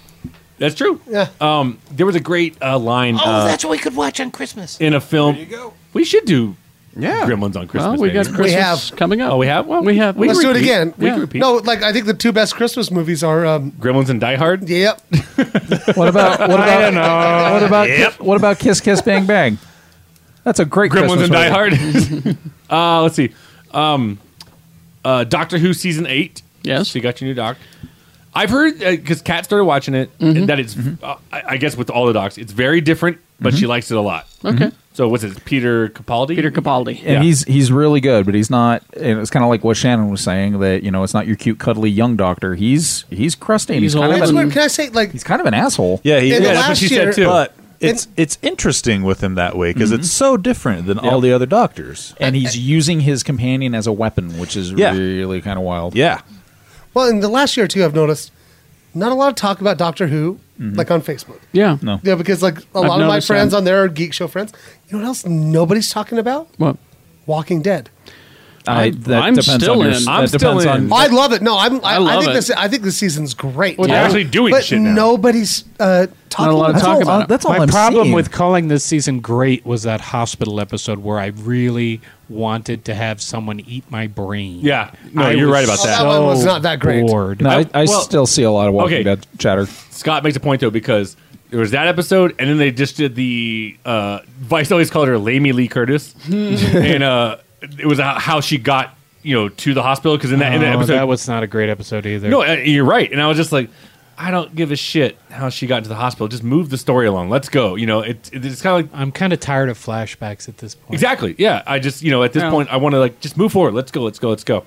[SPEAKER 6] That's true. Yeah. Um, there was a great uh, line uh,
[SPEAKER 5] Oh, what we could watch on Christmas.
[SPEAKER 6] in a film. We should do yeah. Gremlins on Oh, Christmas.
[SPEAKER 1] Well, we got
[SPEAKER 6] maybe.
[SPEAKER 1] Christmas coming up.
[SPEAKER 6] Oh, we have? Well,
[SPEAKER 1] we have.
[SPEAKER 5] Let's
[SPEAKER 6] can
[SPEAKER 5] do it
[SPEAKER 6] repeat.
[SPEAKER 5] again.
[SPEAKER 6] We can repeat.
[SPEAKER 5] No, like I think the two best Christmas movies are. Um,
[SPEAKER 6] Gremlins and Die Hard?
[SPEAKER 5] Yep.
[SPEAKER 8] What about
[SPEAKER 6] [laughs]
[SPEAKER 8] what about
[SPEAKER 5] don't know.
[SPEAKER 8] what about
[SPEAKER 6] Yep.
[SPEAKER 8] what about Kiss Kiss Bang Bang? That's a great
[SPEAKER 6] Gremlins
[SPEAKER 8] Christmas
[SPEAKER 6] and Die
[SPEAKER 8] movie. [laughs]
[SPEAKER 6] Hard. [laughs] uh, let's see. Um, uh, Doctor Who season eight.
[SPEAKER 1] Yes,
[SPEAKER 6] so you got your new doc. I've heard because Kat started watching it that it's. Uh, I I guess with all the docs, it's very different, but she likes it a lot.
[SPEAKER 1] Okay.
[SPEAKER 6] So what's it? Peter Capaldi. Peter
[SPEAKER 1] Capaldi.
[SPEAKER 8] And he's he's really good, but he's not. And it's kind of like what Shannon was saying that you know it's not your cute, cuddly young doctor. He's he's crusty. and He's, kind of
[SPEAKER 5] That's
[SPEAKER 8] an,
[SPEAKER 5] what- can I say? Like
[SPEAKER 8] he's kind of an asshole.
[SPEAKER 3] Yeah, he,
[SPEAKER 5] In the
[SPEAKER 3] yeah, that's
[SPEAKER 5] last
[SPEAKER 3] what she
[SPEAKER 5] year-
[SPEAKER 3] said too.
[SPEAKER 5] But
[SPEAKER 3] But it's it's interesting with him that way because it's so different than all the other doctors.
[SPEAKER 8] Mm-hmm. And he's using his companion as a weapon, which is
[SPEAKER 3] Yeah.
[SPEAKER 8] really kind of wild.
[SPEAKER 3] Yeah,
[SPEAKER 5] Well, in the last year or two, I've noticed not a lot of talk about Doctor Who, like on Facebook.
[SPEAKER 1] Yeah.
[SPEAKER 8] No.
[SPEAKER 5] Yeah, because like a
[SPEAKER 1] Oh. I've
[SPEAKER 5] lot of my
[SPEAKER 1] noticed
[SPEAKER 5] friends
[SPEAKER 1] that.
[SPEAKER 5] on there are geek show friends. You know what else nobody's talking about?
[SPEAKER 1] What?
[SPEAKER 5] Walking Dead.
[SPEAKER 8] I, that
[SPEAKER 1] I'm
[SPEAKER 8] depends
[SPEAKER 1] still
[SPEAKER 8] on your,
[SPEAKER 1] in.
[SPEAKER 8] that
[SPEAKER 1] I'm still
[SPEAKER 8] depends
[SPEAKER 1] in.
[SPEAKER 8] on-
[SPEAKER 5] I love it. No, I'm. I,
[SPEAKER 1] I
[SPEAKER 5] I,
[SPEAKER 1] love
[SPEAKER 5] think
[SPEAKER 1] it.
[SPEAKER 5] this. I think this season's great.
[SPEAKER 1] Well, they're
[SPEAKER 5] Yeah.
[SPEAKER 1] actually doing
[SPEAKER 5] but
[SPEAKER 1] shit now.
[SPEAKER 5] Nobody's uh, talking.
[SPEAKER 9] That's
[SPEAKER 5] about
[SPEAKER 9] all-
[SPEAKER 5] it.
[SPEAKER 9] uh, my problem with calling this season great was that hospital episode where I really wanted to have someone eat my brain.
[SPEAKER 6] Yeah. No,
[SPEAKER 9] I
[SPEAKER 6] you're
[SPEAKER 9] was
[SPEAKER 6] right about that.
[SPEAKER 9] So
[SPEAKER 6] Oh, that one was not that great.
[SPEAKER 9] Bored.
[SPEAKER 8] No, I, I
[SPEAKER 6] Well,
[SPEAKER 8] still see a lot of Walking
[SPEAKER 6] okay.
[SPEAKER 8] Dead chatter.
[SPEAKER 6] Scott makes a point though because there was that episode, and then they just did the uh, Vice always called her Lamy Lee
[SPEAKER 8] [laughs]
[SPEAKER 6] Curtis, and uh, it was how- how she got you know to the hospital because in that, in that
[SPEAKER 9] Oh,
[SPEAKER 6] episode
[SPEAKER 9] that was not a great episode either.
[SPEAKER 6] No, uh, you're right. And I was just like, I don't give a shit how she got into the hospital. Just move the story along. Let's go. You know, it, it- it's kind of like
[SPEAKER 9] I'm kind of tired of flashbacks at this point.
[SPEAKER 6] exactly. Yeah, I just you know at this
[SPEAKER 9] Yeah.
[SPEAKER 6] point I want to like just move forward. Let's go. Let's go. Let's go.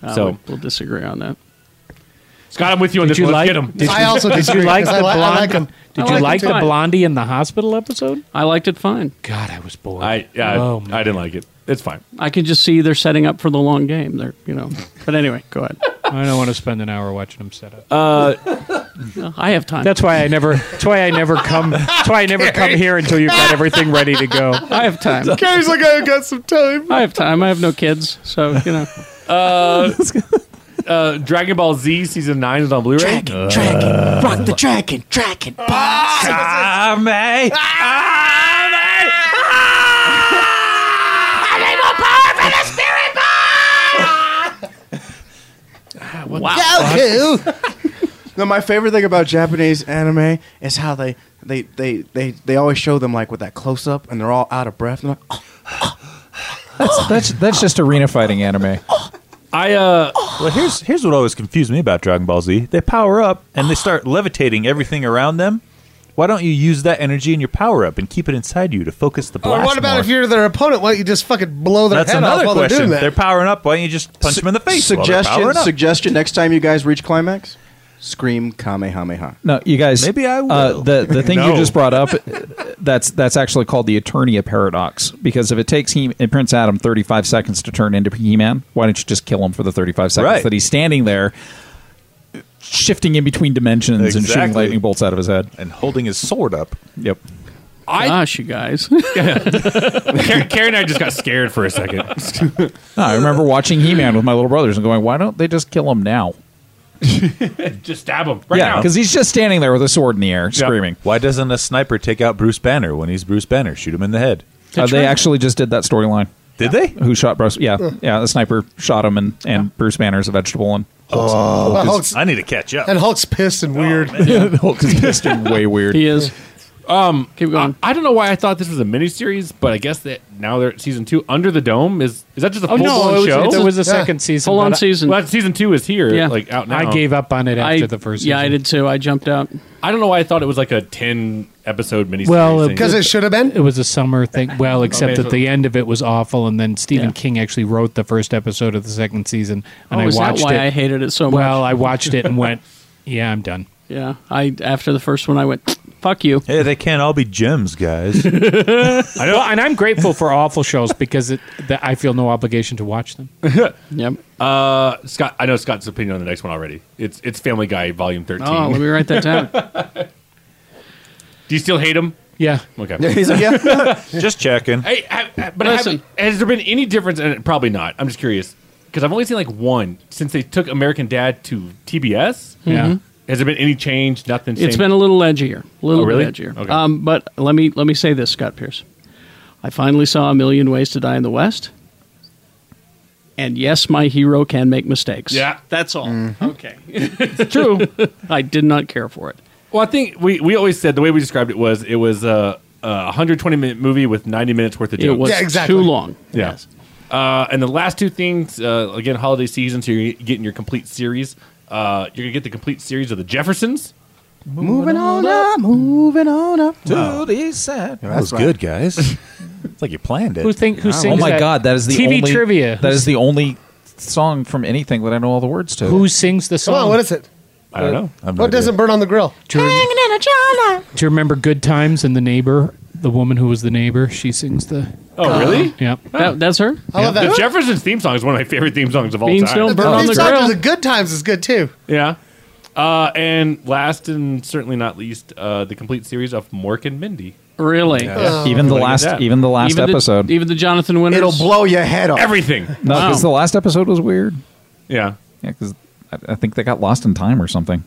[SPEAKER 9] Uh,
[SPEAKER 6] so
[SPEAKER 9] we'll-
[SPEAKER 1] disagree on that.
[SPEAKER 6] Scott, I'm with you on
[SPEAKER 9] Did
[SPEAKER 6] this.
[SPEAKER 9] you
[SPEAKER 6] one.
[SPEAKER 9] like-
[SPEAKER 6] Let's get him.
[SPEAKER 9] did I you- also did you disagree, like 'cause the I li- I like blonde- him. did I you like him like the too. Blondie in the hospital episode?
[SPEAKER 1] I liked it fine.
[SPEAKER 9] God, I was bored.
[SPEAKER 6] I yeah,
[SPEAKER 1] Oh,
[SPEAKER 6] I, I didn't like it. It's fine.
[SPEAKER 1] I can just see they're setting up for the long game. They're you know. But anyway, go ahead.
[SPEAKER 9] I don't want to spend an hour watching them set up.
[SPEAKER 6] Uh,
[SPEAKER 1] [laughs] I have time.
[SPEAKER 9] That's why I never. That's why I never come. That's why I never come here until
[SPEAKER 6] [laughs]
[SPEAKER 9] you've got everything ready to go.
[SPEAKER 1] I have time.
[SPEAKER 5] Gary's like, I've got some time.
[SPEAKER 1] I have time. I have no kids, so you know.
[SPEAKER 6] [laughs] Uh, uh, Dragon Ball Z season nine is on Blu-ray. Ah! Dragon,
[SPEAKER 18] dragon, rock the dragon, dragon.
[SPEAKER 6] Ah, Arme.
[SPEAKER 8] [laughs]
[SPEAKER 10] No, my favorite thing about Japanese anime is how they they they they they always show them like with that close up, and they're all out of breath. And they're like,
[SPEAKER 3] [gasps]
[SPEAKER 8] That's that's that's just arena fighting anime.
[SPEAKER 3] I uh well here's here's what always confused me about Dragon Ball Z. They power up and they start levitating everything around them. Why don't you use that energy in your power up and keep it inside you to focus the blast?
[SPEAKER 5] Or Oh, what about
[SPEAKER 3] more?
[SPEAKER 5] if you're their opponent? Why don't you just fucking blow their
[SPEAKER 3] That's
[SPEAKER 5] head off
[SPEAKER 3] another
[SPEAKER 5] while they're
[SPEAKER 3] question.
[SPEAKER 5] doing
[SPEAKER 3] They're,
[SPEAKER 5] that?
[SPEAKER 3] powering up. Why don't you just punch them in the face? while they're
[SPEAKER 10] suggestion
[SPEAKER 3] powering up?
[SPEAKER 10] suggestion next time you guys reach climax, scream kamehameha.
[SPEAKER 8] No, you guys.
[SPEAKER 10] Maybe I
[SPEAKER 8] Uh,
[SPEAKER 10] will.
[SPEAKER 8] the the thing
[SPEAKER 10] No.
[SPEAKER 8] you just brought up, [laughs] uh, that's that's actually called the Eternia paradox. Because if it takes he, and Prince Adam thirty five seconds to turn into He Man, why don't you just kill him for the thirty five seconds
[SPEAKER 3] Right.
[SPEAKER 8] that he's standing there, shifting in between dimensions and shooting
[SPEAKER 3] Exactly.
[SPEAKER 8] lightning bolts out of his head
[SPEAKER 3] and holding his sword up.
[SPEAKER 8] Yep.
[SPEAKER 6] I,
[SPEAKER 1] Gosh, you guys.
[SPEAKER 6] Karen, Karen and I just got scared for a second.
[SPEAKER 8] [laughs] No, I remember watching He Man with my little brothers and going, why don't they just kill him now?
[SPEAKER 6] just stab him right
[SPEAKER 8] yeah,
[SPEAKER 6] now.
[SPEAKER 8] because he's just standing there with a sword in the air, screaming.
[SPEAKER 3] Why doesn't a sniper take out Bruce Banner when he's Bruce Banner? Shoot him in the head.
[SPEAKER 8] Uh, they actually just did that storyline.
[SPEAKER 3] Did they?
[SPEAKER 8] Who shot Bruce? Yeah, yeah. The sniper shot him, and, and Bruce Banner's a vegetable. And
[SPEAKER 5] Oh. Well, Hulk's-
[SPEAKER 3] I need to
[SPEAKER 5] [laughs]
[SPEAKER 3] catch up.
[SPEAKER 5] And Hulk's pissed and weird.
[SPEAKER 8] Hulk is pissed and way weird.
[SPEAKER 1] He is.
[SPEAKER 6] Um,
[SPEAKER 1] Keep going.
[SPEAKER 6] I, I don't know why I thought this was a miniseries, but I guess that now they're at season two. Under the Dome is is that just a
[SPEAKER 9] Oh,
[SPEAKER 6] full
[SPEAKER 9] no,
[SPEAKER 6] blown
[SPEAKER 9] it was-
[SPEAKER 6] show?
[SPEAKER 9] there was a Yeah. second season,
[SPEAKER 6] Full on
[SPEAKER 9] but I-
[SPEAKER 6] season. Well, season two is here.
[SPEAKER 9] Yeah.
[SPEAKER 6] like out now.
[SPEAKER 9] I gave up on it after
[SPEAKER 6] I-
[SPEAKER 9] the first.
[SPEAKER 6] yeah, I
[SPEAKER 9] season.
[SPEAKER 1] did too. I jumped out.
[SPEAKER 6] I don't know why I thought it was like a ten episode miniseries.
[SPEAKER 9] Well,
[SPEAKER 6] thing.
[SPEAKER 5] should have been.
[SPEAKER 9] It was a summer thing.
[SPEAKER 1] [laughs]
[SPEAKER 9] Well, except
[SPEAKER 6] Okay.
[SPEAKER 9] that the end of it was awful, and then Stephen
[SPEAKER 1] Yeah.
[SPEAKER 9] King actually wrote the first episode of the second season, and
[SPEAKER 1] Oh,
[SPEAKER 9] I
[SPEAKER 1] is that
[SPEAKER 9] watched
[SPEAKER 1] why
[SPEAKER 9] it.
[SPEAKER 1] I hated it so
[SPEAKER 9] Well,
[SPEAKER 1] much?
[SPEAKER 9] I watched it and went, [laughs] "Yeah, I'm done."
[SPEAKER 1] [laughs] Yeah, I after the first one, I went, "Fuck you."
[SPEAKER 3] Hey, they can't all be gems, guys.
[SPEAKER 9] [laughs] I know, and I'm grateful for awful shows because it, that I feel no obligation to watch
[SPEAKER 1] [laughs]
[SPEAKER 9] them.
[SPEAKER 1] yep.
[SPEAKER 6] Uh, Scott, I know Scott's opinion on the next one already. It's it's Family Guy Volume Thirteen.
[SPEAKER 1] Oh, let me write that down.
[SPEAKER 6] [laughs] Do you still hate him?
[SPEAKER 9] Yeah.
[SPEAKER 6] Okay.
[SPEAKER 9] He's
[SPEAKER 6] [laughs]
[SPEAKER 9] like, yeah.
[SPEAKER 3] Just checking.
[SPEAKER 6] Hey, have, but have-
[SPEAKER 1] Listen.
[SPEAKER 6] has there been any difference? And probably not. I'm just curious because I've only seen like one since they took American Dad to TBS.
[SPEAKER 1] Yeah. Mhm.
[SPEAKER 6] Has there been any change? Nothing.
[SPEAKER 1] It's
[SPEAKER 6] same?
[SPEAKER 1] been a little edgier, a little
[SPEAKER 6] Oh, really?
[SPEAKER 1] bit edgier.
[SPEAKER 6] Okay.
[SPEAKER 1] Um, but let me let me say this, Scott Pierce. I finally saw A Million Ways to Die in the West, and yes, my hero can make mistakes.
[SPEAKER 6] Yeah.
[SPEAKER 1] that's all.
[SPEAKER 5] Mm-hmm.
[SPEAKER 1] Okay, [laughs] it's [laughs] true. I did not care for it.
[SPEAKER 6] Well, I think we, we always said the way we described it was it was a, a 120 minute movie with 90 minutes worth of
[SPEAKER 1] It
[SPEAKER 6] jokes.
[SPEAKER 1] was Yeah, exactly. too long.
[SPEAKER 6] Yeah. Uh, and the last two things, uh, again, holiday season, so you're getting your complete series. Uh, you're gonna get the complete series of the Jeffersons.
[SPEAKER 10] Moving on up, moving on up.
[SPEAKER 8] Wow. That
[SPEAKER 10] That's
[SPEAKER 8] was
[SPEAKER 10] right.
[SPEAKER 8] good, guys. it's [laughs] like you planned it.
[SPEAKER 9] Who think- who
[SPEAKER 8] Oh
[SPEAKER 9] sings
[SPEAKER 8] my
[SPEAKER 9] that?
[SPEAKER 8] god, that is the
[SPEAKER 9] TV
[SPEAKER 8] only,
[SPEAKER 9] trivia.
[SPEAKER 8] That
[SPEAKER 9] Who
[SPEAKER 8] is the only song from anything that I know all the words to.
[SPEAKER 9] Who sings the
[SPEAKER 5] Come on,
[SPEAKER 9] song?
[SPEAKER 5] what is it?
[SPEAKER 8] I don't know. I'm
[SPEAKER 5] What doesn't burn on the grill?
[SPEAKER 9] Do you, rem- do you remember Good Times and the neighbor? The woman who was the neighbor, she sings the.
[SPEAKER 6] Oh, really?
[SPEAKER 9] Yep.
[SPEAKER 1] That, that's her.
[SPEAKER 5] I love that.
[SPEAKER 6] The Jeffersons theme song is one of my favorite theme songs of all
[SPEAKER 1] Beans
[SPEAKER 6] time.
[SPEAKER 1] don't burn on the
[SPEAKER 5] These times
[SPEAKER 1] grill.
[SPEAKER 5] of The good times is good too.
[SPEAKER 6] Yeah. Uh, and last and certainly not least, uh, the complete series of Mork and Mindy.
[SPEAKER 1] Really?
[SPEAKER 6] Yeah.
[SPEAKER 8] Even the
[SPEAKER 6] Look at
[SPEAKER 8] last-
[SPEAKER 6] that.
[SPEAKER 8] even the last episode.
[SPEAKER 1] even the Jonathan Winters.
[SPEAKER 8] It'll blow your head off.
[SPEAKER 6] Um, Everything.
[SPEAKER 8] No, because the last episode was weird.
[SPEAKER 6] Yeah.
[SPEAKER 8] Yeah, because I, I think they got lost in time
[SPEAKER 5] [laughs]
[SPEAKER 8] or something.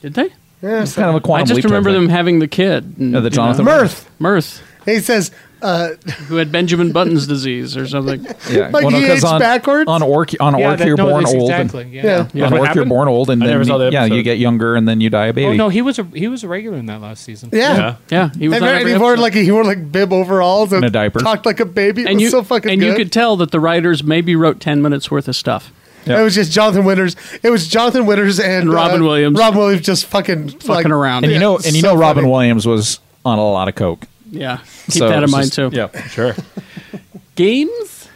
[SPEAKER 1] Did they?
[SPEAKER 5] Yeah,
[SPEAKER 8] It's kind of a quantum
[SPEAKER 1] I just
[SPEAKER 8] leap
[SPEAKER 1] remember
[SPEAKER 8] type
[SPEAKER 1] them having the kid. and,
[SPEAKER 8] Yeah, the
[SPEAKER 1] you
[SPEAKER 8] Jonathan
[SPEAKER 1] know.
[SPEAKER 8] Mirth.
[SPEAKER 1] Mirth,
[SPEAKER 5] He says, uh,
[SPEAKER 1] who had Benjamin Button's disease or
[SPEAKER 5] [laughs]
[SPEAKER 1] something.
[SPEAKER 8] Yeah, well, no, 'cause on, on orc on
[SPEAKER 1] Yeah,
[SPEAKER 8] orc
[SPEAKER 1] that-
[SPEAKER 8] you're
[SPEAKER 1] no,
[SPEAKER 8] born
[SPEAKER 1] that's
[SPEAKER 8] old.
[SPEAKER 1] exactly,
[SPEAKER 8] and-
[SPEAKER 1] yeah. Yeah.
[SPEAKER 9] Yeah.
[SPEAKER 8] On
[SPEAKER 9] What
[SPEAKER 8] orc you're
[SPEAKER 9] happened?
[SPEAKER 8] born old, and
[SPEAKER 9] I
[SPEAKER 8] then
[SPEAKER 9] never saw the
[SPEAKER 8] yeah, you
[SPEAKER 9] episode.
[SPEAKER 8] get younger, and then you die a baby.
[SPEAKER 9] Oh no, he was a he was a regular in that last season.
[SPEAKER 5] Yeah. Yeah.
[SPEAKER 1] Yeah, he was
[SPEAKER 5] and
[SPEAKER 1] on
[SPEAKER 5] very-
[SPEAKER 1] every
[SPEAKER 5] he wore
[SPEAKER 1] episode.
[SPEAKER 5] like he wore like bib overalls and,
[SPEAKER 1] And a diaper.
[SPEAKER 5] Talked like a baby. It
[SPEAKER 1] and
[SPEAKER 5] was
[SPEAKER 1] you
[SPEAKER 5] so fucking
[SPEAKER 1] and
[SPEAKER 5] good.
[SPEAKER 1] you could tell that the writers maybe wrote ten minutes worth of stuff.
[SPEAKER 5] It was just Jonathan Winters. It was Jonathan Winters and, uh,
[SPEAKER 1] And Robin Williams.
[SPEAKER 5] Robin Williams just fucking fucking
[SPEAKER 8] and you know, and you know, Robin Williams was on a lot of coke.
[SPEAKER 1] Yeah, keep
[SPEAKER 8] So
[SPEAKER 1] that in
[SPEAKER 8] it's
[SPEAKER 1] mind
[SPEAKER 8] just-
[SPEAKER 1] too.
[SPEAKER 8] Yeah, sure.
[SPEAKER 1] Games.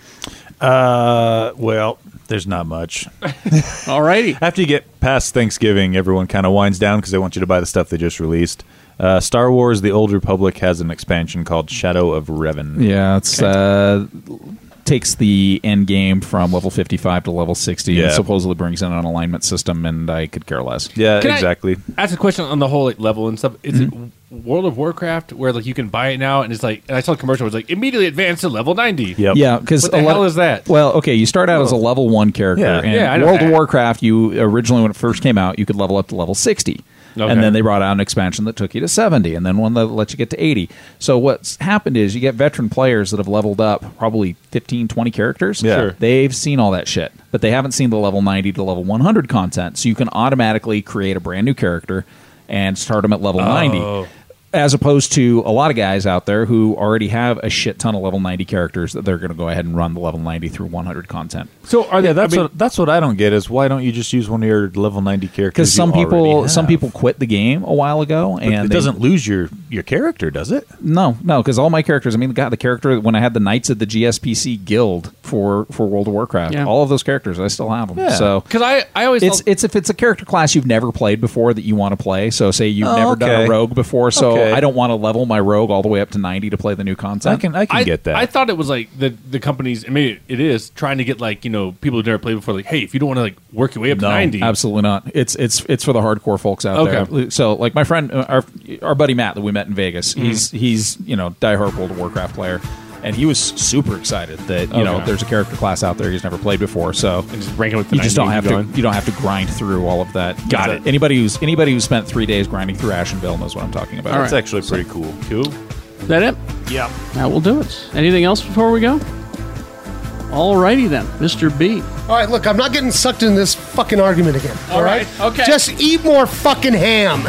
[SPEAKER 3] Uh, well, there's not much.
[SPEAKER 1] Alrighty.
[SPEAKER 3] After you get past Thanksgiving, everyone kind of winds down because they want you to buy the stuff they just released. Uh, Star Wars: The Old Republic has an expansion called Shadow of Revan.
[SPEAKER 8] Yeah, it's uh, takes the end game from level fifty five to level sixty,
[SPEAKER 3] Yeah.
[SPEAKER 8] and supposedly brings in an alignment system. And I could care less.
[SPEAKER 3] Yeah,
[SPEAKER 6] Can I ask a question on the whole like, level and stuff. Is it World of Warcraft where like you can buy it now and it's like and I saw a commercial it was like immediately advance to level ninety.
[SPEAKER 8] Yeah, because
[SPEAKER 6] what the
[SPEAKER 8] a lot
[SPEAKER 6] hell is that?
[SPEAKER 8] Well, okay, you start out as a level one character,
[SPEAKER 6] Yeah.
[SPEAKER 8] and
[SPEAKER 6] Yeah, I know
[SPEAKER 8] World
[SPEAKER 6] that.
[SPEAKER 8] of Warcraft, you originally when it first came out, you could level up to level sixty,
[SPEAKER 6] Okay.
[SPEAKER 8] and then they brought out an expansion that took you to seventy, and then one that let you get to eighty. So what's happened is you get veteran players that have leveled up probably 15, 20 characters.
[SPEAKER 3] Yeah. Sure.
[SPEAKER 8] they've seen all that shit, but they haven't seen the level ninety to level one hundred content. So you can automatically create a brand new character and start them at level
[SPEAKER 3] Oh.
[SPEAKER 8] ninety as opposed to a lot of guys out there who already have a shit ton of level 90 characters that they're going to go ahead and run the level 90 through 100 content.
[SPEAKER 3] So are they, that's
[SPEAKER 8] I mean-
[SPEAKER 3] what that's what I don't get is why don't you just use one of your level ninety characters?
[SPEAKER 8] Because some
[SPEAKER 3] you already
[SPEAKER 8] people
[SPEAKER 3] have?
[SPEAKER 8] some people quit the game a while ago,
[SPEAKER 3] But
[SPEAKER 8] and
[SPEAKER 3] it
[SPEAKER 8] they-
[SPEAKER 3] doesn't lose your your character, does it?
[SPEAKER 8] No, no, because all my characters. I mean, God, the character when I had the Knights of the GSPC Guild for for World of Warcraft,
[SPEAKER 6] Yeah.
[SPEAKER 8] all of those characters I still have them.
[SPEAKER 6] Yeah.
[SPEAKER 8] So
[SPEAKER 6] 'Cause I- I always
[SPEAKER 8] it's
[SPEAKER 6] thought-
[SPEAKER 8] it's if it's a character class you've never played before that you want to play. So say you've
[SPEAKER 3] Oh,
[SPEAKER 8] never done
[SPEAKER 3] okay.
[SPEAKER 8] a rogue before, so
[SPEAKER 3] Okay.
[SPEAKER 8] I don't want to level my rogue all the way up to ninety to play the new content.
[SPEAKER 6] I thought it was like the the companies, and maybe it is trying to get like you know people who've never played before. Like, hey, if you don't want to like work your way up
[SPEAKER 8] No,
[SPEAKER 6] to ninety,
[SPEAKER 8] Absolutely not. It's it's it's for the hardcore folks out
[SPEAKER 6] Okay.
[SPEAKER 8] there. So like my friend, uh, our our buddy Matt that we met in Vegas,
[SPEAKER 6] Mm-hmm.
[SPEAKER 8] he's he's you know diehard World of Warcraft player, and he was super excited that you know
[SPEAKER 6] Okay.
[SPEAKER 8] there's a character class out there he's never played before. So
[SPEAKER 6] just ranking with the
[SPEAKER 8] you just
[SPEAKER 6] 90
[SPEAKER 8] don't have
[SPEAKER 6] and
[SPEAKER 8] to
[SPEAKER 6] keep
[SPEAKER 8] you don't have to grind through all of that.
[SPEAKER 6] Got it.
[SPEAKER 8] Anybody who's anybody who spent three days grinding through Ashenvale knows what I'm talking about.
[SPEAKER 1] All That's right.
[SPEAKER 3] actually pretty cool. Cool.
[SPEAKER 1] Is that it?
[SPEAKER 3] Yeah.
[SPEAKER 1] That will do it. Anything else before we go? Alrighty then, Mr. B.
[SPEAKER 5] All right, look, I'm not getting sucked in this fucking argument again.
[SPEAKER 1] All
[SPEAKER 5] all
[SPEAKER 1] right,
[SPEAKER 5] right?
[SPEAKER 1] okay.
[SPEAKER 5] Just eat more fucking ham.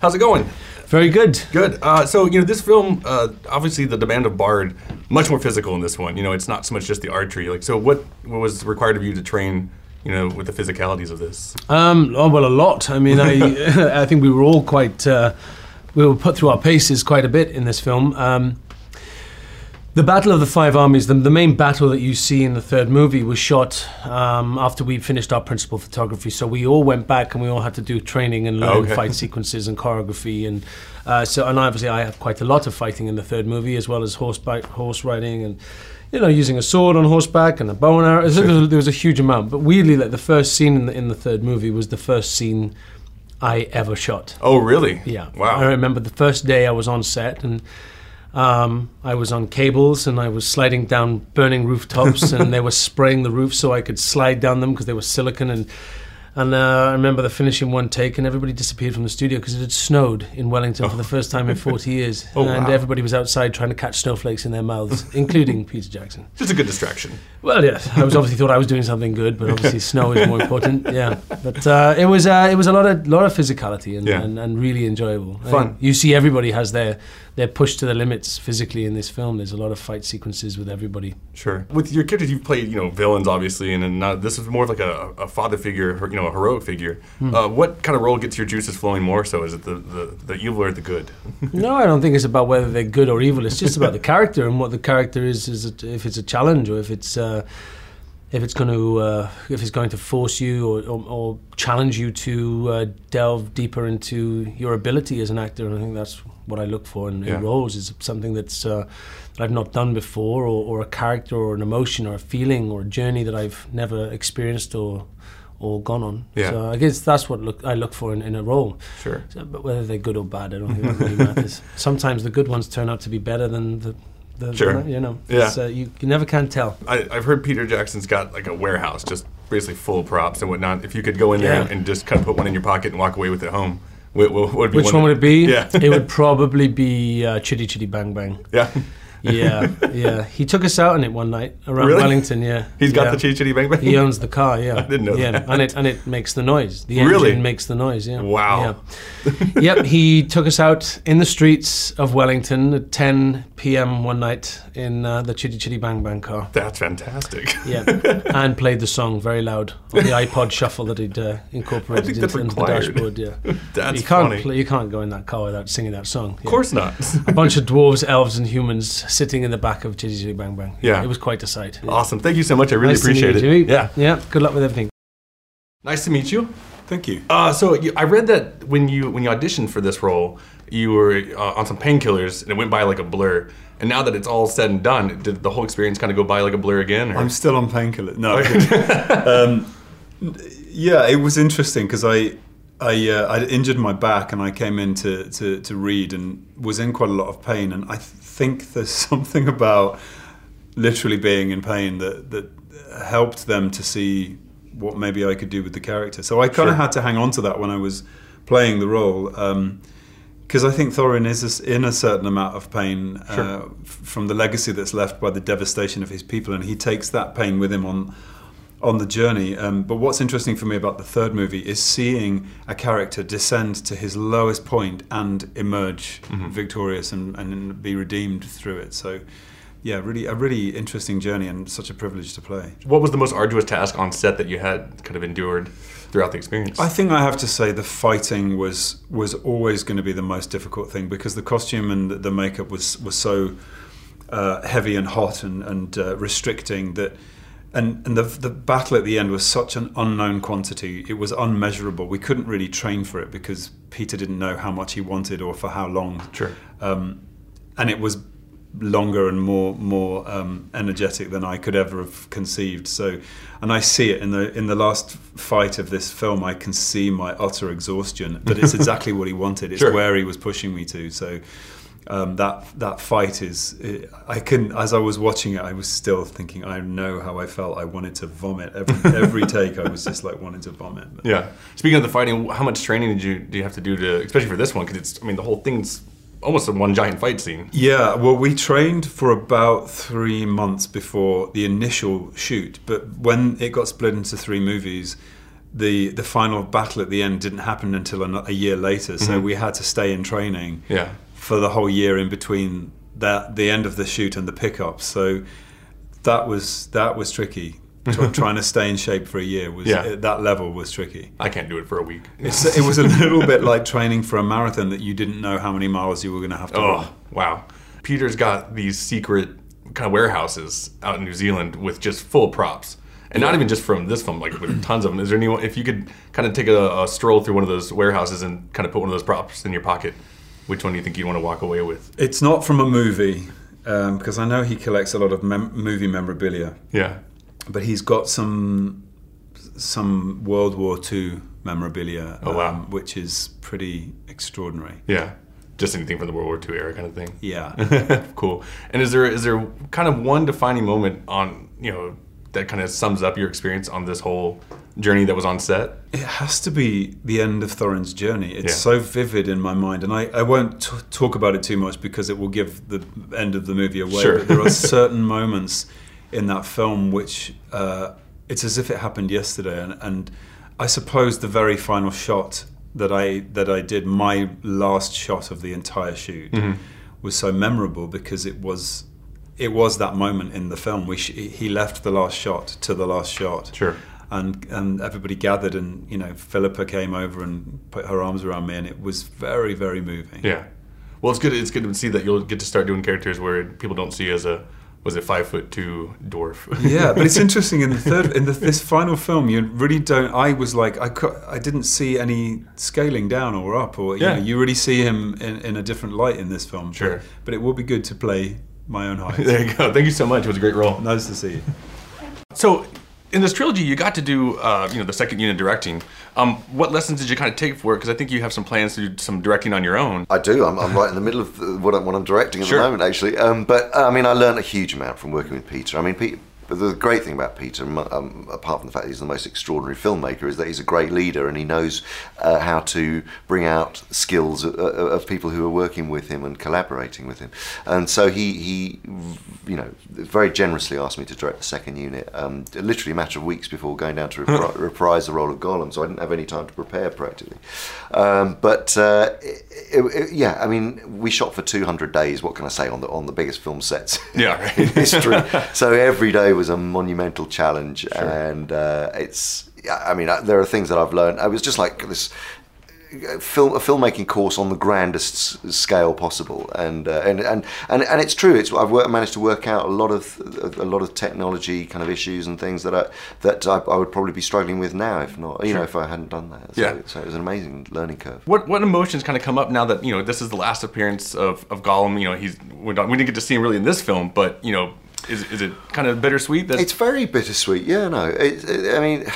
[SPEAKER 17] How's it going? Very good. Good. Uh, so you know this film, uh, obviously the demand of Bard much more physical in this one. You know, it's not so much just the archery. Like, so what what was required of you to train? You know, with the physicalities of this.
[SPEAKER 19] Um, oh, well, a lot. I mean, I, [laughs] I think we were all quite, uh, we were put through our paces quite a bit in this film. Um, the Battle of the Five Armies, the, the main battle that you see in the third movie, was shot um, after we finished our principal photography. So we all went back and we all had to do training and learn
[SPEAKER 17] Okay.
[SPEAKER 19] fight sequences and choreography. And uh, so, and obviously, I have quite a lot of fighting in the third movie, as well as horseback, horse riding, and you know, using a sword on horseback and a bow and arrow. So There, was, there was a huge amount. But weirdly, like the first scene in the, in the third movie was the first scene I ever shot.
[SPEAKER 17] Oh, really?
[SPEAKER 19] Yeah.
[SPEAKER 17] Wow.
[SPEAKER 19] I remember the first day I was on set and um, I was on cables and I was sliding down
[SPEAKER 17] [laughs]
[SPEAKER 19] burning rooftops and they were spraying the roof so I could slide down them because they were silicon and and uh, I remember the finishing one take and everybody disappeared from the studio because it had snowed in Wellington for the first time
[SPEAKER 17] [laughs]
[SPEAKER 19] in 40 years
[SPEAKER 17] Oh,
[SPEAKER 19] and
[SPEAKER 17] wow.
[SPEAKER 19] everybody was outside trying to catch snowflakes in
[SPEAKER 17] [laughs]
[SPEAKER 19] their mouths including Peter Jackson.
[SPEAKER 17] Just a good distraction.
[SPEAKER 19] Well, yes,
[SPEAKER 17] [laughs]
[SPEAKER 19] I was obviously thought I was doing something good, but obviously snow is more important. Yeah, but uh, it was uh, it was a lot of lot of physicality and,
[SPEAKER 17] Yeah.
[SPEAKER 19] and, and really enjoyable. I
[SPEAKER 17] Fun.
[SPEAKER 19] think you see, everybody has their their push to the limits physically in this film. There's a lot of fight sequences with everybody.
[SPEAKER 17] Sure. With your characters, you've played, you know, villains, obviously, and, and not, this is more of like a, a father figure, or, you know, a heroic figure.
[SPEAKER 19] Hmm.
[SPEAKER 17] Uh, what kind of role gets your juices flowing more so? Is it the, the, the evil or the good?
[SPEAKER 19] [laughs] no, I don't think it's about whether they're good or evil. It's just about the character and what the character is. Is it, if it's a challenge or if it's uh, if it's going to uh, if it's going to force you or, or, or challenge you to uh, delve deeper into your ability as an actor. And I think that's what I look for in,
[SPEAKER 17] Yeah.
[SPEAKER 19] in roles is something that's uh, that I've not done before, or, or a character, or an emotion, or a feeling, or a journey that I've never experienced or or gone on.
[SPEAKER 17] Yeah.
[SPEAKER 19] So I guess that's what look, I look for in, in a role.
[SPEAKER 17] Sure.
[SPEAKER 19] So, but whether they're good or bad, I don't think that
[SPEAKER 17] [laughs]
[SPEAKER 19] really matters. Sometimes the good ones turn out to be better than the, the
[SPEAKER 17] Sure.
[SPEAKER 19] you know.
[SPEAKER 17] Yeah.
[SPEAKER 19] So you, you never can tell.
[SPEAKER 17] I, I've heard Peter Jackson's got like a warehouse, just basically full of props and whatnot. If you could go in there
[SPEAKER 19] Yeah.
[SPEAKER 17] and, and just kind of put one in your pocket and walk away with it home, what, what, what would be
[SPEAKER 19] Which one would it be?
[SPEAKER 17] Yeah. [laughs]
[SPEAKER 19] It would probably be uh, Chitty Chitty Bang Bang.
[SPEAKER 17] Yeah.
[SPEAKER 19] yeah, yeah. He took us out on it one night around
[SPEAKER 17] Really?
[SPEAKER 19] Wellington. Yeah,
[SPEAKER 17] He's got
[SPEAKER 19] Yeah.
[SPEAKER 17] the Chitty Chitty Bang Bang?
[SPEAKER 19] He owns the car.
[SPEAKER 17] [laughs]
[SPEAKER 19] Yeah,
[SPEAKER 17] I didn't know
[SPEAKER 19] Yeah,
[SPEAKER 17] that.
[SPEAKER 19] and it and it makes the noise. The
[SPEAKER 17] Really?
[SPEAKER 19] engine makes the noise. Yeah.
[SPEAKER 17] Wow. [laughs]
[SPEAKER 19] Yeah. yep. He took us out in the streets of Wellington at 10 p.m. one night in uh, the Chitty Chitty Bang Bang car.
[SPEAKER 17] That's fantastic. [laughs]
[SPEAKER 19] Yeah, and played the song very loud on the iPod shuffle that he'd uh, incorporated
[SPEAKER 17] I think
[SPEAKER 19] into,
[SPEAKER 17] that's
[SPEAKER 19] into the
[SPEAKER 17] required.
[SPEAKER 19] dashboard. Yeah,
[SPEAKER 17] [laughs] That's
[SPEAKER 19] you can't
[SPEAKER 17] funny.
[SPEAKER 19] play- you can't go in that car without singing that song. Of
[SPEAKER 17] course not.
[SPEAKER 19] a bunch of dwarves, elves, and humans sitting in the back of Chitty Chitty Bang Bang.
[SPEAKER 17] Yeah.
[SPEAKER 19] it was quite a sight. Yeah.
[SPEAKER 17] Awesome. Thank you so much. I really
[SPEAKER 19] Nice to meet
[SPEAKER 17] appreciate
[SPEAKER 19] you,
[SPEAKER 17] it.
[SPEAKER 19] Jimmy.
[SPEAKER 17] Yeah.
[SPEAKER 19] yeah. Good luck with everything.
[SPEAKER 17] Nice to meet you.
[SPEAKER 19] Thank you.
[SPEAKER 17] Uh, so you, I read that when you when you auditioned for this role, you were uh, on some painkillers and it went by like a blur. And now that it's all said and done, did the whole experience kind of go by like a blur again? Or?
[SPEAKER 20] I'm
[SPEAKER 17] [laughs]
[SPEAKER 20] still on painkillers. No. um, yeah, it was interesting because I I uh, I injured my back and I came in to, to to read and was in quite a lot of pain. And I think there's [laughs] something about literally being in pain that that helped them to see what maybe I could do with the character. So I kind of
[SPEAKER 17] Sure.
[SPEAKER 20] had to hang on to that when I was playing the role. Um, because I think Thorin is is in a certain amount of pain uh,
[SPEAKER 17] Sure.
[SPEAKER 20] f- from the legacy that's left by the devastation of his people, and he takes that pain with him on on the journey. Um, but what's interesting for me about the third movie is seeing a character descend to his lowest point and emerge
[SPEAKER 17] Mm-hmm.
[SPEAKER 20] victorious and, and be redeemed through it. So, yeah, really a really interesting journey and such a privilege to play.
[SPEAKER 17] What was the most arduous task on set that you had kind of endured throughout the experience?
[SPEAKER 20] I think I have to say the fighting was was always going to be the most difficult thing because the costume and the- the makeup was was so uh, heavy and hot and and uh, restricting that. And, and the, the battle at the end was such an unknown quantity. It was unmeasurable. We couldn't really train for it because Peter didn't know how much he wanted or for how long.
[SPEAKER 17] Sure.
[SPEAKER 20] Um, and it was longer and more more um, energetic than I could ever have conceived. So, and I see it in the in the last fight of this film. I can see my utter exhaustion, but it's exactly what he wanted. It's
[SPEAKER 17] Sure.
[SPEAKER 20] where he was pushing me to. So. Um, that that fight is I couldn't as I was watching it I was still thinking I know how I felt I wanted to vomit every every take I was just like wanting to vomit
[SPEAKER 17] Yeah. Speaking of the fighting, how much training did you do you have to do to, especially for this one? Because it's, I mean, the whole thing's almost a one giant fight scene.
[SPEAKER 20] Yeah, well, we trained for about three months before the initial shoot, but when it got split into three movies, the the final battle at the end didn't happen until an, a year later. So
[SPEAKER 17] Mhm.
[SPEAKER 20] we had to stay in training
[SPEAKER 17] Yeah.
[SPEAKER 20] for the whole year in between that the end of the shoot and the pickup. So that was that was
[SPEAKER 17] [laughs]
[SPEAKER 20] tricky. Try- Trying to stay in shape for a year was
[SPEAKER 17] Yeah.
[SPEAKER 20] at that level was tricky.
[SPEAKER 17] I can't do it for a week.
[SPEAKER 20] It's, it was a little bit like training for a marathon that you didn't know how many miles you were going to have to
[SPEAKER 17] Oh,
[SPEAKER 20] run.
[SPEAKER 17] wow. Peter's got these secret kind of warehouses out in New Zealand with just full of props. And not
[SPEAKER 20] Yeah.
[SPEAKER 17] even just from this film, like with tons of them. Is there anyone, if you could kind of take a, a stroll through one of those warehouses and kind of put one of those props in your pocket, which one do you think you'd want to walk away with?
[SPEAKER 20] It's not from a movie um, because I know he collects a lot of mem- movie memorabilia.
[SPEAKER 17] Yeah.
[SPEAKER 20] but he's got some some World War II memorabilia.
[SPEAKER 17] Oh, wow.
[SPEAKER 20] um, which is pretty extraordinary.
[SPEAKER 17] Yeah. Just anything from the World War II era kind of thing.
[SPEAKER 20] Yeah.
[SPEAKER 17] [laughs] cool. And is there is there kind of one defining moment on, you know, that kind of sums up your experience on this whole journey that was on set?
[SPEAKER 20] It has to be the end of Thorin's journey. It's
[SPEAKER 17] Yeah.
[SPEAKER 20] so vivid in my mind, and I, I won't t- talk about it too much because it will give the end of the movie away.
[SPEAKER 17] Sure.
[SPEAKER 20] But there
[SPEAKER 17] [laughs]
[SPEAKER 20] are certain moments in that film which uh, it's as if it happened yesterday, and, and I suppose the very final shot that I that I did, my last shot of the entire shoot,
[SPEAKER 17] Mhm.
[SPEAKER 20] was so memorable because it was. It was that moment in the film. We sh- he left the last shot to the last shot,
[SPEAKER 17] Sure.
[SPEAKER 20] and and everybody gathered and you know Philippa came over and put her arms around me and it was very very moving.
[SPEAKER 17] Yeah. Well, it's good. It's good to see that you'll get to start doing characters where people don't see you as a was it five foot two dwarf.
[SPEAKER 20] yeah, but
[SPEAKER 17] [laughs]
[SPEAKER 20] it's interesting in the third in the, this final film you really don't I was like I cou- I didn't see any scaling down or up or you
[SPEAKER 17] Yeah.
[SPEAKER 20] know you really see him in, in a different light in this film. Sure. But, but it will be good to play my
[SPEAKER 17] [laughs]
[SPEAKER 20] own height.
[SPEAKER 17] There you go. Thank you so much. It was a great role.
[SPEAKER 20] Nice to see you.
[SPEAKER 17] So, in this trilogy, you got to do uh, you know the second unit directing. Um, what lessons did you kind of take for it? Because I think you have some plans to do some directing on your own.
[SPEAKER 21] I do. I'm, I'm right in the middle of uh, what I'm, what I'm directing at
[SPEAKER 17] Sure.
[SPEAKER 21] the moment, actually. Um, but I mean, I learned a huge amount from working with Peter. I mean, Peter, the great thing about Peter, m- um, apart from the fact he's the most extraordinary filmmaker, is that he's a great leader and he knows uh, how to bring out skills of, of people who are working with him and collaborating with him. And so he, he, you know, very generously asked me to direct the second unit, um, literally a matter of weeks before going down to repri- reprise the role of Gollum. So I didn't have any time to prepare practically. Um, but uh, it, it- yeah, I mean, we shot for 200 days. What can I say on the on the biggest film sets
[SPEAKER 17] Yeah, right.
[SPEAKER 21] in history? [laughs] so every day was a monumental challenge, and uh, it's. I mean, I- there are things that I've learned. It was just like this uh, film a filmmaking course on the grandest s- scale possible and uh, and, and and and it's true it's I've worked, managed to work out a lot of a lot of technology kind of issues and things that I that I, I would probably be struggling with now if not you know
[SPEAKER 17] Sure.
[SPEAKER 21] if I hadn't done that so,
[SPEAKER 17] Yeah.
[SPEAKER 21] so it was an amazing learning curve
[SPEAKER 17] What what emotions kind of come up now that you know this is the last appearance of, of Gollum? You know, he's we're not, we didn't get to see him really in this film, but you know, is is it kind of bittersweet? That's,
[SPEAKER 21] it's very bittersweet yeah no [sighs] it, it, I mean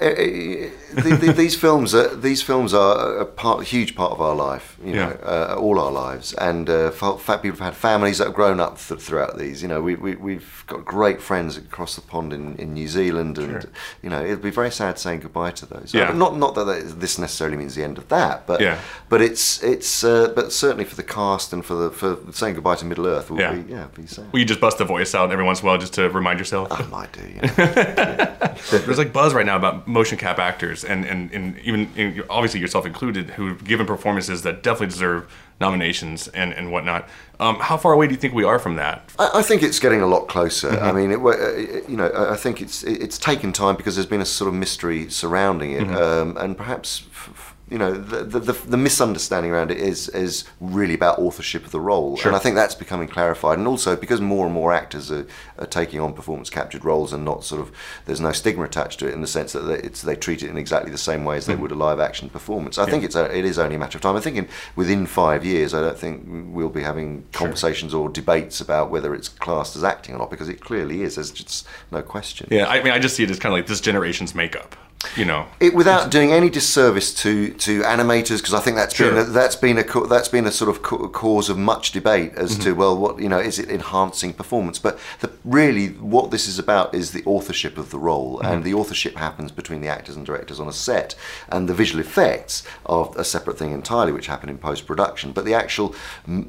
[SPEAKER 21] eh, eh, the,
[SPEAKER 22] [laughs]
[SPEAKER 21] the, these films are these films are a part, a huge part of our life, you know, uh, all our lives. And uh, fa- fa- people have had families that have grown up th- throughout these. You know, we, we we've got great friends across the pond in, in New Zealand, and
[SPEAKER 22] Sure.
[SPEAKER 21] you know, it'd be very sad saying goodbye to those.
[SPEAKER 22] Yeah.
[SPEAKER 21] Uh, Not not that that- this necessarily means the end of that, but
[SPEAKER 22] Yeah.
[SPEAKER 21] but it's it's uh, but certainly for the cast and for the for saying goodbye to Middle Earth will
[SPEAKER 17] Yeah.
[SPEAKER 21] be yeah be sad.
[SPEAKER 17] Will you just bust the voice out every once in a while just to remind yourself? I
[SPEAKER 21] might do.
[SPEAKER 17] [laughs] There's like buzz right now about motion cap actors, and and, and even and obviously yourself included, who've given performances that definitely deserve nominations and and whatnot. Um, how far away do you think we are from that?
[SPEAKER 21] I, I think it's getting a lot closer.
[SPEAKER 22] Mm-hmm.
[SPEAKER 21] I mean, it, wa- uh, you know, I I think it's it- it's taken time because there's been a sort of mystery surrounding it,
[SPEAKER 22] Mhm.
[SPEAKER 21] um, and perhaps. f- f- You know the, the the the misunderstanding around it is is really about authorship of the role,
[SPEAKER 22] Sure.
[SPEAKER 21] and I think that's becoming clarified. And also because more and more actors are, are taking on performance captured roles, and not sort of there's no stigma attached to it in the sense that they, it's they treat it in exactly the same way as they would a live action performance. I
[SPEAKER 22] Mm. Yeah.
[SPEAKER 21] think it's a, it is only a matter of time. I think in, within five years, I don't think we'll be having conversations or debates about whether it's classed as acting or not because it clearly is. There's just no question.
[SPEAKER 17] Yeah, I mean, I just see it as kind of like this generation's makeup. You know,
[SPEAKER 21] It, without doing any disservice to, to animators, because I think that's been a, that's been a co- that's been a sort of co- cause of much debate as
[SPEAKER 17] Mm-hmm.
[SPEAKER 21] to well, what you know, is it enhancing performance? But the, really, what this is about is the authorship of the role, and
[SPEAKER 17] Mm-hmm.
[SPEAKER 22] Mhm.
[SPEAKER 21] the authorship happens between the actors and directors on a set, and the visual effects are a separate thing entirely, which happen in post production. But the actual m-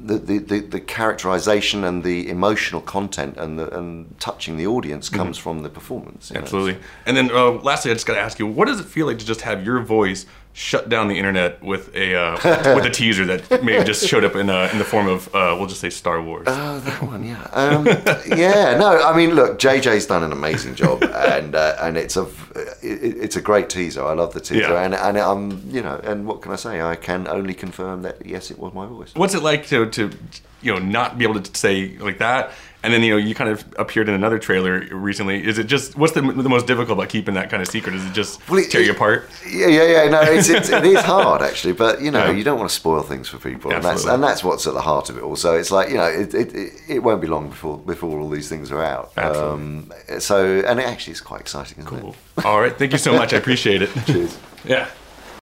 [SPEAKER 21] the, the, the, the characterization and the emotional content and the, and touching the audience
[SPEAKER 17] Mhm.
[SPEAKER 21] comes from the performance. you know.
[SPEAKER 17] Absolutely. And then uh, lastly, I just got to ask you, what does it feel like to just have your voice shut down the internet with a uh, with a teaser that may have just showed up in uh, in the form of uh, we'll just say Star Wars?
[SPEAKER 21] Oh, that one, yeah. Um, yeah, no, I mean, look, JJ's done an amazing [laughs] job, and uh, and it's a it, it's a great teaser. I love the teaser,
[SPEAKER 17] Yeah.
[SPEAKER 21] and and um, you know, and what can I say? I can only confirm that yes, it was my voice.
[SPEAKER 17] What's it like to to you know not be able to say like that? And then you know you kind of appeared in another trailer recently. Is it just what's the, the most difficult about keeping that kind of secret? Is it just
[SPEAKER 21] Well, it-
[SPEAKER 17] tear you
[SPEAKER 21] [laughs]
[SPEAKER 17] apart?
[SPEAKER 21] Yeah, yeah, yeah. No, it's, it's, it is hard actually, but you know,
[SPEAKER 17] Yeah.
[SPEAKER 21] you don't want to spoil things for people, and that's
[SPEAKER 17] Absolutely.
[SPEAKER 21] and that's what's at the heart of it. all. So it's like you know, it it, it, it won't be long before before all these things are out. Um, so and it actually is quite exciting, isn't it?
[SPEAKER 17] All right, thank you so much. I appreciate it.
[SPEAKER 21] [laughs] Cheers.
[SPEAKER 17] Yeah.